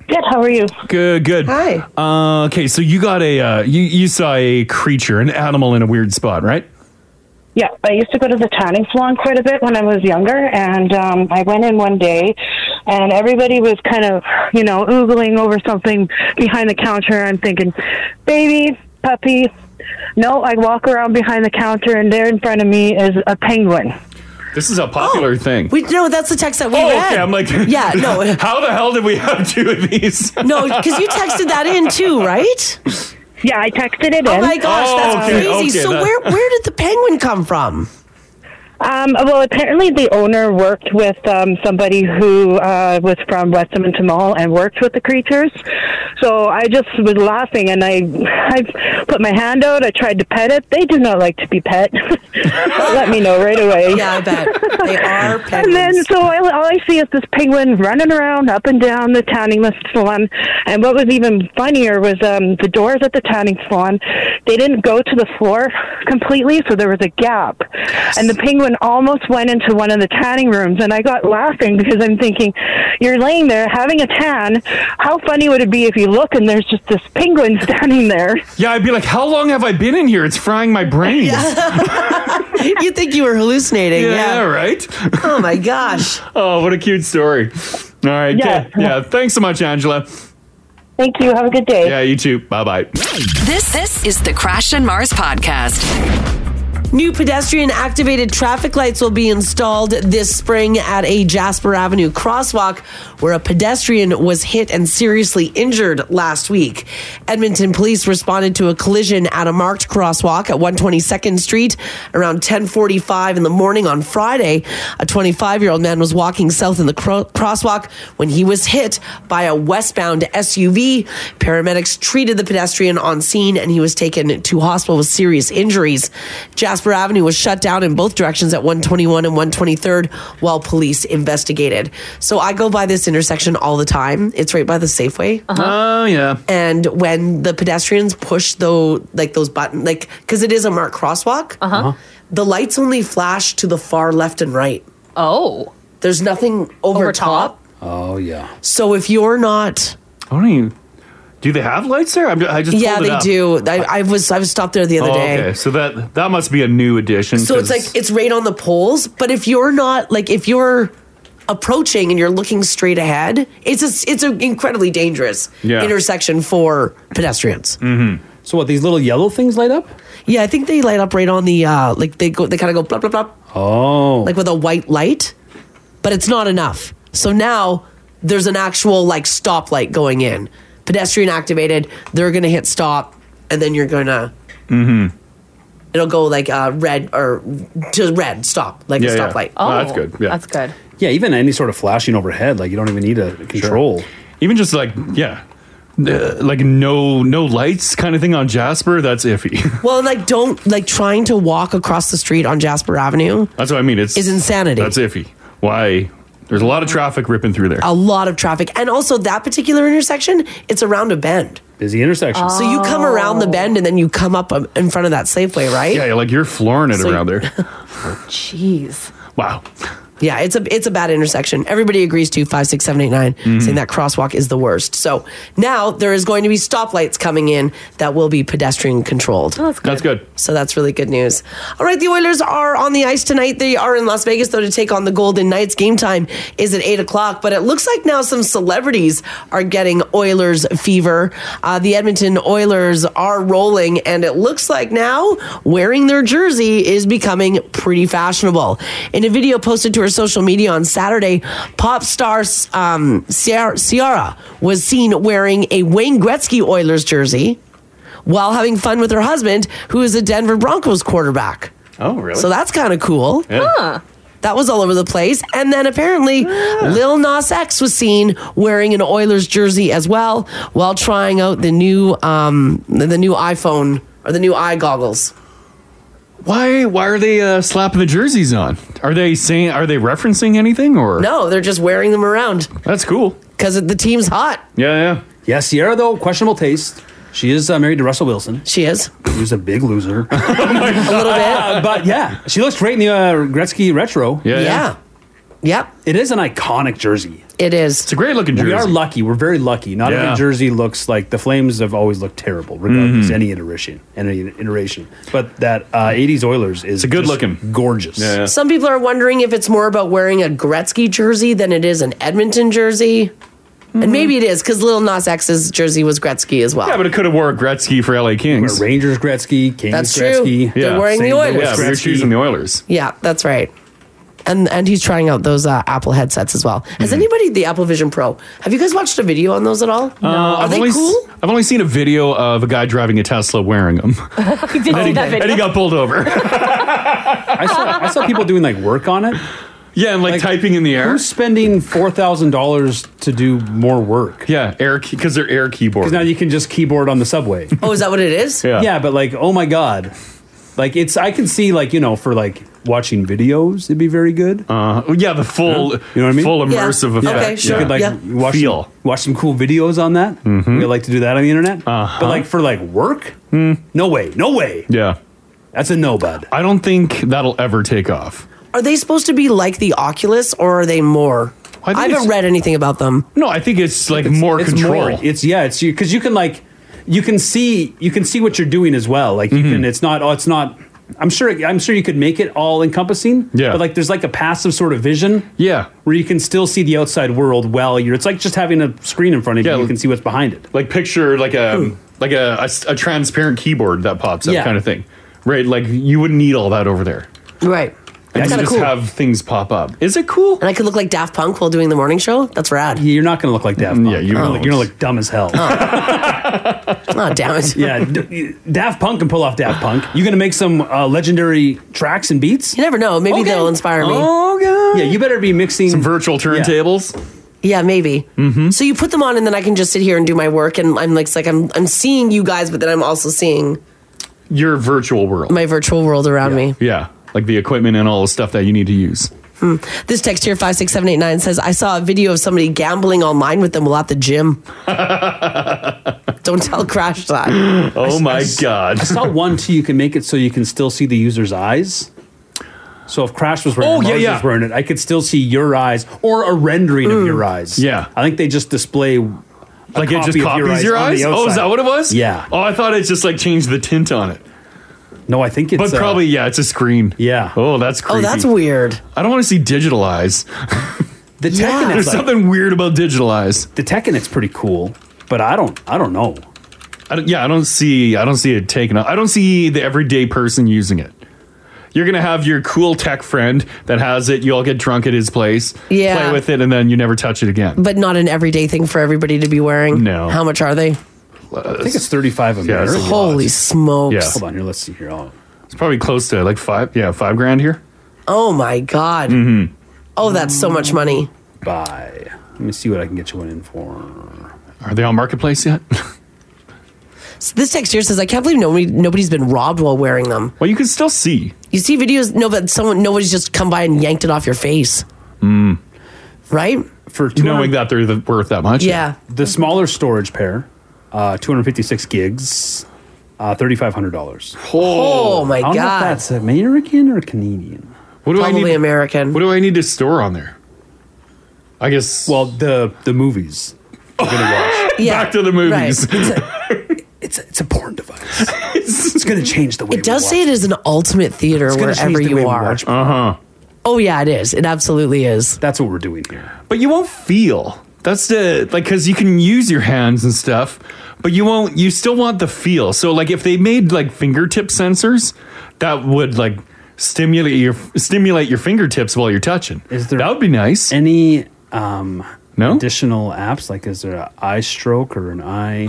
Speaker 19: Good. How are you?
Speaker 3: Good. Good. Hi. Uh, okay, so you got a uh, you you saw a creature, an animal in a weird spot, right?
Speaker 19: Yeah, I used to go to the tanning salon quite a bit when I was younger, and um, I went in one day, and everybody was kind of, you know, oogling over something behind the counter. I'm thinking, baby, puppy. No, I walk around behind the counter, and there in front of me is a penguin.
Speaker 3: This is a popular thing.
Speaker 8: We no, that's the text that we
Speaker 3: oh,
Speaker 8: read.
Speaker 3: okay. I'm like,
Speaker 8: yeah, no,
Speaker 3: How the hell did we have two of these?
Speaker 8: no, because you texted that in too, right?
Speaker 19: Yeah, I texted it
Speaker 8: Oh
Speaker 19: in.
Speaker 8: my gosh, that's
Speaker 19: Oh, okay,
Speaker 8: crazy.
Speaker 19: okay,
Speaker 8: so
Speaker 19: that-
Speaker 8: where where did the penguin come from?
Speaker 19: Um, well, apparently the owner worked with um, somebody who uh, was from Westminster Mall and worked with the creatures. So I just was laughing, and I, I put my hand out. I tried to pet it. They do not like to be pet. Let me know right away.
Speaker 8: Yeah, I bet they are.
Speaker 19: And then, so I, all I see is this penguin running around up and down the tanning salon. And what was even funnier was um, the doors at the tanning salon, they didn't go to the floor completely, so there was a gap. And the penguin and almost went into one of the tanning rooms. And I got laughing because I'm thinking, you're laying there having a tan. How funny would it be if you look and there's just this penguin standing there?
Speaker 3: Yeah, I'd be like, how long have I been in here? It's frying my brains.
Speaker 8: you think you were hallucinating?
Speaker 3: Yeah,
Speaker 8: yeah.
Speaker 3: right.
Speaker 8: Oh my gosh.
Speaker 3: Oh, what a cute story. All right.
Speaker 1: Yeah.
Speaker 3: Yeah. yeah. Thanks so much, Angela.
Speaker 19: Thank you. Have a good day.
Speaker 3: Yeah, you too. Bye bye.
Speaker 1: This this is the Crash and Mars podcast.
Speaker 8: New pedestrian activated traffic lights will be installed this spring at a Jasper Avenue crosswalk where a pedestrian was hit and seriously injured last week. Edmonton police responded to a collision at a marked crosswalk at 122nd Street around 10:45 in the morning on Friday. A 25-year-old man was walking south in the cro- crosswalk when he was hit by a westbound SUV. Paramedics treated the pedestrian on scene and he was taken to hospital with serious injuries. Jasper Avenue was shut down in both directions at 121 and 123rd while police investigated. So I go by this intersection all the time. It's right by the Safeway.
Speaker 3: Oh yeah.
Speaker 8: And when the pedestrians push though like those buttons like cuz it is a marked crosswalk, uh-huh. the lights only flash to the far left and right.
Speaker 10: Oh.
Speaker 8: There's nothing over, top.
Speaker 9: Oh yeah.
Speaker 8: So if you're not
Speaker 3: I don't even. Do they have lights there? I'm, ju- I just
Speaker 8: Yeah,
Speaker 3: pulled it
Speaker 8: they
Speaker 3: up.
Speaker 8: do. I, I was I was stopped there the other
Speaker 3: oh,
Speaker 8: day.
Speaker 3: Okay, so that that must be a new addition.
Speaker 8: So
Speaker 3: 'cause-
Speaker 8: it's like it's right on the poles, but if you're not like if you're approaching and you're looking straight ahead, it's a, it's an incredibly dangerous
Speaker 9: Yeah.
Speaker 8: intersection for pedestrians.
Speaker 9: Mm-hmm. So what? These little yellow things light up?
Speaker 8: Yeah, I think they light up right on the uh like they go they kind of go blop blop blop
Speaker 9: Oh.
Speaker 8: like with a white light, but it's not enough. So now there's an actual like stoplight going in. Pedestrian activated, they're going to hit stop and then you're going to
Speaker 3: Mm-hmm.
Speaker 8: it'll go like uh red or to red stop like a stoplight.
Speaker 10: Oh, That's good.
Speaker 9: Yeah, even any sort of flashing overhead, like you don't even need a control.
Speaker 3: Even just like yeah, uh, like no no lights kind of thing on Jasper. That's iffy.
Speaker 8: Well, like don't like trying to walk across the street on Jasper Avenue.
Speaker 3: that's what I mean. It's
Speaker 8: Is insanity.
Speaker 3: That's iffy. Why? There's a lot of traffic ripping through there.
Speaker 8: A lot of traffic, and also that particular intersection, it's around a bend.
Speaker 9: Busy intersection.
Speaker 8: So you come around the bend and then you come up um, in front of that Safeway, right?
Speaker 3: Yeah, like you're flooring it
Speaker 8: So-
Speaker 3: around there.
Speaker 8: Jeez.
Speaker 3: Wow.
Speaker 8: Yeah, it's a it's a bad intersection. Everybody agrees to five, six, seven, eight, nine,
Speaker 3: Mm-hmm.
Speaker 8: saying that crosswalk is the worst. So now there is going to be stoplights coming in that will be pedestrian controlled.
Speaker 10: that's
Speaker 3: good. That's good.
Speaker 8: So that's really good news. All right, the Oilers are on the ice tonight. They are in Las Vegas though to take on the Golden Knights. Game time is at eight o'clock, but it looks like now some celebrities are getting Oilers fever. Uh, the Edmonton Oilers are rolling, and it looks like now wearing their jersey is becoming pretty fashionable. In a video posted to her social media on Saturday, pop star um, Ciara, Ciara was seen wearing a Wayne Gretzky Oilers jersey while having fun with her husband, who is a Denver Broncos quarterback.
Speaker 3: Oh, really?
Speaker 8: So that's kind of cool.
Speaker 3: Yeah.
Speaker 8: That was all over the place. And then apparently Lil Nas X was seen wearing an Oilers jersey as well while trying out the new um, the the new iPhone or the new eye goggles.
Speaker 3: Why? Why are they uh, slapping the jerseys on? Are they saying? Are they referencing anything? Or
Speaker 8: No, they're just wearing them around.
Speaker 3: That's cool.
Speaker 8: Because the team's hot.
Speaker 3: Yeah, yeah.
Speaker 9: Yeah, Sierra, though, questionable taste. She is uh, married to Russell Wilson.
Speaker 8: She is.
Speaker 9: She's a big loser.
Speaker 3: Oh
Speaker 8: a little bit.
Speaker 9: but yeah, she looks great in the uh, Gretzky retro.
Speaker 8: Yeah, yeah. Yeah. Yep.
Speaker 9: It is an iconic jersey.
Speaker 8: It is. It's
Speaker 3: a great looking
Speaker 9: We are
Speaker 3: jersey.
Speaker 9: lucky. We're very lucky. Not
Speaker 3: Yeah. Mm-hmm.
Speaker 9: every jersey looks like the Flames have always looked terrible, regardless any iteration, any iteration. But that uh, '80s Oilers is a good looking, gorgeous.
Speaker 8: Some people are wondering if it's more about wearing a Gretzky jersey than it is an Edmonton jersey. And maybe it is because Lil Nas X's jersey was Gretzky as well.
Speaker 3: Yeah, but it could have wore Gretzky for LA Kings.
Speaker 9: Rangers Gretzky, Kings
Speaker 8: That's true. Gretzky. They're wearing the Oilers.
Speaker 3: Yeah, but you're
Speaker 8: Gretzky.
Speaker 3: choosing the Oilers.
Speaker 8: Yeah, that's right. And and he's trying out those uh, Apple headsets as well.
Speaker 3: Mm-hmm.
Speaker 8: Has anybody the Apple Vision Pro? Have you guys watched a video on those at all?
Speaker 3: Uh,
Speaker 8: Are
Speaker 3: I've
Speaker 8: they
Speaker 3: only, s-
Speaker 8: cool?
Speaker 3: I've only seen a video of a guy driving a Tesla wearing them.
Speaker 10: I did see
Speaker 3: and, he,
Speaker 10: that video.
Speaker 3: and he got pulled over.
Speaker 9: I saw I saw people doing like work on it.
Speaker 3: Yeah, and like, typing in the air.
Speaker 9: Who's spending four thousand dollars to do more work?
Speaker 3: Yeah, air because they're air keyboard.
Speaker 9: Because now you can just keyboard on the subway.
Speaker 8: Oh, is that what it is?
Speaker 9: Yeah. but like, oh my god, like it's I can see like you know for like watching videos, it'd be very good.
Speaker 3: Uh, yeah, the full,
Speaker 9: you know what I mean,
Speaker 3: full Yeah. immersive Yeah. effect. Okay, sure,
Speaker 9: You could like
Speaker 3: yeah.
Speaker 9: watch
Speaker 3: Feel. Mm-hmm.
Speaker 9: watch some cool videos on that. We like to do that on the internet, but like for like work, no way, no way.
Speaker 3: Uh-huh. Hmm. Yeah.
Speaker 9: That's a no, bud.
Speaker 3: I don't think that'll ever take off.
Speaker 8: Are they supposed to be like the Oculus or are they more? I,
Speaker 9: think
Speaker 8: haven't
Speaker 9: it's-
Speaker 8: read anything about them.
Speaker 3: No, I think it's like
Speaker 9: more
Speaker 3: control.
Speaker 9: It's yeah, it's you because you can like you can see you can see what you're doing as well. Like you
Speaker 3: Mm-hmm.
Speaker 9: can, it's not oh, it's not. I'm sure I'm sure you could make it all encompassing.
Speaker 3: Yeah.
Speaker 9: but like there's like a passive sort of vision.
Speaker 3: Yeah,
Speaker 9: where you can still see the outside world while you're. It's like just having a screen in front of you. You can see what's behind it.
Speaker 3: Like picture like a like a, a, a transparent keyboard that pops up
Speaker 9: Yeah.
Speaker 3: kind of thing, right? Like you wouldn't need all that over there.
Speaker 8: Right.
Speaker 3: And you just have things pop up. Is it cool?
Speaker 8: And I could look like Daft Punk while doing the morning show. That's rad.
Speaker 9: You're not going to look like Daft Punk. Mm, Yeah, you're
Speaker 8: Oh.
Speaker 9: gonna look, you're gonna look dumb as hell.
Speaker 8: Oh, damn it.
Speaker 9: yeah, D- Daft Punk can pull off Daft Punk. You're gonna make some uh, legendary tracks and beats. You
Speaker 8: never know. Maybe they'll inspire me.
Speaker 9: Oh god. Yeah, you better be mixing some
Speaker 3: virtual turntables.
Speaker 8: Yeah, maybe. Mm-hmm. So you put them on, and then I can just sit here and do my work, and I'm like, it's like I'm I'm seeing you guys, but then I'm also seeing
Speaker 3: Your virtual world.
Speaker 8: my virtual world around me.
Speaker 9: Mm.
Speaker 3: Yeah, like the equipment and all the stuff that you need to use.
Speaker 8: Hmm. This text here, 56789, says, I saw a video of somebody gambling online with them while at the gym. Don't tell Crash that.
Speaker 9: I- I
Speaker 3: Oh my
Speaker 9: s-
Speaker 3: God.
Speaker 9: I saw one too. You can make it so you can still see the user's eyes. So if Crash was wearing
Speaker 3: Oh,
Speaker 9: it,
Speaker 3: yeah,
Speaker 9: Mars
Speaker 3: yeah.
Speaker 9: was wearing it, I could still see your eyes or a rendering of your eyes. Yeah, I think they just display a
Speaker 3: Mm. Like it just
Speaker 9: copy of
Speaker 3: copies your
Speaker 9: on
Speaker 3: eyes.
Speaker 9: the
Speaker 3: Oh, is
Speaker 9: outside.
Speaker 3: that what it was?
Speaker 9: Yeah.
Speaker 3: Oh, I thought it just like changed the tint on it.
Speaker 9: No, I think it's.
Speaker 3: But
Speaker 9: uh,
Speaker 3: probably yeah, it's a screen.
Speaker 9: Yeah.
Speaker 3: Oh, that's
Speaker 9: Oh,
Speaker 3: creepy.
Speaker 9: that's
Speaker 8: weird.
Speaker 3: I don't want to see digital eyes.
Speaker 9: The Tekken is
Speaker 3: There's
Speaker 9: like-
Speaker 3: something weird about digital eyes.
Speaker 9: The Tekken it's pretty cool, but I don't I don't know.
Speaker 3: I don't, yeah, I don't see I don't see it taken up. I don't see the everyday person using it. You're gonna have your cool tech friend that has it. You all get drunk at his place,
Speaker 8: Yeah.
Speaker 3: play with it, and then you never touch it again.
Speaker 8: But not an everyday thing for everybody to be wearing.
Speaker 3: No.
Speaker 8: How much are they?
Speaker 3: I
Speaker 9: think it's 35 of
Speaker 3: Yeah, it's a lot.
Speaker 8: Holy smokes.
Speaker 3: Yeah.
Speaker 9: Hold on here, let's see here. I'll-
Speaker 3: It's probably close to like five. Yeah, five grand here.
Speaker 8: Oh, my God.
Speaker 3: Mm-hmm.
Speaker 8: Oh, that's so much money.
Speaker 9: Bye. Let me see what I can get you one in for.
Speaker 3: Are they on marketplace yet?
Speaker 8: So this text here says, I can't believe nobody, nobody's been robbed while wearing them.
Speaker 3: Well, you can still see.
Speaker 8: You see videos, no, but someone, nobody's just come by and yanked it off your face.
Speaker 3: Mm.
Speaker 8: Right?
Speaker 9: For
Speaker 3: knowing that they're the, worth that much.
Speaker 9: The smaller storage pair, uh, 256 gigs, uh, $3,500.
Speaker 8: Oh, my
Speaker 9: I don't know if
Speaker 8: God.
Speaker 9: that's American or Canadian.
Speaker 3: What do
Speaker 8: Probably
Speaker 3: I need,
Speaker 8: American.
Speaker 3: What do I need to store on there? I guess.
Speaker 9: Well, the the movies.
Speaker 3: Back to the movies.
Speaker 9: It's, it's a porn device. it's going to change the way
Speaker 8: It does say it is an ultimate theater
Speaker 9: It's gonna change
Speaker 8: wherever
Speaker 9: the way
Speaker 8: you
Speaker 9: we
Speaker 8: are.
Speaker 9: watch porn. Uh-huh.
Speaker 8: Oh yeah, it is. It absolutely is.
Speaker 9: That's what we're doing here.
Speaker 3: But you won't feel. That's the like because you can use your hands and stuff, but you won't. You still want the feel. So like if they made like fingertip sensors, that would like stimulate your stimulate your fingertips while you're touching. Is there that would be nice.
Speaker 9: Any um
Speaker 3: no
Speaker 9: additional apps like is there an eye stroke or an eye?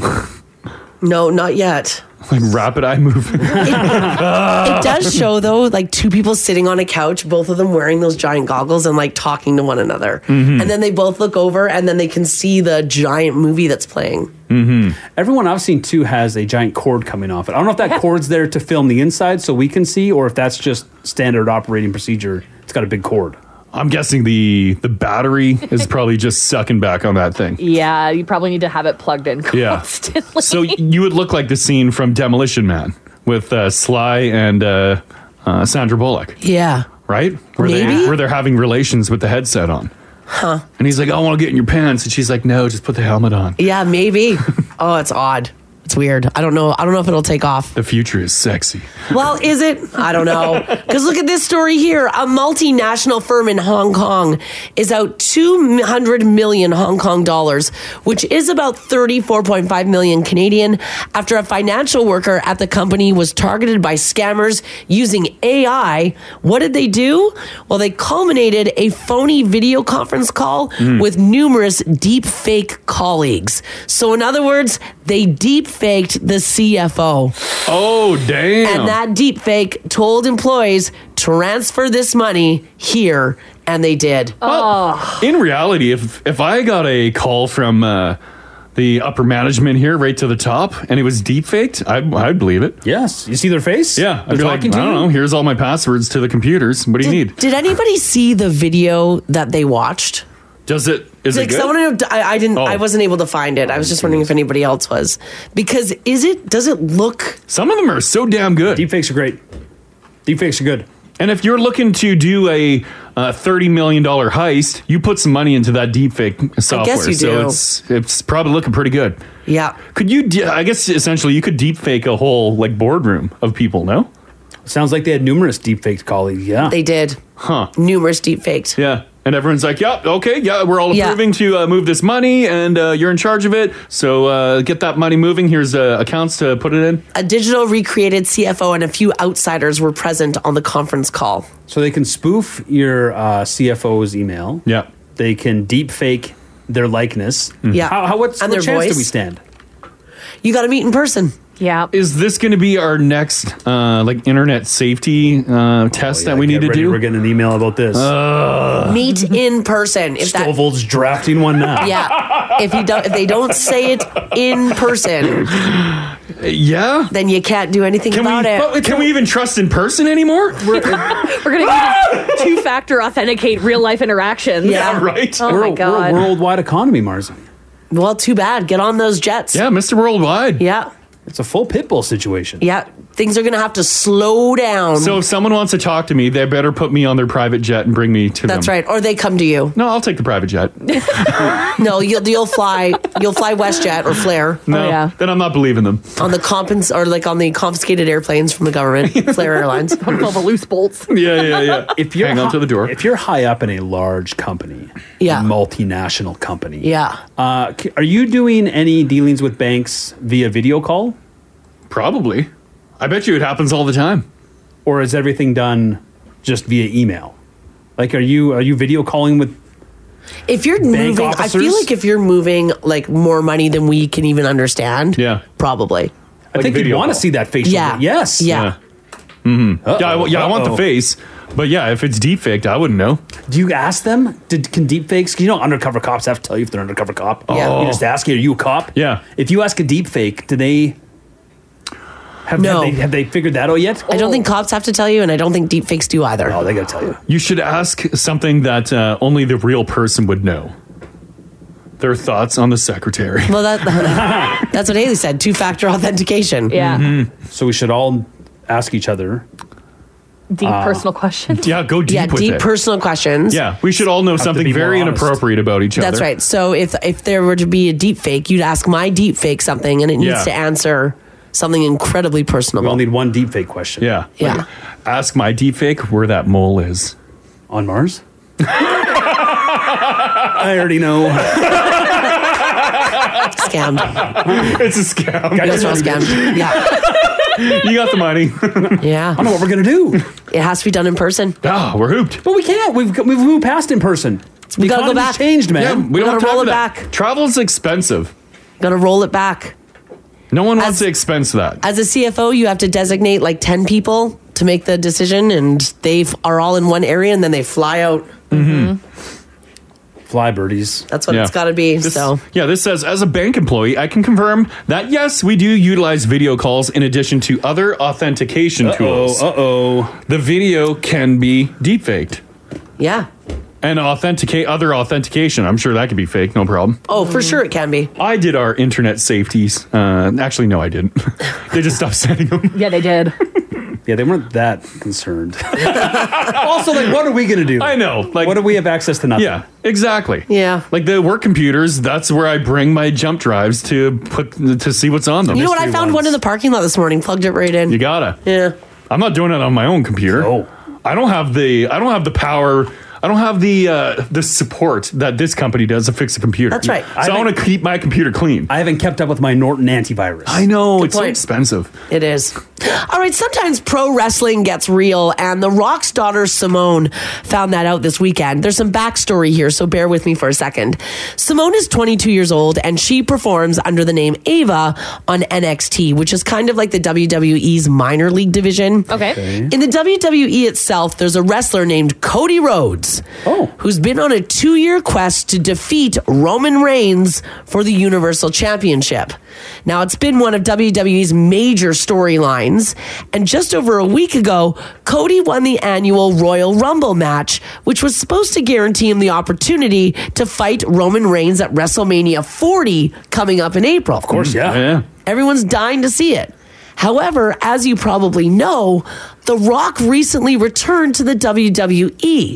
Speaker 8: No, not yet.
Speaker 3: like rapid eye movement.
Speaker 8: it does show though, like two people sitting on a couch, both of them wearing those giant goggles and like talking to one another,
Speaker 9: Mhm.
Speaker 8: and then they both look over and then they can see the giant movie that's playing.
Speaker 9: Mm-hmm. Everyone I've seen too has a giant cord coming off it. I don't know if that cord's there to film the inside so we can see, or if that's just standard operating procedure. It's got a big cord.
Speaker 3: I'm guessing the the battery is probably just sucking back on that thing.
Speaker 10: Yeah, you probably need to have it plugged in
Speaker 3: Yeah.
Speaker 10: constantly.
Speaker 3: So you would look like the scene from Demolition Man with uh, Sly and uh, uh, Sandra Bullock,
Speaker 8: Yeah.
Speaker 3: right? Where
Speaker 8: Maybe?
Speaker 3: they where they're having relations with the headset on,
Speaker 8: Huh.
Speaker 3: and he's like, "Oh, "I want to get in your pants," and she's like, "No, just put the helmet on."
Speaker 8: Yeah, maybe. oh, it's odd. It's weird. I don't know. I don't know if it'll take off.
Speaker 3: The future is sexy.
Speaker 8: Well, is it? I don't know. Because look at this story here. A multinational firm in Hong Kong is out 200 million Hong Kong dollars, which is about 34.5 million Canadian, after a financial worker at the company was targeted by scammers using AI. What did they do? Well, they culminated a phony video conference call
Speaker 20: Mm.
Speaker 8: with numerous deep fake colleagues. So, in other words, they deep faked the CFO.
Speaker 3: Oh, damn.
Speaker 8: And that deep fake told employees transfer this money here, and they did.
Speaker 3: Oh. In reality, if if I got a call from uh, the upper management here, right to the top, and it was deep faked, I'd, I'd believe it.
Speaker 9: Yes, you see their face.
Speaker 3: Yeah, I'd
Speaker 9: They're
Speaker 3: be like, I
Speaker 9: talking to
Speaker 3: don't
Speaker 9: you?
Speaker 3: know. Here's all my passwords to the computers. What do you need?
Speaker 8: Did anybody see the video that they watched?
Speaker 3: Does it? Is
Speaker 8: like
Speaker 3: it good? Oh.
Speaker 8: someone? I, I didn't. I wasn't able to find it. I was just wondering if anybody else was. Because is it? Does it look?
Speaker 3: Some of them are so damn good.
Speaker 9: Deepfakes are great. Deepfakes are good.
Speaker 3: And if you're looking to do a uh, thirty million dollar heist, you put some money into that deepfake software.
Speaker 8: you
Speaker 3: so
Speaker 8: do.
Speaker 3: it's it's probably looking pretty good.
Speaker 8: Yeah.
Speaker 3: Could you? de- I guess essentially you could deepfake a whole like boardroom of people. No.
Speaker 9: Sounds like they had numerous deepfakes, colleagues. Yeah.
Speaker 8: They did.
Speaker 3: Huh.
Speaker 8: Numerous deepfakes.
Speaker 3: Yeah. And everyone's like, "Yep, okay, yeah, we're all
Speaker 8: Yeah.
Speaker 3: approving to uh, move this money, and uh, you're in charge of it. So uh, get that money moving. Here's uh, accounts to put it in."
Speaker 8: A digital recreated CFO and a few outsiders were present on the conference call.
Speaker 9: So they can spoof your uh, CFO's email.
Speaker 3: Yeah.
Speaker 9: They can deepfake their likeness.
Speaker 3: Hmm.
Speaker 8: Yeah.
Speaker 9: How, how what's
Speaker 8: And
Speaker 9: what
Speaker 8: their
Speaker 9: chance do
Speaker 8: voice.
Speaker 9: we stand?
Speaker 8: You got to meet in person.
Speaker 10: Yeah.
Speaker 3: Is this going to be our next uh, like internet safety uh, test
Speaker 9: Oh,
Speaker 3: that we need to do? We're
Speaker 9: getting an email about this.
Speaker 3: Uh,
Speaker 8: meet in person. If that,
Speaker 9: Stovold's drafting one now.
Speaker 8: yeah. If you don't, if they don't say it in person,
Speaker 3: yeah,
Speaker 8: then you can't do anything about it.
Speaker 3: But can we even trust in person anymore?
Speaker 10: We're going
Speaker 3: Ah!
Speaker 10: to need two factor authenticate real life interactions. Oh
Speaker 9: we're,
Speaker 10: my God.
Speaker 9: We're a worldwide economy, Mars.
Speaker 8: Well, too bad. Get on those jets.
Speaker 3: Yeah, Mr. Worldwide.
Speaker 8: Yeah.
Speaker 9: It's a full pitbull situation.
Speaker 8: Yeah, things are going to have to slow down.
Speaker 3: So if someone wants to talk to me, they better put me on their private jet and bring me to them.
Speaker 8: That's right. Or they come to you. Oh,
Speaker 3: No, I'll take the private jet.
Speaker 8: no, you'll you'll fly you'll fly WestJet or Flair.
Speaker 3: No,
Speaker 10: Oh,
Speaker 3: then I'm not believing them.
Speaker 8: On the compens or like on the confiscated airplanes from the government, Flair Airlines.
Speaker 10: All the loose bolts.
Speaker 3: Yeah, yeah, yeah.
Speaker 9: If you're
Speaker 3: Hang on to the
Speaker 9: door. If you're high up in a large company,
Speaker 8: Yeah.
Speaker 9: a multinational company,
Speaker 8: Yeah.
Speaker 9: Uh, c- are you doing any dealings with banks via video call?
Speaker 3: Probably. I bet you it happens all the time.
Speaker 9: Or is everything done just via email? Like, are you are you video calling with?
Speaker 8: If you're moving, I feel
Speaker 9: officers?
Speaker 8: like if you're moving like more money than we can even understand.
Speaker 3: Yeah,
Speaker 8: probably.
Speaker 9: I think you'd want to see that facial.
Speaker 8: Yeah.
Speaker 9: Yes.
Speaker 8: Yeah.
Speaker 3: hmm Yeah, I,
Speaker 9: Uh-oh,
Speaker 3: yeah, I want the
Speaker 9: uh-oh.
Speaker 3: face, but yeah, if it's deepfaked, I wouldn't know.
Speaker 9: Do you ask them? Did can deep fakes? Cause you know, undercover cops have to tell you if they're undercover cop.
Speaker 3: Yeah.
Speaker 9: You just
Speaker 8: Oh.
Speaker 9: ask, are you a cop?
Speaker 3: Yeah.
Speaker 9: If you ask a deep fake, do they? Have,
Speaker 8: No.
Speaker 9: have, they, have they figured that out yet?
Speaker 8: I don't think cops have to tell you, and I don't think deepfakes do either.
Speaker 9: No, Oh, they gotta tell you.
Speaker 3: You should ask something that uh, only the real person would know. Their thoughts on the secretary.
Speaker 8: Well, that that's what Haley said. Two factor authentication.
Speaker 3: Mm-hmm.
Speaker 9: Mm-hmm. So we should all ask each other
Speaker 10: Deep
Speaker 9: Uh,
Speaker 10: personal questions.
Speaker 3: Yeah, go
Speaker 8: yeah, deep personal questions.
Speaker 3: Yeah, we should all know something very inappropriate about each other.
Speaker 8: That's right. So if if there were to be a deep fake, you'd ask my deep fake something, and it needs
Speaker 3: Yeah.
Speaker 8: to answer something incredibly personal.
Speaker 9: We'll need one deep fake question.
Speaker 3: Yeah.
Speaker 8: Yeah.
Speaker 3: Like, ask my deepfake where that mole is.
Speaker 9: On Mars? I already know.
Speaker 8: scammed.
Speaker 3: It's a scam.
Speaker 8: You guys are all scammed. Yeah.
Speaker 3: you got the money.
Speaker 8: yeah. I
Speaker 9: don't know what we're gonna do.
Speaker 8: It has to be done in person.
Speaker 3: Ah, we're hooped.
Speaker 9: But we can't. We've got- we've moved past in person. The
Speaker 8: We gotta go
Speaker 9: economy's
Speaker 8: back.
Speaker 9: Changed, man.
Speaker 8: Yeah,
Speaker 3: we don't have
Speaker 8: gotta
Speaker 3: time
Speaker 8: roll
Speaker 3: for
Speaker 8: it
Speaker 3: that. Travel's expensive.
Speaker 8: Gotta roll it back.
Speaker 3: No one wants to expense that.
Speaker 8: As a CFO, you have to designate like ten people to make the decision, and they f- are all in one area, and then they fly out.
Speaker 3: Mm-hmm.
Speaker 9: Fly birdies.
Speaker 8: That's what it's got to be.
Speaker 3: This-
Speaker 8: so
Speaker 3: yeah, this says as a bank employee, I can confirm that yes, we do utilize video calls in addition to other authentication
Speaker 9: Uh-oh,
Speaker 3: tools. Uh
Speaker 9: oh,
Speaker 3: the video can be deepfaked
Speaker 8: yeah.
Speaker 3: and authenticate other authentication. I'm sure that could be fake, no problem.
Speaker 8: Oh, for sure it can be.
Speaker 3: I did our internet safeties. Uh, actually, no, I didn't. they just stopped sending them.
Speaker 10: Yeah, they did.
Speaker 9: Yeah, they weren't that concerned. also, like, what are we gonna do? I
Speaker 3: know. Like,
Speaker 9: what do we have access to? Nothing.
Speaker 3: Yeah, exactly.
Speaker 8: Yeah.
Speaker 3: Like the work computers, that's where I bring my jump drives to put to see what's on them.
Speaker 8: You know what? I found one in the parking lot this morning. Plugged it right in.
Speaker 3: You gotta.
Speaker 8: Yeah.
Speaker 3: I'm not doing it on my own computer. Oh. I don't have the I don't have the power. I don't have the uh, the support that this company does to fix a computer.
Speaker 9: That's right.
Speaker 3: So I, want to keep my computer clean.
Speaker 9: I haven't kept up with my Norton antivirus. I
Speaker 3: know
Speaker 8: Good it's so point.
Speaker 3: expensive.
Speaker 8: It is. All right, sometimes pro wrestling gets real, and The Rock's daughter Simone found that out this weekend. There's some backstory here, so bear with me for a second. Simone is 22 years old, and she performs under the name Ava on NXT, which is kind of like the WWE's minor league division.
Speaker 10: Okay. Okay.
Speaker 8: In the WWE itself, there's a wrestler named Cody Rhodes,
Speaker 9: Oh.
Speaker 8: who's been on a two year quest to defeat Roman Reigns for the Universal Championship. Now, it's been one of WWE's major storylines, and just over a week ago, Cody won the annual Royal Rumble match, which was supposed to guarantee him the opportunity to fight Roman Reigns at WrestleMania 40 coming up in April. Of
Speaker 9: course, yeah.
Speaker 3: yeah.
Speaker 8: Everyone's dying to see it. However, as you probably know, The Rock recently returned to the E.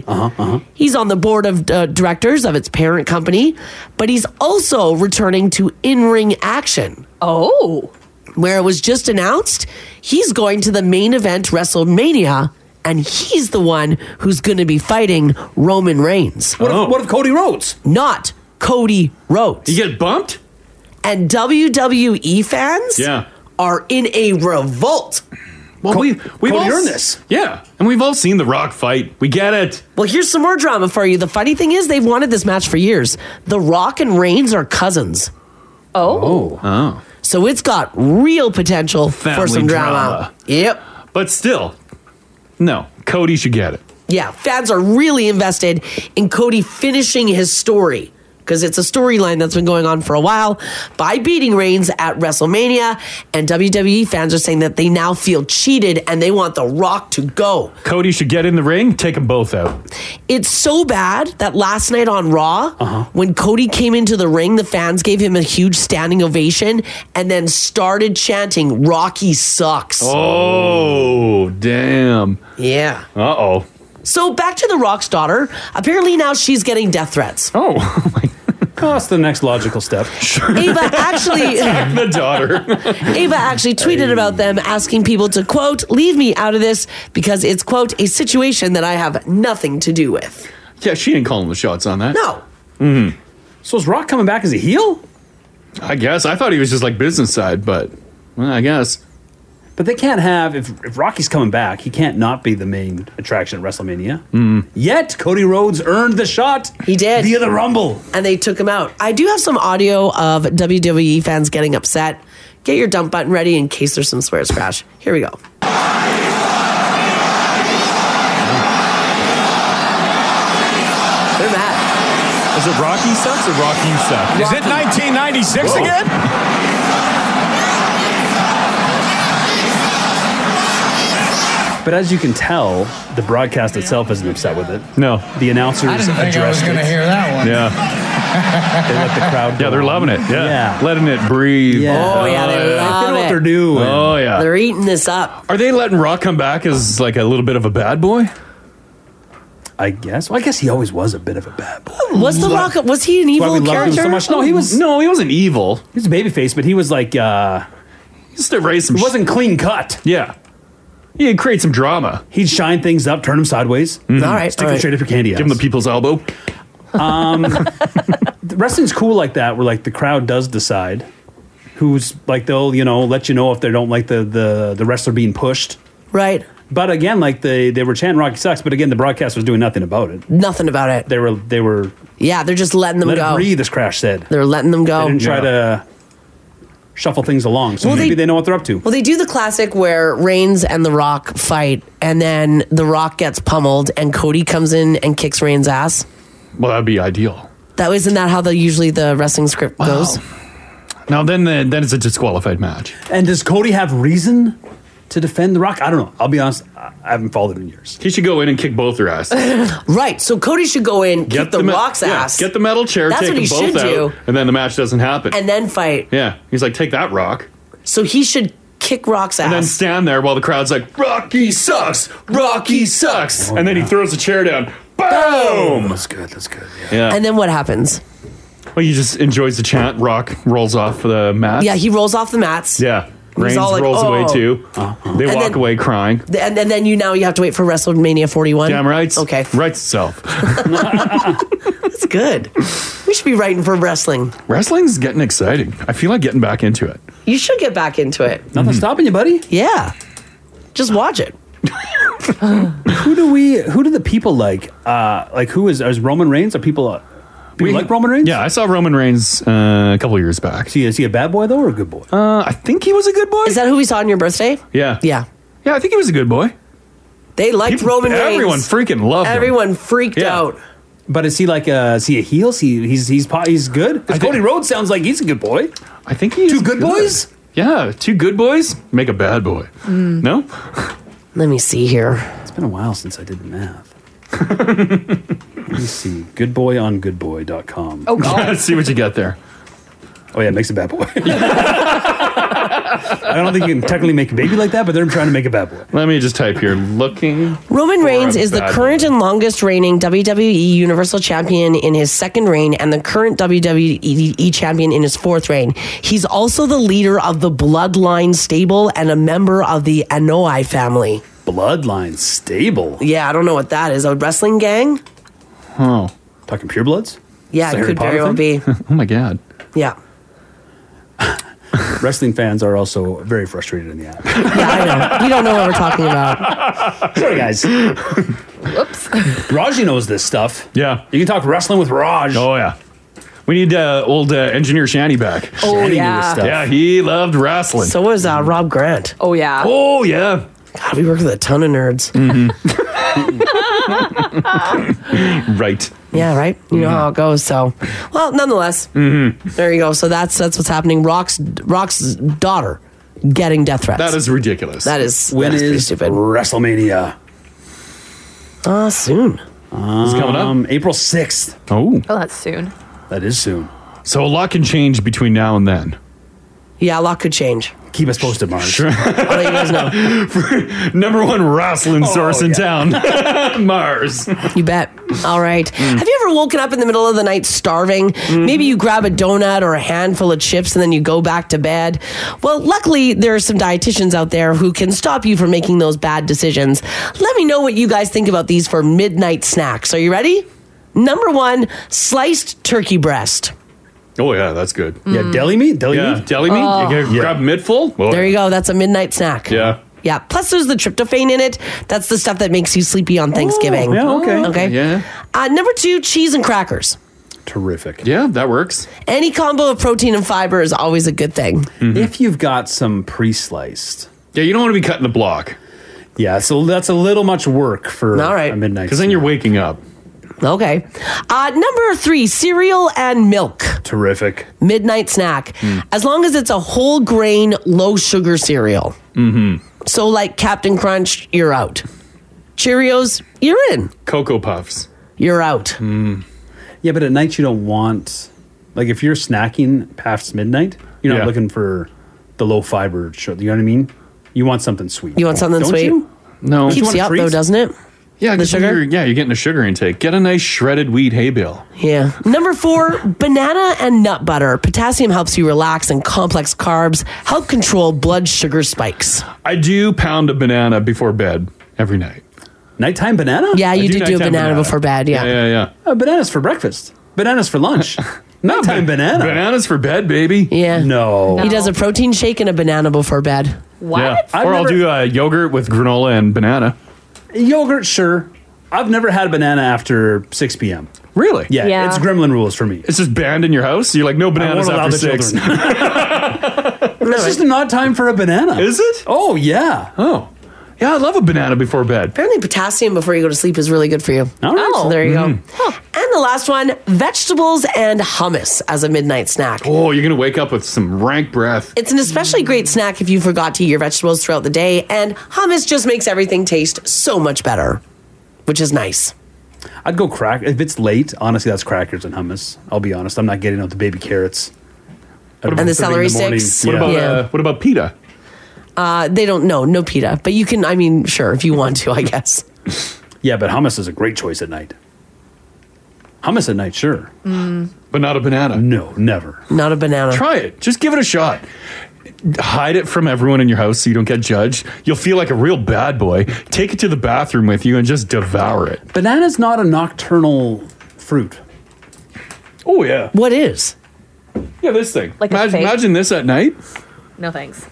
Speaker 8: WWE.
Speaker 9: Uh-huh.
Speaker 8: He's on the board of uh, directors of its parent company, but he's also returning to in ring action. Oh. Where it was just announced he's going to the main event WrestleMania. And he's the one who's going to be fighting Roman Reigns. What
Speaker 3: Oh.
Speaker 8: if, what if Cody Rhodes? Not Cody Rhodes. You
Speaker 3: get bumped?
Speaker 8: And WWE fans
Speaker 3: Yeah.
Speaker 8: are in a revolt.
Speaker 3: Well, we, we've all s- Yeah. And we've all seen The Rock fight. We get it.
Speaker 8: Well, here's some more drama for you. The funny thing is, they've wanted this match for years. The Rock and Reigns are cousins.
Speaker 10: Oh.
Speaker 3: Oh.
Speaker 8: So it's got real potential for some drama. Yep.
Speaker 3: But still, no. Cody should get it.
Speaker 8: Yeah, fans are really invested in Cody finishing his story because it's a storyline that's been going on for a while by beating Reigns at WrestleMania. And WWE fans are saying that they now feel cheated and they want The Rock to go.
Speaker 3: Cody should get in the ring, take them both out.
Speaker 8: It's so bad that last night on Raw,
Speaker 3: Uh-huh.
Speaker 8: when Cody came into the ring, the fans gave him a huge standing ovation and then started chanting, Rocky sucks.
Speaker 3: Oh, damn.
Speaker 8: Yeah.
Speaker 3: Uh oh.
Speaker 8: So back to The Rock's daughter. Apparently now she's getting death threats.
Speaker 3: Oh.
Speaker 9: That's the next logical step.
Speaker 8: Ava actually
Speaker 3: the daughter.
Speaker 8: Ava actually tweeted about them asking people to quote, leave me out of this because it's quote a situation that I have nothing to do with.
Speaker 3: Yeah, she ain't calling the shots on that.
Speaker 8: No.
Speaker 3: Mm.
Speaker 9: So is Rock coming back as a heel?
Speaker 3: I guess. I thought he was just like business side, but well, I guess.
Speaker 9: But they can't have if, if Rocky's coming back, he can't not be the main attraction at WrestleMania.
Speaker 3: Mm.
Speaker 9: Yet Cody Rhodes earned the shot.
Speaker 8: He did.
Speaker 9: Via the Rumble.
Speaker 8: And they took him out. I do have some audio of WWE fans getting upset. Get your dump button ready in case there's some swears crash. Here we go. They're mad.
Speaker 3: Is it Rocky sucks or Rocky
Speaker 20: Is
Speaker 3: sucks?
Speaker 20: it 1996 again?
Speaker 9: But as you can tell, the broadcast itself isn't upset with it.
Speaker 3: No.
Speaker 9: The announcers
Speaker 20: I didn't think I
Speaker 9: addressed
Speaker 20: was gonna
Speaker 9: it.
Speaker 20: hear that one.
Speaker 3: Yeah.
Speaker 9: they let the crowd.
Speaker 3: Yeah, they're loving it. Yeah. Letting it breathe.
Speaker 9: Yeah.
Speaker 8: Oh, yeah, they love
Speaker 9: know what
Speaker 8: it.
Speaker 9: they're doing.
Speaker 3: Oh, yeah.
Speaker 8: They're eating this up.
Speaker 3: Are they letting Rock come back as like a little bit of a bad boy?
Speaker 9: I guess. Well, I guess he always was a bit of a bad boy.
Speaker 8: Was the rock? Was he an evil character?
Speaker 9: No, he was.
Speaker 3: No, he wasn't evil. He
Speaker 9: was a babyface, but he was like. uh
Speaker 3: Just erase some.
Speaker 9: He wasn't clean cut.
Speaker 3: Yeah. He'd create some drama.
Speaker 9: He'd shine things up, turn them sideways.
Speaker 3: Mhm. All right,
Speaker 9: Stick
Speaker 3: all
Speaker 9: them
Speaker 3: right.
Speaker 9: straight up your candy.
Speaker 3: Give 'em the people's elbow.
Speaker 9: Um, the wrestling's cool like that, where like the crowd does decide who's like they'll you know let you know if they don't like the the the wrestler being pushed.
Speaker 8: Right.
Speaker 9: But again, like they they were chanting Rocky sucks, but again the broadcast was doing nothing about it.
Speaker 8: Nothing about it.
Speaker 9: They were they were
Speaker 8: Yeah, they're just letting them
Speaker 9: let
Speaker 8: go.
Speaker 9: it breathe. As Crash said,
Speaker 8: They're letting them go.
Speaker 9: they didn't try to shuffle things along. So
Speaker 8: Well, they-
Speaker 9: maybe they know what they're up to.
Speaker 8: Well, they do the classic where Reigns and The Rock fight, and then The Rock gets pummeled, and Cody comes in and kicks Reigns' ass.
Speaker 3: Well, that'd be ideal.
Speaker 8: That isn't that how the usually the wrestling script goes?
Speaker 3: Now then, then, then it's a disqualified match.
Speaker 9: And does Cody have reason to defend the Rock? I don't know. I'll be honest. I I haven't followed him in years.
Speaker 3: He should go in and kick both their ass.
Speaker 8: right. So Cody should go in, kick the,
Speaker 3: me-
Speaker 8: Rock's
Speaker 3: yeah,
Speaker 8: ass,
Speaker 3: Get the metal chair,
Speaker 8: That's
Speaker 3: take
Speaker 8: what
Speaker 3: them
Speaker 8: he
Speaker 3: both
Speaker 8: should
Speaker 3: out,
Speaker 8: do.
Speaker 3: and then the match doesn't happen.
Speaker 8: and then fight.
Speaker 3: yeah, he's like, take that rock,
Speaker 8: So he should kick Rock's
Speaker 3: and then
Speaker 8: ass.
Speaker 3: stand there while the crowd's like, Rocky sucks, Rocky
Speaker 8: Oh,
Speaker 3: sucks, and then he throws the chair down. Boom.
Speaker 9: That's good. That's good.
Speaker 3: Yeah.
Speaker 8: And then what happens?
Speaker 3: Well, Oh, he just enjoys the chant. Rock rolls off the mat.
Speaker 8: Yeah, he rolls off the mats.
Speaker 3: Yeah.
Speaker 8: He's
Speaker 3: Reigns
Speaker 8: all like,
Speaker 3: rolls away
Speaker 8: "Oh."
Speaker 3: too.
Speaker 9: Uh-huh.
Speaker 3: They
Speaker 8: And
Speaker 3: walk
Speaker 8: then-
Speaker 3: away crying.
Speaker 8: Th- And, and then you now you have to wait for WrestleMania 41.
Speaker 3: Damn right.
Speaker 8: Okay.
Speaker 3: Writes itself.
Speaker 8: That's good. we should be writing for wrestling.
Speaker 3: Wrestling's getting exciting. I feel like getting back into it.
Speaker 8: You should get back into it.
Speaker 3: Mm-hmm.
Speaker 9: Nothing's stopping you, buddy.
Speaker 8: Yeah. Just watch it.
Speaker 9: who do we? Who do the people like? Uh, like who is? Is Roman Reigns? Are people? Uh, people like Roman Reigns?
Speaker 3: Yeah, I saw Roman Reigns uh, a couple years back. Is
Speaker 9: he, is he a bad boy though, or a good boy?
Speaker 3: Uh, I think he was a good boy.
Speaker 8: Is that who we saw on your birthday?
Speaker 3: Yeah.
Speaker 8: Yeah.
Speaker 3: Yeah, I think he was a good boy.
Speaker 8: They liked Roman Reigns.
Speaker 3: Everyone freaking loved him.
Speaker 8: Everyone freaked out.
Speaker 9: But is he like a? Is he a heel? Is he he's he's po- he's good. 'Cause Cody Rhodes sounds like he's a good boy.
Speaker 3: I think he two
Speaker 9: good, boys.
Speaker 3: Yeah, two good boys make a bad boy. No?
Speaker 8: Let me see here.
Speaker 9: Mm. It's been a while since I did the math. Let me see. Goodboyongoodboy.com.
Speaker 3: Oh, God. See what you got there.
Speaker 9: Oh yeah, it makes a bad boy. I don't think you can technically make a baby like that, but they're trying to make a bad boy.
Speaker 3: Let me just type here. Looking.
Speaker 8: Roman Reigns
Speaker 3: a
Speaker 8: is the
Speaker 3: bad
Speaker 8: current and longest reigning WWE Universal Champion in his second reign and the current WWE Champion in his fourth reign. He's also the leader of the Bloodline stable and a member of the Anoa'i family.
Speaker 9: Bloodline stable?
Speaker 8: Yeah, I don't know what that is. A wrestling gang?
Speaker 3: Oh.
Speaker 9: Talking purebloods?
Speaker 8: Yeah,
Speaker 9: Is that
Speaker 8: it
Speaker 9: Harry
Speaker 8: could
Speaker 9: Potter
Speaker 8: very
Speaker 9: thing?
Speaker 8: well be.
Speaker 3: oh my god.
Speaker 8: Yeah.
Speaker 9: Wrestling fans are also very frustrated in the app.
Speaker 8: You don't know what we're talking about.
Speaker 9: Sorry, guys. Oops. Raji knows this stuff.
Speaker 3: Yeah.
Speaker 9: You can talk wrestling with Raj.
Speaker 3: Oh yeah. We need uh, old uh, engineer Shanny back.
Speaker 8: Oh, Shanny knew this yeah. stuff.
Speaker 3: Yeah, he loved wrestling.
Speaker 8: So was uh, Rob Grant.
Speaker 10: Oh, yeah.
Speaker 3: Oh yeah.
Speaker 8: God, we work with a ton of nerds.
Speaker 9: Mm.
Speaker 3: Mm-hmm. right.
Speaker 8: Yeah, right. You
Speaker 3: Mm-hmm.
Speaker 8: know how it goes. So, well, nonetheless, there you go. So that's that's what's happening. Rock's Rock's daughter getting death threats.
Speaker 3: That is ridiculous.
Speaker 8: That is
Speaker 9: When
Speaker 8: that is pretty
Speaker 9: is
Speaker 8: stupid.
Speaker 9: WrestleMania?
Speaker 8: Ah, soon.
Speaker 9: It's
Speaker 3: coming up.
Speaker 9: Um, April 6th.
Speaker 3: Oh.
Speaker 10: Oh, that's soon.
Speaker 9: That is soon.
Speaker 3: So a lot can change between now and then.
Speaker 8: Yeah, a lot could change.
Speaker 9: Keep us posted, Mark.
Speaker 3: Number one wrestling
Speaker 9: Oh,
Speaker 3: source in town, Mars. Mm.
Speaker 8: You bet. All right. Have you ever woken up in the middle of the night starving?
Speaker 3: Mm-hmm.
Speaker 8: Maybe you grab a donut or a handful of chips and then you go back to bed. Well, luckily, there are some dietitians out there who can stop you from making those bad decisions. Let me know what you guys think about these for midnight snacks. Are you ready? Number one, sliced turkey breast.
Speaker 3: Oh yeah, that's good.
Speaker 8: Mm.
Speaker 9: Yeah, deli meat, deli
Speaker 3: meat, deli meat.
Speaker 8: Oh.
Speaker 3: You can grab a midful. Well,
Speaker 8: There you go. That's a midnight snack.
Speaker 3: Yeah.
Speaker 8: Yeah. Plus, there's the tryptophan in it. That's the stuff that makes you sleepy on Thanksgiving.
Speaker 3: Oh, yeah, okay.
Speaker 8: Okay.
Speaker 3: Yeah.
Speaker 8: Uh, number two, cheese and crackers.
Speaker 9: Terrific.
Speaker 3: Yeah, that works.
Speaker 8: Any combo of protein and fiber is always a good thing.
Speaker 9: Mm-hmm. If you've got some pre-sliced.
Speaker 3: Yeah, you don't want to be cutting the block.
Speaker 9: Yeah, so that's a little much work for All right. a midnight. Because then
Speaker 3: you're waking up.
Speaker 8: Okay. Uh, number three, cereal and milk.
Speaker 9: Terrific.
Speaker 8: Midnight snack.
Speaker 3: Hmm.
Speaker 8: As long as it's a whole grain, low sugar cereal.
Speaker 3: Mm-hmm.
Speaker 8: So, like Captain Crunch, you're out. Cheerios, you're in.
Speaker 3: Cocoa Puffs.
Speaker 8: You're out.
Speaker 3: Hmm.
Speaker 9: Yeah, but at night you don't want like if you're snacking past midnight, you're not
Speaker 3: Yeah.
Speaker 9: looking for the low fiber. sugar, You know what I mean? You want something sweet.
Speaker 8: You want something
Speaker 9: Don't
Speaker 8: sweet?
Speaker 9: you?
Speaker 3: No.
Speaker 9: Don't
Speaker 8: Keeps
Speaker 9: want
Speaker 8: you
Speaker 9: a
Speaker 8: up,
Speaker 9: treat?
Speaker 8: though, doesn't it?
Speaker 3: Yeah,
Speaker 8: The
Speaker 3: 'cause
Speaker 8: sugar?
Speaker 3: You're, yeah, you're getting a sugar intake. Get a nice shredded wheat hay bale.
Speaker 8: Yeah. Number four, banana and nut butter. Potassium helps you relax, and complex carbs help control blood sugar spikes.
Speaker 3: I do pound a banana before bed every night.
Speaker 9: Nighttime banana?
Speaker 8: Yeah,
Speaker 3: I
Speaker 8: you do do a
Speaker 3: nighttime
Speaker 8: banana before bed, yeah.
Speaker 3: yeah, yeah. yeah.
Speaker 9: Uh, bananas for breakfast. Bananas for lunch. Nighttime banana.
Speaker 3: Bananas for bed, baby.
Speaker 8: Yeah.
Speaker 9: No.
Speaker 8: He does a protein shake and a banana before bed.
Speaker 3: Yeah. Or I'll do uh, yogurt with granola and banana.
Speaker 9: Yogurt, sure. I've never had a banana after 6 p.m.
Speaker 3: Really?
Speaker 9: Yeah,
Speaker 3: Yeah.
Speaker 9: it's gremlin rules for me.
Speaker 3: It's just banned in your house. You're like, no bananas
Speaker 9: won't allow
Speaker 3: after
Speaker 9: the
Speaker 3: six.
Speaker 9: It's just an odd time for a banana.
Speaker 3: Is it?
Speaker 9: Oh, yeah.
Speaker 3: Oh. Yeah, I love a banana before bed.
Speaker 8: Apparently, potassium before you go to sleep is really good for you.
Speaker 3: All right.
Speaker 8: So there you
Speaker 3: Mhm.
Speaker 8: go. And the last one vegetables and hummus as a midnight snack.
Speaker 3: Oh, you're going to wake up with some rank breath.
Speaker 8: It's an especially great snack if you forgot to eat your vegetables throughout the day, and hummus just makes everything taste so much better, which is nice.
Speaker 9: I'd go crack if it's late. Honestly, that's crackers and hummus. I'll be honest. I'm not getting out the baby carrots.
Speaker 8: And the celery sticks?
Speaker 3: What about,
Speaker 8: Yeah.
Speaker 3: uh, what about pita?
Speaker 8: Uh, they don't know, no pita, but you can, I mean, sure, if you want to, I guess.
Speaker 9: Yeah, but hummus is a great choice at night. Hummus at night, sure,
Speaker 3: but not a banana.
Speaker 9: No, never.
Speaker 8: Not a banana.
Speaker 3: Try it. Just give it a shot. Hide it from everyone in your house so you don't get judged. You'll feel like a real bad boy. Take it to the bathroom with you and just devour it.
Speaker 9: Banana's not a nocturnal fruit.
Speaker 3: Oh yeah.
Speaker 8: What is?
Speaker 3: Yeah, this thing.
Speaker 10: Like a
Speaker 3: imagine,
Speaker 10: fake-
Speaker 3: imagine this at night.
Speaker 10: No thanks.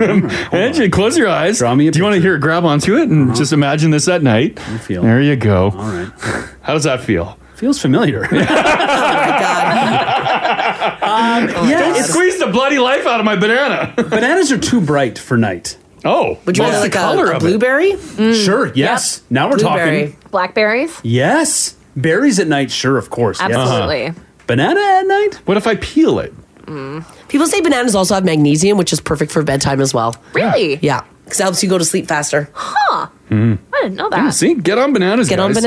Speaker 3: And you close your eyes. Draw me Do you want to hear it grab onto it
Speaker 9: Uh-huh.
Speaker 3: and just imagine this at night? There you go. All
Speaker 9: right. Oh
Speaker 3: How does that feel?
Speaker 9: Feels familiar.
Speaker 3: Um,
Speaker 9: yeah,
Speaker 3: Don't
Speaker 9: it's-
Speaker 3: squeeze the bloody life out of my banana.
Speaker 9: Oh, Bananas are too bright for night. Mm.
Speaker 3: Oh,
Speaker 8: Would you rather like a, a blueberry?
Speaker 9: Sure. Yes. Now we're talking.
Speaker 10: Blackberries?
Speaker 9: Yes. Berries at night, sure, of course. yes. Uh-huh.
Speaker 10: Absolutely.
Speaker 9: Banana at night?
Speaker 3: What if I peel it?
Speaker 10: Mm.
Speaker 8: People say bananas also have magnesium, which is perfect for bedtime as well.
Speaker 10: Really?
Speaker 8: Yeah, because it helps you go to sleep faster.
Speaker 10: Huh. I didn't know that.
Speaker 3: Yeah, Mm. see, get on bananas.
Speaker 8: Get on
Speaker 3: guys.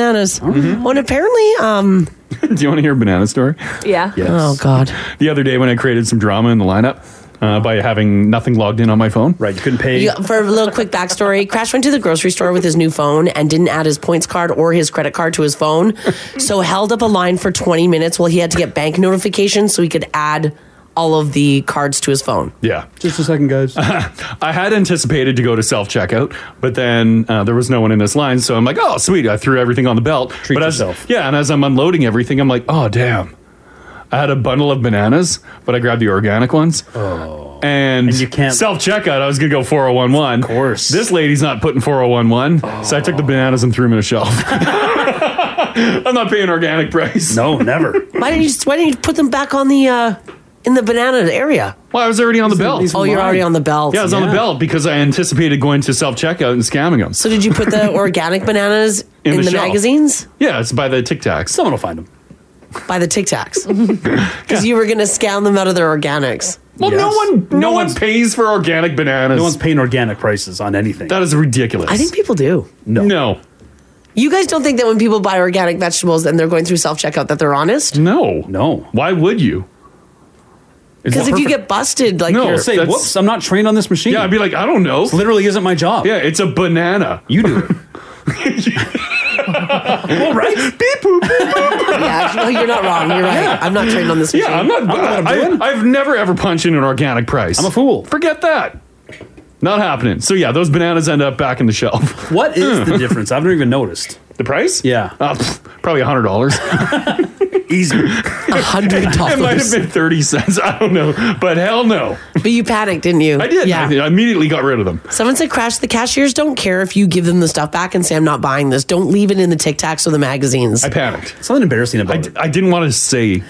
Speaker 3: Mm-hmm.
Speaker 8: bananas. Oh, and apparently, um,
Speaker 3: Do you want to hear a banana story?
Speaker 10: Yeah.
Speaker 3: Oh
Speaker 8: God.
Speaker 3: The other day when I created some drama in the lineup, uh, by having nothing logged in on my phone.
Speaker 9: Right, you couldn't pay.
Speaker 8: You- for a little quick backstory, Crash went to the grocery store with his new phone and didn't add his points card or his credit card to his phone. So held up a line for 20 minutes while he had to get bank notifications so he could add all of the cards to his phone.
Speaker 3: Yeah.
Speaker 9: Just a second, guys.
Speaker 3: I had anticipated to go to self checkout, but then uh, there was no one in this line, so I'm like, oh, sweet. I threw everything on the belt. Treat but yourself. As, yeah, and as I'm unloading everything, I'm like, oh, damn. I had a bundle of bananas, but I grabbed the organic ones. Oh. And, you can't self checkout. I was gonna go 4011. Of course. Oh. This lady's not putting 4011. So I took the bananas and threw them in a shelf. I'm not paying organic price.
Speaker 9: No, never.
Speaker 8: Why didn't you just, why didn't you put them back on the uh, in the banana area?
Speaker 3: Well, I was already on the belt.
Speaker 8: Oh, you're already on the belt.
Speaker 3: Yeah, I was on the belt because I anticipated going to self checkout and scamming them.
Speaker 8: So did you put the organic bananas
Speaker 3: In
Speaker 8: in,
Speaker 3: the
Speaker 8: the,
Speaker 3: shelf.
Speaker 8: magazines?
Speaker 3: Yeah, it's by the Tic Tacs.
Speaker 9: Someone will find them.
Speaker 8: By the Tic Tacs. Because you were going to scan them out of their organics.
Speaker 3: Well, no one, no, one pays for organic bananas.
Speaker 9: No one's paying organic prices on anything.
Speaker 3: That is ridiculous.
Speaker 8: I think people do.
Speaker 9: No.
Speaker 3: No.
Speaker 8: You guys don't think that when people buy organic vegetables and they're going through self checkout that they're honest?
Speaker 3: No.
Speaker 9: No.
Speaker 3: Why would you? It's
Speaker 8: Because if you
Speaker 3: perfect.
Speaker 8: get busted, like
Speaker 3: No,
Speaker 8: you're-
Speaker 3: say,
Speaker 8: that's-
Speaker 3: whoops,
Speaker 9: I'm not trained on this machine.
Speaker 3: Yeah, I'd be like, I don't know. This
Speaker 9: literally isn't my job.
Speaker 3: Yeah, it's a banana.
Speaker 9: You do it.
Speaker 3: All right. Beep boop.
Speaker 8: yeah, no, you're not wrong. You're right. I'm not trained on this machine.
Speaker 3: Yeah, I'm not. I, have never ever punched in an organic price. I'm a
Speaker 9: fool.
Speaker 3: Forget that. Not happening. So yeah, those bananas end up back in the shelf.
Speaker 9: What is the difference? I've never even noticed.
Speaker 3: Mm. The price?
Speaker 9: Yeah.
Speaker 3: Uh, pff, probably hundred dollars.
Speaker 9: Easy.
Speaker 8: hundred
Speaker 3: It might have been thirty cents. I don't know, but hell no.
Speaker 8: But you panicked, didn't you?
Speaker 3: I did.
Speaker 8: Yeah.
Speaker 3: I, did. I immediately got rid of them.
Speaker 8: Someone said, "Crash." The cashiers don't care if you give them the stuff back and say, "I'm not buying this." Don't leave it in the Tic Tacs or the magazines.
Speaker 3: I panicked.
Speaker 9: Something embarrassing about
Speaker 3: it. I didn't want to say.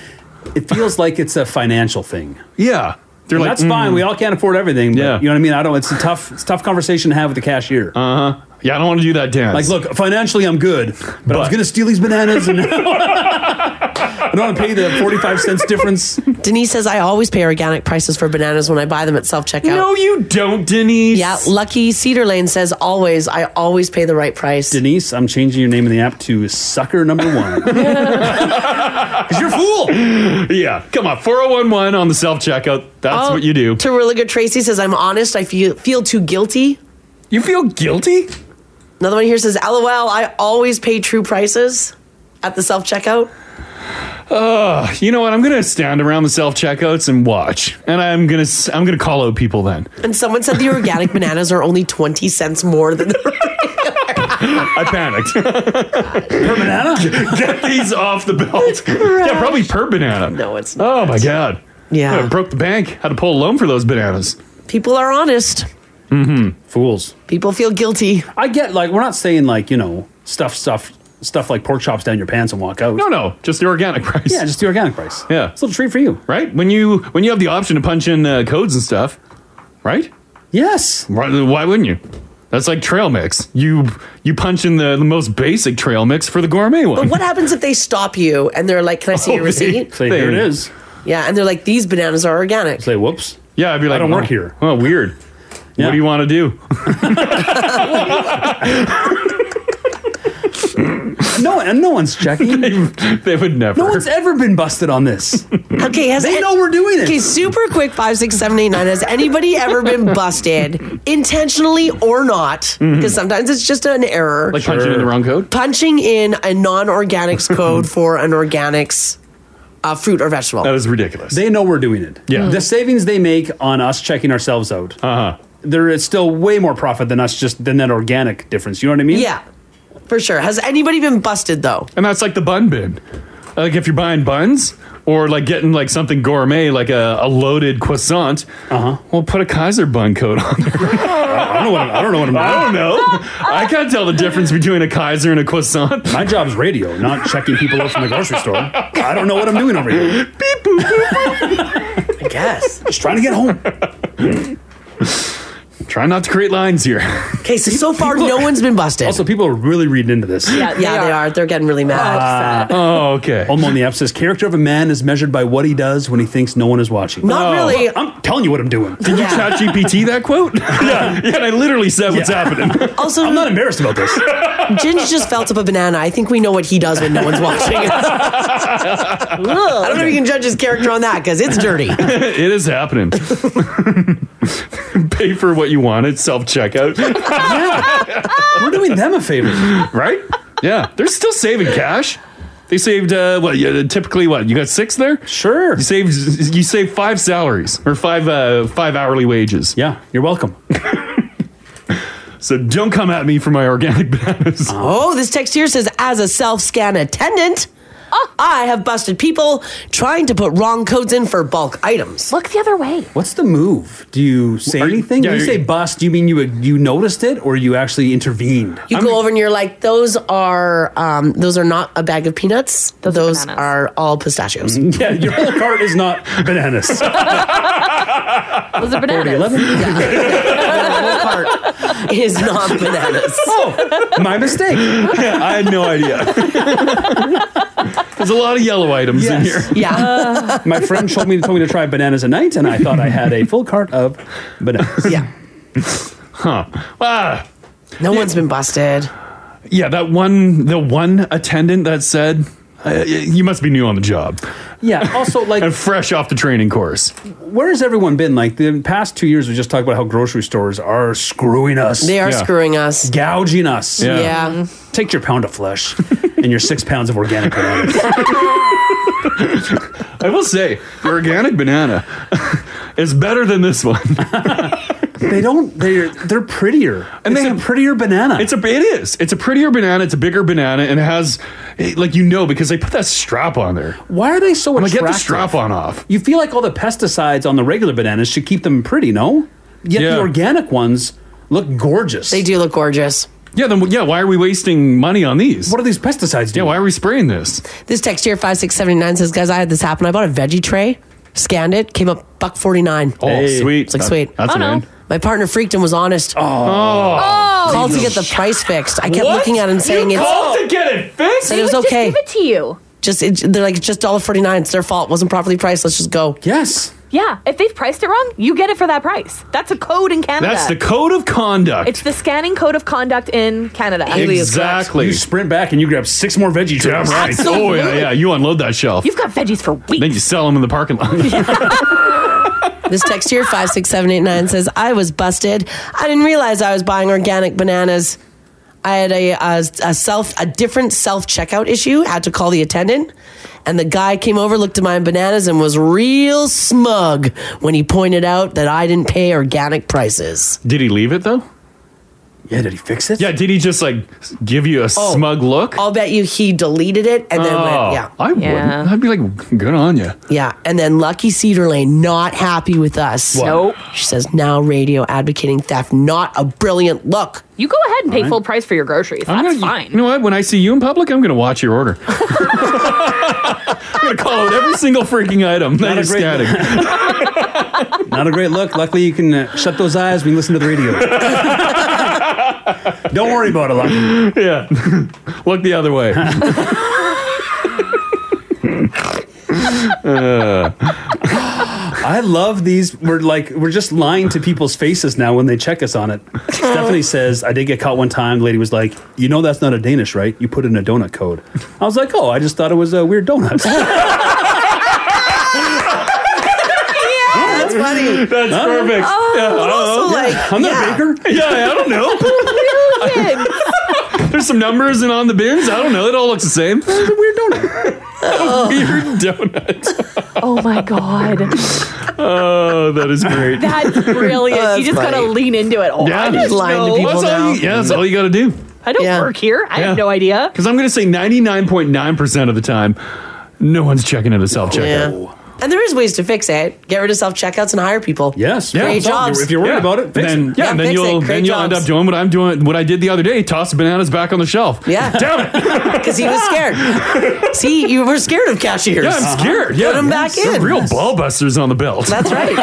Speaker 9: It feels like it's a financial thing.
Speaker 3: Yeah. They're
Speaker 9: And
Speaker 3: like,
Speaker 9: that's fine.
Speaker 3: mm.
Speaker 9: We all can't afford everything. But yeah. You know what I mean? I don't. It's a tough. It's a tough conversation to have with the cashier.
Speaker 3: Uh huh. Yeah, I don't want to do that dance.
Speaker 9: Like, look, financially, I'm good, but, I was gonna steal these bananas, and I don't want to pay the 45 cents difference.
Speaker 8: Denise says, "I always pay organic prices for bananas when I buy them at self checkout."
Speaker 3: No, you don't, Denise.
Speaker 8: Yeah, Lucky Cedar Lane says, "Always, I always pay the right price."
Speaker 9: Denise, I'm changing your name in the app to Sucker Number One. Because you're a fool.
Speaker 3: yeah. Come on. 4011 on the self checkout. That's
Speaker 8: Oh,
Speaker 3: what you do.
Speaker 8: To really good Tracy says, "I'm honest. I feel feel too guilty."
Speaker 3: You feel guilty?
Speaker 8: Another one here says, "LOL. I always pay true prices at the self checkout."
Speaker 3: Uh, you know what? I'm gonna stand around the self checkouts and watch, and I'm gonna s- I'm gonna call out people then.
Speaker 8: And someone said the organic bananas are only twenty cents more than the
Speaker 3: I panicked. per
Speaker 9: banana?
Speaker 3: Get, get these off the belt. Yeah, probably per banana.
Speaker 8: No, it's
Speaker 3: not. Oh my god.
Speaker 8: Yeah.
Speaker 3: I broke the bank. Had to pull a loan for those bananas.
Speaker 8: people are honest.
Speaker 9: Mm-hmm. Fools.
Speaker 8: People feel guilty.
Speaker 9: I get like we're not saying like you know stuff stuff stuff like pork chops down your pants and walk out.
Speaker 3: No, no, just the organic price.
Speaker 9: Yeah, just the organic price.
Speaker 3: Yeah,
Speaker 9: it's a little treat for you,
Speaker 3: right? When you when you have the option to punch in uh, codes and stuff, right?
Speaker 9: Yes.
Speaker 3: Why, why wouldn't you? That's like trail mix. You you punch in the, the most basic trail mix for the gourmet one.
Speaker 8: But what happens if they stop you and they're like, "Can I see your
Speaker 3: Oh, they-
Speaker 8: receipt?"
Speaker 3: say, "Here it is."
Speaker 8: Yeah, and they're like, "These bananas are organic."
Speaker 9: Say, "Whoops."
Speaker 3: Yeah, I'd be like,
Speaker 9: don't work
Speaker 3: "Oh,
Speaker 9: here."
Speaker 3: Oh, weird. What do you want to do?
Speaker 9: no, and no one's checking.
Speaker 3: they, would never.
Speaker 9: No one's ever been busted on this.
Speaker 8: Okay, has
Speaker 9: Hmm. They know we're doing it.
Speaker 8: Okay, super quick five, six, seven, eight, nine. Has anybody ever been busted intentionally or not? Because
Speaker 9: Mm-hmm.
Speaker 3: Mhm.
Speaker 8: sometimes it's just an error.
Speaker 3: Like punching in the wrong code.
Speaker 8: Punching in a non-organics code for an organics uh, fruit or vegetable.
Speaker 3: That is ridiculous.
Speaker 9: They know we're doing it. Yeah. The savings they make on us checking ourselves out.
Speaker 3: Uh huh.
Speaker 9: There is still way more profit than us just than that organic difference. You know what I mean?
Speaker 8: Yeah, for sure. Has anybody been busted though?
Speaker 3: And that's like the bun bin. Uh, Like if you're buying buns or like getting like something gourmet, like a, a loaded croissant. Uh huh. Well, put a Kaiser bun coat on there. I
Speaker 9: don't know what Uh-huh. I don't know what I'm
Speaker 3: I don't know. I can't tell the difference between a Kaiser and a croissant.
Speaker 9: My job's radio, not checking people out from the grocery store. I don't know what I'm doing over here.
Speaker 8: I guess.
Speaker 9: Just trying to get home.
Speaker 3: Try not to create lines here.
Speaker 8: Okay, so so far no one's been busted.
Speaker 9: Also, people are really reading into this.
Speaker 8: yeah, yeah, they are. They're getting really mad.
Speaker 3: oh, okay.
Speaker 9: Home on the app says character of a man is measured by what he does when he thinks no one is watching.
Speaker 8: Not Oh. really.
Speaker 9: I'm telling you what I'm doing.
Speaker 3: Did you chat GPT that quote? yeah, yeah. And I literally said what's happening.
Speaker 8: Also,
Speaker 9: I'm not embarrassed about this.
Speaker 8: Ginge just felt up a banana. I think we know what he does when no one's watching. I don't know if you can judge his character on that because it's dirty.
Speaker 3: it is happening. Pay for what you want at self checkout.
Speaker 9: We're doing them a favor,
Speaker 3: right? Yeah, they're still saving cash. They saved uh, what? Yeah, typically, what you got six there?
Speaker 9: Sure.
Speaker 3: You saved you saved five salaries or five uh, five hourly wages.
Speaker 9: Yeah, you're welcome.
Speaker 3: so don't come at me for my organic bananas.
Speaker 9: Uh,
Speaker 8: Oh, this text here says, as a self scan attendant,
Speaker 10: Oh.
Speaker 8: I have busted people trying to put wrong codes in for bulk items.
Speaker 10: Look the other way.
Speaker 9: What's the move? Do you say anything?
Speaker 8: yeah,
Speaker 9: When you
Speaker 8: you're-
Speaker 9: say bust, do you mean you you noticed it or you actually intervened?
Speaker 8: You go over and you're like, those are um, those are not a bag of peanuts. Those, are, all pistachios.
Speaker 9: Yeah, your whole cart is not bananas.
Speaker 10: Those are bananas.
Speaker 8: is not bananas.
Speaker 9: Oh, my mistake.
Speaker 3: I had no idea. There's a lot of yellow items in here.
Speaker 8: Yeah.
Speaker 9: My friend told me told me to try bananas a night, and I thought I had a full cart of bananas.
Speaker 8: Yeah.
Speaker 3: Huh. Ah.
Speaker 8: No one's been busted.
Speaker 3: Yeah, that one, the one attendant that said, uh, "You must be new on the job."
Speaker 9: Yeah. Also, like,
Speaker 3: and fresh off the training course.
Speaker 9: Where has everyone been? Like the past two years, we just talked about how grocery stores are screwing us.
Speaker 8: They are Yeah. screwing us,
Speaker 9: gouging us. Mm-hmm.
Speaker 8: Yeah. Yeah.
Speaker 9: Take your pound of flesh and your six pounds of organic bananas.
Speaker 3: I will say, the organic banana is better than this one.
Speaker 9: they don't. They're they're prettier,
Speaker 3: and
Speaker 9: It's
Speaker 3: they
Speaker 9: a prettier banana.
Speaker 3: It's a it is. It's a prettier banana. It's a bigger banana, and it has eh, like you know because they put that strap on there.
Speaker 9: Why are they so
Speaker 3: I'm like,
Speaker 9: attractive?
Speaker 3: get the strap on off.
Speaker 9: You feel like all the pesticides on the regular bananas should keep them pretty, no? Yet the organic ones look gorgeous. They
Speaker 8: do look gorgeous.
Speaker 3: Yeah, then yeah. Why are we wasting money on these? What
Speaker 9: are these pesticides
Speaker 3: doing? Yeah, why are we spraying this?
Speaker 8: This text here, 5679, says, Guys, I had this happen. I bought a veggie tray, scanned it, came up buck 49.
Speaker 3: Oh, Hey. sweet.
Speaker 8: It's like,
Speaker 3: That-
Speaker 8: sweet.
Speaker 3: that's Oh, a no. win.
Speaker 8: My partner freaked and was honest. Oh.
Speaker 10: Oh.
Speaker 8: Called to get the price fixed. I kept
Speaker 10: What?
Speaker 8: looking at it and
Speaker 10: You
Speaker 8: saying it's.
Speaker 10: called to
Speaker 3: get it fixed?
Speaker 8: Said it was
Speaker 10: They would just
Speaker 8: okay.
Speaker 10: give it to you.
Speaker 8: Just, it, they're like, it's just $1.49. It's their fault. It wasn't properly priced. Let's just go.
Speaker 9: Yes.
Speaker 10: Yeah, if they've priced it wrong, you get it for that price. That's a code in Canada.
Speaker 3: That's the code of conduct.
Speaker 10: It's the scanning code of conduct in Canada.
Speaker 3: exactly.
Speaker 9: You sprint back and you grab six more veggie
Speaker 3: Damn
Speaker 9: trays.
Speaker 3: right. Oh yeah, yeah. You unload that shelf.
Speaker 10: You've got veggies for weeks.
Speaker 3: Then you sell them in the parking lot.
Speaker 8: This text here, 56789, says, I was busted. I didn't realize I was buying organic bananas. I had a, a, a self a different self checkout issue. Had to call the attendant, and the guy came over, looked at my bananas, and was real smug when he pointed out that I didn't pay organic prices.
Speaker 3: Did he leave it though?
Speaker 9: Yeah, did he fix it?
Speaker 3: Yeah, did he just like s- give you a
Speaker 8: Oh.
Speaker 3: smug look? Oh,
Speaker 8: I'll bet you he deleted it and then went, yeah,
Speaker 3: I wouldn't. I'd be like, good on you.
Speaker 8: Yeah, and then Lucky Cedar Lane not happy with us.
Speaker 3: What? Nope.
Speaker 8: She says now radio advocating theft not a brilliant look.
Speaker 10: You go ahead and pay
Speaker 3: Alright.
Speaker 10: full price for your groceries.
Speaker 3: I'm
Speaker 10: That's
Speaker 3: gonna-
Speaker 10: fine.
Speaker 3: You know what? When I see you in public, I'm going to watch your order. I'm going to call out every single freaking item that
Speaker 9: a
Speaker 3: is
Speaker 9: great-
Speaker 3: static.
Speaker 9: Not a great look. Luckily, you can uh, shut those eyes when you listen to the radio. Don't worry about it, Lucky.
Speaker 3: Yeah. Look the other way. Uh.
Speaker 9: I love these. We're like we're just lying to people's faces now when they check us on it. Stephanie says I did get caught one time. The lady was like, "You know that's not a Danish, right? You put in a donut code." I was like, "Oh, I just thought it was a weird donut."
Speaker 8: That's funny.
Speaker 3: That's
Speaker 9: Huh?
Speaker 3: perfect.
Speaker 9: Oh,
Speaker 3: yeah,
Speaker 9: but
Speaker 3: I don't
Speaker 9: also,
Speaker 3: know.
Speaker 9: like, I'm not a yeah. baker.
Speaker 3: Yeah, I don't know. There's some numbers and on the bins. I don't know. It all looks the same. It's a weird donut. weird donut.
Speaker 10: oh my god.
Speaker 3: Oh, that is great.
Speaker 10: Oh, That's brilliant.
Speaker 8: Oh,
Speaker 10: you just gotta lean into it. Oh, I didn't know.
Speaker 3: That's all you- yeah,
Speaker 8: Mm.
Speaker 3: that's all you got to do.
Speaker 10: I don't work here. I
Speaker 3: Yeah.
Speaker 10: have no idea.
Speaker 3: Because I'm going to say 99.9% of the time, no one's checking at a self checkout.
Speaker 8: And there is ways to fix it. Get rid of self checkouts and hire people.
Speaker 9: Yes,
Speaker 8: Create jobs.
Speaker 3: Yeah. then yeah, and then
Speaker 8: fix
Speaker 3: you'll
Speaker 8: it. Create
Speaker 3: then you'll end
Speaker 8: jobs.
Speaker 3: up doing what I'm doing, what I did the other day: toss bananas back on the shelf.
Speaker 8: Yeah.
Speaker 3: damn it,
Speaker 8: because he was scared. See, you were scared of cashiers. Uh-huh.
Speaker 3: Yeah, I'm scared.
Speaker 8: Put
Speaker 3: Yeah,
Speaker 8: them back
Speaker 3: They're
Speaker 8: in.
Speaker 3: Real ball busters on the belt.
Speaker 8: That's right.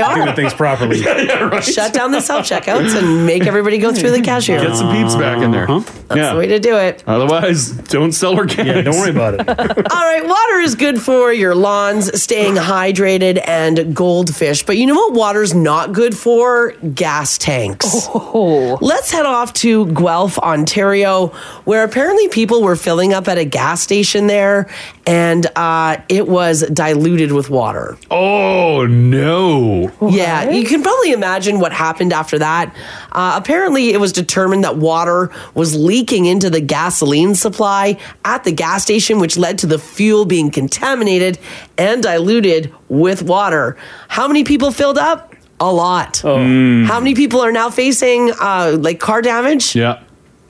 Speaker 8: are.
Speaker 9: Doing things properly.
Speaker 8: Shut down the self checkouts and make everybody go through the cashier.
Speaker 3: Get some peeps back in there.
Speaker 8: Uh-huh. That's the way to do it.
Speaker 3: Otherwise, don't sell organics. Yeah, don't worry about it.
Speaker 8: All right, water is good for your lawns, staying hydrated, and goldfish. But you know what water's not good for? Gas tanks. Oh. Let's head off to Guelph, Ontario, where apparently people were filling up at a gas station there, and uh, it was diluted with water.
Speaker 3: Oh no!
Speaker 8: Yeah, you can probably imagine what happened after that. Uh, apparently, it was determined that water was leaking into the gasoline supply at the gas station, which led to the fuel being contaminated and diluted with water. How many people filled up? A lot. Hmm. How many people are now facing uh, like car damage?
Speaker 3: Yeah.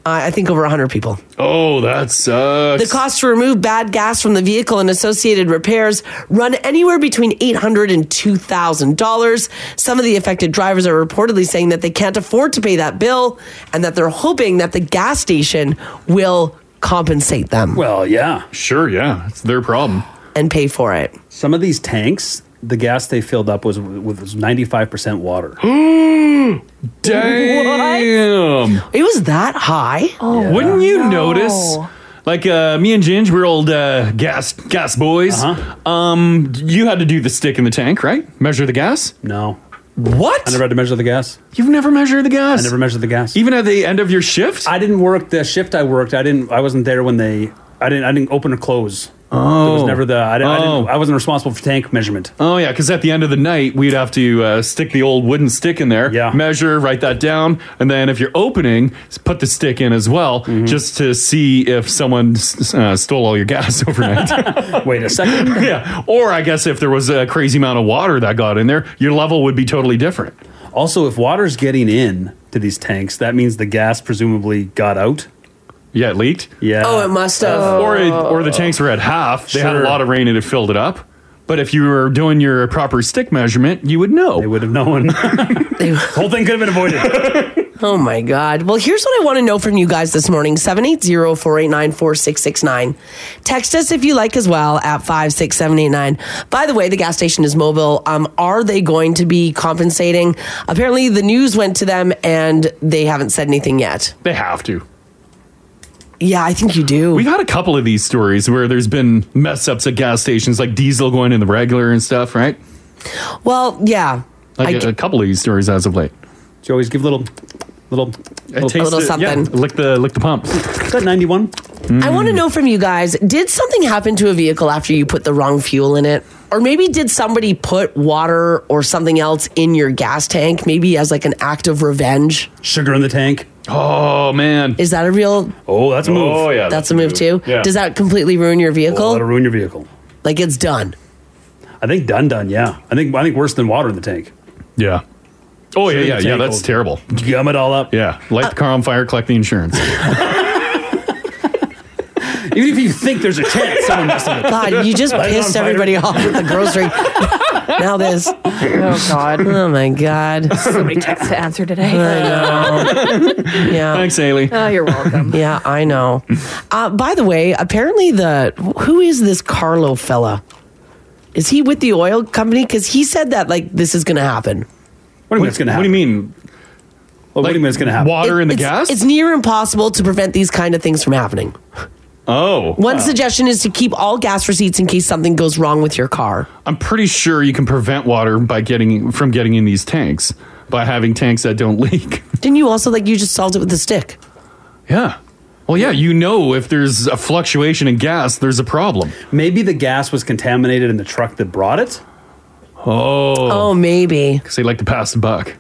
Speaker 8: Uh, I think over 100 people.
Speaker 3: Oh, that sucks.
Speaker 8: The cost to remove bad gas from the vehicle and associated repairs run anywhere between $800 and $2,000. Some of the affected drivers are reportedly saying that they can't afford to pay that bill and that they're hoping that the gas station will compensate them.
Speaker 9: Well, yeah.
Speaker 3: Sure, yeah. It's their problem.
Speaker 8: And pay for it.
Speaker 9: Some of these tanks, the gas they filled up was was 95% water.
Speaker 3: Damn.
Speaker 8: It was that high.
Speaker 3: Oh, Wouldn't you notice? Like uh, me and Ginge, we're old uh, gas gas boys. Um, you had to do the stick in the tank, right? Measure the gas.
Speaker 9: No.
Speaker 3: What?
Speaker 9: I never had to measure the gas.
Speaker 3: You've never measured the gas.
Speaker 9: I never measured the gas.
Speaker 3: Even at the end of your shift?
Speaker 9: I didn't work the shift I worked. I didn't I wasn't there when they I didn't I didn't open or close. There was
Speaker 3: Oh.
Speaker 9: never the I didn't, I,
Speaker 3: Oh.
Speaker 9: didn't, I wasn't responsible for tank measurement.
Speaker 3: Oh yeah, because at the end of the night we'd have to uh, stick the old wooden stick in there, yeah. measure, write that down, and then if you're opening, s- put the stick in as well,
Speaker 9: Mm-hmm.
Speaker 3: just to see if someone s- uh, stole all your gas overnight.
Speaker 9: Wait a second.
Speaker 3: yeah, or I guess if there was a crazy amount of water that got in there, your level would be totally different.
Speaker 9: Also, if water's getting in to these tanks, that means the gas presumably got out.
Speaker 3: Yeah, it leaked.
Speaker 9: Yeah.
Speaker 8: Oh, it must have.
Speaker 3: Or it, or the tanks were at half. They had a
Speaker 9: Oh. Sure.
Speaker 3: lot of rain and it filled it up. But if you were doing your proper stick measurement, you would know. They
Speaker 9: would have known. whole thing could have been avoided.
Speaker 8: Oh my God. Well, here's what I want to know from you guys this morning 780 489 4669. Text us if you like as well at 56789. By the way, the gas station is mobile. Um, are they going to be compensating? Apparently, the news went to them and they haven't said anything yet.
Speaker 3: They have to.
Speaker 8: Yeah, I think you do.
Speaker 3: We've had a couple of these stories where there's been mess ups at gas stations, like diesel going in the regular and stuff, right?
Speaker 8: Well, yeah.
Speaker 3: Like a a couple of these stories as of late.
Speaker 9: you always give little, little,
Speaker 8: little- little something.
Speaker 3: lick the lick the pump.
Speaker 9: Got ninety one.
Speaker 8: I want to know from you guys did something happen to a vehicle after you put the wrong fuel in it? Or maybe did somebody put water or something else in your gas tank, maybe as like an act of revenge?
Speaker 9: Sugar in the tank.
Speaker 3: Oh man,
Speaker 8: is that a real?
Speaker 9: Oh, that's a move. Oh yeah,
Speaker 8: that's, a move, too. Does that completely ruin your vehicle?
Speaker 9: Oh, that'll ruin your vehicle?
Speaker 8: Like it's done.
Speaker 9: I think done, done. Yeah, I think I think worse than water in the tank.
Speaker 3: Yeah. Oh yeah,
Speaker 9: Sugar in the
Speaker 3: yeah, yeah.
Speaker 9: tank
Speaker 3: That's
Speaker 9: will
Speaker 3: terrible.
Speaker 9: Gum it all up.
Speaker 3: Yeah, light the car on fire, collect the insurance.
Speaker 9: Even if you think there's a chance, someone must have.
Speaker 8: God, you just
Speaker 9: Light it on
Speaker 8: pissed
Speaker 9: fire.
Speaker 8: everybody off at the grocery. now this. Oh God. Oh my God.
Speaker 10: So many texts to answer today.
Speaker 8: Yeah.
Speaker 3: Thanks, Haley.
Speaker 10: Oh, you're welcome.
Speaker 8: yeah, I know. Uh, by the way, apparently the who is this Carlo fella? Is he with the oil company? Because he said that like this is going to happen.
Speaker 9: What do you mean it's gonna
Speaker 3: What do you mean?
Speaker 9: Well, what do you mean it's gonna happen?
Speaker 3: Water in the
Speaker 8: It's-
Speaker 3: gas?
Speaker 8: It's near impossible to prevent these kind of things from happening.
Speaker 3: Oh.
Speaker 8: One suggestion is to keep all gas receipts in case something goes wrong with your car.
Speaker 3: I'm pretty sure you can prevent water by getting from getting in these tanks by having tanks that don't leak.
Speaker 8: Didn't you also like you just solved it with a stick?
Speaker 3: Yeah. Well, yeah, you know if there's a fluctuation in gas, there's a problem.
Speaker 9: Maybe the gas was contaminated in the truck that brought it.
Speaker 3: Oh.
Speaker 8: Oh, maybe.
Speaker 3: Because they like to pass the buck.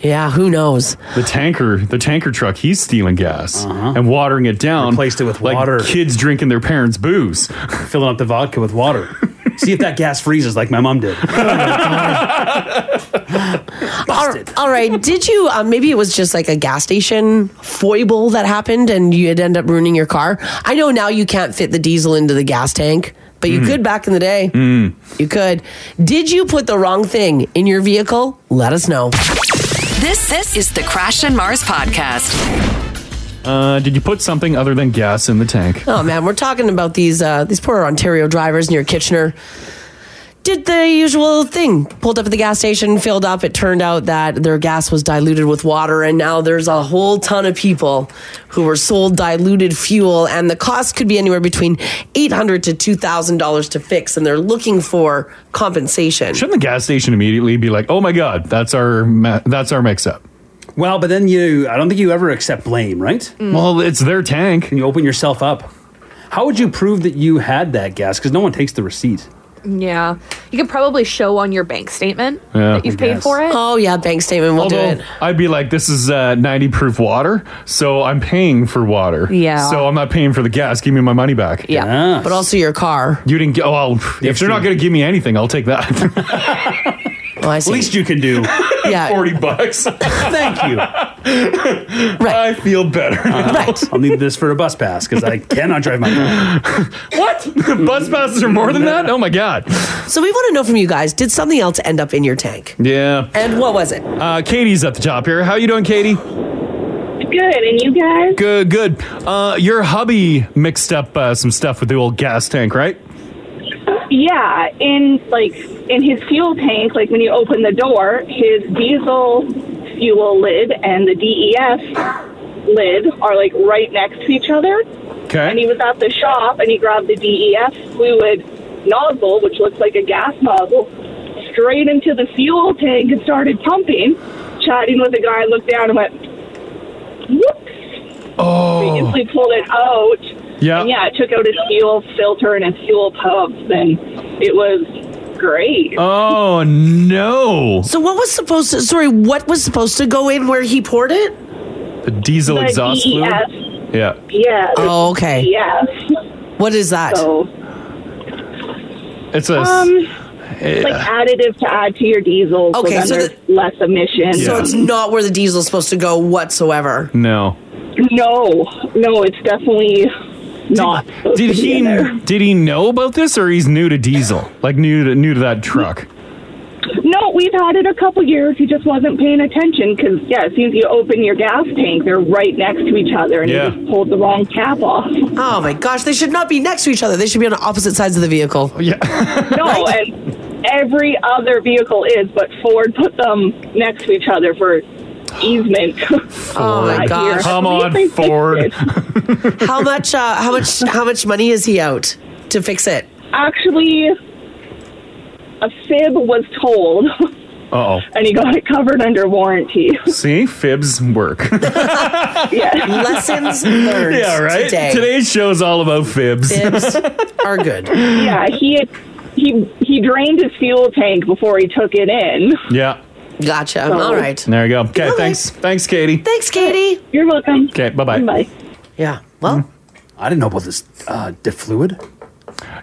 Speaker 8: Yeah, who knows?
Speaker 3: The tanker, the tanker truck, he's stealing gas
Speaker 9: Uh-huh.
Speaker 3: and watering it down. Replaced it with
Speaker 9: water.
Speaker 3: Kids drinking their parents' booze,
Speaker 9: filling up the vodka with water. See if that gas freezes like my mom did.
Speaker 8: All- all right. Did you? Um, maybe it was just like a gas station foible that happened, and you'd end up ruining your car. I know now you can't fit the diesel into the gas tank, but you
Speaker 3: Mm.
Speaker 8: could back in the day. You could. Did you put the wrong thing in your vehicle? Let us know.
Speaker 1: This this is the Crash and Mars podcast.
Speaker 3: Uh, did you put something other than gas in the tank?
Speaker 8: Oh man, we're talking about these uh, these poor Ontario drivers near Kitchener. did the usual thing. Pulled up at the gas station, filled up. It turned out that their gas was diluted with water, and now there's a whole ton of people who were sold diluted fuel, and the cost could be anywhere between eight hundred to two thousand dollars to fix, and they're looking for compensation.
Speaker 3: Shouldn't the gas station immediately be like, "Oh my god, that's our ma- that's our mix-up"?
Speaker 9: Well, but then you, I don't think you ever accept blame, right?
Speaker 3: Well, it's their tank.
Speaker 9: And you open yourself up. How would you prove that you had that gas? Because no one takes the receipt.
Speaker 10: Yeah, you could probably show on your bank statement
Speaker 3: Yeah.
Speaker 10: that you've
Speaker 3: I
Speaker 10: paid
Speaker 3: guess.
Speaker 10: for it.
Speaker 8: Oh yeah, bank statement will
Speaker 3: Although
Speaker 8: do it.
Speaker 3: I'd be like, this is uh, 90 proof water, so I'm paying for water.
Speaker 8: Yeah.
Speaker 3: So I'm not paying for the gas. Give me my money back.
Speaker 8: Yeah. But also your car.
Speaker 3: You didn't get, well, if they're not going to give me anything, I'll take that.
Speaker 9: Least you can do.
Speaker 8: Yeah.
Speaker 3: 40 bucks.
Speaker 9: Thank you.
Speaker 8: Right.
Speaker 3: I feel better.
Speaker 9: right. Uh, I'll need this for a bus pass because I cannot drive my car.
Speaker 3: what? Bus passes are more than that? Oh my God.
Speaker 8: So we want to know from you guys: Did something else end up in your tank?
Speaker 3: Yeah.
Speaker 8: And what was it?
Speaker 3: Uh, Katie's at the top here. How you doing, Katie?
Speaker 21: Good, and you guys?
Speaker 3: Good, good. Uh, your hubby mixed up uh, some stuff with the old gas tank, right?
Speaker 21: Yeah, in like in his fuel tank, like when you open the door, his diesel fuel lid and the DEF lid are like right next to each other.
Speaker 3: Okay.
Speaker 21: And he was at the shop and he grabbed the DEF fluid nozzle, which looks like a gas nozzle, straight into the fuel tank and started pumping. Chatting with the guy, I looked down and went, "Whoops!"
Speaker 3: Oh.
Speaker 21: Instantly pulled it out.
Speaker 3: Yeah.
Speaker 21: And yeah, it took out his fuel filter and his fuel pumps, and it was great.
Speaker 3: Oh no!
Speaker 8: So what was supposed to? Sorry, what was supposed to go in where he poured it?
Speaker 3: The diesel
Speaker 21: The E
Speaker 3: exhaust
Speaker 21: DEF.
Speaker 3: fluid. Yeah.
Speaker 21: Yeah.
Speaker 8: Oh, okay.
Speaker 21: Yeah.
Speaker 8: What is that?
Speaker 21: So,
Speaker 3: It's a.
Speaker 21: um,
Speaker 3: eh,
Speaker 21: like additive to add to your diesel,
Speaker 8: Okay,
Speaker 21: so, then
Speaker 8: so
Speaker 21: there's less emissions.
Speaker 8: So it's not where the diesel is supposed to go whatsoever.
Speaker 3: no.
Speaker 21: no, no, it's definitely not. supposed
Speaker 3: Did
Speaker 21: to be
Speaker 3: he
Speaker 21: in there.
Speaker 3: did he know about this, or he's new to diesel, like new to new to that truck?
Speaker 21: No, we've had it a couple years. He just wasn't paying attention because, yeah, as soon as you open your gas tank, they're right next to each other, and
Speaker 3: Yeah.
Speaker 21: he just pulled the wrong cap off.
Speaker 8: Oh my gosh, they should not be next to each other. They should be on opposite sides of the vehicle.
Speaker 3: Oh, Yeah.
Speaker 21: No, and every other vehicle is, but Ford put them next to each other for easement. Uh,
Speaker 8: Oh my gosh.
Speaker 3: Come on, Ford.
Speaker 8: how much uh, how much how much money is he out to fix it?
Speaker 21: Actually, a fib was told,
Speaker 3: Uh
Speaker 21: and he got it covered under warranty.
Speaker 3: oh. See, fibs work.
Speaker 8: Lessons learned.
Speaker 3: yeah, right.
Speaker 8: Today.
Speaker 3: Today's show's all about fibs.
Speaker 8: Fibs are good.
Speaker 21: yeah, he had, he he drained his fuel tank before he took it in.
Speaker 3: yeah.
Speaker 8: Gotcha. All right.
Speaker 3: There you go. Okay. Thanks. Thanks, Katie.
Speaker 8: Thanks, Katie.
Speaker 21: You're welcome.
Speaker 3: Okay. Bye bye.
Speaker 21: Bye.
Speaker 8: Yeah. Well,
Speaker 9: Mm. I didn't know about this uh, defluid.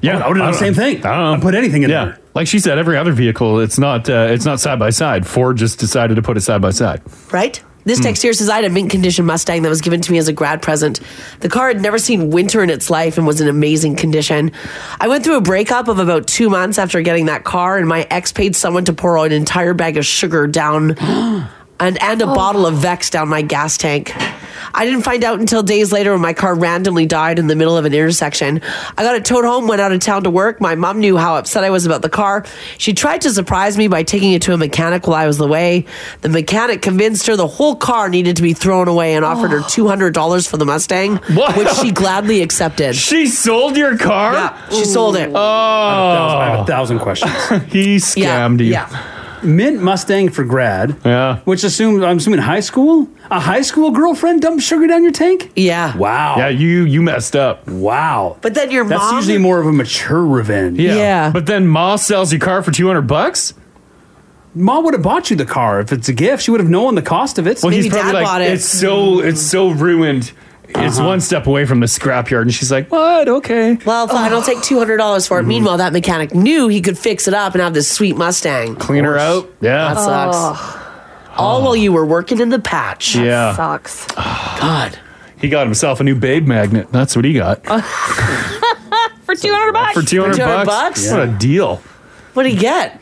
Speaker 3: Yeah,
Speaker 9: I would've done the same
Speaker 3: thing. I don't know.
Speaker 9: put anything in
Speaker 3: there. Like she said, every other vehicle, it's not uh, it's not side by side. Ford just decided to put it side by side.
Speaker 8: Right? This
Speaker 3: Hmm.
Speaker 8: text here says I had a mint condition Mustang that was given to me as a grad present. The car had never seen winter in its life and was in amazing condition. I went through a breakup of about two months after getting that car, and my ex paid someone to pour an entire bag of sugar down and, and a bottle of Vex down my gas tank. I didn't find out until days later when my car randomly died in the middle of an intersection. I got it towed home, went out of town to work. My mom knew how upset I was about the car. She tried to surprise me by taking it to a mechanic while I was away. The mechanic convinced her the whole car needed to be thrown away and offered her
Speaker 3: Oh.
Speaker 8: $200 for the Mustang, which she gladly accepted.
Speaker 3: She sold your car? Oh.
Speaker 8: Yeah, she sold it.
Speaker 9: I have a thousand questions.
Speaker 3: he scammed you.
Speaker 9: Mint Mustang for grad.
Speaker 3: Yeah.
Speaker 9: Which assumes I'm assuming high school. A high school girlfriend dumped sugar down your tank.
Speaker 8: Yeah.
Speaker 9: Wow. Yeah.
Speaker 3: You you messed up.
Speaker 9: Wow.
Speaker 8: But then your
Speaker 9: That's
Speaker 8: mom-
Speaker 9: usually more of a mature revenge.
Speaker 3: Yeah. But then Ma sells your car for two hundred bucks.
Speaker 9: Ma would have bought you the car if it's a gift. She would have known the cost of it.
Speaker 3: Well, he's probably like, it's so it's so ruined. It's
Speaker 9: Uh-huh.
Speaker 3: one step away from the scrapyard, and she's like, What? Okay. Mm-hmm.
Speaker 8: Well, fine. I'll take two hundred dollars for it. Meanwhile, that mechanic knew he could fix it up and have this sweet Mustang.
Speaker 3: Clean her out. Yeah.
Speaker 8: That sucks. All while you were working in the patch.
Speaker 3: Oh. Yeah.
Speaker 10: sucks.
Speaker 8: God.
Speaker 3: He got himself a new babe magnet. That's what he got
Speaker 10: for two hundred bucks.
Speaker 3: for two hundred bucks. What a deal!
Speaker 8: What did he get?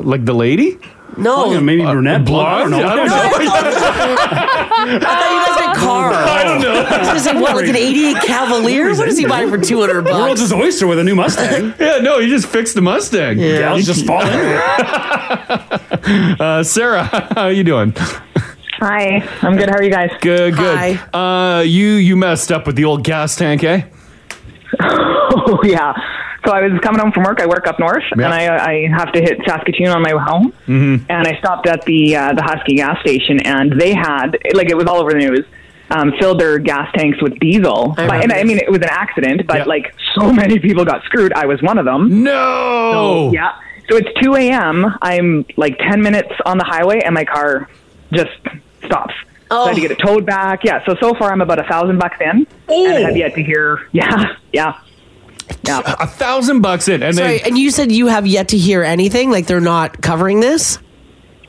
Speaker 3: Like the lady? Uh,
Speaker 8: No.
Speaker 9: Well, yeah, maybe brunette, blonde. I don't know.
Speaker 8: I thought you guys meant
Speaker 9: Oh.
Speaker 8: car. I don't know. I was gonna say what, like an '88 Cavalier? What does he buy for two hundred bucks?
Speaker 9: World's his oyster with a new Mustang.
Speaker 3: yeah, no, you just fixed the Mustang.
Speaker 9: Yeah. Gals just fall in.
Speaker 3: Uh, Sarah, how you doing?
Speaker 7: Hi, I'm good. How are you guys?
Speaker 3: Good, good. Uh, you you messed up with the old gas tank, eh?
Speaker 7: Oh yeah. So I was coming home from work. I work up north,
Speaker 3: Yeah.
Speaker 7: and I, I have to hit Saskatoon on my way home.
Speaker 3: Mm-hmm.
Speaker 7: And I stopped at the uh, the Husky gas station, and they had like it was all over the news. Um, filled their gas tanks with diesel.
Speaker 22: I
Speaker 7: But- and
Speaker 22: remember
Speaker 7: I mean, it was an accident, but
Speaker 22: Yeah.
Speaker 7: like so many people got screwed. I was one of them.
Speaker 3: No.
Speaker 7: So, yeah. So it's 2 a.m. I'm like 10 minutes on the highway, and my car just stops. So I had to get it towed back. Yeah. So so far, I'm about a thousand bucks in, and I have yet to hear. Yeah. Yeah. Yeah.
Speaker 3: A thousand bucks in, and
Speaker 8: Sorry,
Speaker 3: they
Speaker 8: and you said you have yet to hear anything. Like they're not covering this.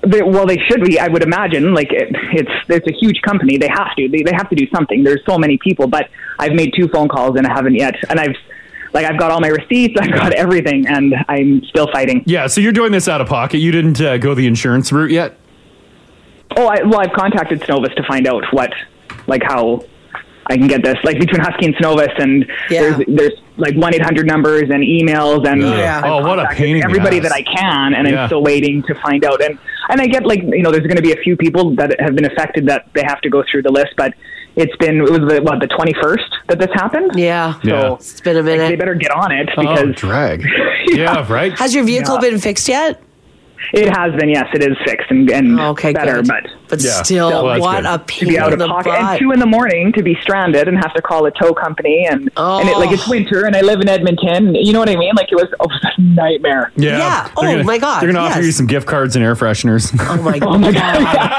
Speaker 7: They, well, they should be. I would imagine. Like it, it's it's a huge company. They have to. They, they have to do something. There's so many people. But I've made two phone calls and I haven't yet. And I've like I've got all my receipts. I've got everything, and I'm still fighting.
Speaker 3: yeah. So you're doing this out of pocket. You didn't uh, go the insurance route yet.
Speaker 7: Oh, I, well, I've contacted Snovis to find out what, like how I can get this. Like between Husky and Snovis, and there's there's like one eight hundred numbers and emails and
Speaker 3: Yeah.
Speaker 7: I've
Speaker 3: Oh, what a
Speaker 7: contacted
Speaker 3: pain in the
Speaker 7: Everybody
Speaker 3: ass.
Speaker 7: that I can, and
Speaker 3: Yeah.
Speaker 7: I'm still waiting to find out. And and I get like you know there's going to be a few people that have been affected that they have to go through the list, but it's been it was the, what the twenty first that this happened.
Speaker 8: Yeah.
Speaker 7: So
Speaker 3: Yeah.
Speaker 7: it's
Speaker 8: been a minute.
Speaker 7: they better get on it
Speaker 3: Oh,
Speaker 7: because
Speaker 3: drag. yeah. Right.
Speaker 8: Has your vehicle been fixed yet?
Speaker 7: It has been, yes. It is fixed and, and better, but
Speaker 8: But Yeah. still, Well, that's what good. a
Speaker 7: to be
Speaker 8: pain
Speaker 7: out
Speaker 8: in
Speaker 7: of
Speaker 8: the
Speaker 7: pocket
Speaker 8: butt.
Speaker 7: and two in the morning to be stranded and have to call a tow company and and it, like it's
Speaker 8: Oh.
Speaker 7: winter and I live in Edmonton. You know what I mean? Like it was oh, it was a nightmare.
Speaker 3: Yeah. They're
Speaker 7: Oh,
Speaker 3: gonna-
Speaker 7: my God,
Speaker 3: They're gonna offer
Speaker 7: yes.
Speaker 3: you some gift cards and air fresheners.
Speaker 8: Oh my
Speaker 7: Oh my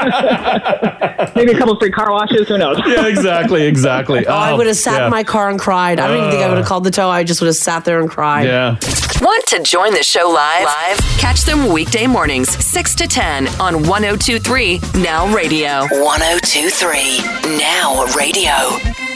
Speaker 7: god! Maybe a couple free car washes. Who knows?
Speaker 3: yeah. Exactly. Exactly.
Speaker 8: Oh, I would have sat in my car and cried. I don't even think I would have called the tow. I just would have sat there and cried.
Speaker 3: Yeah.
Speaker 1: Want to join the show live? Live? Catch them weekday mornings, 6 to 10 on 1023 Now Radio. 1023 Now Radio.